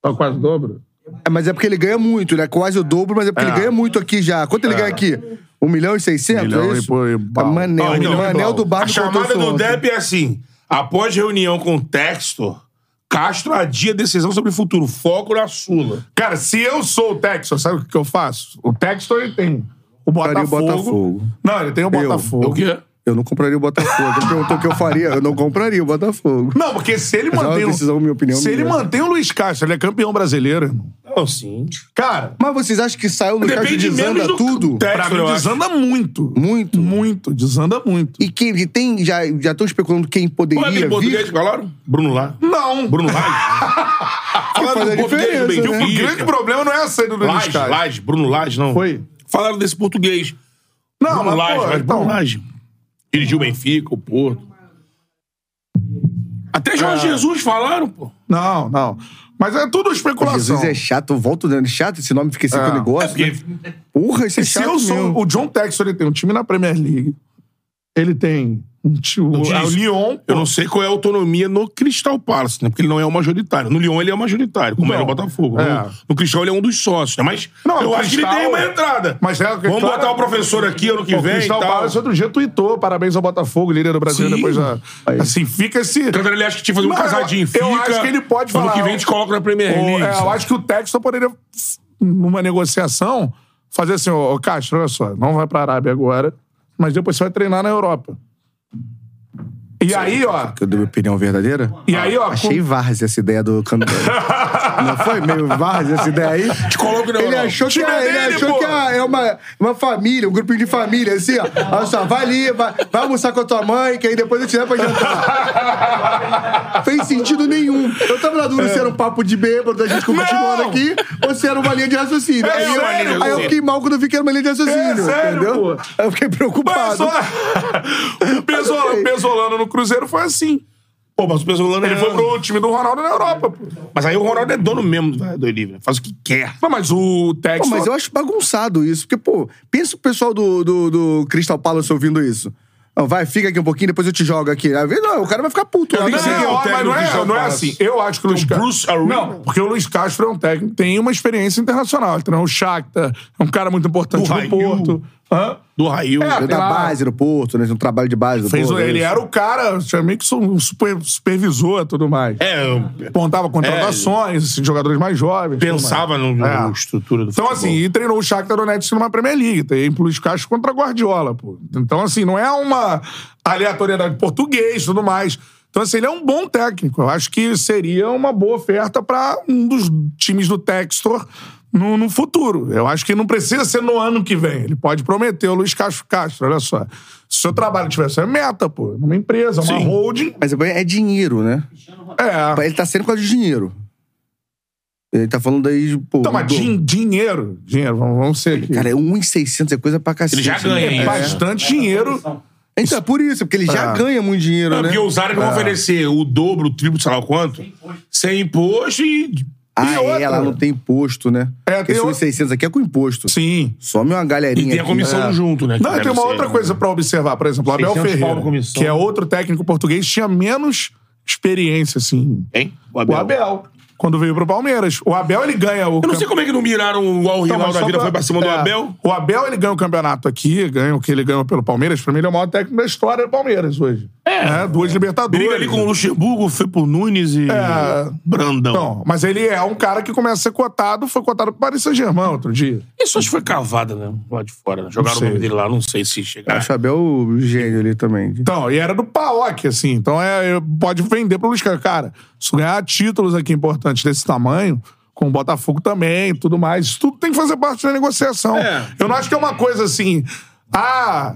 S1: Tá quase o dobro?
S3: É, mas é porque ele ganha muito, ele é quase o dobro, mas é porque
S1: É.
S3: ele ganha muito aqui já. Quanto
S2: É.
S3: ele ganha aqui? 1 milhão e 600?
S1: Milhão
S3: é
S1: e um
S3: isso?
S1: pô- e bala.
S3: É Manel,
S2: Ó, então,
S3: Manel do
S2: A
S3: Barco
S2: chamada do Depp é assim: após reunião com o Textor, Castro adia decisão sobre o futuro. Foco na Sula.
S1: Cara, se eu sou o Textor, sabe o que eu faço? O Textor, ele tem o
S3: Faria
S1: Botafogo.
S3: o Botafogo.
S1: Não, ele tem o Botafogo.
S2: O quê?
S3: Eu não compraria o Botafogo. Ele perguntou o que eu faria. Eu não compraria o Botafogo.
S1: Não, porque se ele
S3: Mas é uma
S1: mantém... o-
S3: decisão, minha opinião,
S1: se ele
S3: minha.
S1: mantém o Luiz Castro, ele é campeão brasileiro, irmão.
S2: Não, sim.
S1: Cara,
S3: Mas vocês acham que saiu do Castro
S2: Depende
S3: desanda
S2: menos do-
S3: tudo?
S2: Textor,
S1: pra
S2: eu
S1: mim
S2: acho.
S1: desanda muito.
S3: Muito.
S1: Muito, desanda muito.
S3: E que e tem. Já estão especulando quem
S2: Como é
S3: poderia
S2: aquele
S3: vir.
S2: português que falaram? Bruno Lá.
S1: Não.
S2: Bruno Lage.
S3: faz a
S2: Falaram do português
S3: diferença,
S2: do
S3: né?
S1: O
S2: Benfica.
S1: grande problema não é a saída do Luiz
S2: Lage,
S1: Castro.
S2: Lage, Bruno Lage, não.
S1: Foi?
S2: Falaram desse português.
S1: Não,
S2: Bruno
S1: mas,
S2: Lage,
S1: pô,
S2: mas
S1: então,
S2: Bruno Lage. Dirigiu o Benfica, o Porto. Até
S1: É.
S2: Jorge Jesus falaram, pô.
S1: Não, não. Mas é tudo especulação.
S3: Jesus é chato, eu volto dando chato, esse nome fica assim com o
S2: É
S3: negócio.
S2: porque
S3: Porra, esse é
S1: Se
S3: chato.
S1: eu sou.
S3: mesmo.
S1: O John Textor, ele tem um time na Premier League. Ele tem um time. O,
S2: diz-
S1: o Lyon.
S2: eu não sei qual é a autonomia no Crystal Palace, né? Porque ele não é o majoritário. No Lyon ele é o majoritário, como
S1: Não.
S2: era o Botafogo.
S1: É.
S2: No, no Cristão ele é um dos sócios, né? Mas
S1: Não,
S2: eu
S1: o
S2: acho que ele
S1: Cristão-
S2: tem uma entrada.
S1: Mas é o que-
S2: Vamos
S1: claro-
S2: botar o professor aqui ano que
S1: Pô,
S2: vem e
S1: Crystal
S2: tal.
S1: Palace outro dia tweetou, parabéns ao Botafogo, líder do Brasil
S2: Sim.
S1: depois da. Assim, fica esse.
S2: Tanto ele acha que tinha que fazer um
S1: Não, eu-
S2: casadinho.
S1: eu
S2: Fica,
S1: acho que ele pode
S2: ano
S1: falar,
S2: que vem te coloca na Premier
S1: Ou,
S2: League.
S1: é, eu
S2: sabe?
S1: acho que o Textor poderia, f- numa negociação, fazer assim: ô, ô, Castro, olha só, não vai pra Arábia agora, mas depois você vai treinar na Europa. E aí, ó.
S3: Que eu dei minha opinião verdadeira?
S1: E aí, ó.
S3: Achei várzea essa ideia do Candelo. Não foi meio várzea essa ideia aí?
S2: Te coloco na
S3: Ele
S2: Europa.
S3: achou que,
S1: Time
S3: é,
S1: é
S3: ele
S1: dele,
S3: achou
S1: pô.
S3: que é, é uma, uma família, um grupinho de família, assim, ó. Olha só, vai ali, vai, vai almoçar com a tua mãe, que aí depois eu te levo pra jantar. Fez sentido nenhum. Eu tava na dúvida se era um papo de bêbado da gente continuando
S1: Não!
S3: aqui ou se era uma linha de raciocínio.
S1: É
S3: aí, eu,
S1: sério,
S3: aí eu
S1: pô.
S3: fiquei mal quando eu vi que era uma linha de
S1: É
S3: raciocínio,
S1: sério,
S3: entendeu?
S1: pô.
S3: Aí eu fiquei preocupado.
S1: Mas, ó, o Pesolano, o Pesolano no Cruzeiro foi assim.
S2: Pô, mas o Pesolano
S1: Ele
S2: é-
S1: foi pro time do Ronaldo na Europa, pô.
S2: Mas aí o Ronaldo é dono mesmo do do Livre. né? Faz o que quer.
S1: Não, mas o
S3: Pô,
S1: Textor.
S3: mas eu acho bagunçado isso, porque, pô, pensa o pessoal do, do, do Crystal Palace ouvindo isso. Não, vai, fica aqui um pouquinho, depois eu te jogo aqui. Aí, não, o cara vai ficar puto.
S2: Eu
S3: né?
S2: nem sei
S1: Não,
S2: quem é o
S1: ó, mas
S2: técnico
S1: não
S2: do
S1: é,
S2: Crystal
S1: não é
S2: Palace.
S1: assim. Eu acho que o Luiz Castro.
S2: um Bruce Arena.
S1: Não, porque o Luiz Castro é um técnico, tem uma experiência internacional. Ele treinou o Shakhtar, é um cara muito importante
S2: Do
S1: no
S2: Raio.
S1: Porto. Hã?
S2: Do Raio.
S1: É,
S3: Ele é da
S1: lá.
S3: base do Porto, né? Um trabalho de base do
S1: Fez,
S3: Porto. é
S1: ele era o cara, tinha meio que um super, supervisor e tudo mais.
S2: É, eu
S1: Apontava contratações, assim, jogadores mais jovens. tudo mais.
S2: pensava no-
S1: É.
S2: na estrutura do
S1: Então,
S2: futebol.
S1: assim, e treinou o Shakhtar Donetsk numa Premier League. tá? Tem pro Luiz Castro contra a Guardiola, pô. Então, assim, não é uma aleatoriedade português e tudo mais. Então, assim, ele é um bom técnico. Eu acho que seria uma boa oferta para um dos times do Textor no, no futuro. Eu acho que não precisa ser no ano que vem. Ele pode prometer o Luiz Castro Castro, olha só. Se o seu trabalho tivesse é meta, pô, numa empresa, uma
S2: Sim.
S1: holding.
S3: Mas é dinheiro, né?
S1: É.
S3: Ele tá sendo por causa de dinheiro. Ele tá falando aí, de, pô...
S1: Então, mas
S3: do-
S1: din- dinheiro, dinheiro, vamos, vamos ser aqui.
S3: Cara, é 1,600 é coisa pra cacete.
S2: Ele já
S3: né?
S2: ganha, hein?
S1: é
S3: É.
S1: bastante dinheiro.
S3: Então, é por isso, porque ele já
S1: É.
S3: ganha muito dinheiro,
S2: Não,
S3: né?
S2: porque os árabes vão oferecer o dobro, o triplo, sei lá o quanto. Sem imposto. e.
S3: Ah,
S1: E
S3: é,
S1: outra?
S3: ela não tem imposto, né?
S1: É,
S3: Porque
S1: tem
S3: esse
S1: outra-
S3: 1,600 aqui é com imposto.
S1: Sim.
S3: Some uma
S2: E
S3: galerinha
S2: tem a
S3: aqui. é.
S2: comissão junto, né? que
S1: Não, e
S2: deve
S1: tem uma
S2: ser,
S1: outra
S2: né?
S1: coisa pra observar. Por exemplo, o Abel
S2: 600 pau
S1: Ferreira,
S2: na comissão.
S1: que é outro técnico português, tinha menos experiência, assim.
S2: Hein? O
S1: O
S2: Abel.
S1: Abel, quando veio pro Palmeiras. O Abel, ele ganha o...
S2: Eu não sei como é que não miraram igual o
S1: Então,
S2: Rinaldo
S1: mas
S2: da
S1: só
S2: Vida
S1: pra-
S2: foi pra cima do
S1: é,
S2: Abel.
S1: O Abel, ele ganha o campeonato aqui, ganha o que ele ganhou pelo Palmeiras. Pra mim, ele é o maior técnico da história do Palmeiras hoje. É. Duas Libertadores.
S2: Briga ali com o Luxemburgo, foi pro Nunes e.
S1: É.
S2: Brandão.
S1: Então, mas ele é um cara que começa a ser cotado, foi cotado pro Paris Saint-Germain outro dia.
S2: Isso acho que foi cavada, né? Lá de fora. né? Jogaram o
S1: sei.
S2: nome dele lá, não sei se chegaram.
S3: É. Acho o Abel gênio ali também.
S1: Então, e era do PAOC, assim. Então, é, pode vender pro Luiz Castro. Cara, se ganhar títulos aqui importantes desse tamanho, com o Botafogo também e tudo mais, isso tudo tem que fazer parte da negociação.
S2: É.
S1: Eu não acho que é uma coisa assim. Ah,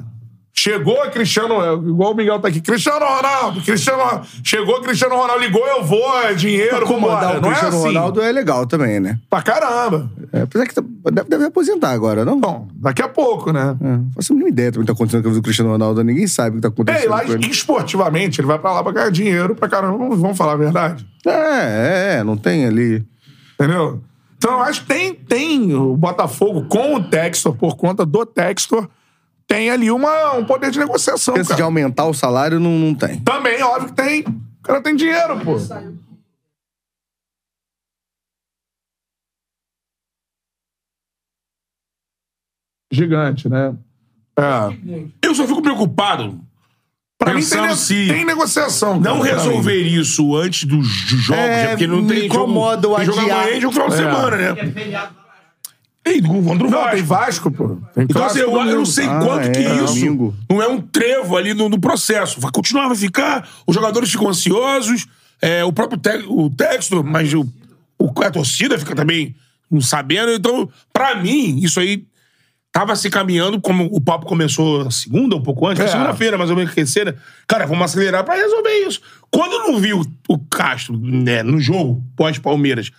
S1: chegou Cristiano. é, Igual o Miguel tá aqui. Cristiano Ronaldo, Cristiano. Ronaldo, Chegou Cristiano Ronaldo, ligou, eu vou, é dinheiro,
S3: Comandar
S1: vambora.
S3: o
S1: Não é
S3: Cristiano
S1: assim.
S3: Ronaldo é legal também, né?
S1: Pra caramba.
S3: É, apesar que tá- deve, deve aposentar agora, não?
S1: Bom, daqui a pouco, né?
S3: É, não faço a mínima ideia do que tá acontecendo com a vida do Cristiano Ronaldo. Ninguém sabe o que tá
S1: É, e
S3: acontecendo
S1: lá
S3: com ele.
S1: esportivamente, ele vai pra lá pra ganhar dinheiro pra caramba. Vamos vamos falar a verdade.
S3: É, é, é, não tem ali.
S1: Entendeu? Então, eu acho que tem, tem o Botafogo com o Textor, por conta do Textor, tem ali uma, um poder de negociação,
S3: Pensa de
S1: cara.
S3: aumentar o salário, não, não tem.
S1: Também, óbvio que tem. O cara tem dinheiro, pô. Gigante, né? É. né?
S2: Eu só fico preocupado
S1: Pra mim É. tem,
S2: Pensando
S1: ne-
S2: se-
S1: tem negociação.
S2: Não
S1: cara, pra mim.
S2: resolver isso antes dos jogos,
S3: É,
S2: é, porque não
S3: me
S2: tem
S3: incomoda o
S2: jogo. tem jogo
S3: adiar.
S2: amanhã e jogo final de
S1: É.
S2: semana, né? Ei, contra o
S1: Não,
S2: Vasco.
S1: tem Vasco, pô.
S2: Então,
S1: Tem
S2: assim,
S1: clássico
S2: eu, eu
S1: domingo.
S2: não sei
S3: Ah,
S2: quanto
S3: é,
S2: que
S3: é
S2: isso
S3: domingo.
S2: não é um trevo ali no, no processo. Vai continuar, vai ficar, os jogadores ficam ansiosos, é, o próprio te, o texto, mas o, o- a torcida fica também não sabendo. Então, pra mim, isso aí tava se caminhando, como o papo começou na segunda, um pouco antes,
S1: É.
S2: na segunda-feira, mais ou menos, que terceira. Cara, vamos acelerar pra resolver isso. Quando eu não vi o, o Castro né, no jogo pós-Palmeiras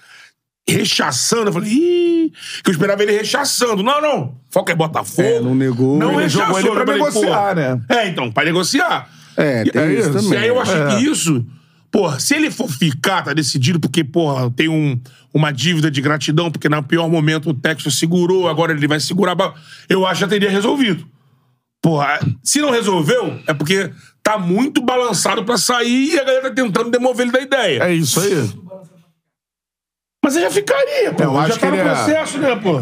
S2: rechaçando. Eu falei, ih, que eu esperava ele rechaçando. Não, não. Foca é Botafogo.
S3: É, não negou.
S2: Não
S3: Ele
S2: rechaçou.
S1: jogou ele pra
S2: Eu falei,
S1: negociar,
S2: pô.
S1: né?
S2: É, então, pra negociar.
S3: É,
S2: E-
S3: tem
S1: é
S3: isso,
S1: isso.
S3: também.
S2: e aí eu acho
S1: É.
S2: que isso, porra, se ele for ficar, tá decidido, porque, porra, tem um, uma dívida de gratidão, porque no pior momento o Texas segurou, agora ele vai segurar. a ba- Eu acho que já teria resolvido. Porra, se não resolveu, é porque tá muito balançado pra sair e a galera tá tentando demover ele da ideia.
S1: É isso aí.
S2: Mas ele já ficaria, pô.
S1: Eu
S2: Ele
S1: acho
S2: já tá
S1: que
S2: no
S1: ele é-
S2: processo, né, pô?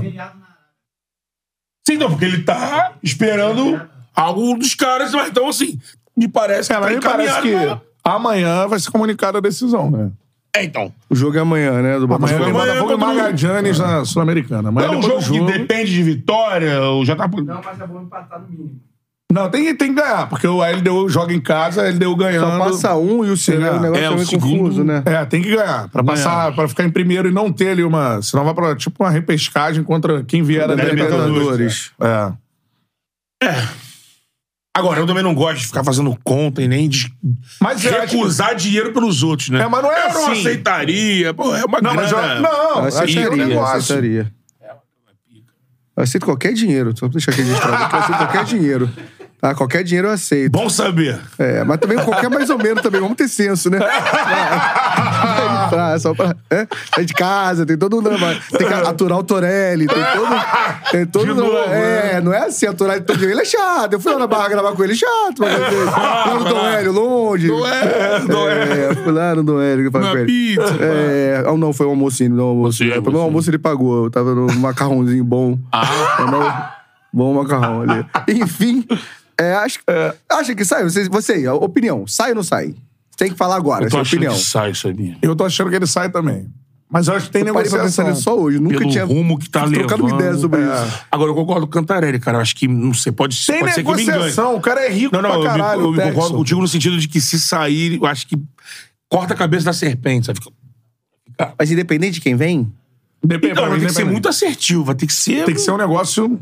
S2: Sim, não, porque ele tá esperando algo dos caras, mas então, assim, me parece que
S1: É,
S2: tá
S1: mas me parece
S2: encaminhado.
S1: que
S2: pra-
S1: amanhã vai ser comunicada a decisão, né?
S2: É, então.
S3: O jogo é amanhã, né? Do
S1: Amanhã tem
S3: Botafogo.
S2: amanhã
S1: Botafogo e
S2: contra o-
S1: Magallanes na Sul-Americana.
S2: Não
S1: Amanhã
S2: é um jogo,
S1: depois do jogo...
S2: que depende de vitória, ou já tá.
S4: Não, mas é bom empatar no mínimo.
S1: Não, tem, tem que ganhar, porque o LDU joga em casa, a LDU ganhando...
S3: Só passa um e o segundo.
S1: É,
S3: o negócio
S2: é,
S3: é,
S2: o
S3: meio
S2: segundo-
S3: confuso, né?
S1: É, tem que ganhar. Pra passar, pra ficar em primeiro e não ter ali uma. Senão vai pra tipo uma repescagem contra quem vier da
S2: Da
S1: Libertadores.
S3: Libertadores.
S1: É.
S2: Agora, eu também não gosto de ficar fazendo conta e nem de
S1: Mas eu acho que-
S2: recusar dinheiro pelos outros, né?
S1: É, mas não é
S2: eu não
S1: assim.
S2: aceitaria, pô, é uma
S1: Não, mas eu,
S2: grana.
S1: não,
S3: Eu
S1: acho que é um
S3: aceitaria, eu
S1: negócio.
S3: aceitaria. Eu aceito qualquer dinheiro, só pra deixar aqui registrado. que Eu aceito qualquer dinheiro. Tá, qualquer dinheiro eu aceito.
S2: Bom saber.
S3: É, mas também qualquer mais ou menos também. Vamos ter senso, né? Vai pra- só pra, é, sai de casa, tem todo um trabalho. Tem que aturar o Torelli, tem todo. Tem todo
S1: De novo,
S2: né?
S3: é, não é assim, aturar todo dia. Ele é chato. Eu fui lá na barra gravar com ele, é chato. Mas, lá no Torelli, longe.
S2: é, não
S3: É, eu fui lá no Doélio que eu falei
S2: Na
S3: com ele.
S2: pizza,
S3: É, ah, não, foi o almocinho, não, o almoço.
S2: Você é
S3: Foi um meu
S2: almocinho.
S3: almoço ele pagou. Eu tava num macarrãozinho bom. Ah. Bom macarrão ali. Enfim, é, acho, acha que sai? Você, você, a opinião, sai ou não sai? Tem que falar
S1: é
S3: agora,
S2: Eu tô
S3: sua
S2: achando
S3: opinião.
S2: que sai, sabia?
S1: Eu tô achando que ele sai também. Mas eu acho que tem
S3: Parei pra pensar
S1: negociação.
S3: nisso só hoje. Nunca
S2: Pelo
S3: tinha
S2: rumo que tá
S3: trocado uma
S2: levando,
S3: ideia sobre
S2: é.
S3: isso.
S2: Agora, eu concordo com o Cantarelli, cara. Eu acho que, não sei, pode,
S1: Tem
S2: pode ser que eu me engane.
S1: negociação, o cara é rico
S2: Não, não, eu,
S1: pra
S2: me-
S1: caralho.
S2: eu me
S1: Texton.
S2: concordo contigo no sentido de que se sair, eu acho que corta a cabeça da serpente, sabe?
S3: Mas independente de quem vem,
S1: Depende,
S2: Então,
S1: pra
S2: vai
S1: mim,
S2: ter que ser
S1: depende.
S2: muito assertivo, vai ter que ser...
S1: Tem que ser um negócio.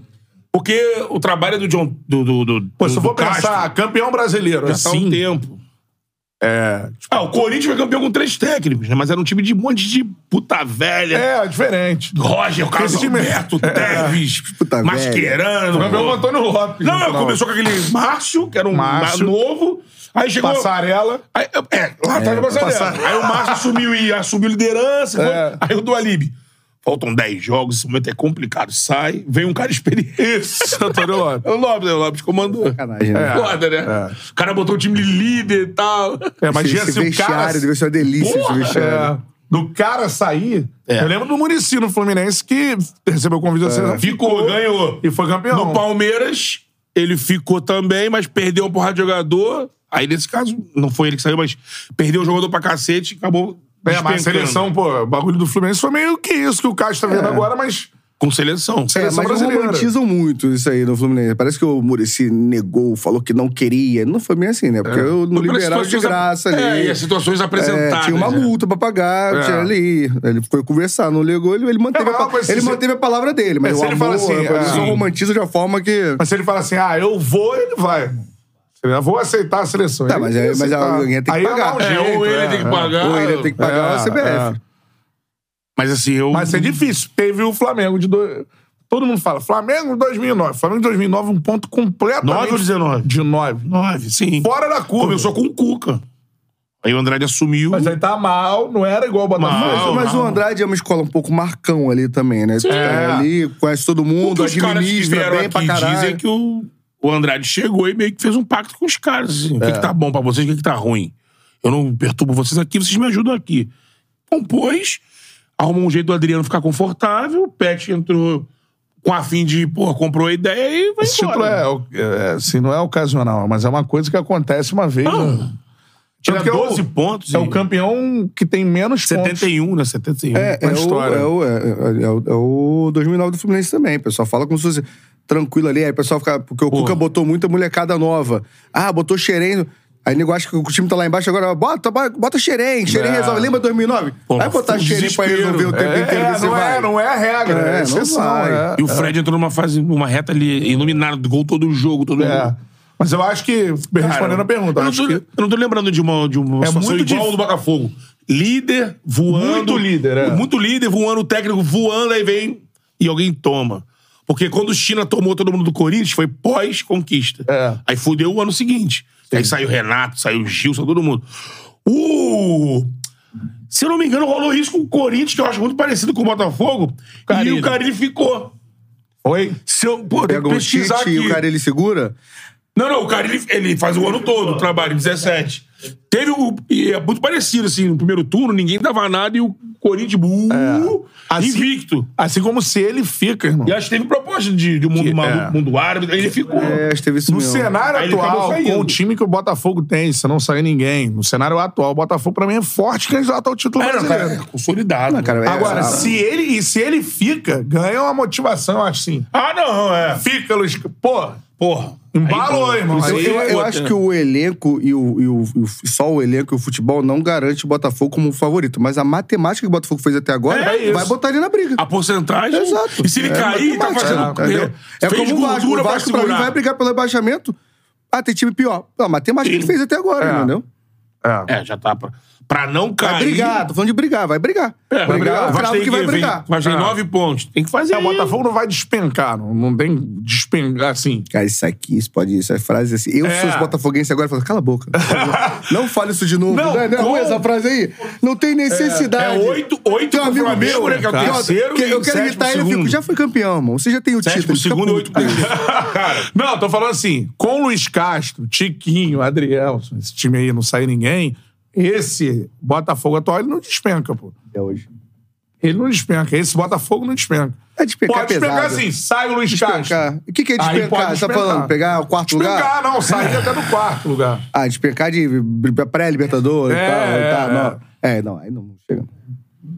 S2: Porque o trabalho é do John... Do, do, do,
S1: Pô,
S2: do-
S1: se eu
S2: do
S1: for
S2: Castro
S1: pensar, campeão brasileiro,
S2: já tá há
S1: assim.
S2: um tempo.
S1: É,
S2: Ah, o Corinthians foi campeão com três técnicos, né? Mas era um time de um monte de puta velha.
S1: é diferente.
S2: Roger, Carlos
S1: Esse time- é-
S2: Alberto, Teves,
S3: Puta velha.
S2: Mascherano.
S1: Campeão Antônio Lopes.
S2: Não,
S1: no final.
S2: começou com aquele Márcio, que era um
S1: Márcio.
S2: ma- novo. Aí chegou.
S1: Passarela.
S2: Aí, é, lá atrás do
S1: passar-
S2: passarela. Aí o Márcio assumiu e assumiu liderança. e
S1: É.
S2: foi- Aí o Dualib. Faltam 10 jogos, esse momento é complicado. Sai, vem um cara experiente. Isso.
S1: Antônio Lopes.
S2: É o Lopes, é o Lopes comandou.
S3: sacanagem, né?
S1: É.
S2: Foda, né? O cara botou o time de líder e tal.
S1: É, imagina
S3: esse, esse
S1: se o cara.
S3: vestiário deve ser uma delícia esse
S2: Porra!
S3: vestiário.
S1: É, do cara sair.
S2: É.
S1: Eu lembro do Murici no Fluminense que recebeu o
S3: É.
S1: convite da seleção.
S2: Ficou, ganhou.
S1: E foi campeão.
S2: No Palmeiras, ele ficou também, mas perdeu uma porrada de jogador. Aí, nesse caso, não foi ele que saiu, mas perdeu o jogador pra cacete e acabou.
S1: É, mas a
S2: despencando.
S1: seleção, pô, o bagulho do Fluminense foi meio que isso que o Castro tá vendo agora, mas.
S2: Com seleção.
S3: É,
S1: Seleção
S3: mas
S1: brasileira.
S3: romantizam muito isso aí no Fluminense. Parece que o Murici negou, falou que não queria. Não foi bem assim, né?
S1: É.
S3: Porque eu no
S2: Foi pelas
S3: liberal de
S2: situações a-
S3: graça
S2: É,
S3: ali.
S2: e as situações
S3: É,
S2: apresentadas.
S3: tinha uma
S2: né?
S3: multa pra pagar,
S1: É.
S3: tinha ali. Ele foi conversar, não ligou, ele, ele manteve,
S1: É,
S3: a, pa-
S1: mas se-
S3: ele
S1: se-
S3: manteve a palavra dele. Mas
S1: É,
S3: o
S1: se ele
S3: amor,
S1: fala assim,
S3: ele
S1: é,
S3: só
S1: sim.
S3: romantiza de uma forma que...
S1: Mas se ele fala assim, ah, eu vou, ele vai. Se ele, ah, vou aceitar a seleção.
S3: Tá,
S1: Ele
S3: mas
S1: tem
S3: aí-
S1: que
S3: mas
S1: aceitar.
S3: alguém tem que
S1: Aí
S3: pagar.
S1: dá um
S2: É,
S1: jeito,
S2: ou ele tem que pagar.
S3: Ou ele tem que pagar
S1: É,
S3: a CBF.
S2: Mas assim, eu.
S1: Mas isso é difícil. Teve o Flamengo de. dois- Todo mundo fala, Flamengo 2009. Flamengo 2009, um ponto completamente.
S2: 9 ou 19?
S1: De 9.
S2: Nove, sim.
S1: Fora da curva.
S2: Começou com o Cuca. Aí o Andrade assumiu.
S1: Mas aí tá mal, não era igual o
S2: Mas-
S1: Botafogo.
S2: Não,
S3: mas
S2: não.
S3: o Andrade é uma escola um pouco marcão ali também, né?
S1: É.
S3: Tá ali, conhece todo
S2: Porque
S3: mundo,
S2: Então, os caras que
S3: administra
S2: vieram
S3: bem pra
S2: aqui
S3: caralho.
S2: dizem que o, o Andrade chegou e meio que fez um pacto com os caras. assim, O
S1: É.
S2: que, que tá bom pra vocês, o que, que tá ruim? Eu não perturbo vocês aqui, vocês me ajudam aqui. Compôs, arrumou um jeito do Adriano ficar confortável, o Pet entrou com a fim de, pô, comprou a ideia e vai
S1: Esse título
S2: embora.
S1: é, o- é, assim, não é ocasional, mas é uma coisa que acontece uma vez. né?
S2: Não, tira
S1: Tanto que é o-
S2: 12 pontos.
S1: É o
S2: e-
S1: campeão que tem menos pontos.
S2: 71, né? 71.
S3: É,
S1: uma
S3: é, o,
S1: história.
S3: é, o, é, é- é o- é o 2009 do Fluminense também. O pessoal fala como se fosse tranquilo ali. Aí o pessoal fica... Porque o
S2: Porra.
S3: Cuca botou muita molecada nova. Ah, botou Xerém... Aí o nego acha que o time tá lá embaixo agora. Bota, bota Xerém. Xerém
S1: É.
S3: resolve. Lembra 2009?
S2: Pô,
S3: vai botar
S2: o
S3: Xerém pra
S2: desespero.
S3: resolver o tempo
S1: É,
S3: inteiro que você
S1: não
S3: vai.
S1: é, não é a regra,
S3: É,
S1: é,
S3: não
S1: exceção.
S3: vai.
S1: é.
S2: E o Fred entrou numa fase, numa reta ali, iluminada do gol todo jogo, todo
S1: É.
S2: jogo.
S1: Mas eu acho que, respondendo a pergunta,
S2: eu, não
S1: acho
S2: tô,
S1: que
S2: eu não tô lembrando de uma, de uma
S1: É
S2: situação
S1: muito
S2: igual ao
S1: dif-
S2: do Botafogo. Líder voando.
S1: Muito líder, é.
S2: Muito líder voando, o técnico voando, aí vem e alguém toma. Porque quando o China tomou todo mundo do Corinthians, foi pós-conquista.
S1: É.
S2: Aí fudeu o ano seguinte. Aí saiu o Renato, saiu o Gil, saiu todo mundo. O. Se eu não me engano, rolou isso com o Corinthians, que eu acho muito parecido com o Botafogo.
S1: Carille.
S2: E o Carilli ficou.
S1: foi.
S2: Se eu, pô, tem
S3: Pega
S2: que
S3: um
S2: pesquisar
S3: Tite e
S2: aqui.
S3: o cara ele segura.
S2: Não, não, o cara ele, ele faz o ano todo o trabalho, 17. Teve o. E é muito parecido, assim, no primeiro turno, ninguém dava nada e o Corinthians,
S3: É,
S2: buh,
S1: Assim-
S2: invicto.
S1: Assim como se ele fica, irmão.
S2: E acho que teve proposta de, de um mundo
S1: Que-
S2: maluco,
S1: é.
S2: mundo árabe, aí ele ficou.
S3: É, acho que teve isso
S1: No
S3: mesmo.
S1: cenário
S2: Aí ele acabou
S1: atual,
S2: saindo.
S1: com o time que o Botafogo tem, se não sair ninguém, no cenário atual, o Botafogo pra mim é forte candidato ao título
S2: Ah, não,
S1: brasileiro.
S2: cara, é consolidado.
S3: cara, é-
S1: Agora,
S3: ah,
S1: se ele e se ele fica, ganha uma motivação, eu acho assim.
S2: Ah, não, é.
S1: Fica, Luiz. Pô,
S2: Porra.
S1: Embalou,
S2: Aí,
S1: irmão.
S2: isso
S3: Eu,
S2: aí
S3: eu-
S2: é
S3: eu
S2: outra.
S3: acho que o elenco e o, e o- e o- só o elenco e o futebol não garante o Botafogo como um favorito, mas a matemática que o Botafogo fez até agora
S2: É isso.
S3: vai botar ele na briga.
S2: A porcentagem.
S3: Exato.
S2: E se ele
S3: É
S2: cair, tá
S3: matemática,
S2: fazendo.
S3: entendeu? É
S2: fez
S3: como o Vasco.
S2: gordura
S3: O
S2: pra
S3: Vasco pra mim
S2: segurar.
S3: vai brigar pelo rebaixamento. Ah, tem time pior. A matemática que ele fez até agora,
S1: É.
S3: entendeu?
S1: é.
S2: É, já tá. Pra, pra não
S3: Vai
S2: cair.
S3: brigar, tô falando de brigar, vai brigar.
S2: É, vai brigar.
S3: é o
S2: Vasco
S3: cravo
S2: tem
S3: que vai
S2: vem-
S3: brigar. Ah. Tá,
S2: Vasco tem
S1: É.
S2: nove pontos. Tem que fazer.
S1: É, o Botafogo não vai despencar, não, não tem despencar assim.
S3: Cara, isso aqui, isso pode, isso é frase assim. Eu
S1: É.
S3: sou os botafoguenses agora, eu falo, cala a boca. não fale isso de novo.
S1: Não,
S3: Não, não é
S1: como?
S3: ruim essa frase aí. Não tem necessidade.
S2: É oito, oito
S3: Tem um
S2: pro
S3: amigo
S2: Flamengo,
S3: meu,
S2: né? Que é o
S3: cara,
S2: terceiro
S3: que
S2: e
S3: eu quero
S2: sétimo,
S3: imitar ele, eu
S2: segundo.
S3: fico, já foi campeão, irmão. Você já tem o
S2: Sétimo,
S3: título. fica
S2: segundo e
S3: puto.
S2: oito
S1: Cara, não, tô falando assim, com o Luiz Castro, Tiquinho, Adrielson, esse time aí não sai ninguém, esse Botafogo atual, ele não despenca, pô.
S3: É hoje.
S1: Ele não despenca, esse Botafogo não despenca.
S3: É despencar
S1: Pode despencar
S3: pesado.
S1: assim, sai o Luiz Castro.
S3: Despencar. O que, que é
S1: Aí
S3: despencar?
S1: pode
S3: Você tá
S1: despencar.
S3: falando? Pegar o quarto lugar?
S1: Despencar, não, sair até do quarto lugar.
S3: Ah, despencar de pré-libertador
S1: É,
S3: e tal. e tal,
S1: é,
S3: não. É, não, aí não chega.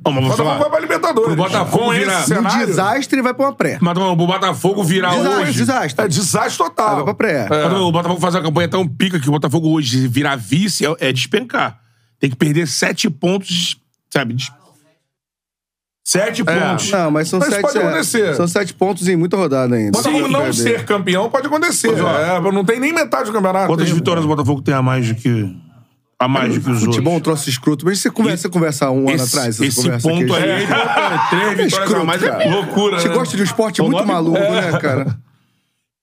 S2: Não, mas
S1: O
S2: vou
S1: Botafogo
S2: falar.
S1: vai pra Libertadores.
S2: Pro Botafogo
S1: com esse
S2: virar- No
S3: No
S1: cenário,
S3: um desastre vai pra uma pré.
S2: Mas não, o Botafogo virar
S3: Desastre,
S2: hoje.
S3: desastre.
S1: É desastre total.
S3: Vai pra pré.
S2: Mas não, O Botafogo fazer uma campanha tão pica que o Botafogo hoje virar vice é, é despencar. Tem que perder sete pontos, sabe? Des-
S3: É.
S2: Sete pontos.
S3: Não, mas são
S1: Mas
S3: sete. é,
S1: pode acontecer.
S3: São sete pontos em muita rodada ainda.
S1: Botafogo
S3: Sim,
S1: não
S3: perder.
S1: ser campeão pode acontecer. É, não tem nem metade do campeonato.
S3: Tá
S2: Quantas
S1: ainda.
S2: vitórias o Botafogo tem a mais do que. A mais do que os
S3: Futebol é um
S2: outros?
S3: troço escroto. Mas você conversa, você conversa há um ano
S2: Esse,
S3: atrás.
S2: esse
S3: conversa
S2: ponto aí é importante. Três vitórias a
S3: escroto,
S2: mais
S3: cara.
S2: é loucura.
S3: Você
S2: né?
S3: gosta de um esporte
S2: São
S3: muito
S2: nove-
S3: maluco,
S2: É.
S3: né, cara?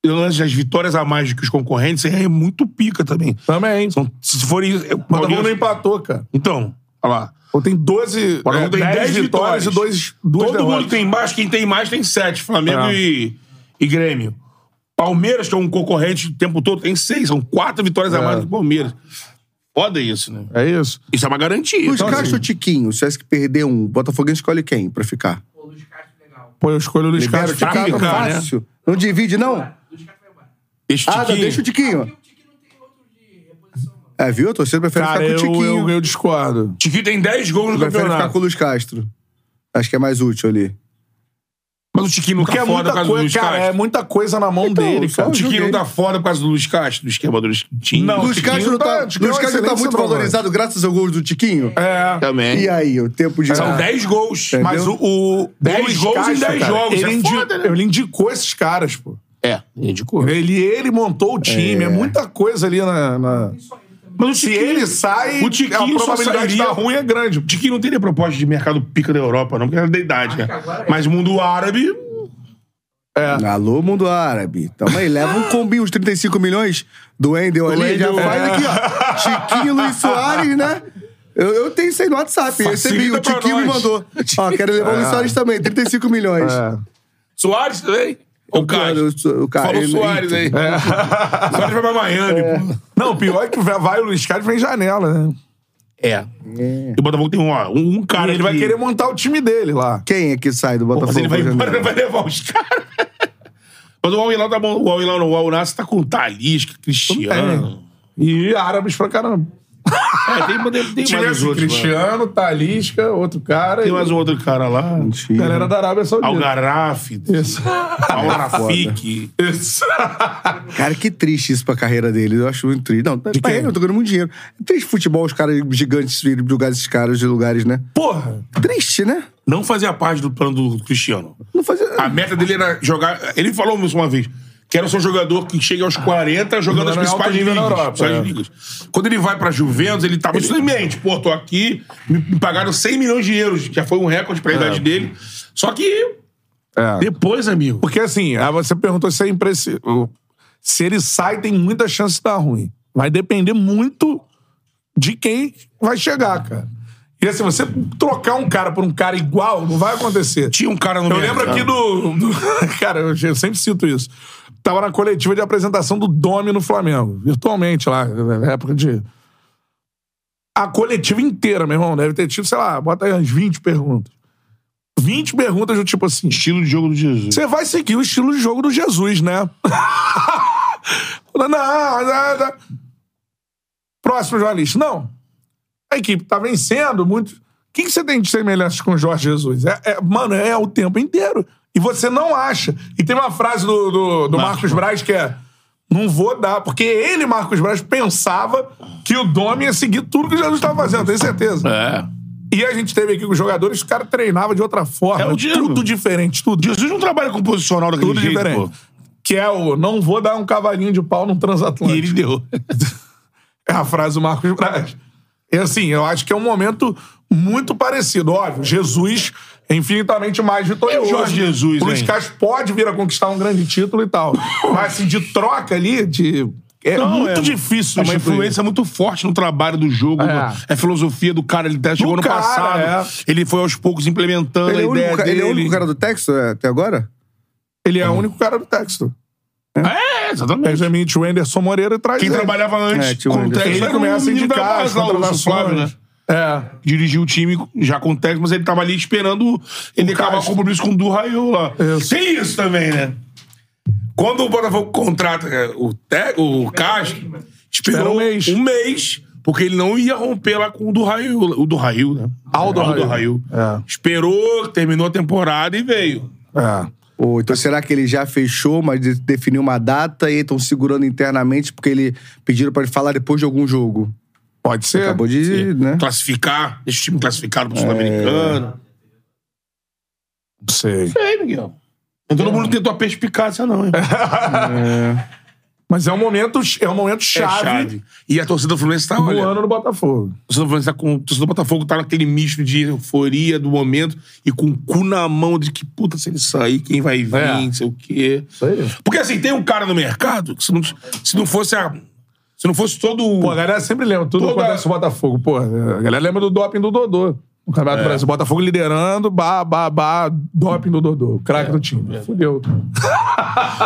S2: E o lance das vitórias a mais do que os concorrentes é muito pica também.
S1: Também.
S2: São, se forem. é,
S1: O Botafogo não
S2: Paulinho-
S1: empatou, cara.
S2: Então, olha lá.
S1: Ou tem 12.
S2: Botafogo
S1: é,
S2: um tem
S1: 10
S2: 10 vitórias.
S1: vitórias, e dois, duas
S2: Todo
S1: derrotas.
S2: mundo que tem mais, quem tem mais tem sete. Flamengo
S1: É.
S2: e, e Grêmio. Palmeiras, que é um concorrente o tempo todo, tem seis. São quatro vitórias a mais do que o Palmeiras. Foda isso, né?
S1: É isso.
S2: Isso é uma garantia.
S3: Luiz
S2: Então, assim,
S3: Castro ou Tiquinho, se tivesse que perder um, Botafoguense escolhe quem pra ficar?
S1: Pô, eu escolho o Luiz
S3: Libera
S1: Castro.
S3: o
S2: pra
S3: Tiquinho,
S2: ficar, né?
S3: fácil. Não divide, não?
S2: Deixa o
S3: Ah, não,
S2: Tiquinho.
S3: deixa o Tiquinho. É, viu? A torcida prefere
S1: Cara,
S3: ficar
S1: eu,
S3: com o Tiquinho.
S1: eu, eu discordo.
S2: Tiquinho tem dez gols no
S3: prefere ficar
S2: campeonato.
S3: com o Luiz Castro. Acho que é mais útil ali.
S2: Mas o Tiquinho não
S1: Porque
S2: tá
S1: é
S2: foda por
S1: muita
S2: causa do
S1: coisa,
S2: Luiz
S1: cara, é
S2: Castro.
S1: muita coisa na mão
S3: Então,
S1: dele,
S3: só
S1: cara.
S2: O Tiquinho não
S3: joguei.
S2: tá foda por causa do Luiz Castro, do esquema do Luiz Tiquinho.
S1: Não,
S3: Luiz
S1: Tiquinho
S3: Castro
S1: tá-
S3: tá,
S1: Tiquinho é
S3: Luiz Castro
S1: um
S3: tá
S1: excelente
S3: muito
S1: centroavante.
S3: valorizado graças ao gol do Tiquinho.
S1: É.
S2: Também.
S3: E aí, o tempo de.
S2: São
S3: Ah,
S2: 10 gols.
S3: Entendeu?
S2: Mas o, o 10 gols em 10
S1: cara,
S2: jogos.
S1: Ele,
S2: é
S1: indi-
S2: foda, né?
S1: ele indicou esses caras, pô.
S2: É, indicou.
S1: Ele, ele montou o time, é, muita coisa ali na. na-
S2: Mas o
S1: Se ele sai,
S2: O Tiquinho
S1: a
S2: só
S1: probabilidade de
S2: sairia...
S1: dar ruim é grande.
S2: O Tiquinho não teria proposta de mercado pica da Europa, não, porque era da idade, né? Mas mundo árabe...
S3: É. Alô, mundo árabe. Tamo aí, leva um combinho, uns 35 milhões do Endel ali,
S2: Wendel,
S3: já faz aqui, ó. Tiquinho Luiz Soares, né? Eu, eu tenho isso aí no WhatsApp, eu recebi,
S2: Facilita
S3: o
S2: pra
S3: Tiquinho me
S2: nós.
S3: mandou. Ó, quero levar o Luiz Soares também, 35 milhões.
S2: Soares também? É O
S3: Cara,
S2: Cássio.
S3: eu- o cara,
S2: Falou
S3: Tá, ele-
S2: Soares aí. Soares vai pra Miami, pô.
S1: Não, o pior é que vai o Luiz Castro vem janela, né?
S2: É. E o Botafogo tem um, ó, um um cara
S1: Ele vai
S2: que-
S1: querer montar o time dele lá.
S3: Quem é que sai do Botafogo?
S2: Mas ele vai
S3: Rogério?
S2: embora, vai levar os caras. Mas o Al-Hilal tá bom. O Al-Hilal não. O Al-Nassr tá com Talisca, Cristiano.
S1: É. E árabes pra caramba.
S2: É, tem, tem, tem mais uns
S1: Tivesse
S2: outros. mano.
S1: Cristiano, Talisca, outro cara.
S2: Tem
S1: e
S2: mais um outro cara lá.
S1: Galera da Arábia Saudita.
S2: Algaraf.
S1: Isso. É
S2: Alrafique.
S1: Isso.
S3: Cara, que triste isso pra carreira dele. Eu acho muito triste. Não, tá pra
S1: quem?
S3: ele, eu tô ganhando muito dinheiro. É triste futebol, os caras gigantes virem jogar esses caras de lugares, né?
S2: Porra.
S3: Triste, né?
S2: Não fazia parte do plano do Cristiano.
S3: Não fazer.
S2: A meta dele era jogar. Ele falou isso uma vez. Quero ser um jogador que chegue aos
S1: Ah.
S2: 40 jogando as
S1: Jogando em é alto
S2: principais
S1: nível
S2: ligas,
S1: na Europa,
S2: principais
S1: é.
S2: ligas. Quando ele vai pra Juventus, ele tava. Isso em mente. Pô, tô aqui, me me pagaram 100 milhões de euros, que já foi um recorde pra idade dele. Só que.
S1: É.
S2: Depois, amigo.
S1: Porque assim, aí você perguntou se é imprescindível. Se ele sai, tem muita chance de dar ruim. Vai depender muito de quem vai chegar, cara. E assim, você trocar um cara por um cara igual, não vai acontecer.
S2: Tinha um cara no
S1: Eu
S2: mercado.
S1: lembro aqui do. do- cara, eu che- sempre cito isso. Tava na coletiva de apresentação do Domi no Flamengo, virtualmente lá, na época de. A coletiva inteira, meu irmão, deve ter tido, sei lá, bota aí umas 20 perguntas. 20 perguntas do tipo assim.
S2: Estilo de jogo do Jesus.
S1: Você vai seguir o estilo de jogo do Jesus, né? não, não, não. Próximo jornalista. Não. A equipe tá vencendo muito. O que que você tem de semelhança com o Jorge Jesus? É, é- mano, é o tempo inteiro. E você não acha. E tem uma frase do, do, do Marcos Braz que é: Não vou dar. Porque ele, Marcos Braz, pensava que o Domi ia seguir tudo que o Jesus estava fazendo, tenho certeza.
S2: É.
S1: E a gente teve aqui com os jogadores, os caras treinavam de outra forma.
S2: É o dinheiro.
S1: tudo diferente, tudo.
S2: Jesus não trabalha com posicional daquele
S1: Tudo
S2: jeito,
S1: diferente.
S2: pô.
S1: Que é o não vou dar um cavalinho de pau num
S2: E
S1: transatlântico.
S2: ele deu.
S1: É a frase do Marcos Braz. E assim, eu acho que é um momento muito parecido. Óbvio, Jesus é infinitamente mais vitorioso.
S2: E o Jorge Jesus,
S1: O Luiz
S2: hein?
S1: Castro pode vir a conquistar um grande título e tal. Mas assim, de troca ali, de... É
S2: Não,
S1: muito
S2: É
S1: difícil.
S2: uma
S1: substituir.
S2: influência muito forte no trabalho do jogo.
S1: É.
S2: no- É, a filosofia do cara. Ele até chegou no
S1: cara, é.
S2: passado. Ele foi aos poucos implementando
S3: Ele é,
S2: a
S3: o único
S2: ideia
S3: ca- ele
S2: dele.
S3: é o único cara do texto é, até agora?
S1: Ele é o único cara do texto.
S2: É, exatamente.
S1: Benjamin o Anderson Moreira e traz
S2: Quem
S1: ele.
S2: trabalhava antes
S3: É,
S2: é,
S3: tio
S2: com o
S3: Anderson.
S2: Tex,
S1: Ele
S2: era
S1: começa
S2: um
S1: a
S2: menino da
S1: indicar as
S2: base lá, o Flávio, né?
S1: contratações. É.
S2: Dirigiu o time já com o Tex, mas ele tava ali esperando ele
S1: O
S2: acabar
S1: Castro.
S2: com o compromisso com o Durraio lá.
S1: Isso.
S2: Tem isso também, né? Quando o Botafogo contrata é, o, Te, o Castro,
S1: Espera
S2: esperou
S1: um mês.
S2: um mês, porque ele não ia romper lá com o Durraio, o Durraio, né?
S1: Aldo Raio.
S2: Raio.
S1: É.
S2: Esperou, terminou a temporada e veio.
S1: É.
S3: Ou então será que ele já fechou, mas de- definiu uma data e estão segurando internamente porque ele pediram pra ele falar depois de algum jogo?
S1: Pode ser.
S3: Acabou de, né?
S2: Tá Classificar, deixa o time classificado
S1: É.
S2: pro Sul-Americano.
S1: Não sei.
S2: Sei, Miguel. Não todo mundo tentou a perspicácia, não, hein? É
S1: Mas é um momento, é um momento chave,
S2: É chave. E a torcida do Fluminense tá
S1: do
S2: olha,
S1: ano do Botafogo.
S2: A torcida do Fluminense tá com. A torcida do Botafogo tá naquele misto de euforia do momento e com o cu na mão de que puta se ele sair, quem vai vir,
S1: É.
S2: não sei o quê.
S1: Isso aí.
S2: Porque assim, tem um cara no mercado que se não, se não fosse a. Se não fosse todo o.
S1: Pô, a galera sempre lembra, tudo
S2: Toda-
S1: acontece no Botafogo. Pô, a galera lembra do doping do Dodô. No Campeonato
S2: É.
S1: do Brasil. Botafogo liderando, bah, bah, bah, doping do Dodô. Craque
S2: É.
S1: do time. Fudeu.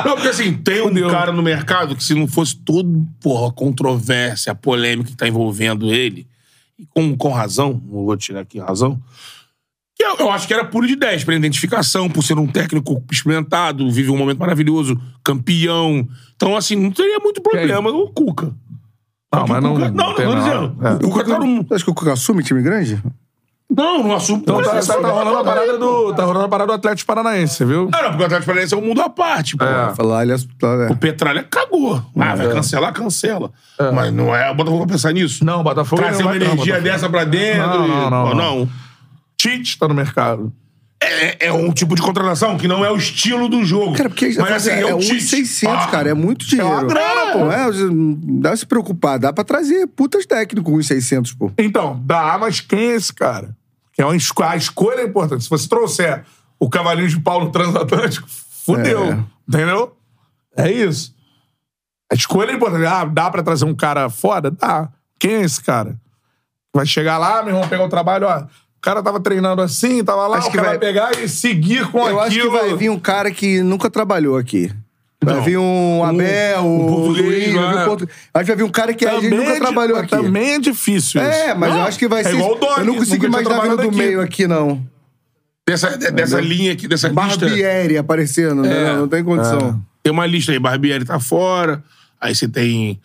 S2: Não, porque assim, tem um
S1: Fudeu.
S2: cara no mercado que se não fosse todo, porra, a controvérsia, a polêmica que tá envolvendo ele, e com, com razão, não vou tirar aqui a razão, que eu, eu acho que era puro de 10 pra identificação, por ser um técnico experimentado, vive um momento maravilhoso, campeão. Então, assim, não teria muito problema o Cuca.
S1: Não, mas não.
S2: Cuca- não, não,
S1: tem
S2: tô
S1: nada.
S2: dizendo.
S1: É.
S2: O Cuca tá no...
S3: Você acha que o Cuca assume time grande?
S2: Não, não assumo.
S1: Então tá, tá- tá rolando a parada do. Tá rolando a parada do Atlético Paranaense, você viu?
S2: Ah, não, porque o Atlético Paranaense é um mundo à parte, pô.
S1: É.
S3: Falar, ele ass- tá, é.
S2: O Petralha cagou. Ah, vai cancelar, cancela. Mas não é o Botafogo vai pensar nisso.
S1: Não, o Botafogo
S2: Trazer
S1: não
S2: uma
S1: vai- não,
S2: energia
S1: Botafogo.
S2: dessa pra dentro.
S1: Não,
S2: e-
S1: não, não,
S2: Pô,
S1: não. Tite tá no mercado.
S2: É, é um tipo de contratação que não é o estilo do jogo.
S3: Cara, porque
S2: Mas assim, é,
S3: é,
S1: um
S2: o Tite.
S3: 1,600,
S2: Ah,
S3: cara. É muito dinheiro.
S1: uma grana, pô.
S3: Não é, não dá pra se preocupar. Dá pra trazer putas técnico com 1,600, pô.
S1: Então, dá, mas quem é esse cara? Que é uma esco- a escolha é importante. Se você trouxer o cavalinho de pau no transatlântico, fudeu.
S3: É.
S1: Entendeu? É isso. A escolha é importante. Ah, dá pra trazer um cara foda? Dá. Quem é esse cara? Vai chegar lá, meu irmão, pegar o trabalho, ó. O cara tava treinando assim, tava lá,
S3: Acho
S1: o
S3: que
S1: cara vai...
S3: vai-
S1: pegar e seguir com
S3: Eu
S1: aquilo.
S3: acho que vai vir um cara que nunca trabalhou aqui. Vai
S2: Não.
S3: vir um Abel,
S1: um
S3: um,
S1: português,
S3: Luiz, vai vir
S1: né?
S3: um portu- Acho que vai vir um cara que a gente nunca
S1: é di-
S3: trabalhou
S1: mas
S3: aqui.
S1: Também é difícil isso.
S3: É, mas eu acho que vai
S1: é
S3: ser.
S1: Igual o Doni,
S3: eu não consigo
S1: nunca
S3: imaginar vindo
S1: tinha
S3: do
S1: trabalhado aqui.
S3: meio aqui, não.
S1: É,
S2: Dessa, de- dessa linha aqui, dessa lista.
S3: Barbieri aparecendo, né? Não tem condição.
S2: Tem uma lista aí, Barbieri tá fora, aí você tem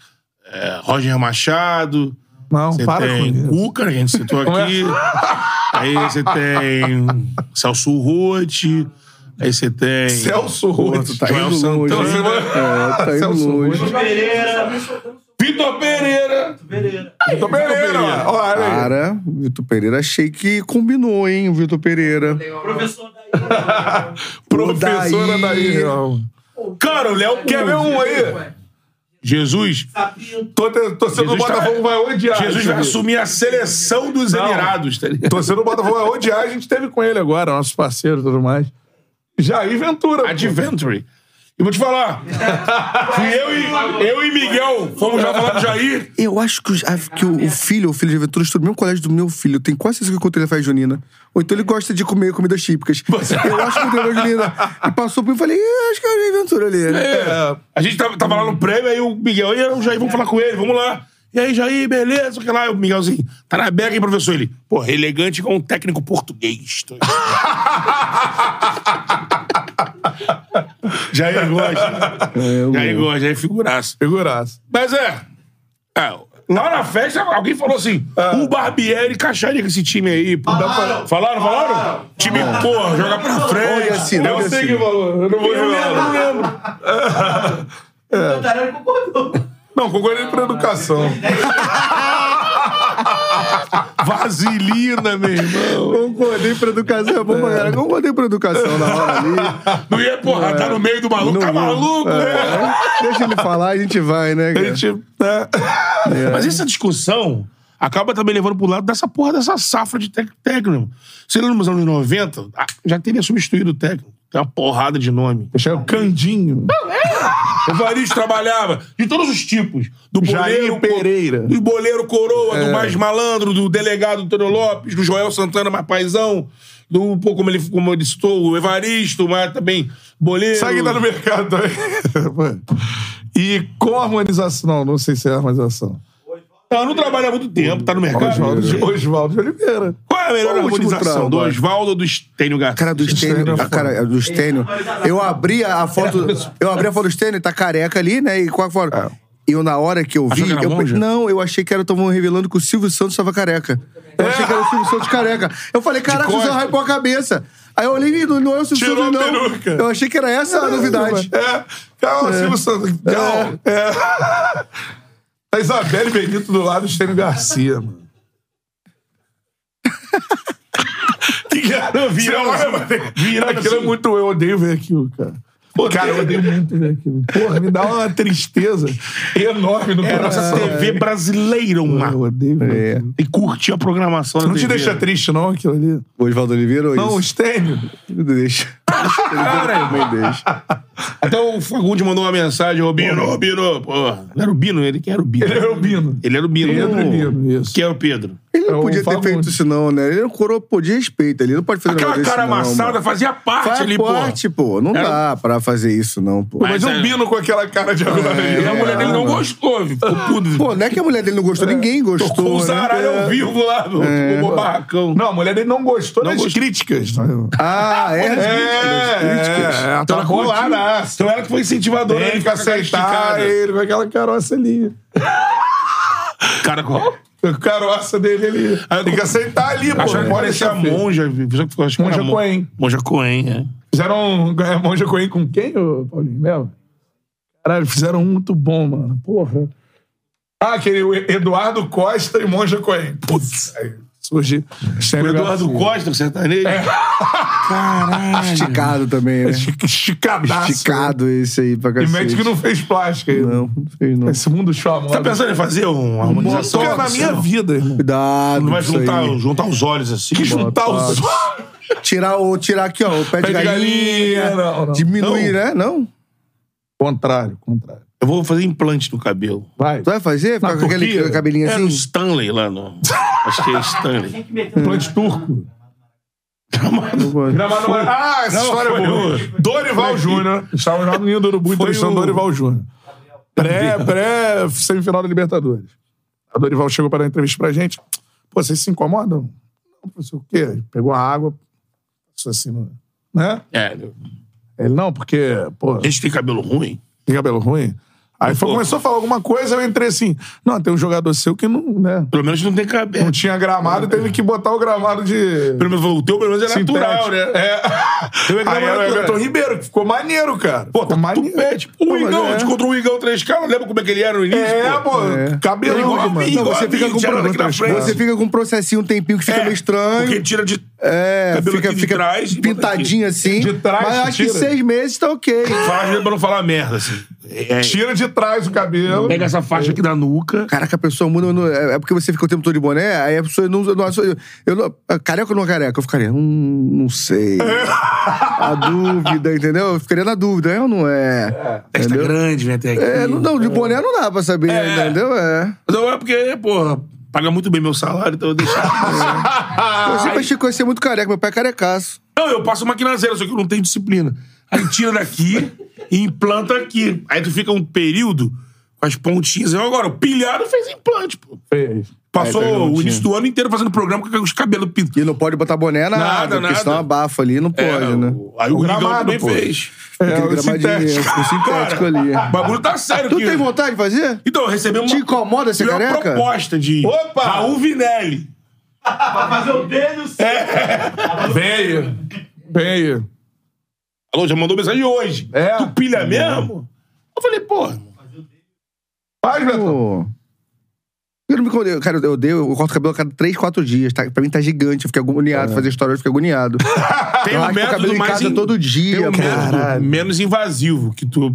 S2: é, Roger Machado,
S1: Não,
S2: você
S1: para com
S2: tem
S1: isso. é?
S2: Cuca, que a gente citou aqui, aí você tem Celso Rotti, aí você tem...
S1: Celso Rotti.
S3: Tá
S2: Joel
S3: indo
S1: É
S3: longe.
S2: Santana.
S3: hein? É, tá indo
S1: Celso
S3: longe.
S4: Pereira.
S1: Vitor Pereira.
S4: Pereira.
S1: Vitor Pereira,
S2: Pereira.
S1: ó. Olha aí.
S3: Cara, Vitor Pereira, achei que combinou, hein, o Vitor Pereira.
S4: Professor daí.
S1: Professora
S3: O
S1: daí,
S3: Daí.
S1: irmão.
S2: Cara, o Léo
S1: Quer ver um aí?
S2: Jesus,
S4: Sapinho.
S1: Tô te- Torcedor do
S2: Jesus tá-
S1: Botafogo vai odiar.
S2: Jesus
S1: isso
S2: vai
S1: aqui.
S2: assumir a seleção dos
S1: Não.
S2: Emirados, tá ligado?
S1: Torcedor do Botafogo vai odiar. A gente teve com ele agora, nosso parceiro e tudo mais. Jair Ventura. pô.
S2: Adventure. E vou te falar, fui eu e, eu e Miguel fomos já falar do Jair.
S3: Eu acho que, os- a- que o, o filho, o filho de Ventura, estuda no mesmo colégio do meu filho. Eu tenho quase certeza que eu encontrei na festa junina. Ou então ele gosta de comer comidas típicas. Eu acho que eu encontrei na festa junina. E passou por mim e falei, "Ih, acho que é o Jair Ventura ali. né?"
S1: É,
S2: A gente tava, tava lá no prêmio, aí o Miguel, e o Jair, vamos falar com ele, vamos lá. E aí, Jair, beleza, o que lá? E O Miguelzinho, tá na bega, hein, professor? Ele, porra, elegante com um técnico português. Jair gosta. Jair gosta, Jair é figuraça.
S1: Figuraça.
S2: Mas é, é, lá na festa, alguém falou assim, o Barbieri encaixaria com esse time aí. pô. Falaram, falaram? Time, porra, joga pra frente.
S3: Olha assim,
S2: Eu
S3: olha
S2: sei
S3: assim.
S2: que falou, eu não vou
S1: Eu
S2: jogar.
S1: lembro,
S2: não.
S4: O Cantarelli concordou.
S1: Não, concorrente pra educação.
S2: Vaselina, meu irmão.
S3: Concordei pra educação, é bom pra caralho. Concordei pra educação na hora ali.
S2: Não ia, porra, tá no meio do maluco,
S3: Não
S2: tá
S3: vou.
S2: maluco, né?
S3: É, Deixa ele falar, a gente vai, né,
S1: A
S3: cara?
S1: gente. né?
S2: Mas essa discussão acaba também levando pro lado dessa porra dessa safra de tec- técnico. Se ele nos anos 90, ah, já teria substituído o técnico. Tem uma porrada de nome.
S1: Deixar o Candinho.
S2: O Variz trabalhava de todos os tipos. Do
S1: Jair
S2: boleiro,
S1: Pereira. É.
S2: do boleiro coroa, do mais malandro, do delegado Antônio Lopes, do Joel Santana mais paizão, do, pô, como ele, como ele citou, o Evaristo, mas também boleiro.
S1: Sai que tá no mercado né? também. E com a harmonização. Não, não sei se é harmonização.
S2: Tá, Não, não trabalha há muito tempo, tá no mercado.
S1: Oswaldo de, Oswaldo de Oliveira.
S2: Qual é a melhor
S3: Qual o último
S2: harmonização? Do
S3: trabalho?
S2: Oswaldo ou do Estênio Garcia?
S3: Cara do
S2: é
S3: Stênio, a cara a do Stênio. Eu abri a a foto, eu abri a foto do Stênio, tá careca ali, né? E qual foi? Eu na hora que eu vi,
S2: É. Achou que era
S3: eu pe-
S2: monge?
S3: não, eu achei que era estavam revelando que o Silvio Santos tava careca. Eu achei que era o Silvio Santos careca. Eu falei, caraca, o Zé
S2: costas.
S3: raipou a cabeça. Aí eu olhei, não, não é o Silvio
S1: Tirou
S3: Santos
S1: a
S3: não.
S1: peruca.
S3: Eu achei que era essa a novidade.
S1: É.
S2: Tá,
S1: Calma, Silvio Santos. Calma. É. A Isabelle Benito do lado do Estênio Garcia, mano.
S2: assim, virando
S1: Sei lá,
S2: assim,
S1: mano.
S2: virando
S1: Aquilo
S2: assim.
S1: é muito. Eu odeio ver aquilo, cara. cara, eu odeio muito ver aquilo. Porra, me dá uma tristeza enorme no
S2: É a nossa
S1: coração.
S2: TV brasileira,
S1: Eu
S2: uma.
S1: odeio ver.
S3: É.
S1: aquilo.
S2: E curtir a programação da né?
S1: Não te
S2: TV.
S1: deixa triste, não, aquilo ali.
S3: O Oswaldo Oliveira ou
S1: Não,
S3: isso?
S1: o Estênio.
S3: Não, deixa. Também deixa.
S2: Até o Fagundi mandou uma mensagem, ô Bino, ô Bino, porra. Não era o Bino, ele quem era o Bino?
S1: Ele é o Bino.
S2: Ele era o Bino.
S1: Pedro e Bino, isso.
S2: Quem era o Pedro?
S3: Ele
S1: É
S3: não
S1: o
S3: podia ter
S1: Fagundes.
S3: feito isso não, né? Ele é um coroa pô, de respeito, ele não pode fazer um
S2: Aquela
S3: negócio
S2: cara
S3: desse, não,
S2: amassada
S3: mano.
S2: fazia parte
S3: Faz
S2: ali,
S3: parte, pô. Não
S2: Era-
S3: dá pra fazer isso, não, pô.
S1: Mas,
S2: Mas é-
S1: o Bino com aquela cara de agora.
S2: porra. E a
S1: ali.
S2: mulher dele não gostou, viu? É, ficou É. puto.
S3: Pô, não é que a mulher dele não gostou, ninguém gostou.
S2: Tocou o
S3: né?
S2: zaralho ao vivo lá, meu.
S3: É.
S2: Tocou o barracão.
S1: Não, a mulher dele não gostou das
S2: gostou.
S1: críticas. né?
S3: Ah, é? Críticas.
S1: é,
S2: Então ela curtiu. Então ela que foi incentivadora.
S1: Tem
S2: ele
S1: que
S2: com aquela
S1: aceitar
S2: esticada.
S1: ele com aquela caroça ali.
S2: Cara, qual?
S1: Com a caroça dele ali.
S2: Aí eu-
S1: Tem que aceitar ali, pô.
S2: Acharam que parecia a monja. acho que era
S1: Monja
S2: mon-
S1: Coen.
S2: Monja Coen, é.
S1: Fizeram um é, Monja Coen com quem, ô Paulinho Melo? Caralho, fizeram um muito bom, mano. Porra. Ah, aquele o Eduardo Costa e Monja Coen. Putz, aí surgiu.
S2: O Eduardo
S3: assim.
S2: Costa, o sertanejo. Caralho.
S3: Esticado também, né?
S1: Esticadaço.
S3: Esticado esse aí pra
S1: E
S3: cacete.
S1: mete que não fez plástica aí.
S3: Não, não fez não.
S1: Esse mundo chama.
S2: Tá é pensando em fazer uma harmonização?
S1: Nunca na minha vida, irmão.
S3: Cuidado
S2: Não vai
S3: com isso
S2: juntar,
S3: aí.
S2: juntar os olhos assim.
S1: Que
S2: bota.
S1: juntar os...
S3: Tirar, o, tirar aqui, ó, o pé, de
S1: de
S3: galinha.
S2: É,
S1: galinha, não, não.
S3: Diminuir, né? Não?
S1: Contrário, contrário.
S2: Eu vou fazer implante no cabelo.
S1: Vai.
S3: Tu vai fazer? Ficar com aquele
S1: Turquia?
S3: cabelinho
S2: Era o
S3: assim?
S2: Stanley lá no. Acho que é Stanley.
S4: Tinha que meter um
S1: Plante turco. Gramado no... Ah, essa
S2: Não,
S1: história é
S2: foi
S1: boa.
S2: o-
S1: Dorival Júnior. é Estava jogando no Ninho do Urubu
S2: Foi
S1: entrevistando
S2: o-
S1: Dorival Júnior. Pré, pré semifinal da Libertadores. A Dorival chegou para dar entrevista pra gente. Pô, vocês se incomodam? Não, professor, o quê? Pegou a água, passou assim, no- né?
S2: É,
S1: É, Ele, não, porque, pô,
S2: Esse tem cabelo ruim.
S1: tem cabelo ruim. Aí foi, começou a falar alguma coisa, eu entrei assim, não, tem um jogador seu que não, né,
S2: Pelo menos não tem cabelo.
S1: não tinha gramado e teve que botar o gramado de...
S2: Pelo menos o teu, pelo menos é
S1: Sintético.
S2: natural, né?
S1: É.
S2: Teu é
S1: Aí
S2: gramado
S1: era o
S2: natural.
S1: Everton Ribeiro, que ficou maneiro, cara.
S2: Pô, tá
S1: ficou
S2: maneiro. é. o Igão, a gente encontrou o um Igão 3K, não lembra como é que ele era no início?
S1: É, pô,
S3: É.
S1: cabelo
S2: Igual a mim,
S3: Não,
S2: igual
S3: você,
S2: a
S3: fica
S2: mim,
S3: com
S2: tira daqui na frente.
S3: você fica com um processinho um tempinho que fica
S2: É,
S3: meio estranho.
S2: Porque tira de.
S3: É,
S2: cabelo
S3: fica,
S2: aqui de
S3: fica
S2: trás e bota
S3: pintadinho assim.
S1: De trás,
S3: mas
S1: tu
S3: acho que
S1: tira.
S3: seis meses tá ok.
S2: Faz mesmo pra não falar merda, assim. É, é.
S1: Tira de trás o cabelo.
S2: Pega essa faixa aqui da nuca.
S3: Caraca, a pessoa muda. no- é é porque você fica o tempo todo de boné, aí a pessoa não. não eu, eu não- careca ou não careca? Eu ficaria. Hum, não sei. a dúvida, entendeu? Eu ficaria na dúvida, é ou não é?
S2: Testa grande, vem até aqui.
S3: É, não, não, de boné não dá pra saber,
S2: É.
S3: entendeu? É.
S2: Mas eu- é porque, porra, paga muito bem meu salário, então eu deixo.
S3: Eu sempre achei que eu ia ser muito careca, meu pai é carecaço.
S2: não, eu passo maquinazeira, só que eu não tenho disciplina. Aí tira daqui e implanta aqui. Aí tu fica um período com as pontinhas. Eu agora, o pilhado fez implante, pô. Passou
S3: Aí pega a
S2: o
S3: pontinha.
S2: início do ano inteiro fazendo programa com os cabelos pintados.
S3: E não pode botar boné na
S2: Nada,
S3: água, porque
S2: nada.
S3: senão abafa ali, não pode,
S2: É,
S3: né?
S2: o- Aí o,
S1: O
S2: gramado
S1: gramado,
S2: também
S1: pô.
S2: fez.
S1: É,
S3: Aquele
S1: o
S3: gramadinho,
S1: sintético.
S3: o sintético
S2: Cara,
S3: ali.
S2: O bagulho tá sério
S3: Tu
S2: aqui.
S3: tem vontade de fazer?
S2: Então, recebemos
S3: Te incomoda ser
S2: uma
S3: careca?
S2: proposta de
S1: Opa!
S2: Raul Vinelli.
S4: Pra fazer o dedo sim.
S1: Veio. Veio.
S2: Alô, já mandou mensagem hoje.
S1: É.
S2: Tu pilha mesmo? Eu falei, pô,
S1: Faz, Betão.
S3: Pô. Eu não me condeno. Cara, eu odeio, eu corto o cabelo a cada 3, 4 dias. Tá? Pra mim tá gigante, eu fiquei agoniado. Fazer história, eu fiquei agoniado.
S2: tem
S3: eu
S2: um
S3: raspo o
S2: método
S3: cabelo em
S2: mais...
S3: casa
S2: in-
S3: todo
S2: Tem
S3: dia,
S2: um método
S3: cara.
S2: menos invasivo que tu...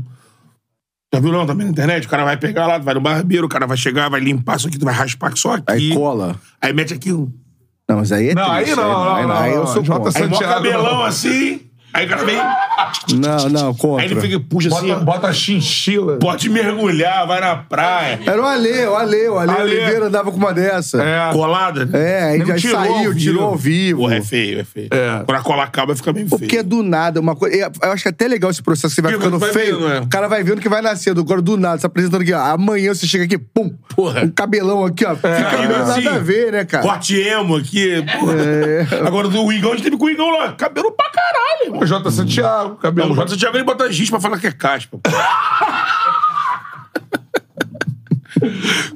S2: Já viu não? Tá vendo na internet? O cara vai pegar lá, tu vai no barbeiro, o cara vai chegar, vai limpar isso aqui, tu vai raspar só aqui.
S3: Aí cola.
S2: Aí mete aqui um...
S3: Não, mas aí é
S1: Não, aí
S3: triste.
S1: não, não,
S3: aí,
S1: não,
S3: aí
S1: não,
S3: eu sou
S1: Jota
S3: contra.
S2: Aí mó
S1: Santiago,
S2: cabelão
S1: não.
S2: assim, aí o cara vem...
S3: Não, não,
S2: Aí ele
S3: contra.
S2: fica, puxa assim,
S1: Bota, bota a chinchila.
S2: pode mergulhar, vai na praia.
S3: Era o Ale, o Ale, o Ale,
S1: Ale.
S3: Oliveira andava com uma dessa. É,
S1: É.
S2: Colada? né?
S3: aí
S1: Ele
S3: já
S1: tirou ao
S3: saiu,
S1: vivo.
S3: tirou ao vivo.
S2: Porra, é feio, é feio.
S1: É.
S2: Quando a cola acaba, fica meio feio.
S3: Porque é do nada, uma coisa. Eu acho que é até legal esse processo, você vai
S2: Porque
S3: ficando
S2: vai
S3: feio.
S2: vendo, é.
S3: O cara vai vendo que vai nascendo. Agora, do nada, você tá apresentando aqui, ó. Amanhã você chega aqui, pum!
S2: Porra.
S3: Um cabelão aqui, ó. Fica
S2: Aí,
S3: não tem
S2: assim,
S3: nada a ver, né, cara? É.
S2: Corte emo aqui. porra. Agora o Igão, a gente teve com o Igão lá. Cabelo pra caralho, irmão.
S1: O Jota Santiago,
S2: Não,
S1: cabelo.
S2: o Jota Santiago ele bota giz pra falar que é caspa. pô.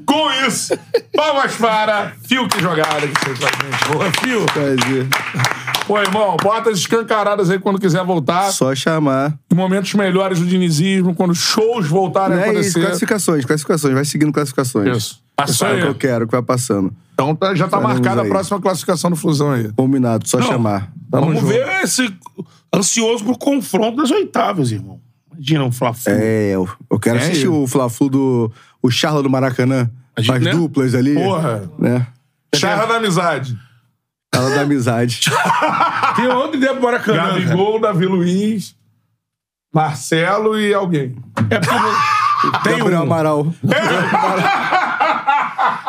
S1: Com isso, palmas para Fio que jogada que fez pra gente. Boa, Fio.
S3: Prazer.
S1: Pô, irmão, bota as escancaradas aí quando quiser voltar.
S3: Só chamar.
S1: Momentos melhores do dinizismo, quando os shows voltarem a
S3: É isso,
S1: acontecer.
S3: classificações, classificações. Vai seguindo classificações.
S1: Isso. Passou
S3: É o que eu
S1: aí.
S3: quero, que vai passando.
S1: Então tá- já tá
S3: Faremos
S1: marcada a
S3: aí.
S1: próxima classificação do Fusão aí.
S3: Combinado, só
S2: Não,
S3: chamar. Tá
S1: Tamo
S2: Vamos
S1: junto.
S2: ver esse ansioso pro confronto das oitavas, irmão. Imagina um fla
S3: É, eu, eu quero
S1: É
S3: assistir
S1: isso.
S3: o Fla-Flu do... O Charla do Maracanã.
S2: A gente,
S3: as
S2: né?
S3: duplas ali.
S1: Porra.
S3: Né?
S1: Charra da amizade.
S3: Charla da amizade.
S2: Tem outra ideia pro Maracanã. cara.
S1: Gabigol, Davi Luiz, Marcelo e alguém.
S2: É porque... Tem
S3: Gabriel
S2: um.
S3: Amaral.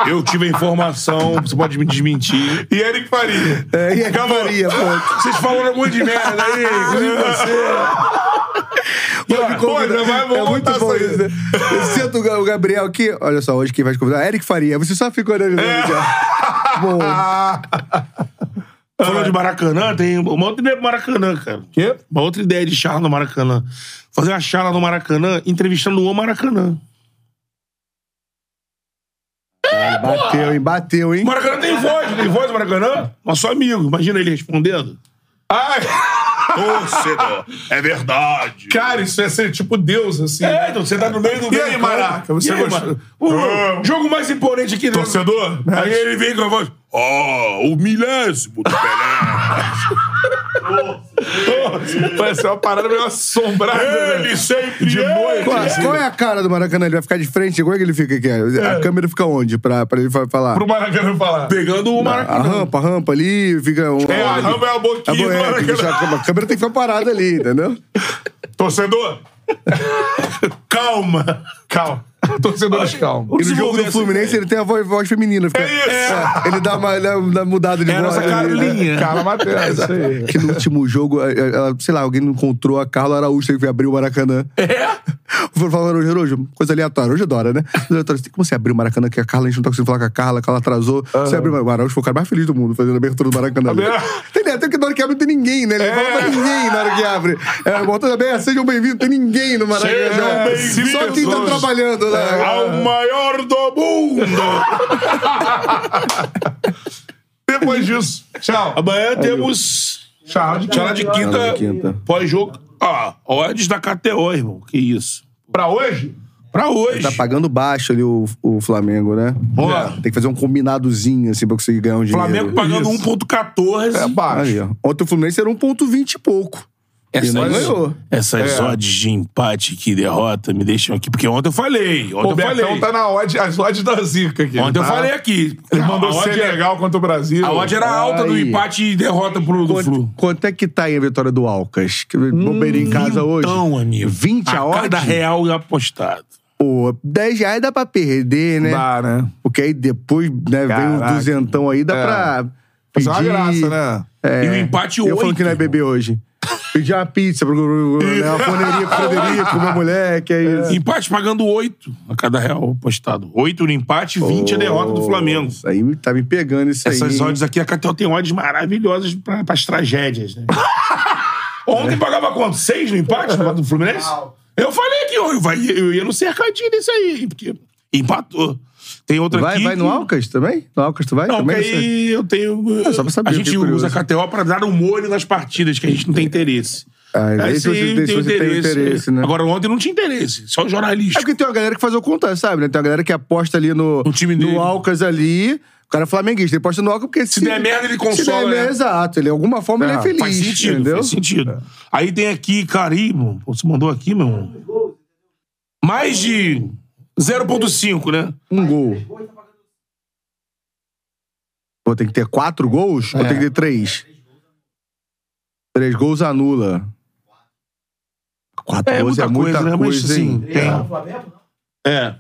S2: Eu tive a informação, você pode me desmentir.
S1: E Eric Faria.
S3: É, e a Cavaria, pô.
S2: Vocês falaram um monte de merda aí.
S3: Pode convidar.
S1: Pô, já vai
S3: é muito
S1: voltar
S3: bom
S1: essa
S3: isso, né? Eu sento o Ga- o Gabriel aqui. Olha só, hoje quem vai te convidar é Eric Faria. Você só ficou olhando. É. Bom,
S2: Falando de Maracanã, tem uma outra ideia pro Maracanã, cara.
S1: Quê?
S2: Uma outra ideia de charla no Maracanã. Fazer uma charla no Maracanã entrevistando o Maracanã.
S3: bateu, hein? Bateu, hein?
S2: O Maracanã tem voz, não tem voz do Maracanã? Nosso amigo, imagina ele respondendo.
S1: Ai,
S2: Torcedor, é verdade.
S1: cara, isso é ser tipo Deus, assim.
S2: É, então você tá no meio do
S1: E
S2: meio
S1: aí,
S2: campo.
S1: Maraca, você
S2: E aí,
S1: gostou? Ah.
S2: Mara- O jogo mais imponente aqui dentro.
S1: Torcedor?
S2: Aí ele vem com a voz. Ó, o milésimo do Pelé.
S1: Parece uma parada meio assombrada.
S2: ele sempre
S1: De
S2: é.
S1: noite.
S3: Qual, qual é a cara do Maracanã? Ele vai ficar de frente? Como é que ele fica aqui? A câmera fica onde? Pra, pra ele fa- falar?
S1: Pro Maracanã falar.
S2: Pegando o
S3: A
S2: Maracanã.
S3: rampa, a rampa ali, fica um.
S1: É, a rampa é a
S3: Tá bom,
S1: boquinha do
S3: é, tem que deixar
S1: Maracanã.
S3: a câmera- a câmera tem que ficar parada ali, entendeu?
S1: Torcedor,
S2: Calma.
S1: calma. Torcedores calmos.
S3: E no jogo do Fluminense ele tem a voz, voz feminina. fica-
S1: É isso.
S3: ele dá uma, ele dá uma mudada de
S2: É a
S3: voz.
S2: nossa
S3: ali, né?
S2: Carlinha.
S1: Carla Matheus, isso aí.
S3: Que no último jogo, eh, eh, ela, sei lá, alguém não encontrou a Carla Araújo, teve que abrir o Maracanã. É? Falaram, Araújo, Araújo, coisa aleatória. Hoje adora, né? Hoje adora, assim, Como você abriu o Maracanã, que a Carla, a gente não tá conseguindo falar com a Carla, que ela atrasou. Você abriu o Maracanã. O Araújo foi o cara mais feliz do mundo, fazendo a abertura do Maracanã. ali.
S1: Abriu.
S3: Tem, né? Até que na hora que abre não tem ninguém, né? Ele não fala pra ninguém na hora que abre. É, voltando bem, sejam bem-vindos, tem ninguém no Maracanã.
S1: Sejam
S3: É.
S1: bem-vindos.
S3: Só quem tá trabalhando, né?
S1: Ao maior do mundo. Depois disso, tchau.
S2: Amanhã temos.
S1: Tchau de
S2: Tchau de quinta.
S3: de quinta.
S2: Pós-jogo. Ah, odds da KTO, irmão. Que isso.
S1: Pra hoje?
S2: Pra hoje.
S3: Tá pagando baixo ali o, o Flamengo, né?
S2: Ó.
S3: Tem que fazer um combinadozinho, assim, pra conseguir ganhar um dinheiro.
S2: Flamengo pagando
S1: Isso.
S2: 1,14.
S1: É
S3: Aí,
S1: baixo.
S3: ó. Ontem o Fluminense era 1.20 e pouco. e não
S2: Essas,
S3: ganhou.
S2: essas
S1: É.
S2: odds de empate que derrota me deixam aqui. Porque ontem eu falei. Ontem
S1: O
S2: eu
S1: Betão
S2: falei.
S1: tá na odd, as odds da zica aqui.
S2: Ontem eu
S1: tá?
S2: falei aqui.
S1: Ele
S2: a
S1: mandou
S2: odd é
S1: ser legal contra o Brasil.
S2: A odd era alta do
S3: Aí.
S2: empate e derrota pro do
S3: Quanto,
S2: Flu.
S3: quanto é que tá aí a vitória do Alcas? Que bobeira em casa hoje.
S2: Então, amigo.
S3: 20 a odd?
S2: Cada real é apostado.
S3: Pô, 10 reais dá pra perder, né?
S1: Dá, né?
S3: Porque aí depois, né, vem
S1: Caraca.
S3: o duzentão aí, dá
S1: É.
S3: pra
S1: Mas
S3: pedir...
S1: é uma graça, né?
S2: E o empate
S3: Eu
S2: 8.
S3: falando que não é beber hoje. Pedir uma pizza, pro, pro, pro, né, uma foneria pro Frederico, meu moleque, é isso.
S2: Empate pagando 8 a cada real apostado. 8 no empate, 20 a derrota do Flamengo.
S3: Isso aí me- tá me pegando isso
S2: Essas
S3: aí.
S2: odds aqui, a Catel tem odds maravilhosas pra, pras tragédias, né? Ontem pagava quanto? Seis no empate no do Fluminense? Eu falei que eu, vai- eu ia no cercadinho desse aí, porque empatou. Tem outra
S3: Vai,
S2: aqui.
S3: vai no
S2: que-
S3: Alcas também? No Alcas tu vai? é
S2: Não,
S3: também
S2: porque aí eu tenho.
S3: É, só pra saber,
S2: a
S3: fiquei
S2: gente
S3: curioso.
S2: usa a KTO pra dar um molho nas partidas, que a gente não tem interesse.
S3: Ah,
S2: Aí
S3: esse você- esse você tem interesse, né?
S2: é. Agora, ontem não tinha interesse, só o
S3: É
S2: jornalista.
S3: porque tem uma galera que faz o contrário, sabe? Né? Tem uma galera que aposta ali no,
S2: No time dele.
S3: no Alcas ali. O cara é flamenguista, ele aposta no Alcas porque se...
S2: der merda, ele
S3: Se
S2: consola,
S3: der merda,
S2: né? Ah,
S3: exato. Ele, de alguma forma, ele é feliz,
S2: Faz sentido,
S3: entendeu? É.
S2: faz sentido. Aí tem aqui, Caribo, pô, você mandou aqui, meu irmão. Mais de 0,5, né?
S3: Um gol. Pô, tem que ter quatro gols? Ou tem que ter três? Três gols anula. Quatro
S2: É
S3: gols
S2: muita,
S3: é muita
S2: coisa, né? Mas
S3: coisa,
S2: assim,
S3: hein?
S2: tem. É.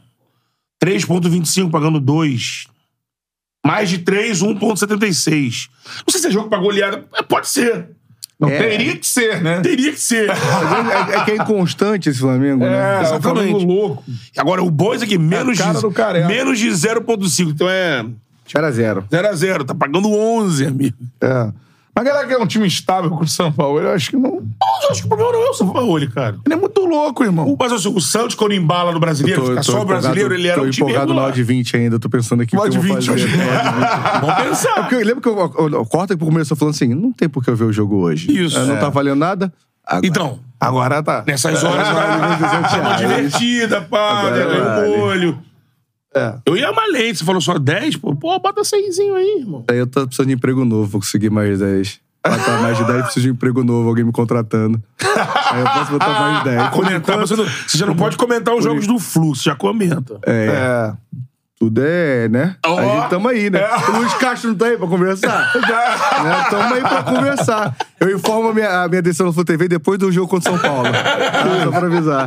S2: 3,25 pagando 2. Mais de um 3, 1,76. Não sei se é jogo pra goleada. É, Pode ser.
S1: Não,
S3: É.
S1: Teria que ser, né?
S2: Teria que ser.
S3: É, é que é inconstante esse Flamengo, né?
S1: É,
S2: Exatamente.
S1: Flamengo louco.
S2: Agora, o bom é isso aqui, menos
S1: cara do
S2: de,
S1: Careca.
S2: menos de 0,5. Então é
S3: Era zero.
S2: 0x0. Tá pagando 11, amigo.
S1: É. Mas galera que é um time estável com o São Paulo, eu acho que não.
S2: Mas eu acho que o problema não é o São Paulo, cara.
S1: Ele é muito louco, irmão.
S2: Mas assim, o Santos, quando embala no brasileiro,
S3: Tô-
S2: fica
S3: tô
S2: só o brasileiro,
S3: empolgado-
S2: ele era
S3: tô
S2: um time
S3: empolgado no
S2: regular.
S3: de 20 ainda, tô pensando aqui. o que
S1: Odd
S3: eu vou
S1: 20
S3: fazer.
S1: hoje.
S2: Vamos pensar.
S3: É porque eu lembro que eu, eu, eu, Corta que começou falando assim: não tem por que eu ver o jogo hoje.
S2: Isso.
S3: É, Não tá valendo nada. Agora-
S2: Então,
S1: Agora tá.
S2: nessas horas, tá
S3: é.
S2: uma divertida, pá,
S3: Agora
S2: né? Ganhou
S3: vale.
S2: um molho.
S1: É.
S2: Eu ia malei, você falou só 10, pô, pô bota 6 aí, irmão.
S3: Aí eu tô precisando de emprego novo, vou conseguir mais 10. Botar mais de 10, preciso de um emprego novo, alguém me contratando. Aí eu posso botar mais 10.
S2: Comentar, você, não- você já não pode comentar os jogos do Flu, você já comenta.
S3: É,
S1: É.
S3: tudo é, né?
S2: Ó. É.
S3: A gente tamo aí, né? O Luiz Castro não tá aí pra conversar? né? Tamo aí pra conversar. Eu informo a minha, a minha decisão no Flu TV depois do jogo contra o São Paulo. Tá? Só pra avisar.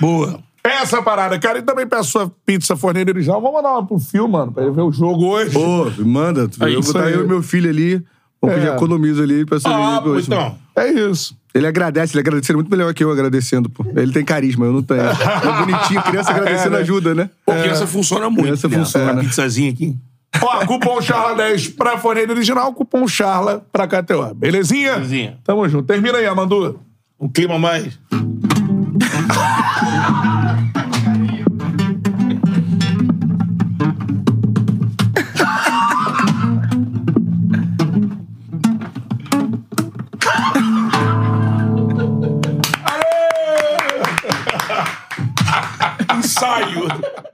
S2: Boa.
S1: é Essa parada, cara. E também peço sua pizza forneira original. Vamos mandar uma pro Fio, mano, pra ele ver o jogo hoje.
S3: Ô, manda.
S2: É
S3: eu vou
S2: isso
S3: botar
S2: aí.
S3: eu e meu filho ali. Vamos
S1: É.
S3: pedir economizo ali pra ser
S2: Ah, pô,
S3: né?
S2: então.
S1: É isso.
S3: Ele agradece, ele agradece ele é muito melhor que eu agradecendo, pô. Ele tem carisma, eu não tenho. É bonitinho, criança agradecendo
S1: É, né?
S3: ajuda, né?
S2: Pô, criança funciona muito.
S3: Criança
S2: né?
S3: funciona.
S2: Uma pizzazinha aqui.
S1: Ó, cupom Charla 10 pra forneira original, cupom Charla pra KTO. Belezinha?
S2: Belezinha.
S1: Tamo junto. Termina aí, Amandu.
S2: Um clima mais. Aê! Ensaio!